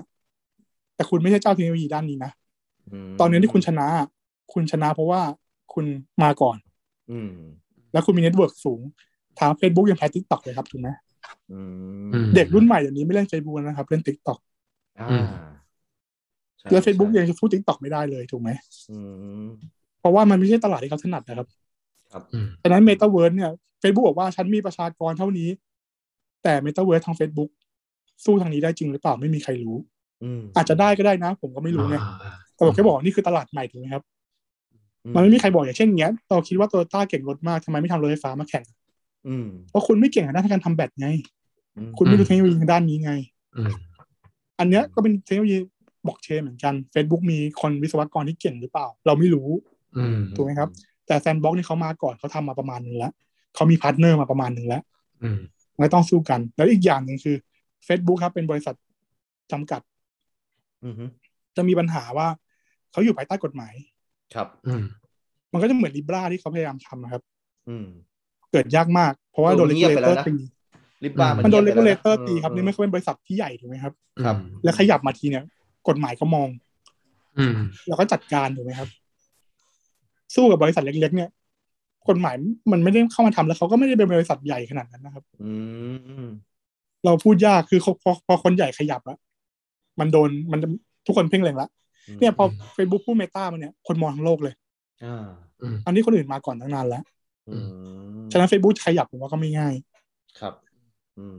[SPEAKER 4] แต่คุณไม่ใช่เจ้าเทคโนโลยีด้านนี้นะ
[SPEAKER 2] ม
[SPEAKER 4] ตอนนี้ที่คุณชนะ คุณชนะเพราะว่าคุณมาก่อน
[SPEAKER 2] อืม
[SPEAKER 4] แล้วคุณมีเน็ตเวิร์กสูงทาง Facebook ยังแพ้ t ิ k t o k เลยครับถูกไหม
[SPEAKER 2] อื
[SPEAKER 3] อืม
[SPEAKER 2] ม
[SPEAKER 4] เด็กรุ่นใหม่เดี๋ยวนี้ไม่เล่น Facebook แล้วนะครับ เล่น t ิ k t o k
[SPEAKER 2] อ่า
[SPEAKER 3] อืม
[SPEAKER 2] ใช่
[SPEAKER 4] แล้ว Facebook
[SPEAKER 2] ใช่
[SPEAKER 4] ยังจะสู้ t ิ k t o k ไม่ได้เลยถูกไหม
[SPEAKER 2] อืม
[SPEAKER 4] เพราะว่ามันไม่ใช่ตลาดที่เขาถนัดนะครับ
[SPEAKER 2] ครับ
[SPEAKER 3] อืม
[SPEAKER 4] ดังนั้น Metaverse เนี่ย Facebook บอกว่าฉันมีประชากรเท่านี้ แต่ Metaverse ทาง Facebook สู้ทางนี้ได้จริงหรือเปล่าไม่มีใครรู้
[SPEAKER 2] อืม
[SPEAKER 4] อาจจะได้ก็ได้นะ ผมก็ไม่รู้ไง
[SPEAKER 3] อ่า
[SPEAKER 4] แต่ผมแค่บอกว่านี่คือตลาดใหม่ถูกไหมครับ
[SPEAKER 2] อื
[SPEAKER 4] มันไม่มีใครบอกอย่างเช่นเงี้ยเราคิดว่าโตโยต้าเก่งรถมากทำไมไม่ทำรถไฟฟ้ามาแข่ง
[SPEAKER 2] อืม
[SPEAKER 4] เพราะคุณไม่เก่งทางด้านการทำแบตไง
[SPEAKER 2] อืม
[SPEAKER 4] คุณไม่รู้เทคโนโลยีทางด้านนี้ไง
[SPEAKER 3] อืม
[SPEAKER 4] อันเนี้ยก็เป็นเทคโนโลยีบล็อกเชนเหมือนกัน Facebook มีคนวิศวกรที่เก่งหรือเปล่า เราไม่รู้
[SPEAKER 3] อืม
[SPEAKER 4] ถูกไหมครับ แต่แซนบ็อกนี่เขามาก่อนเขาทำมาประมาณหนึ่งแล้วเขามีพาร์ทเนอร์มาประมาณหนึ่งแล้ว
[SPEAKER 3] อืม
[SPEAKER 4] มันก็ต้องสู้กัน แล้วอีกอย่างหนึ่งคือ Facebook ครับเป็นบริษัทจำกัด
[SPEAKER 2] อืมฮึ
[SPEAKER 4] จะมีปัญหาว่าเขาอยู่ภายใต้กฎหมาย
[SPEAKER 2] ครับ
[SPEAKER 3] อืม
[SPEAKER 4] มันก็จะเหมือนลิบราที่เขาพยายามทำนะครับ
[SPEAKER 2] อืม
[SPEAKER 4] เกิดยากมาก เพราะว่า
[SPEAKER 2] โอ้
[SPEAKER 4] โดนเล
[SPEAKER 2] เงีย
[SPEAKER 4] กู
[SPEAKER 2] บ
[SPEAKER 4] เล
[SPEAKER 2] ไปแล้
[SPEAKER 4] เต
[SPEAKER 2] ว
[SPEAKER 4] อร์
[SPEAKER 2] นะ
[SPEAKER 4] ตี
[SPEAKER 2] ลิปบ้ามั
[SPEAKER 4] มันโดนเล
[SPEAKER 2] งียบ
[SPEAKER 4] กู
[SPEAKER 2] ไป
[SPEAKER 4] เล
[SPEAKER 2] แวะ
[SPEAKER 4] เตอร์ตีครับ
[SPEAKER 2] เ
[SPEAKER 4] นี่มันก็เป็นบริษัทที่ใหญ่ถูกไหมครับ
[SPEAKER 2] ครับ
[SPEAKER 4] แล้วขยับมาทีเนี่ยกฎหมายก็มอง
[SPEAKER 3] อืม
[SPEAKER 4] เราก็จัดการถูกไหมครับ สู้กับบริษัทเล็ก ๆ เนี่ยกฎหมายมันไม่ได้เข้ามาทำแล้วเขาก็ไม่ได้เป็นบริษัทใหญ่ขนาดนั้นนะครับ
[SPEAKER 2] อืม
[SPEAKER 4] เราพูดยากคือเขาพอพอคนใหญ่ขยับละมันโดนมันทุกคนเพ่งเล็งละเนี่ยพอ Facebook พูดเมตามันเนี่ยคนมองทั้งโลกเลย
[SPEAKER 2] อ่า
[SPEAKER 3] อืม
[SPEAKER 4] อันนี้คนอื่นมาก่อนตั้งนานแล้ว
[SPEAKER 2] อืม
[SPEAKER 4] ฉะนั้น Facebook ขยับผมว่าก็ไม่ง่าย
[SPEAKER 2] ครับ อืม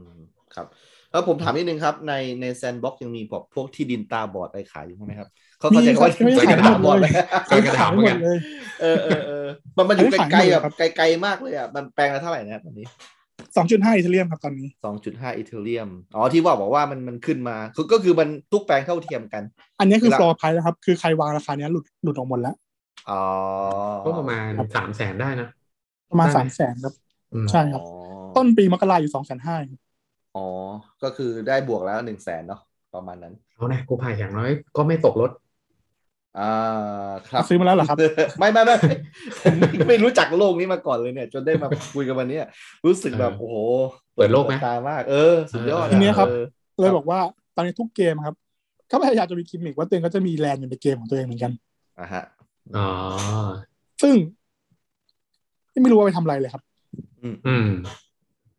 [SPEAKER 2] ครับ แล้วผมถามนิดนึงครับ ในในแซนบ็อกยังมีพวกพวกที่ดินตาบอดไปขายอยู่บ้างไหมครับ เขาเข้าใจ
[SPEAKER 4] มีครับ
[SPEAKER 2] ว่าที่ดินตาบอดไหม
[SPEAKER 4] ไม่ได้
[SPEAKER 3] คนกระถางเหมือนกัน
[SPEAKER 4] เลย
[SPEAKER 2] เออเออเออมันมันอยู่
[SPEAKER 4] ไม่ขาย
[SPEAKER 2] ไกลๆ
[SPEAKER 4] หมดเลย
[SPEAKER 2] แบบ
[SPEAKER 4] ครับ
[SPEAKER 2] ไกลๆมากเลยอ่ะ มันแปลงละเท่าไหร่นะครับตอนนี้
[SPEAKER 4] สองจุดห้าอิตาเลียมครับตอนนี้
[SPEAKER 2] สองจุดห้าอีเทเรียม อ๋อ ที่ว่าบอกว่ามันมันขึ้นมา คือก็คือมันทุกแปลงเท่าเทียมกัน
[SPEAKER 4] อันนี้คือ
[SPEAKER 2] เวลา
[SPEAKER 4] ฟลอร์ไพรส์นะครับ คือใครวางราคาเนี้ยหลุดหลุดออกหมดแล้ว
[SPEAKER 2] อ๋อ
[SPEAKER 3] ก็ประมาณสามแสนได้นะ
[SPEAKER 4] ประมาณ
[SPEAKER 3] ได้
[SPEAKER 4] สามแสนครับ
[SPEAKER 3] อืม
[SPEAKER 4] ใช่ครับ
[SPEAKER 2] อ๋อ
[SPEAKER 4] ต้นปีมกราอยู่สองแสนห้า
[SPEAKER 2] อ๋อ ก็คือได้บวกแล้วหนึ่งแสนเนาะ ประมาณนั้น
[SPEAKER 3] เอานะกูผ่ายอย่างน้อยก็ไม่ตกรถ
[SPEAKER 2] อ่า ครับ
[SPEAKER 4] ซื้อมาแล้วเหรอครับ
[SPEAKER 2] ไม่ไม่ไม่ผม ไม่รู้จักโลกนี้มาก่อนเลยเนี่ย จนได้มาคุยกันวันเนี้ยรู้สึกแบบ
[SPEAKER 3] เออ
[SPEAKER 2] โอ้โห
[SPEAKER 3] เปิดโลกไหม
[SPEAKER 2] ตามาก เออ สุดยอด
[SPEAKER 3] เออ
[SPEAKER 2] อะ
[SPEAKER 3] ทีเนี้ยครับ
[SPEAKER 2] เออ
[SPEAKER 4] เลยบอกว่าตอนนี้ทุกเกมครับก็พยายามจะมีกิมมิกว่าตัวเองก็จะมีแลนด์อยู่ในเกมของตัวเองเหมือนกัน
[SPEAKER 2] อ่ะฮะ
[SPEAKER 3] อ๋อ
[SPEAKER 4] ซึ่งไม่รู้ว่าไปทำอะไรเลยครับ
[SPEAKER 3] อืม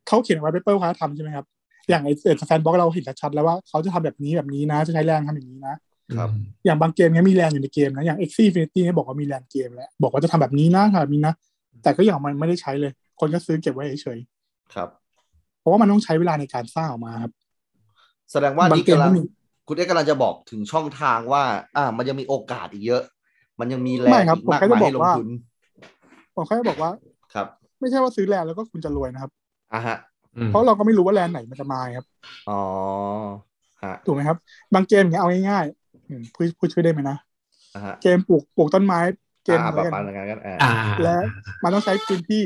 [SPEAKER 4] เขาเขียนไว้เปเปอร์เขาทำใช่ไหมครับ อย่างไอเอ็ดแฟนบล็อกเราเห็นชัดๆแล้วว่าเขาจะทำแบบนี้แบบนี้นะ จะใช้แรงทำอย่างนี้นะ
[SPEAKER 2] ครับ
[SPEAKER 4] อย่างบางเกมเนี้ยมีแรงอยู่ในเกมนะอย่าง x อ i n i t y เนี่ยบอกว่ามีแรงเกมแล้วบอกว่าจะทำแบบนี้นะทำแบบนี้นะ แต่ก็อย่างมันไม่ได้ใช้เลย คนก็ซื้อเก็บไว้เฉย
[SPEAKER 2] ครับ
[SPEAKER 4] ๆเพราะว่ามันต้องใช้เวลาในการสร้างออกมาครับ
[SPEAKER 2] แสดงว่า
[SPEAKER 4] บาง
[SPEAKER 2] นี่
[SPEAKER 4] เกม
[SPEAKER 2] กำลัง
[SPEAKER 4] ไม่มี
[SPEAKER 2] คุณเอกกำลังจะบอกถึงช่องทางว่า อ่า มันยังมีโอกาสอีกเยอะ มันยังมีแร
[SPEAKER 4] ไม่
[SPEAKER 2] ง
[SPEAKER 4] ครับ
[SPEAKER 2] อีกมาก
[SPEAKER 4] ผมแค่จะ
[SPEAKER 2] มายให้ลง
[SPEAKER 4] บอกว่า
[SPEAKER 2] ทุน
[SPEAKER 4] ผมแค่บอกว่า
[SPEAKER 2] ครับ
[SPEAKER 4] ไม่ใช่ว่าซื้อแลนด์แล้วก็คุณจะรวยนะครับ
[SPEAKER 2] อ่ะฮะ
[SPEAKER 4] เพราะเราก็ไม่รู้ว่าแลนด์ไหนมันจะมาครับ
[SPEAKER 2] อ๋อฮะ
[SPEAKER 4] ถูกไหมครับ บางเกมเนี่ยเอาง่ายๆอืมพูดพูดชื่อได้ไหมนะ
[SPEAKER 2] อ่ะฮะ
[SPEAKER 4] เกมปลูกปลูกต้นไม้ เกม
[SPEAKER 2] อ่า
[SPEAKER 4] อะ
[SPEAKER 2] ป
[SPEAKER 4] ไร
[SPEAKER 2] ระ
[SPEAKER 4] กัน
[SPEAKER 2] มาณนั้นกันอ่า
[SPEAKER 3] อ่า
[SPEAKER 4] และมันต้องใช้พื้นที่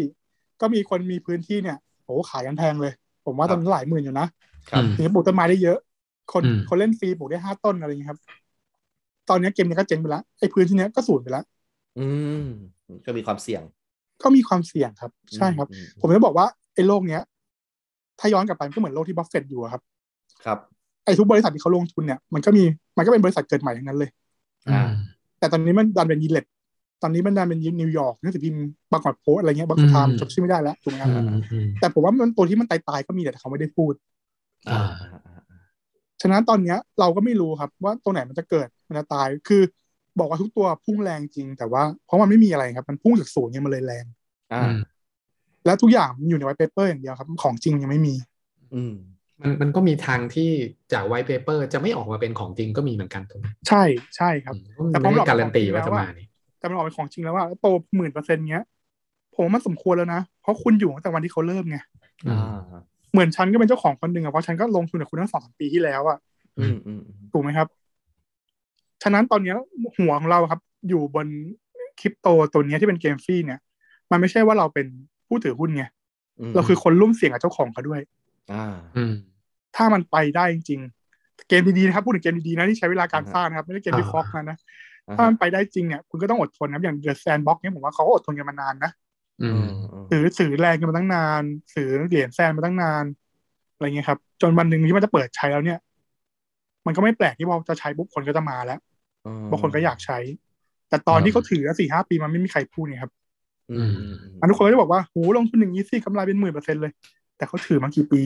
[SPEAKER 4] ก็มีคนมีพื้นที่เนี่ยโอ้ขายกันแพงเลย ผมว่าตอนนั้นหลายหมื่นอยู่นะครับ
[SPEAKER 3] อืม
[SPEAKER 4] ถึงจะปลูกต้นไม้ได้เยอะ คน
[SPEAKER 3] อืม
[SPEAKER 4] คนเล่นฟรีปลูกได้ห้าต้นอะไรอย่างเงี้ยครับ ตอนเนี้ยเกมเนี้ยก็เจ๊งไปละไอ้พื้นที่เนี้ยก็สูญไปละ
[SPEAKER 2] อืมก็มีความเสี่ยง
[SPEAKER 4] ก็มีความเสี่ยงครับ ใช่ครับ
[SPEAKER 2] อืม
[SPEAKER 4] ผมจะบอกว่าไอ้โลกเนี้ย ถ้าย้อนกลับไปมันก็เหมือนโลกที่บัฟเฟตต์อยู่อะครับ
[SPEAKER 2] ครับ
[SPEAKER 4] ไอ้ทุกบริษัทที่เขาลงทุนเนี่ยมันก็มีมันก็เป็นบริษัทเกิดใหม่ทั้งนั้นเลย
[SPEAKER 3] อ่า
[SPEAKER 4] แต่ตอนนี้มันดันเป็นยีเล็ตตอนนี้มันดันเป็นนิวยอร์กหนังสือพิมพ์บางกอกโพสต์อะไรเงี้ยบาง
[SPEAKER 3] อืม
[SPEAKER 4] ไทม์จำชื่อไม่ได้แล้วถูกไหมครับ
[SPEAKER 3] อืมอืม
[SPEAKER 4] แต่ผมว่ามันตัวที่มันตายๆก็มีแต่เขาไม่ได้พูด
[SPEAKER 3] อ่า
[SPEAKER 4] ฉะนั้นตอนเนี้ยเราก็ไม่รู้ครับว่าตัวไหนมันจะเกิดมันจะตายคือบอกว่าทุกตัวพุ่งแรงจริง แต่ว่าเพราะมันไม่มีอะไรครับ มันพุ่งจากศูนย์เนี่ยมันเลยแรง
[SPEAKER 2] อ่า
[SPEAKER 3] อืม
[SPEAKER 4] แล้วทุกอย่างมันอยู่ในไวท์เปเปอร์อย่างเดียวครับ ของจริงยังไม่มี
[SPEAKER 2] อืม
[SPEAKER 3] มันมันก็มีทางที่จากไวท์เปเปอร์จะไม่ออกมาเป็นของจริงก็มีเหมือนกันถูกไหม
[SPEAKER 4] ใช่ใช่ครับ
[SPEAKER 3] อืมก็ไม่ได้การันตีว่าจะมานี่
[SPEAKER 4] แต่มันออกเป็นของจริงแล้วว่าโตหมื่นเปอร์เซ็นต์เนี้ยผมว่ามันสมควรแล้วนะเพราะคุณอยู่ตั้งแต่วันที่เขาเริ่มไง
[SPEAKER 3] อืม
[SPEAKER 2] อ่า
[SPEAKER 4] เหมือนฉันก็เป็นเจ้าของคนหนึ่งอะเพราะฉันก็ลงทุนกับคุณตั้งสองสามปีที่แล้วอะ
[SPEAKER 2] อืมอืมอืม
[SPEAKER 4] ถูกไหมครับ ฉะนั้นตอนเนี้ยหัวของเราครับ อยู่บนคริปโตตัวเนี้ยที่เป็นเกมฟรีเนี่ย มันไม่ใช่ว่าเราเป็นผู้ถือหุ้นไง
[SPEAKER 2] ม
[SPEAKER 4] เราคือคนร่วมเสี่ยงกับเจ้าของเขาด้วย
[SPEAKER 2] อ่า
[SPEAKER 3] อืม
[SPEAKER 4] ถ้ามันไปได้จริงๆเกมดีๆนะครับพูดถึงเกมดีๆนะที่ใช้เวลาการ
[SPEAKER 2] อ่าฮะ
[SPEAKER 4] สร้างนะครับ ไม่ได้เกมที่
[SPEAKER 3] อ่า
[SPEAKER 4] ฟอกนะนะ
[SPEAKER 2] อ่า
[SPEAKER 4] ถ้ามันไปได้จริงเนี่ยคุณก็ต้องอดทนนะครับอย่างเดอะแซนบ็อกเนี่ยผมว่าเขาก็อดทนกันมานานนะ
[SPEAKER 3] อื
[SPEAKER 2] อื
[SPEAKER 3] ม
[SPEAKER 2] มอืม
[SPEAKER 4] สื่อสื่อแรงกันมาตั้งนานสื่อเหรียญแซนมาตั้งนานอะไรเงี้ยครับ จนวันหนึ่งที่มันจะเปิดใช้แล้วเนี่ย มันก็ไม่แปลกที่พอจะใช้ปุ๊บคนก็จะมาแล้ว บางคนก็อยากใช้ แต่ตอนที่เขาถือสี่ห้าปีมันไม่มีใครพูดเนี่ยครับ
[SPEAKER 2] อืมอืม
[SPEAKER 4] อันทุกคนก็จะบอกว่าโหลงทุนอย่างนี้สิกำไรเป็นหมื่นเปอร์เซ็นต์เลย แต่เขาถือมากี่ปี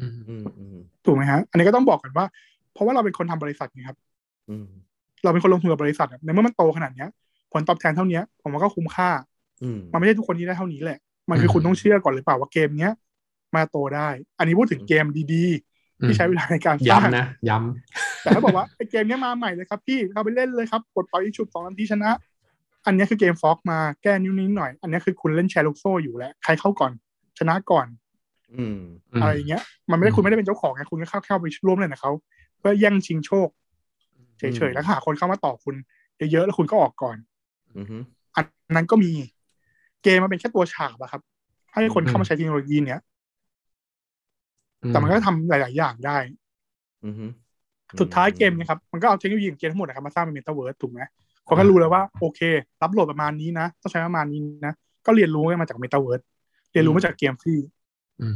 [SPEAKER 3] อืม
[SPEAKER 2] อืมอืม
[SPEAKER 4] ถูกไหมฮะ อันนี้ก็ต้องบอกก่อนว่า เพราะว่าเราเป็นคนทำบริษัทนะครับ
[SPEAKER 2] อืม
[SPEAKER 4] เราเป็นคนลงทุนกับบริษัทอะในเมื่อมันโตขนาดเนี้ย ผลตอบแทนเท่าเนี้ยผมว่าก็คุ้มค่า
[SPEAKER 2] อืม
[SPEAKER 4] มันไม่ใช่ทุกคนที่ได้เท่านี้แหละ มันคือคุณต้องเชื่อก่อนหรือเปล่าว่าเกมเนี้ยมาโตได้ อันนี้พูดถึงเกมดี ที่ใช้เวลาในการสร้าง
[SPEAKER 3] ย้ำนะย้
[SPEAKER 4] แต่เขาบอกว่าไอเกมเนี้ยมาใหม่เลยครับพี่เข้าไปเล่นเลยครับกดปล่อยอีกชุดสองนาทีชนะ อันเนี้ยคือเกมฟอกมาแก้นิ้วนิดหน่อย อันเนี้ยคือคุณเล่นแชร์ลูกโซ่อยู่แหละใครเข้าก่อนชนะก่อน
[SPEAKER 2] อืม
[SPEAKER 3] ำอืม
[SPEAKER 4] อะไรอย่างเงี้ยมันไม่ได้
[SPEAKER 3] อืม
[SPEAKER 4] คุณไม่ได้เป็นเจ้าของไงคุณก็เข้าเข้าไปร่วมเล่นกับเขาเพื่อแย่งชิงโชคเฉ
[SPEAKER 2] อื
[SPEAKER 4] ย
[SPEAKER 2] ม
[SPEAKER 4] ๆแล้วหาคนเข้ามาต่อคุณเยอะๆแล้วคุณก็ออกก่อน
[SPEAKER 2] อืมฮึ
[SPEAKER 4] อันนั้นก็มีเกมมันเป็นแค่ตัวฉากอะครับ ให้คนเข้ามาใช้เทคโนโลยีเนี้ยแต่มันก็ทำหลาย ๆ อย่างได้
[SPEAKER 2] อืมฮึ
[SPEAKER 4] สุดท้ายเกมเนะครับ มันก็เอาเทคโนโลยีของเกมทั้งหมดนะครับมาสร้างเป็นเมตาเวิร์สถูกไหมคนก็รู้แล้วว่าโอเค รับโหลดประมาณนี้นะ ต้องใช้ประมาณนี้นะ ก็เรียนรู้กันมาจากเมตาเวิร์สเรียนรู้มาจากเกมที่
[SPEAKER 3] อืม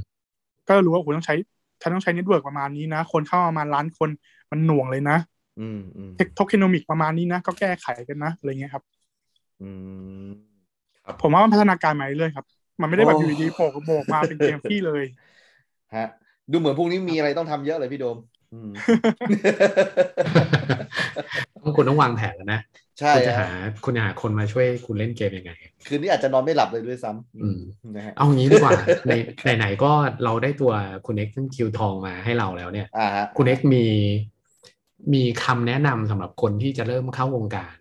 [SPEAKER 4] ก็รู้ว่าโอ้โหต้องใช้ฉันต้องใช้เน็ตเวิร์กประมาณนี้นะ คนเข้าประมาณล้านคนมันหน่วงเลยนะ
[SPEAKER 2] อืมอืม
[SPEAKER 4] เทคโทเคโนมิกประมาณนี้นะก็แก้ไขกันนะอะไรเงี้ยครับ
[SPEAKER 2] อืม
[SPEAKER 4] ผมว่ามันพัฒนาการมาเรื่อยๆครับ มันไม่ได้แบบ
[SPEAKER 2] โอ้
[SPEAKER 4] อยู่ดีๆโผล่โผล่มาเป็นเกมที่เลย
[SPEAKER 2] ฮะ ดูเหมือนพวกนี้มีอะไรต้องทำเยอะเลยพี่โดม อื ม
[SPEAKER 3] ต้องคุณต้องวางแผนแล้วนะ
[SPEAKER 2] ใช่
[SPEAKER 3] คุณจะ
[SPEAKER 2] ฮะ
[SPEAKER 3] หาคุณจะหาคนมาช่วยคุณเล่นเกมยังไง
[SPEAKER 2] คืนนี้อาจจะนอนไม่หลับเลยด้วยซ้ำ
[SPEAKER 3] อืม
[SPEAKER 2] นะฮะ
[SPEAKER 3] เอางี้ดีกว่า ในไหนๆก็เราได้ตัวคุณเอ็กซ์ซึ่งคิวทองมาให้เราแล้วเนี่ย
[SPEAKER 2] อ่าฮะ
[SPEAKER 3] คุณเอ็กซ์มีมีคำแนะนำสำหรับคนที่จะเริ่มเข้าวงการ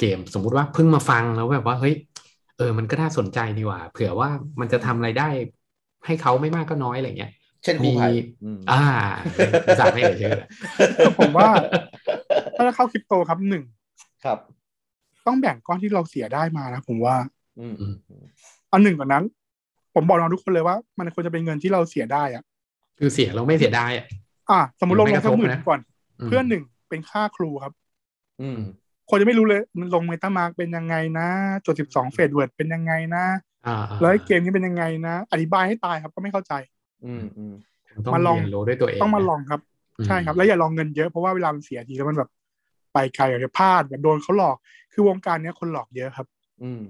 [SPEAKER 3] เกม สมมุติว่าเพิ่งมาฟังแล้วแบบว่าเฮ้ยเออ มันก็น่าสนใจดีว่ะเผื่อว่ามันจะทำอะไรได้ ให้เขาไม่มากก็น้อยอะไรเงี้ย
[SPEAKER 2] เช่นครูไผ่
[SPEAKER 3] มี
[SPEAKER 2] อืม
[SPEAKER 3] อ่าจากไม่เอ่ยชื่อเลย
[SPEAKER 4] ผมว่า ถ้าจะเข้าคริปโตครับหนึ่ง
[SPEAKER 2] ครับ
[SPEAKER 4] ต้องแบ่งก้อนที่เราเสียได้มานะผมว่า
[SPEAKER 2] อืม
[SPEAKER 4] อันหนึ่งก่อนนั้น ผมบอกน้องทุกคนเลยว่า มันควรจะเป็นเงินที่เราเสียได้อะ
[SPEAKER 3] คือเสียเราไม่เสียดายอ่ะ
[SPEAKER 4] อ่ะสมมติลง
[SPEAKER 3] ไม่
[SPEAKER 4] ล
[SPEAKER 3] ก
[SPEAKER 4] ง
[SPEAKER 3] ระท
[SPEAKER 4] สั
[SPEAKER 3] บ
[SPEAKER 4] กหมื่น
[SPEAKER 3] นะ
[SPEAKER 4] ก่อน
[SPEAKER 3] ม
[SPEAKER 4] เพื่อนหนึ่งเป็นค่าครูครับ
[SPEAKER 2] อืม
[SPEAKER 4] คนจะไม่รู้เลยมันลงเมตามาร์กเป็นยังไงนะจดสิบสองเฟดเวิร์ดเป็นยังไงนะ
[SPEAKER 3] อ่าๆ
[SPEAKER 4] แล้วไอ้เกมนี้เป็นยังไงนะ อธิบายให้ตายครับก็ไม่เข้าใจ
[SPEAKER 2] อืมอืม
[SPEAKER 3] ต้อง
[SPEAKER 4] มาลอง
[SPEAKER 3] เรียนรู้ด้วยตัวเอง
[SPEAKER 4] ต้องมา
[SPEAKER 3] นะ
[SPEAKER 4] ลองครับ
[SPEAKER 3] อืม
[SPEAKER 4] ใช่ครับ แล้วอย่าลองเงินเยอะเพราะว่าเวลามันเสียทีแล้วมันแบบไปไกลอาจจะพลาดแบบโดนเขาหลอก คือวงการเนี้ยคนหลอกเยอะครับ
[SPEAKER 2] อืม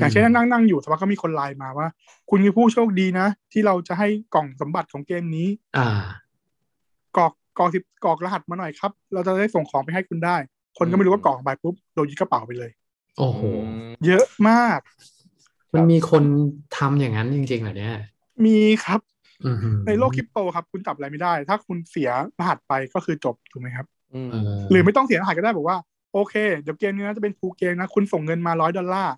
[SPEAKER 4] อย่างเช่นนั่งนั่งอยู่สักพักก็มีคนไลน์มาว่า คุณคือผู้โชคดีนะ ที่เราจะให้กล่องสมบัติของเกมนี้
[SPEAKER 3] อ่าก
[SPEAKER 4] รอกกรอกสิบกรอกรหัสมาหน่อยครับ เราจะได้ส่งของไปให้คุณได้ คนก็ไม่รู้ว่ากรอกไปปุ๊บโดนยึดกระเป๋าไปเลย
[SPEAKER 3] โอ้โห
[SPEAKER 4] เยอะมาก
[SPEAKER 3] มันมีคนทำอย่างนั้นจริงๆเหรอเนี่ย
[SPEAKER 4] มีครับ
[SPEAKER 3] อื้อหือ
[SPEAKER 4] ในโลกคริปโตครับ คุณจับอะไรไม่ได้ ถ้าคุณเสียรหัสไปก็คือจบถูกไหมครับ
[SPEAKER 2] อืม
[SPEAKER 3] เออ
[SPEAKER 4] หรือไม่ต้องเสียรหัสก็ได้บอกว่าโอเคเดี๋ยวเกมนี้นะจะเป็นฟูลเกมนะ คุณส่งเงินมาร้อยดอลลาร์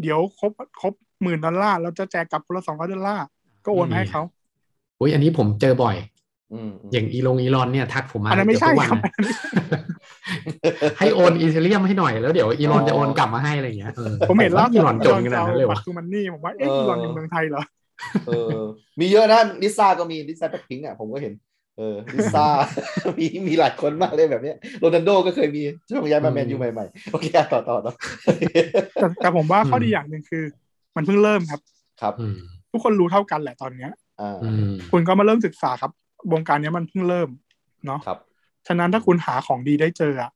[SPEAKER 4] เดี๋ยวครบครบหมื่นดอลลาร์เราจะแจกกลับคนละสองร้อยดอลลาร์ก็โอนมาให้เขา
[SPEAKER 3] อุ้ยอันนี้ผมเจอบ่อย
[SPEAKER 2] อืม
[SPEAKER 3] อย่างอีลงอีลอนเนี่ยทักผมมา
[SPEAKER 4] อันนั้นไม่ใช่
[SPEAKER 3] เกืบทุกวัน
[SPEAKER 4] ครับ
[SPEAKER 3] นะ ให้โอนอีเทเรียมให้หน่อยแล้วเดี๋ยวอีลอนจะโอนกลับมาให้อะไรอย่างเงี้ยออ
[SPEAKER 4] ผมเห็นล่าสุ
[SPEAKER 3] อี
[SPEAKER 4] ด
[SPEAKER 3] ลอนจนขนาดนั้นเลย
[SPEAKER 4] บั
[SPEAKER 3] วะ
[SPEAKER 4] ตรทูมันนี่ผมว่าเอ๊ะอีลอนอยู่เมืองไทยเหรอ
[SPEAKER 2] เออ มีเยอะนะลิซ่าก็มีลิซ่าแบ็คพิงค์อ่ะผมก็เห็น เออลิซ่า มีมีหลายคนมากเลยแบบเนี้ยโรนัลโดก็เคยมีช่วงย้ายมาแมนยูใหม่ๆ โอเคอ่ะต่อต่อต่อ
[SPEAKER 4] แต่แต่ผมว่าข้อดีอย่างหนึ่งคือ มันเพิ่งเริ่มครับ
[SPEAKER 2] ครับ
[SPEAKER 3] อืม
[SPEAKER 4] ทุกคนรู้เท่ากันแหละตอนเนี้ย
[SPEAKER 2] อ่า
[SPEAKER 3] อืม
[SPEAKER 4] คุณก็มาเริ่มศึกษาครับวงการเนี้ยมันเพิ่งเริ่มเนาะ
[SPEAKER 2] ครับ
[SPEAKER 4] ฉะนั้นถ้าคุณหาของดีได้เจออะ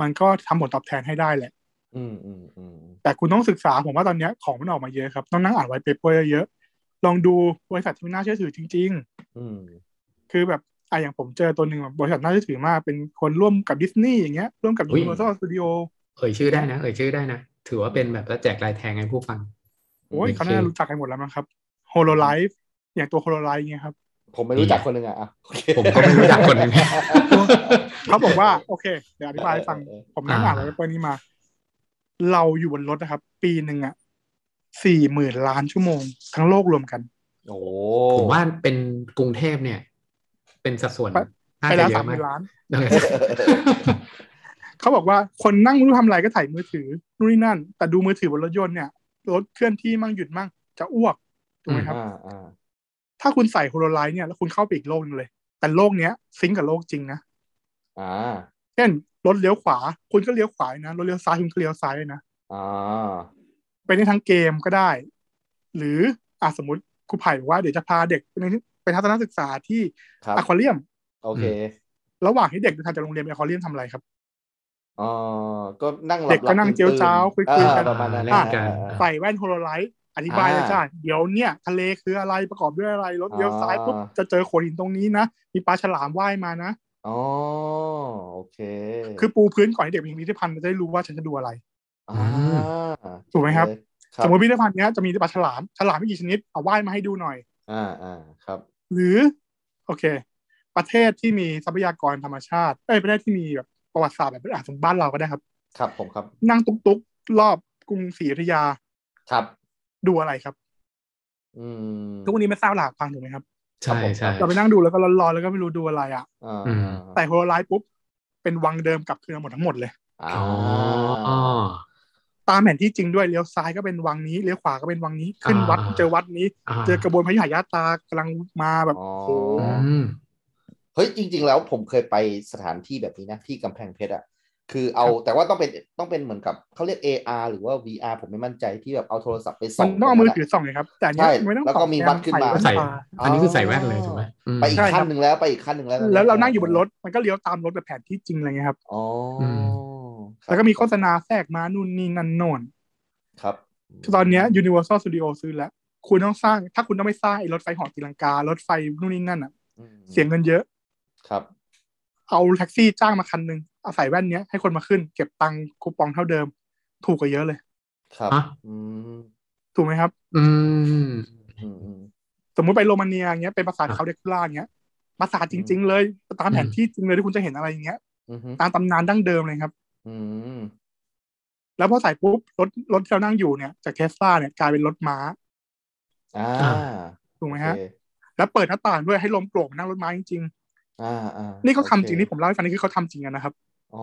[SPEAKER 4] มันก็ทำผลตอบแทนให้ได้แหละ
[SPEAKER 2] อืมอืมอืม
[SPEAKER 4] แต่คุณต้องศึกษาผมว่าตอนเนี้ยของมันออกมาเยอะครับต้องนั่งอ่านไวท์เปเปอร์เยอะๆลองดูบริษัทที่น่าเชื่อถือจริง
[SPEAKER 2] อืม
[SPEAKER 4] ๆ คือแบบอ่ะอย่างผมเจอตัวหนึ่งแบบบริษัทน่าเชื่อถือมากเป็นคนร่วมกับดิสนีย์อย่างเงี้ยร่วมกับ Universal Studio
[SPEAKER 3] เอ่ยชื่อได้นะ เอ่ยชื่อได้นะ ถือว่าเป็นแบบแล้วแจกลายแทงให้ผู้ฟัง
[SPEAKER 4] โอ้ยเขาน่ารู้จักกันหมดแล้วมั้งครับโฮโลไลฟ์อย่างตัวโฮโลไลฟ์เงี้ยครับ
[SPEAKER 2] ผมไม่รู้จักคนหนึ่งอ่ะอ่ะโอเค
[SPEAKER 3] ผมก็ไม่รู้จักคนหนึงเนี่ย
[SPEAKER 4] เขาบอกว่าโอเคเดี๋ยวอธิบายให้ฟัง
[SPEAKER 2] เออเออ
[SPEAKER 4] ผมนั่งอ่าน
[SPEAKER 3] อ่า
[SPEAKER 4] ไว้เปิดนี้มา เราอยู่บนรถนะครับ ปีหนึ่งอ่ะสี่หมื่นล้านชั่วโมง ทั้งโลกรวมกัน
[SPEAKER 2] โอ้
[SPEAKER 3] ผมว่าเป็นกรุงเทพเนี่ย เป็นสัดส่วน
[SPEAKER 4] ไป
[SPEAKER 3] น่า
[SPEAKER 4] ไป
[SPEAKER 3] จะ
[SPEAKER 4] แล้ว
[SPEAKER 3] เย
[SPEAKER 4] สาม
[SPEAKER 3] อะ
[SPEAKER 4] ห
[SPEAKER 3] มาก
[SPEAKER 4] มื่นล้าน
[SPEAKER 3] นั่นแหละ
[SPEAKER 4] เขาบอกว่าคนนั่งไม่รู้ทำอะไรก็ถ่ายมือถือนู่นนี่นั่น แต่ดูมือถือบนรถยนต์เนี่ย รถเคลื่อนที่มั่งหยุดมั่งจะอ้วกถูกไหมครับ
[SPEAKER 2] อ่าอ่า
[SPEAKER 4] ถ้าคุณใส่โฮโลไลท์เนี่ยแล้วคุณเข้าไปอีกโลกหนึงเลย แต่โลกเนี้ยซิงก์กับโลกจริงนะ
[SPEAKER 2] อ่า
[SPEAKER 4] เช่นรถเลี้ยวขวา คุณก็เลี้ยวขวานะรถเลี้ยวซ้ายคุณก็เลี้ยวซ้ายนะ
[SPEAKER 2] อ่า
[SPEAKER 4] ไปในทางเกมก็ได้ หรืออ่ะสมมติครูไผ่บอกว่าเดี๋ยวจะพาเด็กไปในไปทัศนศึกษาที่
[SPEAKER 2] ครับ
[SPEAKER 4] อะควาเรียม
[SPEAKER 2] โอเค
[SPEAKER 4] ระหว่างที่เด็กเดินทางจากโรงเรียนไปอะควาเรียมทำอะไรครับ
[SPEAKER 2] อ๋อ ก็นั่งหลับ
[SPEAKER 4] เด็กก็นั่ง
[SPEAKER 2] หลับ
[SPEAKER 4] เจียวจ้าว
[SPEAKER 2] ตื่นๆ
[SPEAKER 4] คุยๆกัน
[SPEAKER 2] อ่าประมาณนั้น
[SPEAKER 3] เล่นกัน
[SPEAKER 2] อ่าอ่า
[SPEAKER 4] ใส่แว่นโฮโลไลท์อธิบายเลย
[SPEAKER 2] อ่า
[SPEAKER 4] จ้าเดี๋ยวเนี่ย ทะเลคืออะไรประกอบด้วยอะไรรถเลี้ยวซ้าย
[SPEAKER 2] อ่า
[SPEAKER 4] ปุ๊บจะเจอโขดหินตรงนี้นะ มีปลาฉลามว่ายมานะ
[SPEAKER 2] อ๋อโอเค
[SPEAKER 4] คือปูพื้นก่อนให้เด็กไปพิพิธภัณฑ์จะได้รู้ว่าฉันจะดูอะไร
[SPEAKER 2] อ่า
[SPEAKER 4] ถูกไหมครับ
[SPEAKER 2] ครับ
[SPEAKER 4] สมมติพิพิธภัณฑ์เนี้ยจะมีปลาฉลามฉลามมีกี่ชนิดเอาว่ายมาให้ดูหน่อย
[SPEAKER 2] อ่าอ่าครับ
[SPEAKER 4] หรือโอเค ประเทศที่มีทรัพยากรธรรมชาติเอ้ยประเทศที่มีแบบประวัติศาสตร์แบบอาจจะบ้านเราก็ได้ครับ
[SPEAKER 2] ครับผมครับ
[SPEAKER 4] นั่งตุ๊กตุ๊กรอบกรุงศรีอยุธยา
[SPEAKER 2] ครับ
[SPEAKER 4] ดูอะไรครับ
[SPEAKER 2] อืม
[SPEAKER 4] ทุกวันนี้ไม่ทราบหลากฟังถูกไหมครับ
[SPEAKER 3] ใช่ใช่
[SPEAKER 4] เราไปนั่งดูแล้วก็ร้อนๆแล้วก็ไม่รู้ดูอะไรอ่ะ
[SPEAKER 2] อ่า
[SPEAKER 3] อืม
[SPEAKER 4] แต่โฮโลไลท์ปุ๊บ เป็นวังเดิมกลับคืนมาหมดทั้งหมดเลย
[SPEAKER 2] อ่า
[SPEAKER 3] อ๋อ
[SPEAKER 4] ตามแผนที่จริงด้วยเลี้ยวซ้ายก็เป็นวังนี้เลี้ยวขวาก็เป็นวังนี้ขึ้นวัดเจอวัดนี้
[SPEAKER 3] า
[SPEAKER 4] เจอกระบวนพระยุหายาตากำลังมาแบบ
[SPEAKER 2] อ๋อ
[SPEAKER 4] โอ้โห
[SPEAKER 3] อืม
[SPEAKER 2] เฮ้ยจริง ๆ แล้วผมเคยไปสถานที่แบบนี้นะ ที่กำแพงเพชรอะคือเอาแต่ว่าต้องเป็นต้องเป็นเหมือนกับเขาเรียก AR หรือว่า VR ผมไม่มั่นใจที่แบบเอาโทรศัพท์ไปส่
[SPEAKER 4] มั
[SPEAKER 2] อน ง
[SPEAKER 4] ต้องเอามือถือส่องเลยครับ แต่อันนี้
[SPEAKER 2] ใช่
[SPEAKER 4] ไม่ต้อง
[SPEAKER 2] แล้วก็
[SPEAKER 4] ส่อง
[SPEAKER 2] มีวัดขึ้นมา
[SPEAKER 4] ใส่
[SPEAKER 3] ใส่
[SPEAKER 4] แว่นต
[SPEAKER 3] อันนี้คือใส่แว่นเลยถูกไหมม
[SPEAKER 2] ไปอีก
[SPEAKER 4] ใช่ครับ
[SPEAKER 2] ขั้นหนึ่งแล้วไปอีกขั้นหนึ่งแล้ว
[SPEAKER 4] าแล้วเรานั่งอยู่บนรถมันก็เลี้ยวตามรถแบบแผนที่จริงอะไรเงี้ยครับ
[SPEAKER 2] อ๋ออ
[SPEAKER 3] ม
[SPEAKER 2] ครับ
[SPEAKER 4] แล้วก็มีโฆษณาแทรกมานู่นนี่นั่นโน่น
[SPEAKER 2] ครับ
[SPEAKER 4] คือตอนเนี้ย Universal Studio ซื้อแล้ว คุณต้องสร้าง ถ้าคุณต้องไม่สร้างไอ้รถไฟเหอตีลังการถไฟนู่นนี่นั่นอ่ะ
[SPEAKER 2] อืม
[SPEAKER 4] เสียเงินเยอะ
[SPEAKER 2] ครับ
[SPEAKER 4] เอาแท็กซี่จ้างมาคันหนึ่งเอาใส่แว่นเนี้ยให้คนมาขึ้น เก็บตังค์คูปองเท่าเดิม ถูกกว่าเยอะเลย
[SPEAKER 2] ครับ
[SPEAKER 3] ฮะ
[SPEAKER 2] อืม
[SPEAKER 4] ถูกไหมครับ
[SPEAKER 3] อืม
[SPEAKER 2] อืมอืม
[SPEAKER 4] สมมุติไปโรมาเนียเงี้ยเป็นปราสาท
[SPEAKER 3] อ่ะ
[SPEAKER 4] คาเดคูล่าเงี้ยปราสาทจริง ๆ เลยตามแผนที่จริงเลยที่คุณจะเห็นอะไรอย่างเงี้ย
[SPEAKER 2] อืม
[SPEAKER 4] ตามตำนานดั้งเดิมเลยครับ
[SPEAKER 2] อืม
[SPEAKER 4] แล้วพอใส่ปุ๊บรถรถที่เรานั่งอยู่เนี่ยจากเทสลาเนี่ยกลายเป็นรถม้า
[SPEAKER 2] อ่า
[SPEAKER 4] ถูกไหม
[SPEAKER 2] โอ
[SPEAKER 4] ฮะ
[SPEAKER 2] เค
[SPEAKER 4] แล้วเปิดหน้าต่างด้วยให้ลมโกรกนั่งรถม้าจริง
[SPEAKER 2] อ่าอ่า
[SPEAKER 4] ๆนี่เขา
[SPEAKER 2] โอ
[SPEAKER 4] ทำ
[SPEAKER 2] เค
[SPEAKER 4] จริงที่ผมเล่าให้ฟังนี่คือเขาทำจริงกันนะครับ
[SPEAKER 2] อ๋อ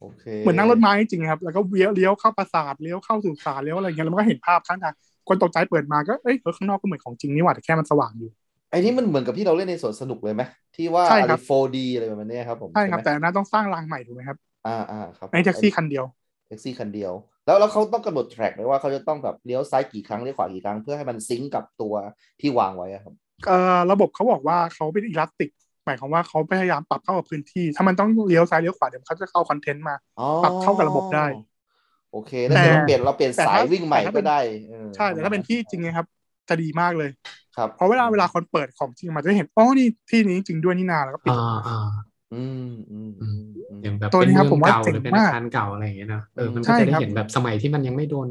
[SPEAKER 2] โอเค
[SPEAKER 4] เหมือนนั่งรถม้าจริงๆครับแล้วก็เลี้ยวเลี้ยวเข้าปราสาทเลี้ยวเข้าสุสานเลี้ยวอะไรเงี้ยแล้วมันก็เห็นภาพข้างทางคนตกใจเปิดมาก็เอ้ยเออข้างนอกก็เหมือนของจริงนี่หว่าแต่แค่มันสว่างอยู่
[SPEAKER 2] ไอ้นี่มันเหมือนกับที่เราเล่นในสวนสนุกเลยไหมที่ว่า
[SPEAKER 4] ใช่
[SPEAKER 2] อะ
[SPEAKER 4] ค
[SPEAKER 2] ไร
[SPEAKER 4] รับ
[SPEAKER 2] โฟดีอะไรประมาณเนี้ยครับผม
[SPEAKER 4] ใช่ครับ
[SPEAKER 2] ไหม
[SPEAKER 4] แต่อันนั้นต้องสร้างรางใหม่ถูกไหมครับ
[SPEAKER 2] อ่าอ่าครับ
[SPEAKER 4] ในแท็กซี่คันเดียว
[SPEAKER 2] แท็กซี่คันเดียว แล้วแล้วเขาต้องกำหนดแทร็กไหมว่าเขาจะต้องแบบเลี้ยวซ้ายกี่ครั้งเลี้ยวขวากี่ครั้งเพื่อให้มันซิงก์กับตัวที่วางไว้อะครับ
[SPEAKER 4] เอ่อระบบเขาบอกว่าเขาเป็นอิเลัสติก หมายความว่าเขาพยายามปรับเข้ากับพื้นที่ ถ้ามันต้องเลี้ยวซ้ายเลี้ยวขวาเดี๋ยวเขาจะเข้าคอนเทนต์มา
[SPEAKER 2] อ๋อ
[SPEAKER 4] ปรับเข้ากับระบบได้
[SPEAKER 2] โอเคแล้วเดี๋ยวเราเปลี่ยนเราเปลี่ยน
[SPEAKER 4] แต่
[SPEAKER 2] สา
[SPEAKER 4] ถ้าย
[SPEAKER 2] วิ่งใหม่
[SPEAKER 4] แต่ถ้าเป็
[SPEAKER 2] ก็
[SPEAKER 4] น
[SPEAKER 2] ได้เออ
[SPEAKER 4] ใช่แต่ถ้าเป็นที่จริงนะครับ จะดีมากเลย
[SPEAKER 2] ครับ
[SPEAKER 4] เพราะเวลาเวลาคนเปิดของจริงมันจะเห็นอ๋อนี่ที่นี้จริงด้วยนี่นาแล้วก็ปิด
[SPEAKER 3] อ่าอ่า
[SPEAKER 2] อืมอืมอืมอืม
[SPEAKER 3] อย่างแบบ
[SPEAKER 4] ตัวนี้ครับ
[SPEAKER 3] เป็
[SPEAKER 4] ผมว่า
[SPEAKER 3] เก่า
[SPEAKER 4] เจ๋
[SPEAKER 3] ห
[SPEAKER 4] ง
[SPEAKER 3] รือเป็น
[SPEAKER 4] มา
[SPEAKER 3] อาก คารเก่าอะไรอย่างเงี้ยเนอะเออมัน
[SPEAKER 4] ใช่
[SPEAKER 3] ก็จะได้
[SPEAKER 4] ครับ
[SPEAKER 3] เห็นแบบสมัยที่มันยังไม่โดน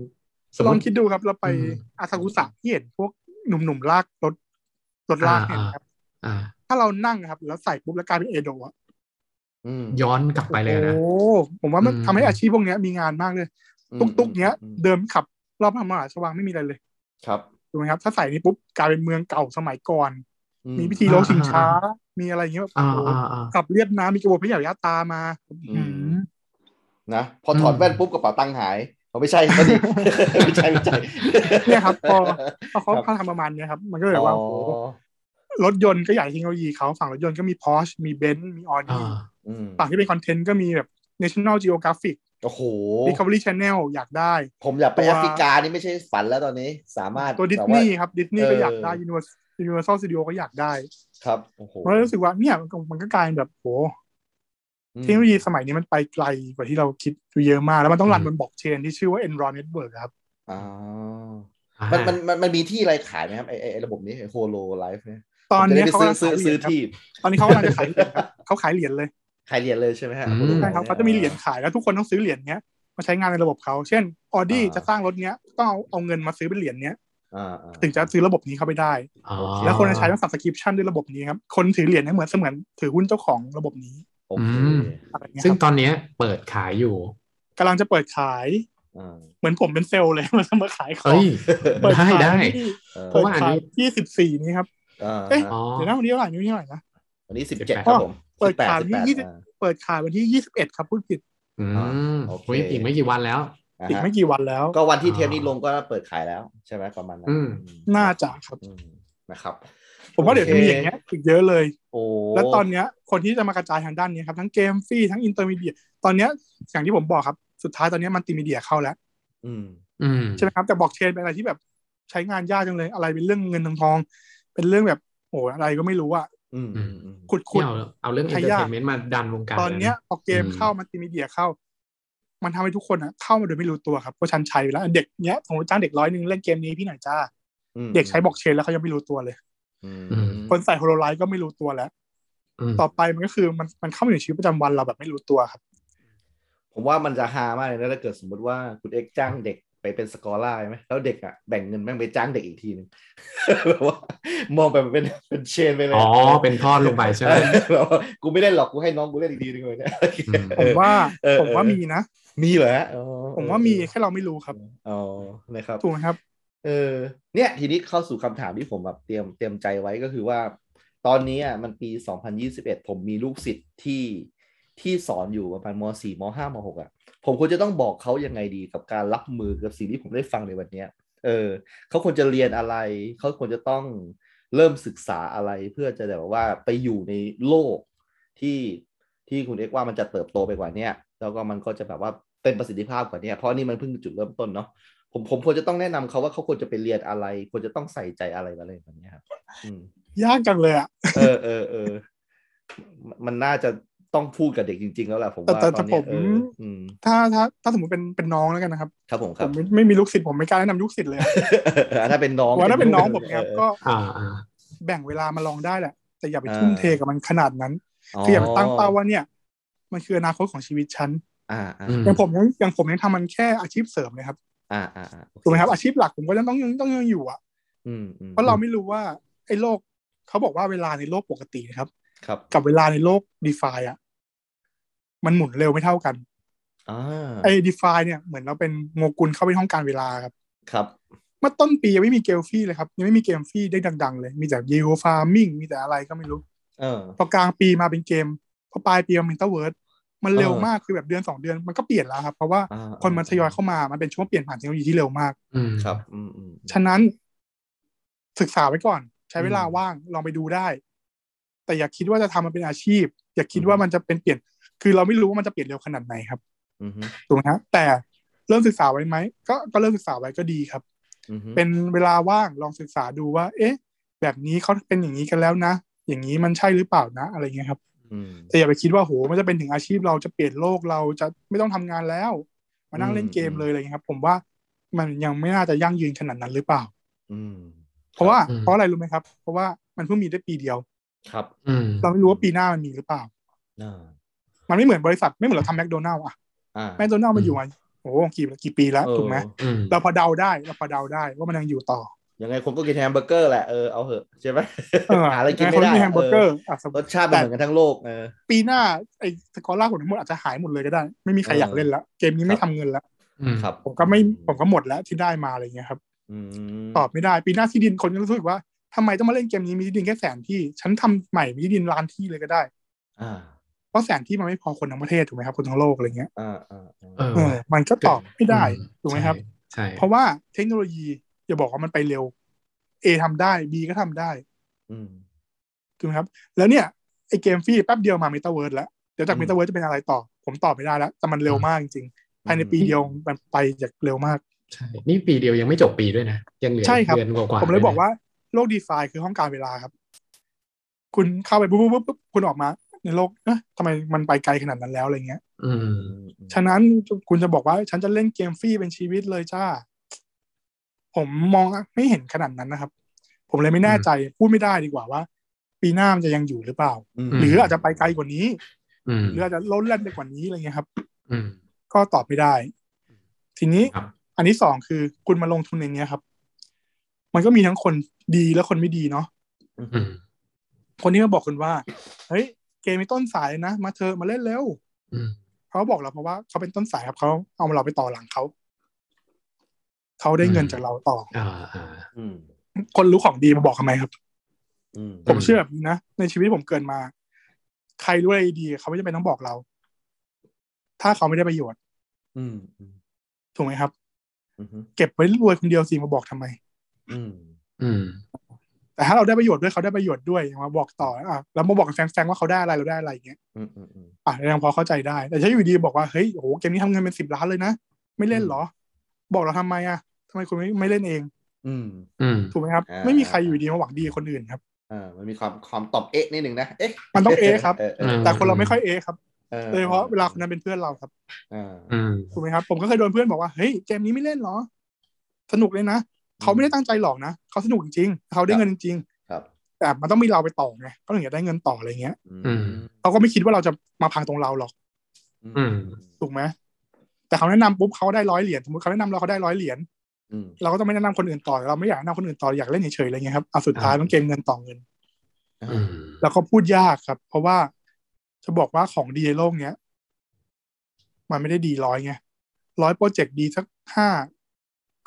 [SPEAKER 3] สมม
[SPEAKER 4] ลอง
[SPEAKER 3] ติ
[SPEAKER 4] คิดดูครับเราไป
[SPEAKER 3] อืม
[SPEAKER 4] อาซากุสะที่เห็นพวกหนุ่มๆลากรถรถลากเนี่ย
[SPEAKER 3] อ่า
[SPEAKER 4] นะครับ
[SPEAKER 3] อ่า
[SPEAKER 4] ถ้าเรานั่งนะครับแล้วใส่ปุ๊บแล้วกลายเป็นเอโดะ
[SPEAKER 2] อืม
[SPEAKER 3] ย้อนกลับไปเลยนะ
[SPEAKER 4] โอ้ผมว่ามัน
[SPEAKER 3] อืม
[SPEAKER 4] ทำให้อาชีพพวกเนี้ยมีงานมากเลย ตุ๊กๆเนี้ย
[SPEAKER 2] อืม
[SPEAKER 4] เดินขับรอบพระมหาราชวังไม่มีอะไรเลย
[SPEAKER 2] ครับ
[SPEAKER 4] ถูกไหมครับถ้าใส่นี่ปุ๊บกลายเป็นเมืองเก่าสมัยก่อน
[SPEAKER 2] อื
[SPEAKER 4] มีพิธี
[SPEAKER 3] อ่า
[SPEAKER 4] ลงชิง
[SPEAKER 3] อ่า
[SPEAKER 4] ช้า มีอะไรอย่างเงี้ยแบบ
[SPEAKER 3] อ่า
[SPEAKER 4] โอ้โห
[SPEAKER 3] อ่าอ่า
[SPEAKER 4] กลับเรียบน้ำมีกระบวนพระยายาตามา
[SPEAKER 2] อื
[SPEAKER 4] หื
[SPEAKER 2] ม
[SPEAKER 4] ม
[SPEAKER 2] นะพอถอด
[SPEAKER 3] อืม
[SPEAKER 2] แว่นปุ๊บกระเป๋าตังค์หายเขาไม่ใช่ เขาดิ ไม่ใช่ไม่ใช่
[SPEAKER 4] เนี่ยครับพอพอเขา
[SPEAKER 2] ครับ
[SPEAKER 4] เขาทำประมาณเนี้ยครับมันก็เลยแบบว่า
[SPEAKER 2] อ๋อ
[SPEAKER 4] โอ้โหรถยนต์ก็ใหญ่เทคโนโลยีเขาฝั่งรถยนต์ก็มี Porsche มี Benz มี Audi
[SPEAKER 3] อ่า
[SPEAKER 2] อืม
[SPEAKER 4] ฝั่งที่เป็นคอนเทนต์ก็มีแบบ National Geographic
[SPEAKER 2] โอ้โห
[SPEAKER 4] Discovery Channel อยากได้
[SPEAKER 2] ผมอยากไป
[SPEAKER 4] ตัว
[SPEAKER 2] แอฟริกานี่ไม่ใช่ฝันแล้วตอนนี้ สามารถ
[SPEAKER 4] ตัวดิส
[SPEAKER 2] แบบ
[SPEAKER 4] นี
[SPEAKER 2] ว่า
[SPEAKER 4] ย์ครับดิสนีย์
[SPEAKER 2] เอ
[SPEAKER 4] ก็
[SPEAKER 2] อ
[SPEAKER 4] อ
[SPEAKER 2] อ
[SPEAKER 4] ยากได้ Universal Universal Studio ก็อยากได้
[SPEAKER 2] ครับโอ้โห
[SPEAKER 4] เพราะรู้สึกว่าเนี่ยมันก็มันก็กลายเป็นแบบโห
[SPEAKER 2] อืม
[SPEAKER 4] เทคโนโลยีสมัยนี้มันไปไกลกว่าที่เราคิดอยู่เยอะมาก แล้วมันต้องรัน
[SPEAKER 3] อื
[SPEAKER 4] บ
[SPEAKER 3] ม
[SPEAKER 4] นบล็อกเชนที่ชื่อว่า Enron Network ครับ
[SPEAKER 2] อ่า
[SPEAKER 3] อ่า
[SPEAKER 2] มันมันมันมันมีที่อะไรขายไหมครับไอไอ้ไอ้ระบบนี้โฮโลไลฟ์เนี่ย
[SPEAKER 4] ตอนเนี้ยเขา
[SPEAKER 2] ผม
[SPEAKER 4] กำลั
[SPEAKER 2] จะ
[SPEAKER 4] ง
[SPEAKER 2] ได้ไปซื้อย ซื้
[SPEAKER 4] ขา
[SPEAKER 2] อ
[SPEAKER 4] เหรี
[SPEAKER 2] ซื้อ
[SPEAKER 4] ยญครั
[SPEAKER 2] ที่
[SPEAKER 4] บตอนนี้เขากำลังจะขายเหรียญครับเขาขายเหรียญเลย
[SPEAKER 2] ขายเหรียญเลยใช่ไหมฮะ
[SPEAKER 3] อืม
[SPEAKER 2] Holo
[SPEAKER 4] ใช่
[SPEAKER 2] Live
[SPEAKER 4] ครับเขาจะมีเหรียญขายแล้วทุกคนต้องซื้อเหรียญเนี้ยมาใช้งานในระบบเขา เช่นออดี้
[SPEAKER 2] อ่า
[SPEAKER 4] จะสร้างรถเนี้ยต้องเอาเอาเงินมาซื้อเป็นเหรียญเนี้ย
[SPEAKER 2] อ่าอ่า
[SPEAKER 4] ถึงจะซื้อระบบนี้เข้าไปได้
[SPEAKER 3] อ๋อ
[SPEAKER 4] แล้วคนจะใช้ต้องสับสคริปชั่นด้วยระบบนี้ครับคนถือเหรียญเนี่ยเหมือนเสมือนถือหุ้นเจ้าของระบบนี้
[SPEAKER 2] โอเค
[SPEAKER 4] อะไรเงี้ย
[SPEAKER 3] ซึ่ง
[SPEAKER 4] ครับ
[SPEAKER 3] ตอนเนี้ยเปิดขายอยู่
[SPEAKER 4] กำลังจะเปิดขาย
[SPEAKER 2] อ่า
[SPEAKER 4] เหมือนผมเป็นเซลล์เลย มันจะมาขายของ
[SPEAKER 3] เฮ้ย
[SPEAKER 4] เปิดขาย
[SPEAKER 3] ได้ได้
[SPEAKER 4] ที่
[SPEAKER 3] เพ
[SPEAKER 4] เปิ
[SPEAKER 3] ราะ
[SPEAKER 4] ด
[SPEAKER 3] ว่าอัน
[SPEAKER 4] ขาย
[SPEAKER 3] นี้
[SPEAKER 4] ที่สิบสี่นี้ครับ
[SPEAKER 2] อ่า
[SPEAKER 4] เอ๊ะ
[SPEAKER 2] ฮะ
[SPEAKER 3] อ๋อ
[SPEAKER 4] เดี๋ยวนะวันนี้เท่าไหร่นี่เท่าไหร่นะ
[SPEAKER 2] วันนี้สิบเจ็ด
[SPEAKER 3] 18
[SPEAKER 2] ครับผม
[SPEAKER 4] เปิดขาย
[SPEAKER 2] 18
[SPEAKER 4] วันที่
[SPEAKER 2] 18
[SPEAKER 4] เปิดขายวันที่ 21 ครับพูดผิด
[SPEAKER 3] อืม
[SPEAKER 2] โอเค
[SPEAKER 3] อุ๊ยอีกไม่กี่วันแล้ว
[SPEAKER 2] อ่า
[SPEAKER 4] อีก
[SPEAKER 2] ฮะ
[SPEAKER 4] ไม่กี่วันแล้ว
[SPEAKER 2] ก็วันที่เทปนี้ลงก็เปิดขายแล้ว ใช่ไหมประมาณนั้น
[SPEAKER 3] อืม
[SPEAKER 2] อืม
[SPEAKER 4] น่าจะครับ
[SPEAKER 2] อืมนะครับ
[SPEAKER 4] ผมว่าเดี๋ยวจะมีอย่างเงี้ยอีกเยอะเลย
[SPEAKER 2] โอ้
[SPEAKER 4] แล้วตอนเนี้ยคนที่จะมากระจายทางด้านเนี้ยครับ ทั้งเกมฟรีทั้งอินเตอร์มีเดียตอนเนี้ยอย่างที่ผมบอกครับ สุดท้ายตอนเนี้ยมันติมีเดียเข้าแล้ว
[SPEAKER 2] อืม
[SPEAKER 3] อืม
[SPEAKER 4] ใช่ไหมครับ แต่บล็อกเชนเป็นอะไรที่แบบใช้งานยากจังเลย อะไรเป็นเรื่องเงินทองทอง เป็นเรื่องแบบโอ้อะไรก็ไม่รู้อะ
[SPEAKER 2] อืมอืมอืม
[SPEAKER 4] ขุดขุ
[SPEAKER 3] ที่
[SPEAKER 4] ด
[SPEAKER 3] เอาเอาเรื่องอินเตอย
[SPEAKER 4] ใช้า
[SPEAKER 3] ร์เท
[SPEAKER 4] ก
[SPEAKER 3] นเมนต์มาดันวงการ
[SPEAKER 4] ตอนเนี้ย
[SPEAKER 3] ลยะ
[SPEAKER 4] พอเกม
[SPEAKER 3] อืม
[SPEAKER 4] เข้ามันติมีเดียเข้า มันทำให้ทุกคนอะเข้ามาโดยไม่รู้ตัวครับเพราะชันใช้ไปแล้วเด็กเนี้ยสมมติจ้างเด็กร้อยหนึ่งเล่นเกมนี้พี่หน่อยจ้า
[SPEAKER 2] อืม
[SPEAKER 4] เด็กใช้บล็อกเชนแล้วเขายังไม่รู้ตัวเลย
[SPEAKER 2] อืม
[SPEAKER 4] คนใส่โฮโลไลท์ก็ไม่รู้ตัวแล้ว
[SPEAKER 3] ม
[SPEAKER 4] ต่อไปมันก็คือมันมันเข้ามาอยู่ในชีวิตประจำวันเราแบบไม่รู้ตัวครับ
[SPEAKER 2] ผมว่ามันจะฮามากเลยนะถ้าเกิดสมมติว่าคุณเอกจ้างเด็กไป เป็นสกอร่าไหมแล้วเด็กอ่ะแบ่งเงินแม่งไปจ้างเด็กอีกทีหนึง แบบว่ามองแบบเป็น เป็นเชนไปเลย
[SPEAKER 3] อ๋อ เป็นทอดลงไปใช่ไหม
[SPEAKER 2] แบบว่ากูไม่ได้หรอกกูให้น้องกูเล่นอีกทีหนึงเลยเนี่ย
[SPEAKER 3] อื ม
[SPEAKER 4] ผมว่า
[SPEAKER 2] เออเออ
[SPEAKER 4] ผมว่ามีนะ
[SPEAKER 2] มีเหรอฮะอ๋อ
[SPEAKER 4] ผมว่ามีแค่เราไม่รู้ครับ
[SPEAKER 2] อ๋อนะครับ
[SPEAKER 4] ถูกไหมครับ
[SPEAKER 2] เออเนี่ยทีนี้เข้าสู่คำถามที่ผมแบบเตรียมเตรียมใจไว้ก็คือว่า ตอนนี้อ่ะมันปี 2021 ผมมีลูกศิษย์ที่ที่สอนอยู่ประมาณม .4 ม .5 ม .6 อ่ะ ผมควรจะต้องบอกเขายังไงดีกับการรับมือกับสิ่งที่ผมได้ฟังในวันเนี้ยเออเขาควรจะเรียนอะไร เขาควรจะต้องเริ่มศึกษาอะไรเพื่อจะแบบว่าไปอยู่ในโลกที่ที่คุณเอกว่ามันจะเติบโตไปกว่าเนี้ยแล้วก็มันก็จะแบบว่าเต็มประสิทธิภาพกว่าเนี้ยเพราะนี่มันเพิ่งจุดเริ่มต้นเนาะ ผมผมควรจะต้องแนะนำเขาว่าเขาควรจะไปเรียนอะไร ควรจะต้องใส่ใจอะไรอะไรแบบเนี้ยครับอืม
[SPEAKER 4] ยากจังเลยอะ
[SPEAKER 2] เออเออเออมันมันน่าจะต้องพูดกับเด็กจริง ๆ แล้วแหละผม
[SPEAKER 4] แต่
[SPEAKER 2] ว่า
[SPEAKER 4] แต่
[SPEAKER 2] ต
[SPEAKER 4] แต่
[SPEAKER 2] อน
[SPEAKER 4] ผ
[SPEAKER 2] เนี้ย
[SPEAKER 4] ม
[SPEAKER 2] เอออืม
[SPEAKER 4] ถ้าถ้าถ้าสมมติเป็นเป็นน้องแล้วกันนะครับ
[SPEAKER 2] ครับผมค
[SPEAKER 4] ผ
[SPEAKER 2] รับ
[SPEAKER 4] มไม่ไม่มีลูกศิษย์ผมไม่กล้าแนะนำลูกศิษย์เลยอะ
[SPEAKER 2] ถ้าเป็น น้อง
[SPEAKER 4] ว่าถ้าเป็นน้องผมครับ
[SPEAKER 2] เออ
[SPEAKER 4] ก็
[SPEAKER 3] อ่าอ่า
[SPEAKER 4] แบ่งเวลามาลองได้แหละ แต่อย่าไปทุ่มเทกับมันขนาดนั้น
[SPEAKER 2] เ
[SPEAKER 4] คืออย่าไปตั้งเป้าว่าเนี่ย มันคืออนาคตของชีวิตฉัน
[SPEAKER 2] อ่าอ่า
[SPEAKER 3] อืม
[SPEAKER 4] อย่างผมยังอย่างผมยังทำมันแค่อาชีพเสริมเลยครับ
[SPEAKER 2] อ่าอ่าอ่า
[SPEAKER 4] ถูกไหมครับอาชีพหลักผมก็ยังต้องยังต้องยังอยู่อ่ะ
[SPEAKER 2] อืมอืม
[SPEAKER 4] เพราะเราไม่รู้ว่าไอ้โลกเขาบอกว่าเวลาในโลกปกตินะครับ
[SPEAKER 2] ครับ
[SPEAKER 4] กับเวลาในโลกดีฟาอ่ะมันหมุนเร็วไม่เท่ากัน
[SPEAKER 2] อ่า
[SPEAKER 4] ไอ้ดีฟาเนี่ยเหมือนเราเป็นโมกุลเข้าไปในห้องการเวลาครับ
[SPEAKER 2] ครับ
[SPEAKER 4] เมื่อต้นปียังไม่มีเกลฟี่เลยครับยังไม่มีเกมฟี่ได้ดัง ๆ เลยมีแต่เยโฟาร์มิงมีแต่อะไรก็ไม่รู้
[SPEAKER 2] เออ
[SPEAKER 4] พอกลางปีมาเป็นเกมพอปลายปีมาเป็นเตอร์เวิร์ดมันเร็ว
[SPEAKER 2] เออ
[SPEAKER 4] มากคือแบบเดือนสองเดือนมันก็เปลี่ยนแล้วครับ เพราะว่า
[SPEAKER 2] อ่า
[SPEAKER 4] คนมันทยอยเข้ามามันเป็นช่วงเปลี่ยนผ่านเทคโนโลยีที่เร็วมาก
[SPEAKER 3] อืม
[SPEAKER 2] ครับอืมอืม
[SPEAKER 4] ฉะนั้นศึกษาไว้ก่อน ใช้เวลา
[SPEAKER 2] อืม
[SPEAKER 4] ว่างลองไปดูได้ แต่อย่าคิดว่าจะทำมันเป็นอาชีพ อย่าคิดว่า
[SPEAKER 2] อืม
[SPEAKER 4] มันจะเป็นเปลี่ยน คือเราไม่รู้ว่ามันจะเปลี่ยนเร็วขนาดไหนครับ
[SPEAKER 2] อืมฮึ
[SPEAKER 4] ถูกไหมฮะแต่เริ่มศึกษาไว้ไหมก็ก็เริ่มศึกษาไว้ก็ดีครับ
[SPEAKER 2] อืมฮึ
[SPEAKER 4] เป็นเวลาว่างลองศึกษาดูว่า เอ๊ะ แบบนี้เขาเป็นอย่างนี้กันแล้วนะ อย่างนี้มันใช่หรือเปล่านะ อะไรเงี้ยครับ
[SPEAKER 2] อืม
[SPEAKER 4] แต่อย่าไปคิดว่าโหมันจะเป็นถึงอาชีพเราจะเปลี่ยนโลกเราจะไม่ต้องทำงานแล้ว มานั่งเล่นเกม
[SPEAKER 2] อืม
[SPEAKER 4] เลยอะไรเงี้ยครับ ผมว่ามันยังไม่น่าจะยั่งยืนขนาดนั้นหรือเปล่า
[SPEAKER 2] อืม
[SPEAKER 4] เพราะว่าเพราะอะไรรู้ไหมครับ เพราะว่ามันเพิ่งมีได้ปีเดียว
[SPEAKER 2] ครับ
[SPEAKER 3] อืม
[SPEAKER 4] เราไม่รู้ว่าปีหน้ามันมีหรือเปล่า
[SPEAKER 2] อ่า
[SPEAKER 4] มันไม่เหมือนบริษัทไม่เหมือนเราทำแมคโดนัลล์อะ
[SPEAKER 2] อ่า
[SPEAKER 4] แมคโดนัลล์มันอยู่มาโอ้โหกี่กี่ปีแล้วถูกไหม
[SPEAKER 3] อืม
[SPEAKER 4] เราพอเดาได้เราพอเดาได้ว่ามันยังอยู่ต่อ
[SPEAKER 2] ยังไงคนก็กินแฮมเบอร์เกอร์แหละเออเอาเหอะใช่ไหม
[SPEAKER 4] เออ
[SPEAKER 2] หาอะไรกินไม่
[SPEAKER 4] ค
[SPEAKER 2] ได้
[SPEAKER 4] ที่แฮมเบอร์เกอ
[SPEAKER 2] เออ
[SPEAKER 4] ร์อ่ะสมม
[SPEAKER 2] รส
[SPEAKER 4] ติ
[SPEAKER 2] ชาติมันเหมือนกันทั้งโลกเออ
[SPEAKER 4] ปีหน้าไอ้สกอร่าของทั้งหมดอาจจะหายหมดเลยก็ได้ ไม่มีใครอยากเล่นละเกมนี้ไม่
[SPEAKER 2] ครับ
[SPEAKER 4] ทำเงินละ
[SPEAKER 3] อืม
[SPEAKER 2] ครับ
[SPEAKER 4] ผมก็ไม่ผมก็หมดแล้วที่ได้มาอะไรเงี้ยครับ
[SPEAKER 2] อืม
[SPEAKER 4] ตอบไม่ได้ปีหน้าที่ดินคนก็รู้สึกว่าทำไมต้องมาเล่นเกมนี้มีที่ดินแค่แสนที่ ฉันทำใหม่มีที่ดินล้านที่เลยก็ได้
[SPEAKER 2] อ่า
[SPEAKER 4] เพราะแสนที่มันไม่พอคนทั้งประเทศถูกไหมครับคนทั้งโลกอะไรเงี้ย
[SPEAKER 2] อ่าอ่าอ่า
[SPEAKER 3] เออ
[SPEAKER 4] เออมันก็ตอบไม่ได้
[SPEAKER 3] อื
[SPEAKER 4] ถูกไหมครับ
[SPEAKER 3] ใช่
[SPEAKER 4] เพราะว่าเทคโนโลยีอย่าบอกว่ามันไปเร็ว A ทำได้ B ก็ทำได้
[SPEAKER 2] อืม
[SPEAKER 4] ถูกไหมครับ แล้วเนี่ยไอเกมฟรีแป๊บเดียวมาเมตาเวิร์ดแล้วเดี๋ยวจาก
[SPEAKER 2] อืม
[SPEAKER 4] เมตาเวิร์ดจะเป็นอะไรต่อ ผมตอบไม่ได้แล้ว แต่มันเร็วมากจริงๆภายในปีเดียวมันไปจากเร็วมาก
[SPEAKER 3] ใช่นี่ปีเดียวยังไม่จบปีด้วยนะ ยังเหลือ
[SPEAKER 4] ใช่ครับ
[SPEAKER 3] เดือนกว่าๆ
[SPEAKER 4] ผมเลย
[SPEAKER 3] ด้นะ
[SPEAKER 4] บอกว่าโลกดีฟาคือห้องการเวลาครับ คุณเข้าไปปุ๊บปุ๊บปุ๊บปุ๊บคุณออกมา ในโลกเอ๊ะทำไมมันไปไกลขนาดนั้นแล้วอะไรเงี้ย
[SPEAKER 3] อืม
[SPEAKER 2] อืมอืม
[SPEAKER 4] ฉะนั้นคุณจะบอกว่าฉันจะเล่นเกมฟรีเป็นชีวิตเลยจ้า ผมมองไม่เห็นขนาดนั้นนะครับ ผมเลยไม่แน่ใจพูดไม่ได้ดีกว่าว่า ปีหน้ามันจะยังอยู่หรือเปล่า
[SPEAKER 2] ม
[SPEAKER 4] หรืออาจจะไปไกลกว่านี้
[SPEAKER 3] อืม
[SPEAKER 4] หรืออาจจะล้นแล่นไปกว่านี้อะไรเงี้ยครับ
[SPEAKER 3] อืม
[SPEAKER 4] ก็ตอบไม่ได้ ทีนี้
[SPEAKER 3] ครับ
[SPEAKER 4] อันที่สองคือคุณมาลงทุนในเนี้ยครับ มันก็มีทั้งคนดีและคนไม่ดีเนาะ
[SPEAKER 3] อืม
[SPEAKER 4] คนที่มาบอกคุณว่า เฮ้ย เกมมีต้นสายนะ มาเธอะมาเล่นเร็ว
[SPEAKER 3] อืม
[SPEAKER 4] เขาบอกเราเพราะว่าเขาเป็นต้นสายครับเขาเอาเราไปต่อหลังเขา เขาได้เงิน
[SPEAKER 3] อืม
[SPEAKER 4] จากเราต่อ
[SPEAKER 3] อ่าอ่า
[SPEAKER 2] อืม
[SPEAKER 4] คนรู้ของดีมาบอกทำไมครับ
[SPEAKER 2] อืม
[SPEAKER 4] ผมเชื่อแบบนี้นะ ในชีวิตผมเกิดมา ใครรู้อะไรดี เขาไม่จำเป็นต้องบอกเรา ถ้าเขาไม่ได้ประโยชน์
[SPEAKER 2] อืมอืม
[SPEAKER 4] ถูกไหมครับ
[SPEAKER 2] อืม
[SPEAKER 4] เก็บไว้รวยคนเดียวสิมาบอกทำไม
[SPEAKER 2] อืม
[SPEAKER 3] อืม
[SPEAKER 4] แต่ถ้าเราได้ประโยชน์ด้วยเขาได้ประโยชน์ด้วยอย่างมาบอกต่ออ่ะแล้วมาบอกกับแฟนๆว่าเขาได้อะไรเราได้อะไรอย่างเงี้ย
[SPEAKER 2] อืมอืมอืม
[SPEAKER 4] อ่ะยังพอเข้าใจได้ แต่ถ้าอยู่ดีบอกว่าเฮ้ยโอ้โหเกมนี้ทำเงินเป็นสิบล้านเลยนะ ไม่เล่นเหรอ บอกเราทำไมอ่ะทำไมคุณไม่ไม่เล่นเอง
[SPEAKER 2] อืม
[SPEAKER 3] อืม
[SPEAKER 4] ถูกไหมครับ
[SPEAKER 2] อ่า
[SPEAKER 4] ไม่มีใครอยู่ดีมาหวังดีกับคนอื่นครับ
[SPEAKER 2] อ่ามันมีความความตอบเอ๊ะนิดหนึ่งนะเอ๊ะ
[SPEAKER 4] มันต้องเอ๊ะครับ
[SPEAKER 2] เออเออ
[SPEAKER 4] แต่คนเราไม่ค่อยเอะครับ
[SPEAKER 2] เออ
[SPEAKER 4] โดยเฉพาะเวลาคนนั้นเป็นเพื่อนเราครับ
[SPEAKER 2] อ่า
[SPEAKER 3] อืม
[SPEAKER 4] ถูกไหมครับ ผมก็เคยโดนเพื่อนบอกว่าเฮ้ยเกมนี้ไม่เล่นเหรอ สนุกเลยนะเขาไม่ได้ตั้งใจหรอกนะเขาสนุกจริงๆเขาได้เงินจริง
[SPEAKER 2] ครับ
[SPEAKER 4] ๆแต่มันต้องมีเราไปต่อไงเขาถึงจะได้เงินต่ออะไรเงี้ย
[SPEAKER 2] อืม
[SPEAKER 3] อืม
[SPEAKER 4] เขาก็ไม่คิดว่าเราจะมาพังตรงเราหรอก
[SPEAKER 2] อืม
[SPEAKER 3] อืม
[SPEAKER 4] ถูกไหม แต่เขาแนะนำปุ๊บเขาได้ร้อยเหรียญสมมติเขาแนะนำเราเขาได้ร้อยเหรียญ
[SPEAKER 2] อืม
[SPEAKER 4] เราก็ต้องไม่แนะนำคนอื่นต่อเราไม่อยากแนะนำคนอื่นต่ออยากเล่นเฉยๆอะไรเงี้ยครับเอาสุดท้ายมันเกมเงินต่อเงิน
[SPEAKER 3] อืม
[SPEAKER 4] แล้วก็พูดยากครับ เพราะว่าจะบอกว่าของดีในโลกเนี้ย มันไม่ได้ดีร้อยไงร้อยโปรเจกต์ดีสักห้า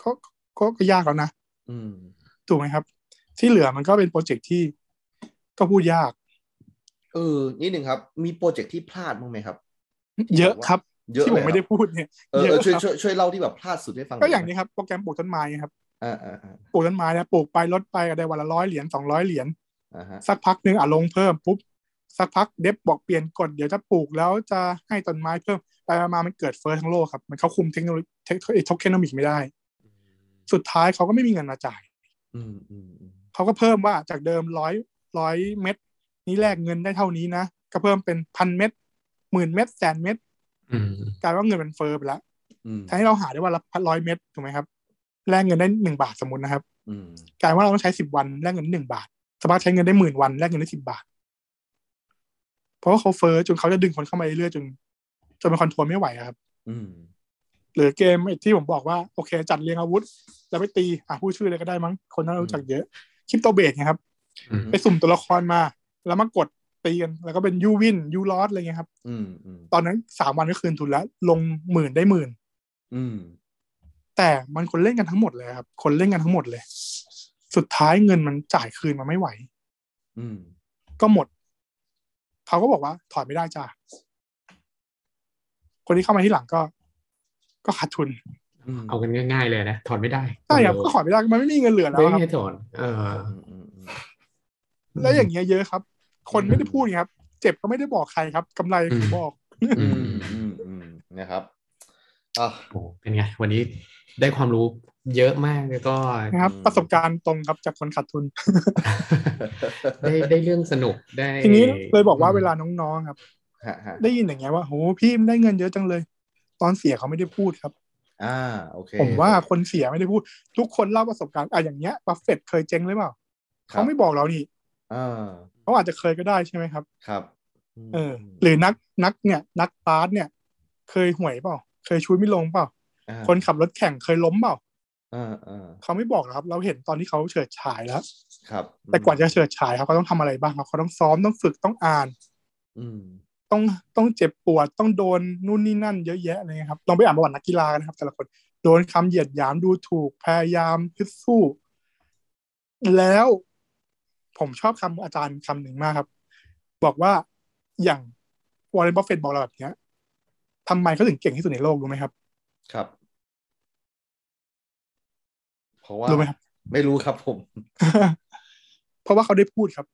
[SPEAKER 4] ก็ก็ก็ยากแล้วนะ
[SPEAKER 2] อืม
[SPEAKER 4] ถูกไหมครับ ที่เหลือมันก็เป็นโปรเจกต์ที่ก็พูดยาก
[SPEAKER 2] เออ นิดหนึ่งครับ มีโปรเจกต์ที่พลาดบ้างไหมครับ
[SPEAKER 4] เยอะครับ
[SPEAKER 2] เยอะ
[SPEAKER 4] ที่
[SPEAKER 2] เล
[SPEAKER 4] ผ
[SPEAKER 2] ย
[SPEAKER 4] ม
[SPEAKER 2] เหรอ
[SPEAKER 4] ไม่ได้พูดเนี่ย
[SPEAKER 2] เออ
[SPEAKER 4] เย
[SPEAKER 2] เออ
[SPEAKER 4] อะ
[SPEAKER 2] ช่วย
[SPEAKER 4] ครับ
[SPEAKER 2] ช่วยช่วยเล่าที่แบบพลาดสุดให้ฟัง
[SPEAKER 4] ก็อย่าง
[SPEAKER 2] ห
[SPEAKER 4] นี้ครับโปรแกรมปลูกต้นไม้ครับ
[SPEAKER 2] อ่าอ่าอ่า
[SPEAKER 4] ปลูกต้นไม้นะปลูกไปลดไปก็ได้วันละร้อยเหรียญสองร้อยเหรียญ
[SPEAKER 2] อ่าฮะ
[SPEAKER 4] สักพักหนึ่งอ่ะลงเพิ่มปุ๊บสักพักเดฟบอกเปลี่ยนกฎเดี๋ยวจะปลูกแล้วจะให้ต้นไม้เพิ่มไปมาๆมันเกิดเฟ้อทั้งโลกครับมันเขาคุมเทคโนโลยีเทคโนโลยีโนมิกไม่ได้ สุดท้ายเขาก็ไม่มีเงินมาจ่าย
[SPEAKER 2] อืมอืมอืม
[SPEAKER 4] เขาก็เพิ่มว่าจากเดิมร้อยร้อยเม็ดนี้แลกเงินได้เท่านี้นะก็เพิ่มเป็นพันเม็ดหมื่นเม็ดแสนเม็ด
[SPEAKER 3] อืม
[SPEAKER 4] กลายว่าเงินมันเฟ้อไปแล้ว
[SPEAKER 2] อืม
[SPEAKER 4] แทนที่เราหาได้วันละพันร้อยเม็ดถูกไหมครับแลกเงินได้หนึ่งบาทสมมตินะครับ
[SPEAKER 2] อืม
[SPEAKER 4] กลายว่าเราต้องใช้สิบวันแลกเงินหนึ่งบาทสามารถใช้เงินได้หมื่นวันแลกเงินได้สิบบาท เพราะว่าเขาเฟ้อจนเขาจะดึงคนเข้ามาเรื่อยๆจนจนมันคอนโทรลไม่ไหวอะครับ
[SPEAKER 2] อืม
[SPEAKER 4] หรือเกมไอ้ที่ผมบอกว่าโอเค จัดเรียงอาวุธ แล้วไปตีอ่ะผู้ชื่อเลยก็ได้มั้งคนน่ารู้จักเยอะคริปโตเบสนะครับ
[SPEAKER 3] อืม
[SPEAKER 4] ไปสุ่มตัวละครมา แล้วมากดตีกันแล้วก็เป็นยูวินยูลอสอะไรเงี้ยครับ
[SPEAKER 2] อืมอืม
[SPEAKER 4] ตอนนั้นสามวันก็คืนทุนแล้ว ลงหมื่นได้หมื่น
[SPEAKER 2] อืม
[SPEAKER 4] แต่มันคนเล่นกันทั้งหมดเลยครับ คนเล่นกันทั้งหมดเลย สุดท้ายเงินมันจ่ายคืนมาไม่ไหว
[SPEAKER 2] อืม
[SPEAKER 4] ก็หมด เขาก็บอกว่าถอนไม่ได้จ้าคนที่เข้ามาที่หลังก็ ก็ขาดทุน
[SPEAKER 2] อืม
[SPEAKER 3] เอากันง่ายๆเลยนะถอนไม่ได้
[SPEAKER 4] ใช่ครับก็ถอนไม่ได้มันไม่มีเงินเหลือแล้ว
[SPEAKER 3] ไม่
[SPEAKER 4] ครับ
[SPEAKER 3] มีถอนเออ
[SPEAKER 2] อืมอืมอืม
[SPEAKER 4] แล้วอย่างเงี้ยเยอะครับ คน
[SPEAKER 3] อืม
[SPEAKER 4] ไม่ได้พูดครับ เจ็บก็ไม่ได้บอกใครครับกำไรผมบอก
[SPEAKER 2] อืมอืมอืมนะครับอ่ะ
[SPEAKER 3] โอ้เป็นไง วันนี้ได้ความรู้เยอะมากแล้วก็
[SPEAKER 4] นะครับ
[SPEAKER 2] อืม
[SPEAKER 4] ประสบการณ์ตรงครับจากคนขาดทุน
[SPEAKER 3] ได้ได้เรื่องสนุกได้
[SPEAKER 4] ทีนี้เลยบอกว่าเวลาน้องๆครับ
[SPEAKER 2] ฮะฮะ
[SPEAKER 4] ได้ยินอย่างเงี้ยว่าโหพี่มันได้เงินเยอะจังเลย ตอนเสียเขาไม่ได้พูดครับ
[SPEAKER 2] อ่าโอเค
[SPEAKER 4] ผมว่าคนเสียไม่ได้พูด ทุกคนเล่าประสบการณ์อะอย่างเงี้ยบัฟเฟตเคยเจ๊งหรือเปล่า
[SPEAKER 2] ครั
[SPEAKER 4] เขา
[SPEAKER 2] บ
[SPEAKER 4] ไม่บอกเรานี่
[SPEAKER 2] อ่า
[SPEAKER 4] เขาอาจจะเคยก็ได้ใช่ไหมครับ
[SPEAKER 2] ครับ
[SPEAKER 4] เออหรือนักนักเนี่ย นักบาสเนี่ย เคยหวยเปล่า เคยชูดไม่ลงเปล่า
[SPEAKER 2] อ่า
[SPEAKER 4] คนขับรถแข่งเคยล้มเปล่า
[SPEAKER 2] อ่าอ่า
[SPEAKER 4] เขาไม่บอกหรอกครับ เราเห็นตอนที่เขาเฉิดฉายแล้ว
[SPEAKER 2] ครับ
[SPEAKER 4] แต่กว่าจะเฉิดฉายครับเขาต้องทำอะไรบ้างครับเขาต้องซ้อมต้องฝึกต้องอ่าน
[SPEAKER 2] อืม
[SPEAKER 4] ต้องต้องเจ็บปวดต้องโดนนู่นนี่นั่นเยอะแยะเลยนะครับลองไปอ่านประวัตินักกีฬากันนะครับ แต่ละคนโดนคำเหยียดหยามดูถูกพยายามฮึดสู้ แล้วผมชอบคำอาจารย์คำหนึ่งมากครับ บอกว่าอย่างวอร์เรนบัฟเฟตบอกเราแบบเนี้ยทำไมเขาถึงเก่งที่สุดในโลกรู้ไหมครับ
[SPEAKER 2] ครับ เพราะว่า
[SPEAKER 4] รู้ไหมครับ
[SPEAKER 2] ไม่รู้ครับผม
[SPEAKER 4] เพราะว่าเขาได้พูดครับ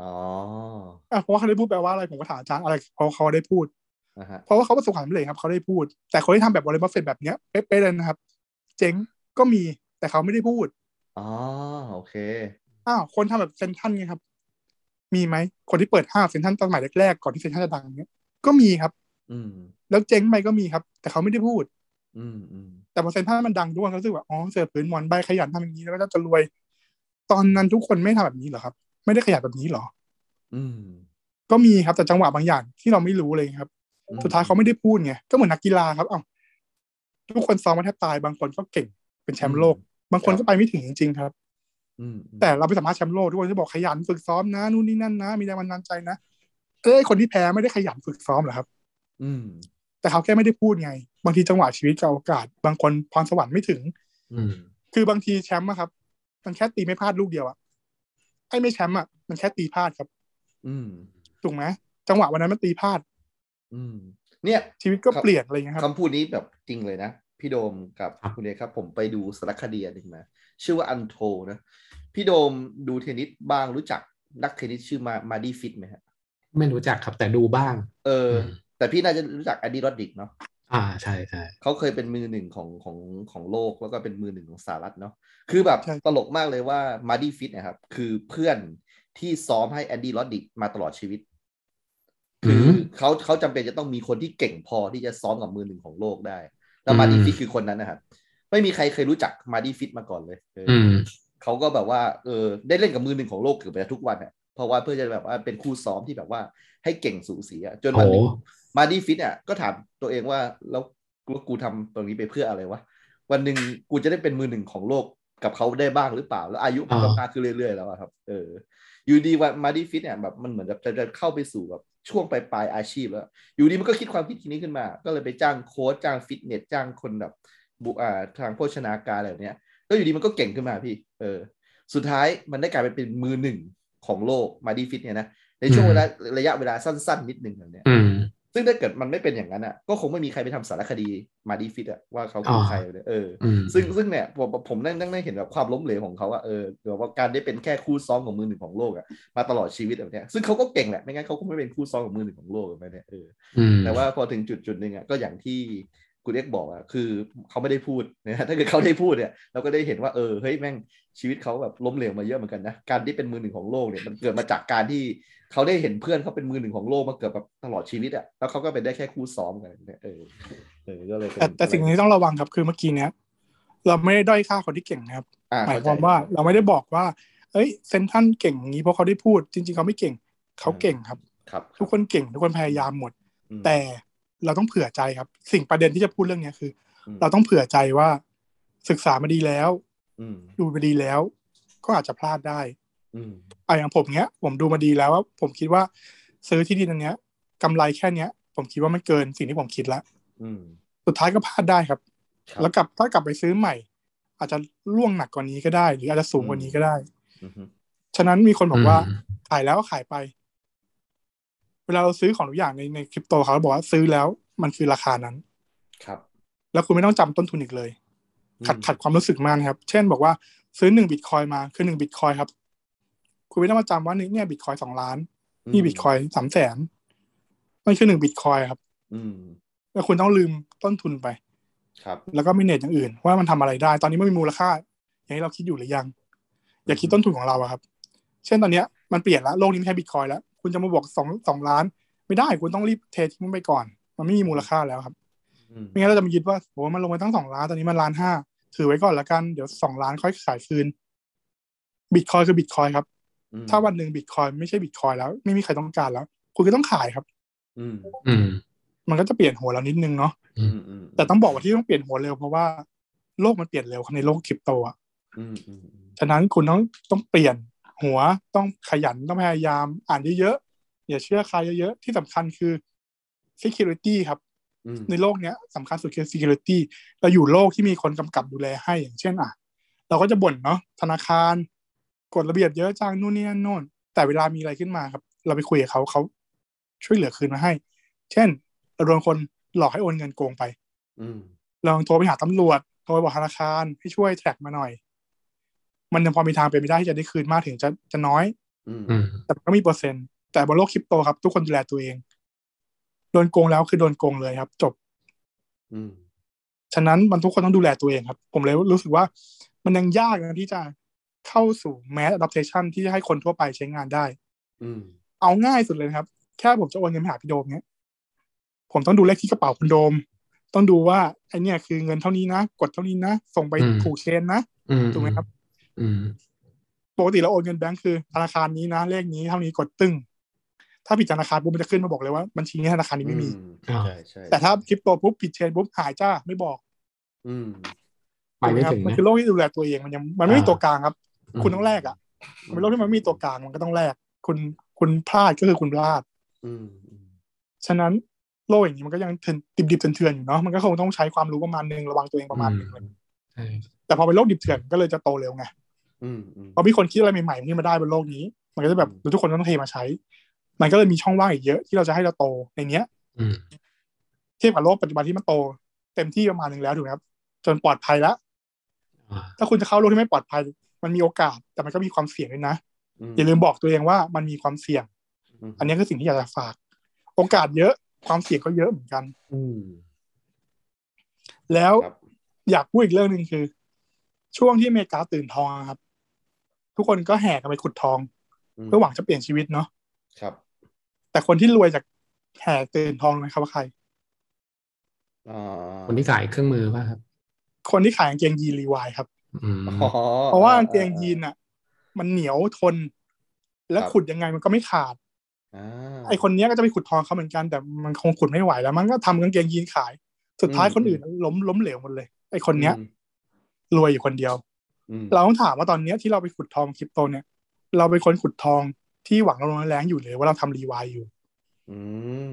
[SPEAKER 2] อ๋อ
[SPEAKER 4] อ่ะเพราะว่าเขาได้พูดแปลว่าอะไรผมก็ถามอาจารย์อะไรเพราะเขาได้พูด
[SPEAKER 2] นะฮะ
[SPEAKER 4] เพราะว่าเขาประสบความสำเร็จครับเขาได้พูด แต่คนที่ทำแบบวอร์เรนบัฟเฟตแบบเนี้ยเป๊ะๆเลยนะครับ เจ๊งก็มีแต่เขาไม่ได้พูด
[SPEAKER 2] อ๋อโอเค
[SPEAKER 4] อ้าวคนทำแบบเซนทรันไงครับ มีไหมคนที่เปิดห้างเซนทรันตอนสมัยแรกๆก่อนที่เซนทรันจะดังเนี้ยก็มีครับ
[SPEAKER 2] อืม
[SPEAKER 4] แล้วเจ๊งไปก็มีครับ แต่เขาไม่ได้พูด
[SPEAKER 2] อืมอืม
[SPEAKER 4] แต่พอเซนทรันมันดังทุกคนก็รู้สึกว่าอ๋อเสือผืนหมอนใบขยันทำอย่างนี้แล้วก็จะรวย ตอนนั้นทุกคนไม่ทำแบบนี้เหรอครับ ไม่ได้ขยันแบบนี้เหรอ
[SPEAKER 2] อืม
[SPEAKER 4] ก็มีครับแต่จังหวะบางอย่างที่เราไม่รู้เลยครับ สุดท้ายเขาไม่ได้พูดไงก็เหมือนนักกีฬาครับอ้าวทุกคนซ้อมมาแทบตายบางคนก็เก่งเป็นแชมป์โลก บางคนก็ไปไม่ถึงจริงๆครับ
[SPEAKER 2] อืมอืม
[SPEAKER 4] แต่เราไปสัมภาษณ์แชมป์โลกทุกคนจะบอกขยันฝึกซ้อมนะนู่นนี่นั่นนะ มีแรงบันดาลใจนะเอ้ยคนที่แพ้ไม่ได้ขยันฝึกซ้อมเหรอครับ
[SPEAKER 2] อืม
[SPEAKER 4] แต่เขาแค่ไม่ได้พูดไง บางทีจังหวะชีวิตกับโอกาส บางคนพรสวรรค์ไม่ถึง
[SPEAKER 3] อืม
[SPEAKER 4] คือบางทีแชมป์อะครับ มันแค่ตีไม่พลาดลูกเดียวอะไอ้ไม่แชมป์อะมันแค่ตีพลาดครับ
[SPEAKER 2] อืม
[SPEAKER 4] ถูกไหมจังหวะวันนั้นมันตีพลาด
[SPEAKER 2] อืมเนี่ย
[SPEAKER 4] ชีวิตก็
[SPEAKER 2] ครับ
[SPEAKER 4] เปลี่ยนอะไรอย่างเงี้ยครับ
[SPEAKER 2] คำพูดนี้แบบจริงเลยนะ พี่โดมกับคุณเดชครับผมไปดูสารคดีอันหนึ่งมา ชื่อว่าอันโทนะ พี่โดมดูเทนนิสบ้างรู้จักนักเทนนิสชื่อมามาดีฟิตไหมฮะ
[SPEAKER 3] ไม่รู้จักครับแต่ดูบ้าง
[SPEAKER 2] เอออ
[SPEAKER 3] ม
[SPEAKER 2] แต่พี่น่าจะรู้จักอดีรอดดิกเนาะ
[SPEAKER 3] อ่าใช่ใช่
[SPEAKER 2] เขาเคยเป็นมือหนึ่งของของของโลกแล้วก็เป็นมือหนึ่งของสหรัฐเนาะคือแบบ
[SPEAKER 4] ใช่
[SPEAKER 2] ตลกมากเลยว่ามาดีฟิตนะครับ คือเพื่อนที่ซ้อมให้แอนดี้รอดดิกมาตลอดชีวิต
[SPEAKER 3] อื
[SPEAKER 2] คือ
[SPEAKER 3] ม
[SPEAKER 2] เขาเขาจำเป็นจะต้องมีคนที่เก่งพอที่จะซ้อมกับมือหนึ่งของโลกได้ แล้วมาดี
[SPEAKER 3] อืม
[SPEAKER 2] ฟิตคือคนนั้นนะครับ ไม่มีใครเคยรู้จักมาดีฟิตมาก่อนเลยเอออ
[SPEAKER 3] อืม
[SPEAKER 2] เขาก็แบบว่าเออได้เล่นกับมือหนึ่งของโลกเกือบจะทุกวันอ่ะเพราะว่าเพื่อจะแบบว่าเป็นคู่ซ้อมที่แบบว่าให้เก่งสูสีอ่ะจน
[SPEAKER 3] โอ้
[SPEAKER 2] วัน
[SPEAKER 3] โห
[SPEAKER 2] หนึ่งมาดีฟิตอ่ะก็ถามตัวเองว่าแล้ว กูว่ากูทำตรงนี้ไปเพื่ออะไรวะ วันหนึ่งกูจะได้เป็นมือหนึ่งของโลกกับเขาได้บ้างหรือเปล่า แล้วอายุมัน
[SPEAKER 3] อ่าม
[SPEAKER 2] ก็ากขึ้นเรื่อยๆแล้วอะครับ เออ อยู่ดีวันมาดีฟิตเนี่ยแบบมันเหมือนแบบจะจะเข้าไปสู่แบบช่วงปลายปลายๆอาชีพแล้ว อยู่ดีมันก็คิดความคิดทีนี้ขึ้นมา ก็เลยไปจ้างโค้ชจ้างฟิตเนสจ้างคนแบบบุอ่าทางโภชนาการอะไรแบบเนี้ยแล้วอยู่ดีมันก็เก่งขึ้นมาพี่ เออ สุดท้ายมันได้กลายไปเป็นมือหนึ่งของโลกมาดีฟิตเนี่ยนะในช่วง
[SPEAKER 3] อืม
[SPEAKER 2] เวลาระยะเวลาสั้นๆ นิดหนึ่งแบบเนี้ย
[SPEAKER 3] อืม
[SPEAKER 2] ซึ่งถ้าเกิดมันไม่เป็นอย่างนั้นอ่ะก็คงไม่มีใครไปทำสารคดีมาดีฟิตอ่ะว่าเขาคือ
[SPEAKER 3] อ
[SPEAKER 2] ใครเลยเออ
[SPEAKER 3] อืม
[SPEAKER 2] ซึ่งซึ่งเนี่ยผมผมนั่งนั่งนั่งเห็นแบบความล้มเหลวของเขาอะเออหรือว่าการได้เป็นแค่คู่ซ้อมของมือหนึ่งของโลกอะมาตลอดชีวิตแบบเนี้ยซึ่งเขาก็เก่งแหละไม่งั้นเขาก็ไม่เป็นคู่ซ้อมของมือหนึ่งของโลกแบบเนี้ยเออ
[SPEAKER 3] อืม
[SPEAKER 2] แต่ว่าพอถึงจุดจุดหนึ่งอะก็อย่างที่คุณเอกบอกอะคือเขาไม่ได้พูด นะฮะถ้าเกิดเขาได้พูดเนี่ยเราก็ได้เห็นว่าเออเฮ้ยแม่งชีวิตเขาแบบล้มเหลวมาเยอะเหมือนกันนะการที่เป็นมือหนึ่งของโลกเนี่ยมันเกิดมาจากการที่เขาได้เห็นเพื่อนเขาเป็นมือหนึ่งของโลกมาเกือบแบบตลอดชีวิตอะแล้วเขาก็เป็นได้แค่คู่ซ้อมกันเนี่ยเออเออก็เลยเป็น
[SPEAKER 4] แต่แต่สิ่งที่ต้องระวังครับคือเมื่อกี้เนี้ยเราไม่ได้ด้อยค่าคนที่เก่งนะครับ
[SPEAKER 2] อ่
[SPEAKER 4] หมาย
[SPEAKER 2] เข้
[SPEAKER 4] ค
[SPEAKER 2] ใจ
[SPEAKER 4] วามว่าเราไม่ได้บอกว่า เอ้ยเซนทรันเก่งอย่างนี้เพราะเขาได้พูด จริง ๆเขาไม่เก่งเขาเก่งครับ
[SPEAKER 2] ครับ
[SPEAKER 4] ทุกคนเก่งทุกคนพยายามหมด
[SPEAKER 2] อืม
[SPEAKER 4] แต่เราต้องเผื่อใจครับ สิ่งประเด็นที่จะพูดเรื่องเนี้ยคือ
[SPEAKER 2] อืม
[SPEAKER 4] เราต้องเผื่อใจว่า ศึกษามาดีแล้ว
[SPEAKER 2] อืม
[SPEAKER 4] ดูมาดีแล้ว ก็อาจจะพลาดได้
[SPEAKER 2] อืม
[SPEAKER 4] อะอย่างผมเนี้ย ผมดูมาดีแล้วว่าผมคิดว่า ซื้อที่ดินอันเนี้ยกำไรแค่เนี้ย ผมคิดว่ามันเกินสิ่งที่ผมคิดละ
[SPEAKER 2] อืม
[SPEAKER 4] สุดท้ายก็พลาดได้ครับ
[SPEAKER 2] ครับ
[SPEAKER 4] แล้วกลับถ้ากลับไปซื้อใหม่ อาจจะล่วงหนักกว่านี้ก็ได้ หรืออาจจะสูงกว่านี้ก็ได้
[SPEAKER 2] อืมฮึ
[SPEAKER 4] ฉะนั้นมีคนบอกว่า
[SPEAKER 3] อืม
[SPEAKER 4] ขายแล้วก็ขายไป เวลาเราซื้อของทุกอย่างในในคริปโตเขาบอกว่าซื้อแล้วมันคือราคานั้น
[SPEAKER 2] ครับ
[SPEAKER 4] แล้วคุณไม่ต้องจำต้นทุนอีกเลย ขัดขัดความรู้สึกมากนะครับ เช่นบอกว่าซื้อหนึ่งบิตคอยมาคือหนึ่งบิตคอยครับ คุณไม่ต้องมาจำว่าเนี่ยบิตคอยสองล้าน
[SPEAKER 2] อืม
[SPEAKER 4] นี่บิตคอยสามแสนมันคือหนึ่งบิตคอยครับ
[SPEAKER 2] อืม
[SPEAKER 4] แล้วคุณต้องลืมต้นทุนไป
[SPEAKER 2] ครับ
[SPEAKER 4] แล้วก็ไม่เนตอย่างอื่น ว่ามันทำอะไรได้ ตอนนี้ไม่มีมูลค่า อย่างที่เราคิดอยู่หรือยัง อย่าคิดต้นทุนของเราอะครับ เช่นตอนเนี้ยมันเปลี่ยนละโลกนี้ไม่ใช่บิตคอยแล้ว คุณจะมาบอกสองสองล้าน ไม่ได้คุณต้องรีบเททิ้งมันไปก่อน มันไม่มีมูลค่าแล้วครับ
[SPEAKER 2] อืม
[SPEAKER 4] ไม่งั้นเราจะมายึดว่าโอ้มันลงมาตั้งสองล้านตอนนี้มันล้านห้าถือไว้ก่อนละกันเดี๋ยวสองล้านค่อยขายคืนบิตคอยคือบิตคอยครับ
[SPEAKER 2] อืม
[SPEAKER 4] ถ้าวันหนึ่งบิตคอยไม่ใช่บิตคอยแล้วไม่มีใครต้องการแล้ว คุณก็ต้องขายครับ
[SPEAKER 2] อืม
[SPEAKER 3] อืม
[SPEAKER 4] มันก็จะเปลี่ยนหัวเรานิดนึงเนาะ
[SPEAKER 2] อืมอืม
[SPEAKER 4] แต่ต้องบอกว่าที่ต้องเปลี่ยนหัวเร็วเพราะว่าโลกมันเปลี่ยนเร็วในโลกคริปโตอะ
[SPEAKER 2] อืมอืมอืม
[SPEAKER 4] ฉะนั้นคุณต้องต้องเปลี่ยนหัวต้องขยันต้องพยายามอ่านเยอะๆ อย่าเชื่อใครเยอะๆ ที่สำคัญคือ security ครับ
[SPEAKER 2] อืม
[SPEAKER 4] ในโลกเนี้ยสำคัญสุดคือ security เราอยู่โลกที่มีคนกำกับดูแลให้อย่างเช่นอ่ะ เราก็จะบ่นเนาะธนาคารกฎระเบียบเยอะจังนู่นนี่นั่นโน่น แต่เวลามีอะไรขึ้นมาครับ เราไปคุยกับเขาเขาช่วยเหลือคืนมาให้ เช่นเราโดนคนหลอกให้โอนเงินโกงไป
[SPEAKER 2] อืม
[SPEAKER 4] ลองโทรไปหาตำรวจ โทรไปบอกธนาคารให้ช่วยแท็กมาหน่อย มันยังพอมีทางเป็นไปได้ที่จะได้คืนมากถึงจะจะน้อย
[SPEAKER 2] อืม
[SPEAKER 3] อืม
[SPEAKER 4] แต่มันก็มีเปอร์เซ็นต์ แต่บนโลกคริปโตครับ ทุกคนดูแลตัวเอง โดนโกงแล้วคือโดนโกงเลยครับ จบ
[SPEAKER 2] อืม
[SPEAKER 4] ฉะนั้นมันทุกคนต้องดูแลตัวเองครับ ผมเลยรู้สึกว่า มันยังยากนะที่จะเข้าสู่ mass adaptation ที่จะให้คนทั่วไปใช้งานได้
[SPEAKER 2] อืม
[SPEAKER 4] เอาง่ายสุดเลยนะครับ แค่ผมจะโอนเงินไปหาพี่โดมเนี้ย ผมต้องดูเลขที่กระเป๋าคุณโดม ต้องดูว่าไอเนี่ยคือเงินเท่านี้นะ กดเท่านี้นะ ส่งไป
[SPEAKER 3] อืม
[SPEAKER 4] ถูกเชนนะ
[SPEAKER 3] อืม
[SPEAKER 4] ถูกไหมครับ
[SPEAKER 3] อืม
[SPEAKER 4] ปกติเราโอนเงินแบงค์คือธนาคารนี้นะ เลขนี้เท่านี้กดตึ้ง ถ้าผิดธนาคารปุ๊บมันจะขึ้นมาบอกเลยว่าบัญชีนี้ธนาคารนี้ไม่มี
[SPEAKER 2] อื
[SPEAKER 3] อ่า
[SPEAKER 2] ใช่ใช่
[SPEAKER 4] แต่ถ้าคริปโตปุ๊บผิดเชนปุ๊บหายจ้าไม่บอก
[SPEAKER 2] อืม
[SPEAKER 3] ไปไม่
[SPEAKER 4] ถู
[SPEAKER 3] ถึ
[SPEAKER 4] ก
[SPEAKER 3] ง
[SPEAKER 4] หครับมัน
[SPEAKER 3] นะ
[SPEAKER 4] คือโลกที่ดูแลตัวเองมันยังมันไม่มี
[SPEAKER 3] อ่า
[SPEAKER 4] ตัวกลางครับ คุณต้องแลกอ่ะมันเป็นโลกที่มันไม่มีตัวกลางมันก็ต้องแลกคุณคุณพลาดก็คือคุณพลาด
[SPEAKER 2] อืมอืม
[SPEAKER 4] ฉะนั้นโลกอย่างนี้มันก็ยังเถื่อนดิบๆเถื่อนๆอยู่เนาะมันก็คงต้องใช้ความรู้ประมาณหนึงระวังตัวเองประมาณหนึงเลย
[SPEAKER 3] ใช่
[SPEAKER 4] แต่พอเป็นโลกดิบเถื่อนก็เลยจะโตเร็วไง
[SPEAKER 2] อืมอืม
[SPEAKER 4] พอมีคนคิดอะไรใหม่ๆขึ้นมาได้บนโลกนี้ มันก็จะแบบทุกคนต้องเทมาใช้ มันก็เลยมีช่องว่างอีกเยอะที่เราจะให้เราโตในเนี้ย
[SPEAKER 3] อืม
[SPEAKER 4] เทียบกับโลกปัจจุบันที่มันโต เต็มที่ประมาณหนึ่งแล้วถูกไหมครับ จนปลอดภัยแล้ว
[SPEAKER 3] อ่า
[SPEAKER 4] ถ้าคุณจะเข้าโลกที่ไม่ปลอดภัย มันมีโอกาสแต่มันก็มีความเสี่ยงด้วยนะ อย่าลืมบอกตัวเองว่ามันมีความเสี่ยง
[SPEAKER 2] ม
[SPEAKER 4] อันนี้คือสิ่งที่อยากจะฝาก โอกาสเยอะความเสี่ยงก็เยอะเหมือนกัน
[SPEAKER 2] อืม
[SPEAKER 4] แล้ว
[SPEAKER 2] ครับ
[SPEAKER 4] อยากพูดอีกเรื่องหนึ่งคือ ช่วงที่อเมริกาตื่นทองอะครับ ทุกคนก็แห่กันไปขุดทอง
[SPEAKER 2] อืม
[SPEAKER 4] เพื่อหวังจะเปลี่ยนชีวิตเนาะ
[SPEAKER 2] ครับ
[SPEAKER 4] แต่คนที่รวยจากแห่ตื่นทองรู้ไหมครับว่าใคร
[SPEAKER 2] อ่า
[SPEAKER 3] คนที่ขายเครื่องมือป่ะครับ
[SPEAKER 4] คนที่ขายกางเกงยีนรีวายครับ
[SPEAKER 3] อืม
[SPEAKER 2] อ๋อ
[SPEAKER 4] เพราะว่ากางเกงยีนอ่ะ มันเหนียวทน และ
[SPEAKER 2] ครับ
[SPEAKER 4] ขุดยังไงมันก็ไม่ขาด
[SPEAKER 2] อ่า
[SPEAKER 4] ไอคนเนี้ยก็จะไปขุดทองเขาเหมือนกันแต่มันคงขุดไม่ไหวแล้ว มันก็ทำกางเกงยีนขาย สุดท้าย
[SPEAKER 2] อืม
[SPEAKER 4] คนอื่นล้มล้มเหลวหมดเลยไอคนเนี้ย
[SPEAKER 2] อืม
[SPEAKER 4] รวยอยู่คนเดียว
[SPEAKER 2] อืม
[SPEAKER 4] เราต้องถามว่าตอนเนี้ยที่เราไปขุดทองคริปโตเนี่ย เราเป็นคนขุดทองที่หวังลงแรงอยู่หรือว่าเราทำรีไวล์อยู่
[SPEAKER 2] อืม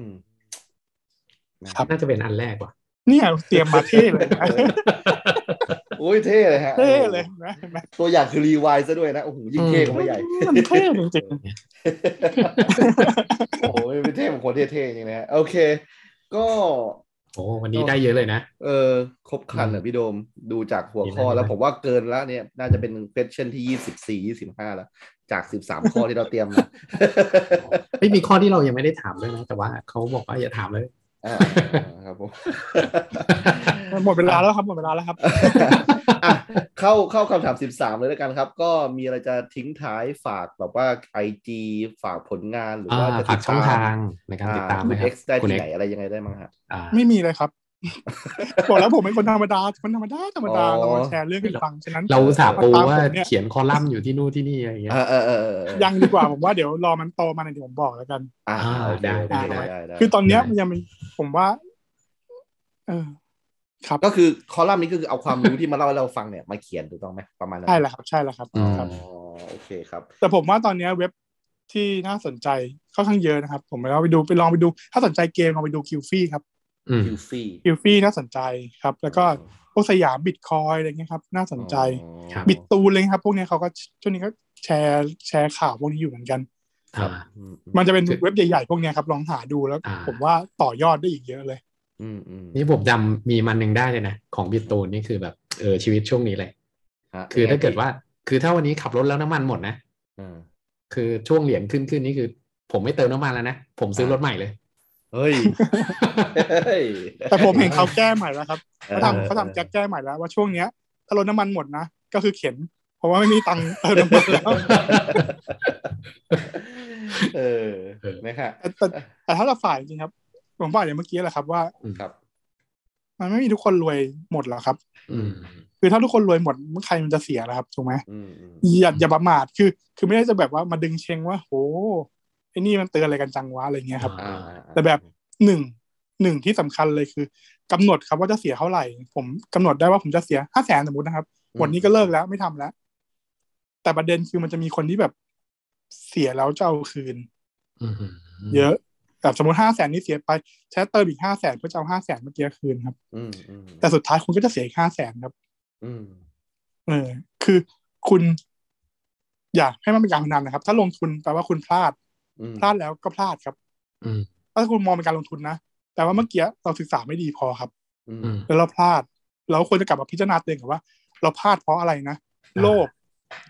[SPEAKER 4] ครับ
[SPEAKER 3] น่าจะเป็นอันแรกว่ะ
[SPEAKER 4] เนี่ยเตรียมมาเท่เลยนะ
[SPEAKER 2] โอ้ยเท่เลยฮะ
[SPEAKER 4] เท่เลยเห็นะเห็นไหม
[SPEAKER 2] ตัวอย่างคือรีไวซ์ซะด้วยนะโอ้โหยิ่งเท่
[SPEAKER 3] อืม
[SPEAKER 2] เข้าไปใหญ่
[SPEAKER 4] มันเท่จริง
[SPEAKER 2] โอ้โหเป็นเท่ของคนเท่ๆจริงนะฮะโอเค ก็
[SPEAKER 3] โอ้วันนี้ได้เยอะเลยนะ
[SPEAKER 2] เออครบครันเหรอพี่โดมดูจากหัวข้อ
[SPEAKER 3] ดีมาก
[SPEAKER 2] แล้วผมว่าเกินแล้วเนี่ย น่าจะเป็น question ที่ยี่สิบสี่ยี่สิบห้าแล้ว จากสิบสามข้อ ที่เราเตรียมมา
[SPEAKER 3] ไม่มีข้อที่เรายังไม่ได้ถามด้วยนะ แต่ว่าเขาบอกว่าอย่าถามเลย
[SPEAKER 2] อ่าครับผม
[SPEAKER 4] ๆหมดเวลาแล้วครับหมดเวลาแล้วครับ
[SPEAKER 2] อ่ะเข้าเข้าคำถาม 13 เลยแล้วกันครับ ก็มีอะไรจะทิ้งท้ายฝากแบบว่า IG ฝากผลงานหรือ
[SPEAKER 3] อ่า
[SPEAKER 2] ว่าจะ
[SPEAKER 3] ฝากช่องทางในการ
[SPEAKER 2] อ่
[SPEAKER 3] ติดตาม
[SPEAKER 2] คุณ
[SPEAKER 3] นะครับ
[SPEAKER 2] X ได้
[SPEAKER 3] คุณ
[SPEAKER 2] ที่
[SPEAKER 3] X
[SPEAKER 2] ไหนอะไรยังไงได้มั้งฮะ
[SPEAKER 3] อ่า
[SPEAKER 4] ไม่มีเลยครับ บอกแล้วผมเป็นคนธรรมดาคนธรรมดาธรรมดาเรามาแชร์เรื่องกันฟังฉะนั้น
[SPEAKER 3] เราอุตสาห์ปู
[SPEAKER 4] ตม
[SPEAKER 3] ว่า
[SPEAKER 4] ผมเนี่ย
[SPEAKER 3] เขียนคอลัมน์อยู่ที่นู่นที่นี่อะไรอย่างเงี้ย
[SPEAKER 2] เออเออเออเออ
[SPEAKER 4] ยังดีกว่าผมว่าเดี๋ยวรอมันโตมาหน่อยเดี๋ยวผมบอกแล้วกัน
[SPEAKER 2] อ่า
[SPEAKER 3] อ่า
[SPEAKER 2] โอเค
[SPEAKER 3] ได้
[SPEAKER 2] โอเค
[SPEAKER 3] ได้
[SPEAKER 2] ได้ได้
[SPEAKER 4] คือตอนเนี้ย
[SPEAKER 3] ได้
[SPEAKER 4] มันยังมีผมว่า เออ ครับ
[SPEAKER 2] ก็คือคอลัมน์นี้ก็คือเอาความรู้ที่มาเล่าให้เราฟังเนี่ยมาเขียนถูกต้องไหมประมาณนั้น
[SPEAKER 4] ใช่แล้วครับ ใช่แล้วครับ
[SPEAKER 3] อืม
[SPEAKER 4] ครับ
[SPEAKER 2] อ๋อโอเคครับ
[SPEAKER 4] แต่ผมว่าตอนเนี้ยเว็บที่น่าสนใจค่อนข้างเยอะนะครับ ผมไปลองไปดูไปลองไปดู ถ้าสนใจเกมลองไปดูคิวฟี่ครับ
[SPEAKER 3] อืม
[SPEAKER 2] คิวฟี่
[SPEAKER 4] คิวฟี่น่าสนใจครับ แล้วก็พวกสยามบิตคอยอะไรเงี้ยครับ น่าสนใจ
[SPEAKER 2] อ๋อ
[SPEAKER 3] ครับ
[SPEAKER 4] บิตตูนเลยครับ พวกเนี้ยเขาก็ช่วงนี้ก็แชร์แชร์ข่าวพวกนี้อยู่เหมือนกัน
[SPEAKER 3] อ่า
[SPEAKER 4] มันจะเป็น
[SPEAKER 3] คือ
[SPEAKER 4] เว็บใหญ่ๆพวกเนี้ยครับลองหาดูแล้ว
[SPEAKER 3] อ่า
[SPEAKER 4] ผมว่าต่อยอดได้อีกเยอะเลย
[SPEAKER 2] อืมอืม
[SPEAKER 3] นี่ผมจำมีมันหนึ่งได้เลยนะ ของบิตตูนนี่คือแบบเออชีวิตช่วงนี้เลย
[SPEAKER 2] ฮะ
[SPEAKER 3] คือถ้าเกิดว่า คือถ้าวันนี้ขับรถแล้วน้ำมันหมดนะ
[SPEAKER 2] อืม
[SPEAKER 3] คือช่วงเหรียญขึ้นขึ้นนี่คือ ผมไม่เติมน้ำมันแล้วนะ ผมซื้อรถใหม่เลย
[SPEAKER 2] เฮ้ยเฮ้ย
[SPEAKER 4] แต่ผมเห็นเขาแก้ใหม่แล้วครับเขา
[SPEAKER 2] ออ
[SPEAKER 4] ทำเขาทำแก้แก้ใหม่แล้วว่าช่วงเนี้ยถ้ารถน้ำมันหมดนะก็คือเข็นเพราะว่าไม่มีตังค์เติมน้ำมันแล้ว
[SPEAKER 2] เออนะครับ
[SPEAKER 4] แต่แต่แต่ถ้าเราฝ่ายจริงๆครับ ผมฝ่ายอย่างเมื่อกี้แหละครับว่า
[SPEAKER 2] ครับ
[SPEAKER 4] มันไม่มีทุกคนรวยหมดหรอกครับ
[SPEAKER 3] อืม
[SPEAKER 4] คือถ้าทุกคนรวยหมดใครมันจะเสียล่ะครับถูกไหม
[SPEAKER 2] อืมอืม
[SPEAKER 4] อย่าอย่าประมาทคือ คือไม่ได้จะแบบว่ามาดึงเชงว่าโหไอ้นี่มันเตือนอะไรกันจังวะอะไรเงี้ยครับ
[SPEAKER 3] อ่
[SPEAKER 2] อ่า
[SPEAKER 4] แต่แบบ หนึ่งหนึ่งที่สำคัญเลยคือกำหนดครับว่าจะเสียเท่าไหร่ ผมกำหนดได้ว่าผมจะเสียห้าแสนสมมตินะครับวันนี้ก็เลิกแล้วไม่ทำแล้ว แต่ประเด็นคือมันจะมีคนที่แบบเสียแล้วจะเอาคืน
[SPEAKER 3] อืมอืม
[SPEAKER 4] เยอะแบบสมมติห้าแสนนี่เสียไปใช้เติมอีกห้าแสนเพื่อจะเอาห้าแสนเมื่อกี้คืนครับ
[SPEAKER 2] อืมอืม
[SPEAKER 4] แต่สุดท้ายคุณก็จะเสียอีกห้าแสนครับ
[SPEAKER 2] อืม
[SPEAKER 4] เออคือคุณ อยากให้มันเป็นการพนันนะครับ ถ้าลงทุนแปลว่าคุณพลาด
[SPEAKER 2] อืม
[SPEAKER 4] พลาดแล้วก็พลาดครับ
[SPEAKER 3] อืม
[SPEAKER 4] ถ้าคุณมองเป็นการลงทุนนะแต่ว่าเมื่อกี้เราศึกษาไม่ดีพอครับ
[SPEAKER 2] อืม
[SPEAKER 3] อืม
[SPEAKER 4] แล้วเราพลาด เราควรจะกลับมาพิจารณาตัวเองก่อนว่า เราพลาดเพราะอะไรนะ
[SPEAKER 3] อ่า
[SPEAKER 4] โลภ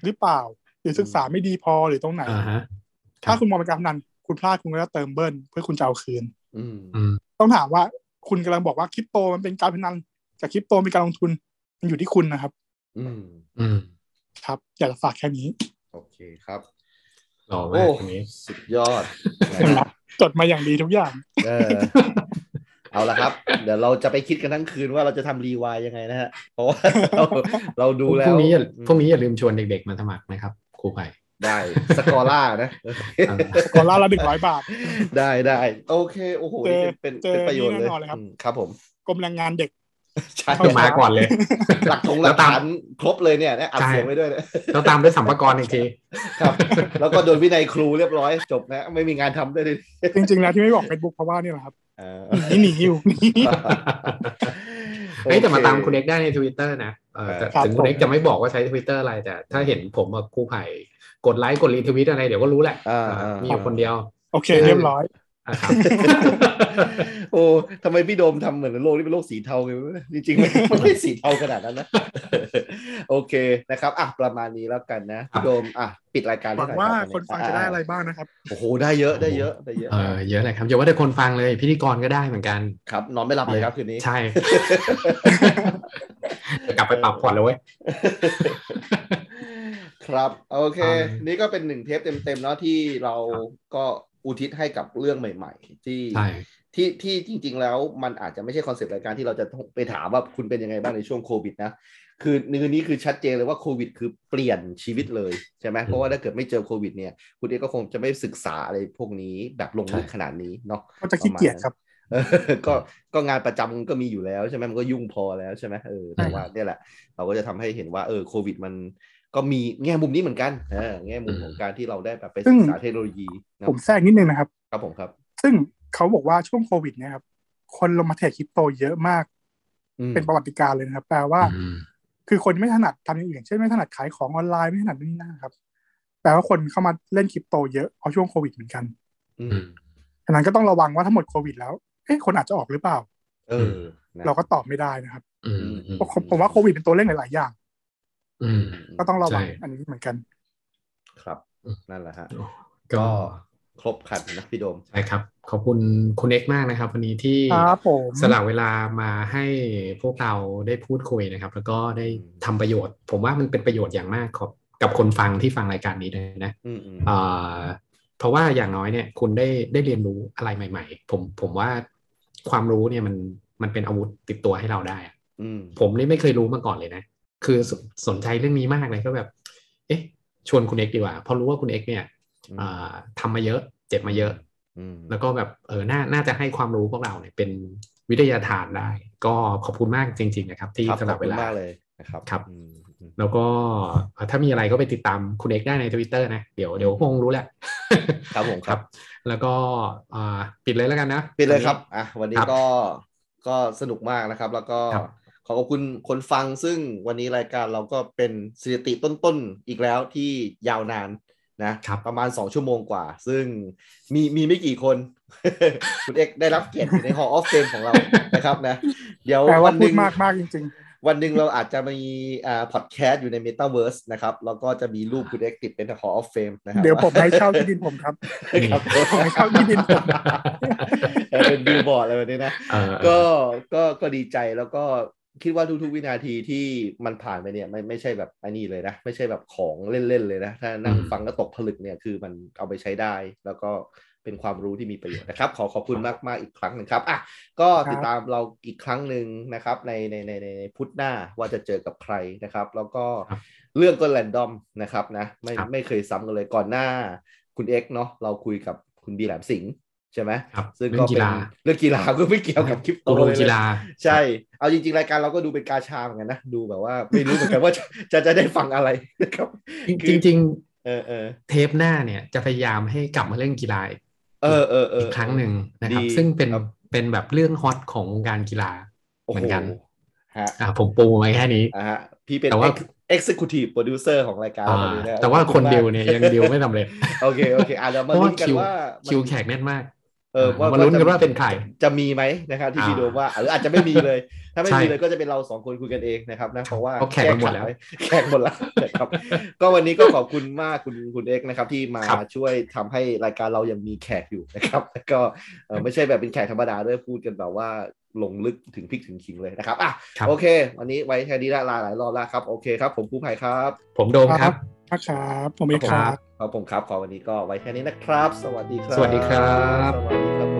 [SPEAKER 4] หรือเปล่า หรือศึกษาไม่ดีพอหรือตรงไหน
[SPEAKER 3] อ่าฮะ
[SPEAKER 4] ถ้าคุณมองเป็นการพนันคุณพลาดคุณก็จะเติมเบิ้ลเพื่อคุณจะเอาคืน
[SPEAKER 2] อืม
[SPEAKER 3] อืม
[SPEAKER 4] ต้องถามว่าคุณกำลังบอกว่าคริปโตมันเป็นการพนันแต่คริปโตเป็นการลงทุนมันอยู่ที่คุณนะครับ
[SPEAKER 2] อืม
[SPEAKER 3] อืม
[SPEAKER 4] ครับ อยากจะฝากแค่นี้
[SPEAKER 2] โอเคครับ
[SPEAKER 3] หล่อ
[SPEAKER 2] โอ้
[SPEAKER 3] มากตรงนี้
[SPEAKER 2] สุดยอด
[SPEAKER 4] จดมาอย่างดีทุกอย่าง
[SPEAKER 2] เออเอาละครับ เดี๋ยวเราจะไปคิดกันทั้งคืนว่าเราจะทำรีวายยังไงนะฮะ เพราะว่าเราเราดูแล้ว
[SPEAKER 3] พรุ่งนี้อย่าพรุ่งนี้อย่าลืมชวนเด็กๆมาสมัครนะครับครูไผ่
[SPEAKER 2] ได้สกอร่านะ
[SPEAKER 4] กอล่าละหนึ่งร้อยบาท
[SPEAKER 2] ได้ได้โอเค โอ้โห
[SPEAKER 4] เจ
[SPEAKER 2] นี่
[SPEAKER 4] อ
[SPEAKER 2] เป็น
[SPEAKER 4] เจ
[SPEAKER 2] เป็น
[SPEAKER 4] อ
[SPEAKER 2] เป็นประโยชน์เลย
[SPEAKER 4] แน่นอนเลยครับ
[SPEAKER 2] อืมครับผม
[SPEAKER 4] กรมแรงงานเด็ก
[SPEAKER 2] ใช่
[SPEAKER 4] เข้า
[SPEAKER 3] มาก่อนเลย
[SPEAKER 2] หลักของหลักฐานครบเลยเนี่ยนะอัด
[SPEAKER 3] ใช่
[SPEAKER 2] เสียงไว้ด้วยนะ
[SPEAKER 3] เราตามด้วยสัมภาระอีกที
[SPEAKER 2] ครับ แล้วก็โดนวินัยครูเรียบร้อยจบนะไม่มีงานทำด้วยเลย
[SPEAKER 4] จริงๆแล้วที่ไม่บอกเฟซบุ๊กเพราะว่านี่แหละครับ
[SPEAKER 2] เออ
[SPEAKER 4] หนีหนีอยู่หนี
[SPEAKER 3] เฮ้ยแต่มาตาม
[SPEAKER 2] โอ
[SPEAKER 3] คุณเอกได้ในทวิตเตอร์นะเออแต่
[SPEAKER 4] ครับ
[SPEAKER 3] ถึงคุณเอก
[SPEAKER 4] ผม
[SPEAKER 3] จะไม่บอกว่าใช้ทวิตเตอร์อะไรแต่ถ้าเห็นผมกับครูไผ่กดไลค์กดรีทวิตอะไรเดี๋ยวก็รู้แหละ
[SPEAKER 2] อ่า
[SPEAKER 3] เออมีอยู่คนเดียว
[SPEAKER 4] โอเค เรียบร้อย
[SPEAKER 3] นะครับ
[SPEAKER 2] โอ้ทำไมพี่โดมทำเหมือนโลกนี้เป็นโลกสีเทาไปวะจริงๆมันมันไม่สีเทาขนาดนั้นนะ โอเคนะครับอ่ะประมาณนี้แล้วกันนะพี่โดมอ่ะปิดรายการ
[SPEAKER 4] หวัง
[SPEAKER 2] ให้หน่อย
[SPEAKER 4] ว่า
[SPEAKER 2] รับ
[SPEAKER 4] คนฟังจะได้อะไรบ้างนะครับ
[SPEAKER 2] โอ้โหได้เยอะได้เยอะได้เยอะ
[SPEAKER 3] เออเยอะเลยครับอย่าว่าแต่คนฟังเลยพิธีกรก็ได้เหมือน กัน
[SPEAKER 2] ครับ นอนไม่หลับเลยครับคืนนี้
[SPEAKER 3] ใช่ จะกลับไปปรับพอร์ตเลยเว้ย
[SPEAKER 2] ครับโอเค
[SPEAKER 3] อ่านี่
[SPEAKER 2] นี่ก็เป็นหนึ่งเทปเต็มๆเนาะที่เรา
[SPEAKER 3] ครับ
[SPEAKER 2] ก็อุทิศให้กับเรื่องใหม่ ๆ ที่
[SPEAKER 3] ใช่
[SPEAKER 2] ที่ที่จริง ๆ แล้วมันอาจจะไม่ใช่คอนเซปต์รายการที่เราจะต้องไปถามว่าคุณเป็นยังไงบ้างในช่วงโควิดนะ คือเนื้อนี้คือชัดเจนเลยว่าโควิด คือเปลี่ยนชีวิตเลยใช่ไหมเพราะว่าถ้าเกิดไม่เจอโควิดเนี่ย คุณเอกก็คงจะไม่ศึกษาอะไรพวกนี้แบบลงลึก
[SPEAKER 3] ใช่
[SPEAKER 2] ขนาดนี้เนาะ
[SPEAKER 4] ก็จะขี้เกียจครับ
[SPEAKER 2] เออก็ก็งานประจำก็มีอยู่แล้วใช่ไหมมันก็ยุ่งพอแล้วใช่ไหมเออแต่ว่าเนี่ยแหละ เราก็จะทำให้เห็นว่าเออโควิดมันก็มีแง่มุมนี้เหมือนกันเออแง่มุมของการที่เราได้แบบไปศึกษาเทคโนโลยีนะ
[SPEAKER 4] ผมแทรกนิดนึงนะครับ
[SPEAKER 2] ครับผมครับ
[SPEAKER 4] ซึ่งเขาบอกว่าช่วงโควิดเนี่ยครับ คนลงมาเทรดคริปโตเยอะมาก
[SPEAKER 2] อืม
[SPEAKER 4] เป็นประวัติการณ์เลยนะครับ แปลว่า
[SPEAKER 3] อืม
[SPEAKER 4] คือคนไม่ถนัดทำอย่างอื่น เช่นไม่ถนัดขายของออนไลน์ไม่ถนัดนู่นนี่นั่นครับ แปลว่าคนเข้ามาเล่นคริปโตเยอะเพราะช่วงโควิดเหมือนกัน
[SPEAKER 2] อื
[SPEAKER 3] อื
[SPEAKER 2] ม
[SPEAKER 3] ม
[SPEAKER 4] ฉะนั้นก็ต้องระวังว่าถ้าหมดโควิดแล้ว เอ๊ะคนอาจจะออกหรือเปล่า
[SPEAKER 2] เออนะ
[SPEAKER 4] เราก็ตอบไม่ได้นะครับ
[SPEAKER 3] อืมอืม
[SPEAKER 4] ผมผมผมว่าโควิดเป็นตัวเร่งหลาย ๆ อย่าง
[SPEAKER 3] อืม
[SPEAKER 4] ก็ต้องระวัง
[SPEAKER 3] ใช่
[SPEAKER 4] อันนี้เหมือนกัน
[SPEAKER 2] ครับนั่นแหละฮะ
[SPEAKER 3] ก็
[SPEAKER 2] ครบขันนะพี่โดม
[SPEAKER 3] ใช่ครับ ขอบคุณคุณเอกมากนะครับ วันนี้ที่
[SPEAKER 4] ครับผม
[SPEAKER 3] สละเวลามาให้พวกเราได้พูดคุยนะครับ แล้วก็ได้ทำประโยชน์ ผมว่ามันเป็นประโยชน์อย่างมากครับกับคนฟังที่ฟังรายการนี้เลยนะ
[SPEAKER 2] อืมอืม
[SPEAKER 3] เอ่อเพราะว่าอย่างน้อยเนี่ยคุณได้ได้เรียนรู้อะไรใหม่ ๆ ผมผมว่าความรู้เนี่ยมันมันเป็นอาวุธติดตัวให้เราได้อะ
[SPEAKER 2] อืม
[SPEAKER 3] ผมนี่ไม่เคยรู้มาก่อนเลยนะ คือสสนใจเรื่องนี้มากเลยก็แบบ เอ๊ะ ชวนคุณเอกดีกว่าเพราะรู้ว่าคุณเอกเนี่ยเอ่อทำมาเยอะ เจ็บมาเยอะ
[SPEAKER 2] อืม
[SPEAKER 3] แล้วก็แบบเออน่าน่าจะให้ความรู้พวกเราเนี่ยเป็นวิทยาทานได้ ก็ขอบคุณมากจริง ๆ นะครับ ที่
[SPEAKER 2] ครับ
[SPEAKER 3] ส
[SPEAKER 2] ข
[SPEAKER 3] ลั
[SPEAKER 2] อบบ คุณ
[SPEAKER 3] เวลา
[SPEAKER 2] มากเลยนะครับ
[SPEAKER 3] ครับ
[SPEAKER 2] อืมอืม
[SPEAKER 3] แล้วก็เอ่อถ้ามีอะไรก็ไปติดตามคุณเอกได้ในทวิตเตอร์นะเดี๋ยวเดี๋ยวคงรู้แหละ
[SPEAKER 2] ครับผม
[SPEAKER 3] ค
[SPEAKER 2] ค
[SPEAKER 3] รั
[SPEAKER 2] รั
[SPEAKER 3] บบ แล้วก็อ่าปิดเลยแล้วกันนะ
[SPEAKER 2] ปิดเลย
[SPEAKER 3] วันนี้
[SPEAKER 2] ครับอ่ะวันนี้
[SPEAKER 3] ครับ
[SPEAKER 2] ก็ก็สนุกมากนะครับ แล้วก็
[SPEAKER 3] ครับ
[SPEAKER 2] ขอขอบคุณคนฟังซึ่งวันนี้รายการเราก็เป็นสถิติต้นๆอีกแล้วที่ยาวนานนะครับ ประมาณ 2 ชั่วโมงกว่า ซึ่งมีมีไม่กี่คน คุณเอกได้รับเกียรติอยู่ใน Hall of Fame ของเรานะครับนะ เดี๋ยว
[SPEAKER 4] แปลว่า
[SPEAKER 2] วันห
[SPEAKER 4] พูด
[SPEAKER 2] นึ่ง
[SPEAKER 4] มากมากๆจริง
[SPEAKER 2] วันหนึ่งเราอาจจะมีอ่าพอดแคสต์อยู่ใน Metaverse นะครับ แล้วก็จะมีรูปคุณเอ็กติดเป็น Hall of Fame นะครั
[SPEAKER 4] ๆ
[SPEAKER 2] บ
[SPEAKER 4] เดี๋ยวผมให้เช่าที่ดินผมครับ
[SPEAKER 2] ครับ
[SPEAKER 4] ผมให้เช่าที่ดินผม
[SPEAKER 2] เป็นบิลบอร์ดอะไรแบบนี้นะ
[SPEAKER 3] เออ
[SPEAKER 2] ก็ก็ก็ดีใจแล้วก็คิดว่าทุกๆวินาทีที่มันผ่านไปเนี่ยไม่ไม่ใช่แบบอันนี้เลยนะ ไม่ใช่แบบของเล่นๆเลยนะ ถ้านั่งฟังแล้วตกผลึกเนี่ยคือมันเอาไปใช้ได้ แล้วก็เป็นความรู้ที่มีประโยชน์นะครับ ขอขอบคุณมากๆอีกครั้งหนึ่งครับอ่ะก็ติดตามเราอีกครั้งหนึ่งนะครับในในในในในพุธหน้าว่าจะเจอกับใครนะครับ แล้วก็
[SPEAKER 3] ครับ
[SPEAKER 2] เรื่องก็แรนดอมนะครับนะไม่
[SPEAKER 3] ครับ
[SPEAKER 2] ไม่เคยซ้ำกันเลยก่อนหน้า คุณเอ็กเนาะเราคุยกับคุณบีแหลมสิงห์ใช่ไหม
[SPEAKER 3] ครับ
[SPEAKER 2] ซึ่ง
[SPEAKER 3] เรื่
[SPEAKER 2] ก็
[SPEAKER 3] องกี
[SPEAKER 2] เป็น
[SPEAKER 3] ฬา
[SPEAKER 2] เรื่องกีฬา ก็ไม่เกี่ยวกับคริปโต
[SPEAKER 3] อุดม
[SPEAKER 2] เลย
[SPEAKER 3] กี
[SPEAKER 2] นะ
[SPEAKER 3] ฬา
[SPEAKER 2] ใช่ เอาจริงๆ รายการเราก็ดูเป็นกาชาเหมือนกันนะ ดูแบบว่าไม่รู้เหมือนกันว่าจะจะจะได้ฟังอะไรนะครับ
[SPEAKER 3] จริงจริง
[SPEAKER 2] เออเออ
[SPEAKER 3] ๆ เทปหน้าเนี่ยจะพยายามให้กลับมาเล่นกีฬาอีก
[SPEAKER 2] เออเออเออ
[SPEAKER 3] อีกครั้งหนึ่งนะครับ
[SPEAKER 2] ดี
[SPEAKER 3] ซึ่งเป็น
[SPEAKER 2] ครับ
[SPEAKER 3] เป็นแบบเรื่องฮอตของวงการกีฬา
[SPEAKER 2] โอ้
[SPEAKER 3] เหมื
[SPEAKER 2] โห
[SPEAKER 3] อนกัน
[SPEAKER 2] ฮะ
[SPEAKER 3] อ่าผมปูไว้แค่นี้
[SPEAKER 2] อ่ะฮะ พี่เป็น
[SPEAKER 3] แต่ว่า
[SPEAKER 2] ex- executive producer ของรายการเราต
[SPEAKER 3] อ่า
[SPEAKER 2] อนนี้นะ
[SPEAKER 3] แต่ว่าคน
[SPEAKER 2] ขอบณมก
[SPEAKER 3] ดิวเนี่ยยังดิวไม่สำเร็จ
[SPEAKER 2] โอเคโอเคอ่ะเดี๋ยวมา
[SPEAKER 3] เพราะ
[SPEAKER 2] ลุ้
[SPEAKER 3] ว่าน
[SPEAKER 2] กัน
[SPEAKER 3] คิว
[SPEAKER 2] ว่ามัน
[SPEAKER 3] คิวแขกแน่นมาก
[SPEAKER 2] เออว่า
[SPEAKER 3] มาลุ้นกันว่าเป็นใคร
[SPEAKER 2] จะมีไหมนะครับที่
[SPEAKER 3] อ่า
[SPEAKER 2] พี่โดมว่าหรืออาจจะไม่มีเลย ถ้าไม่
[SPEAKER 3] ใช่
[SPEAKER 2] มีเลยก็จะเป็นเราสองคนคุยกันเองนะครับนะเพราะว่า
[SPEAKER 3] เพราะแขกมันหมดแล้ว
[SPEAKER 2] แขกหมดแล้วนะครับ ก็วันนี้ก็ขอบคุณมากคุณคุณเอกนะครับที่มา
[SPEAKER 3] ครับ
[SPEAKER 2] ช่วยทำให้รายการเรายังมีแขกอยู่นะครับ แล้วก็เอ่อไม่ใช่แบบเป็นแขกธรรมดาด้วยพูดกันแบบว่าลงลึกถึงพริกถึงขิงเลยนะครับอ่ะ
[SPEAKER 3] ครับ
[SPEAKER 2] โอเค วันนี้ไว้แค่นี้ละลาหลายรอบแล้วครับโอเคครับ ผมกู้ภัยครับ
[SPEAKER 3] ผมโดมครับ
[SPEAKER 4] ครับผมเอกครับ
[SPEAKER 2] ครับผมครับขอวันนี้ก็ไว้แค่นี้นะครับ สวัสดีครับ
[SPEAKER 3] สวัสดีครับ
[SPEAKER 2] สวัสดีครับ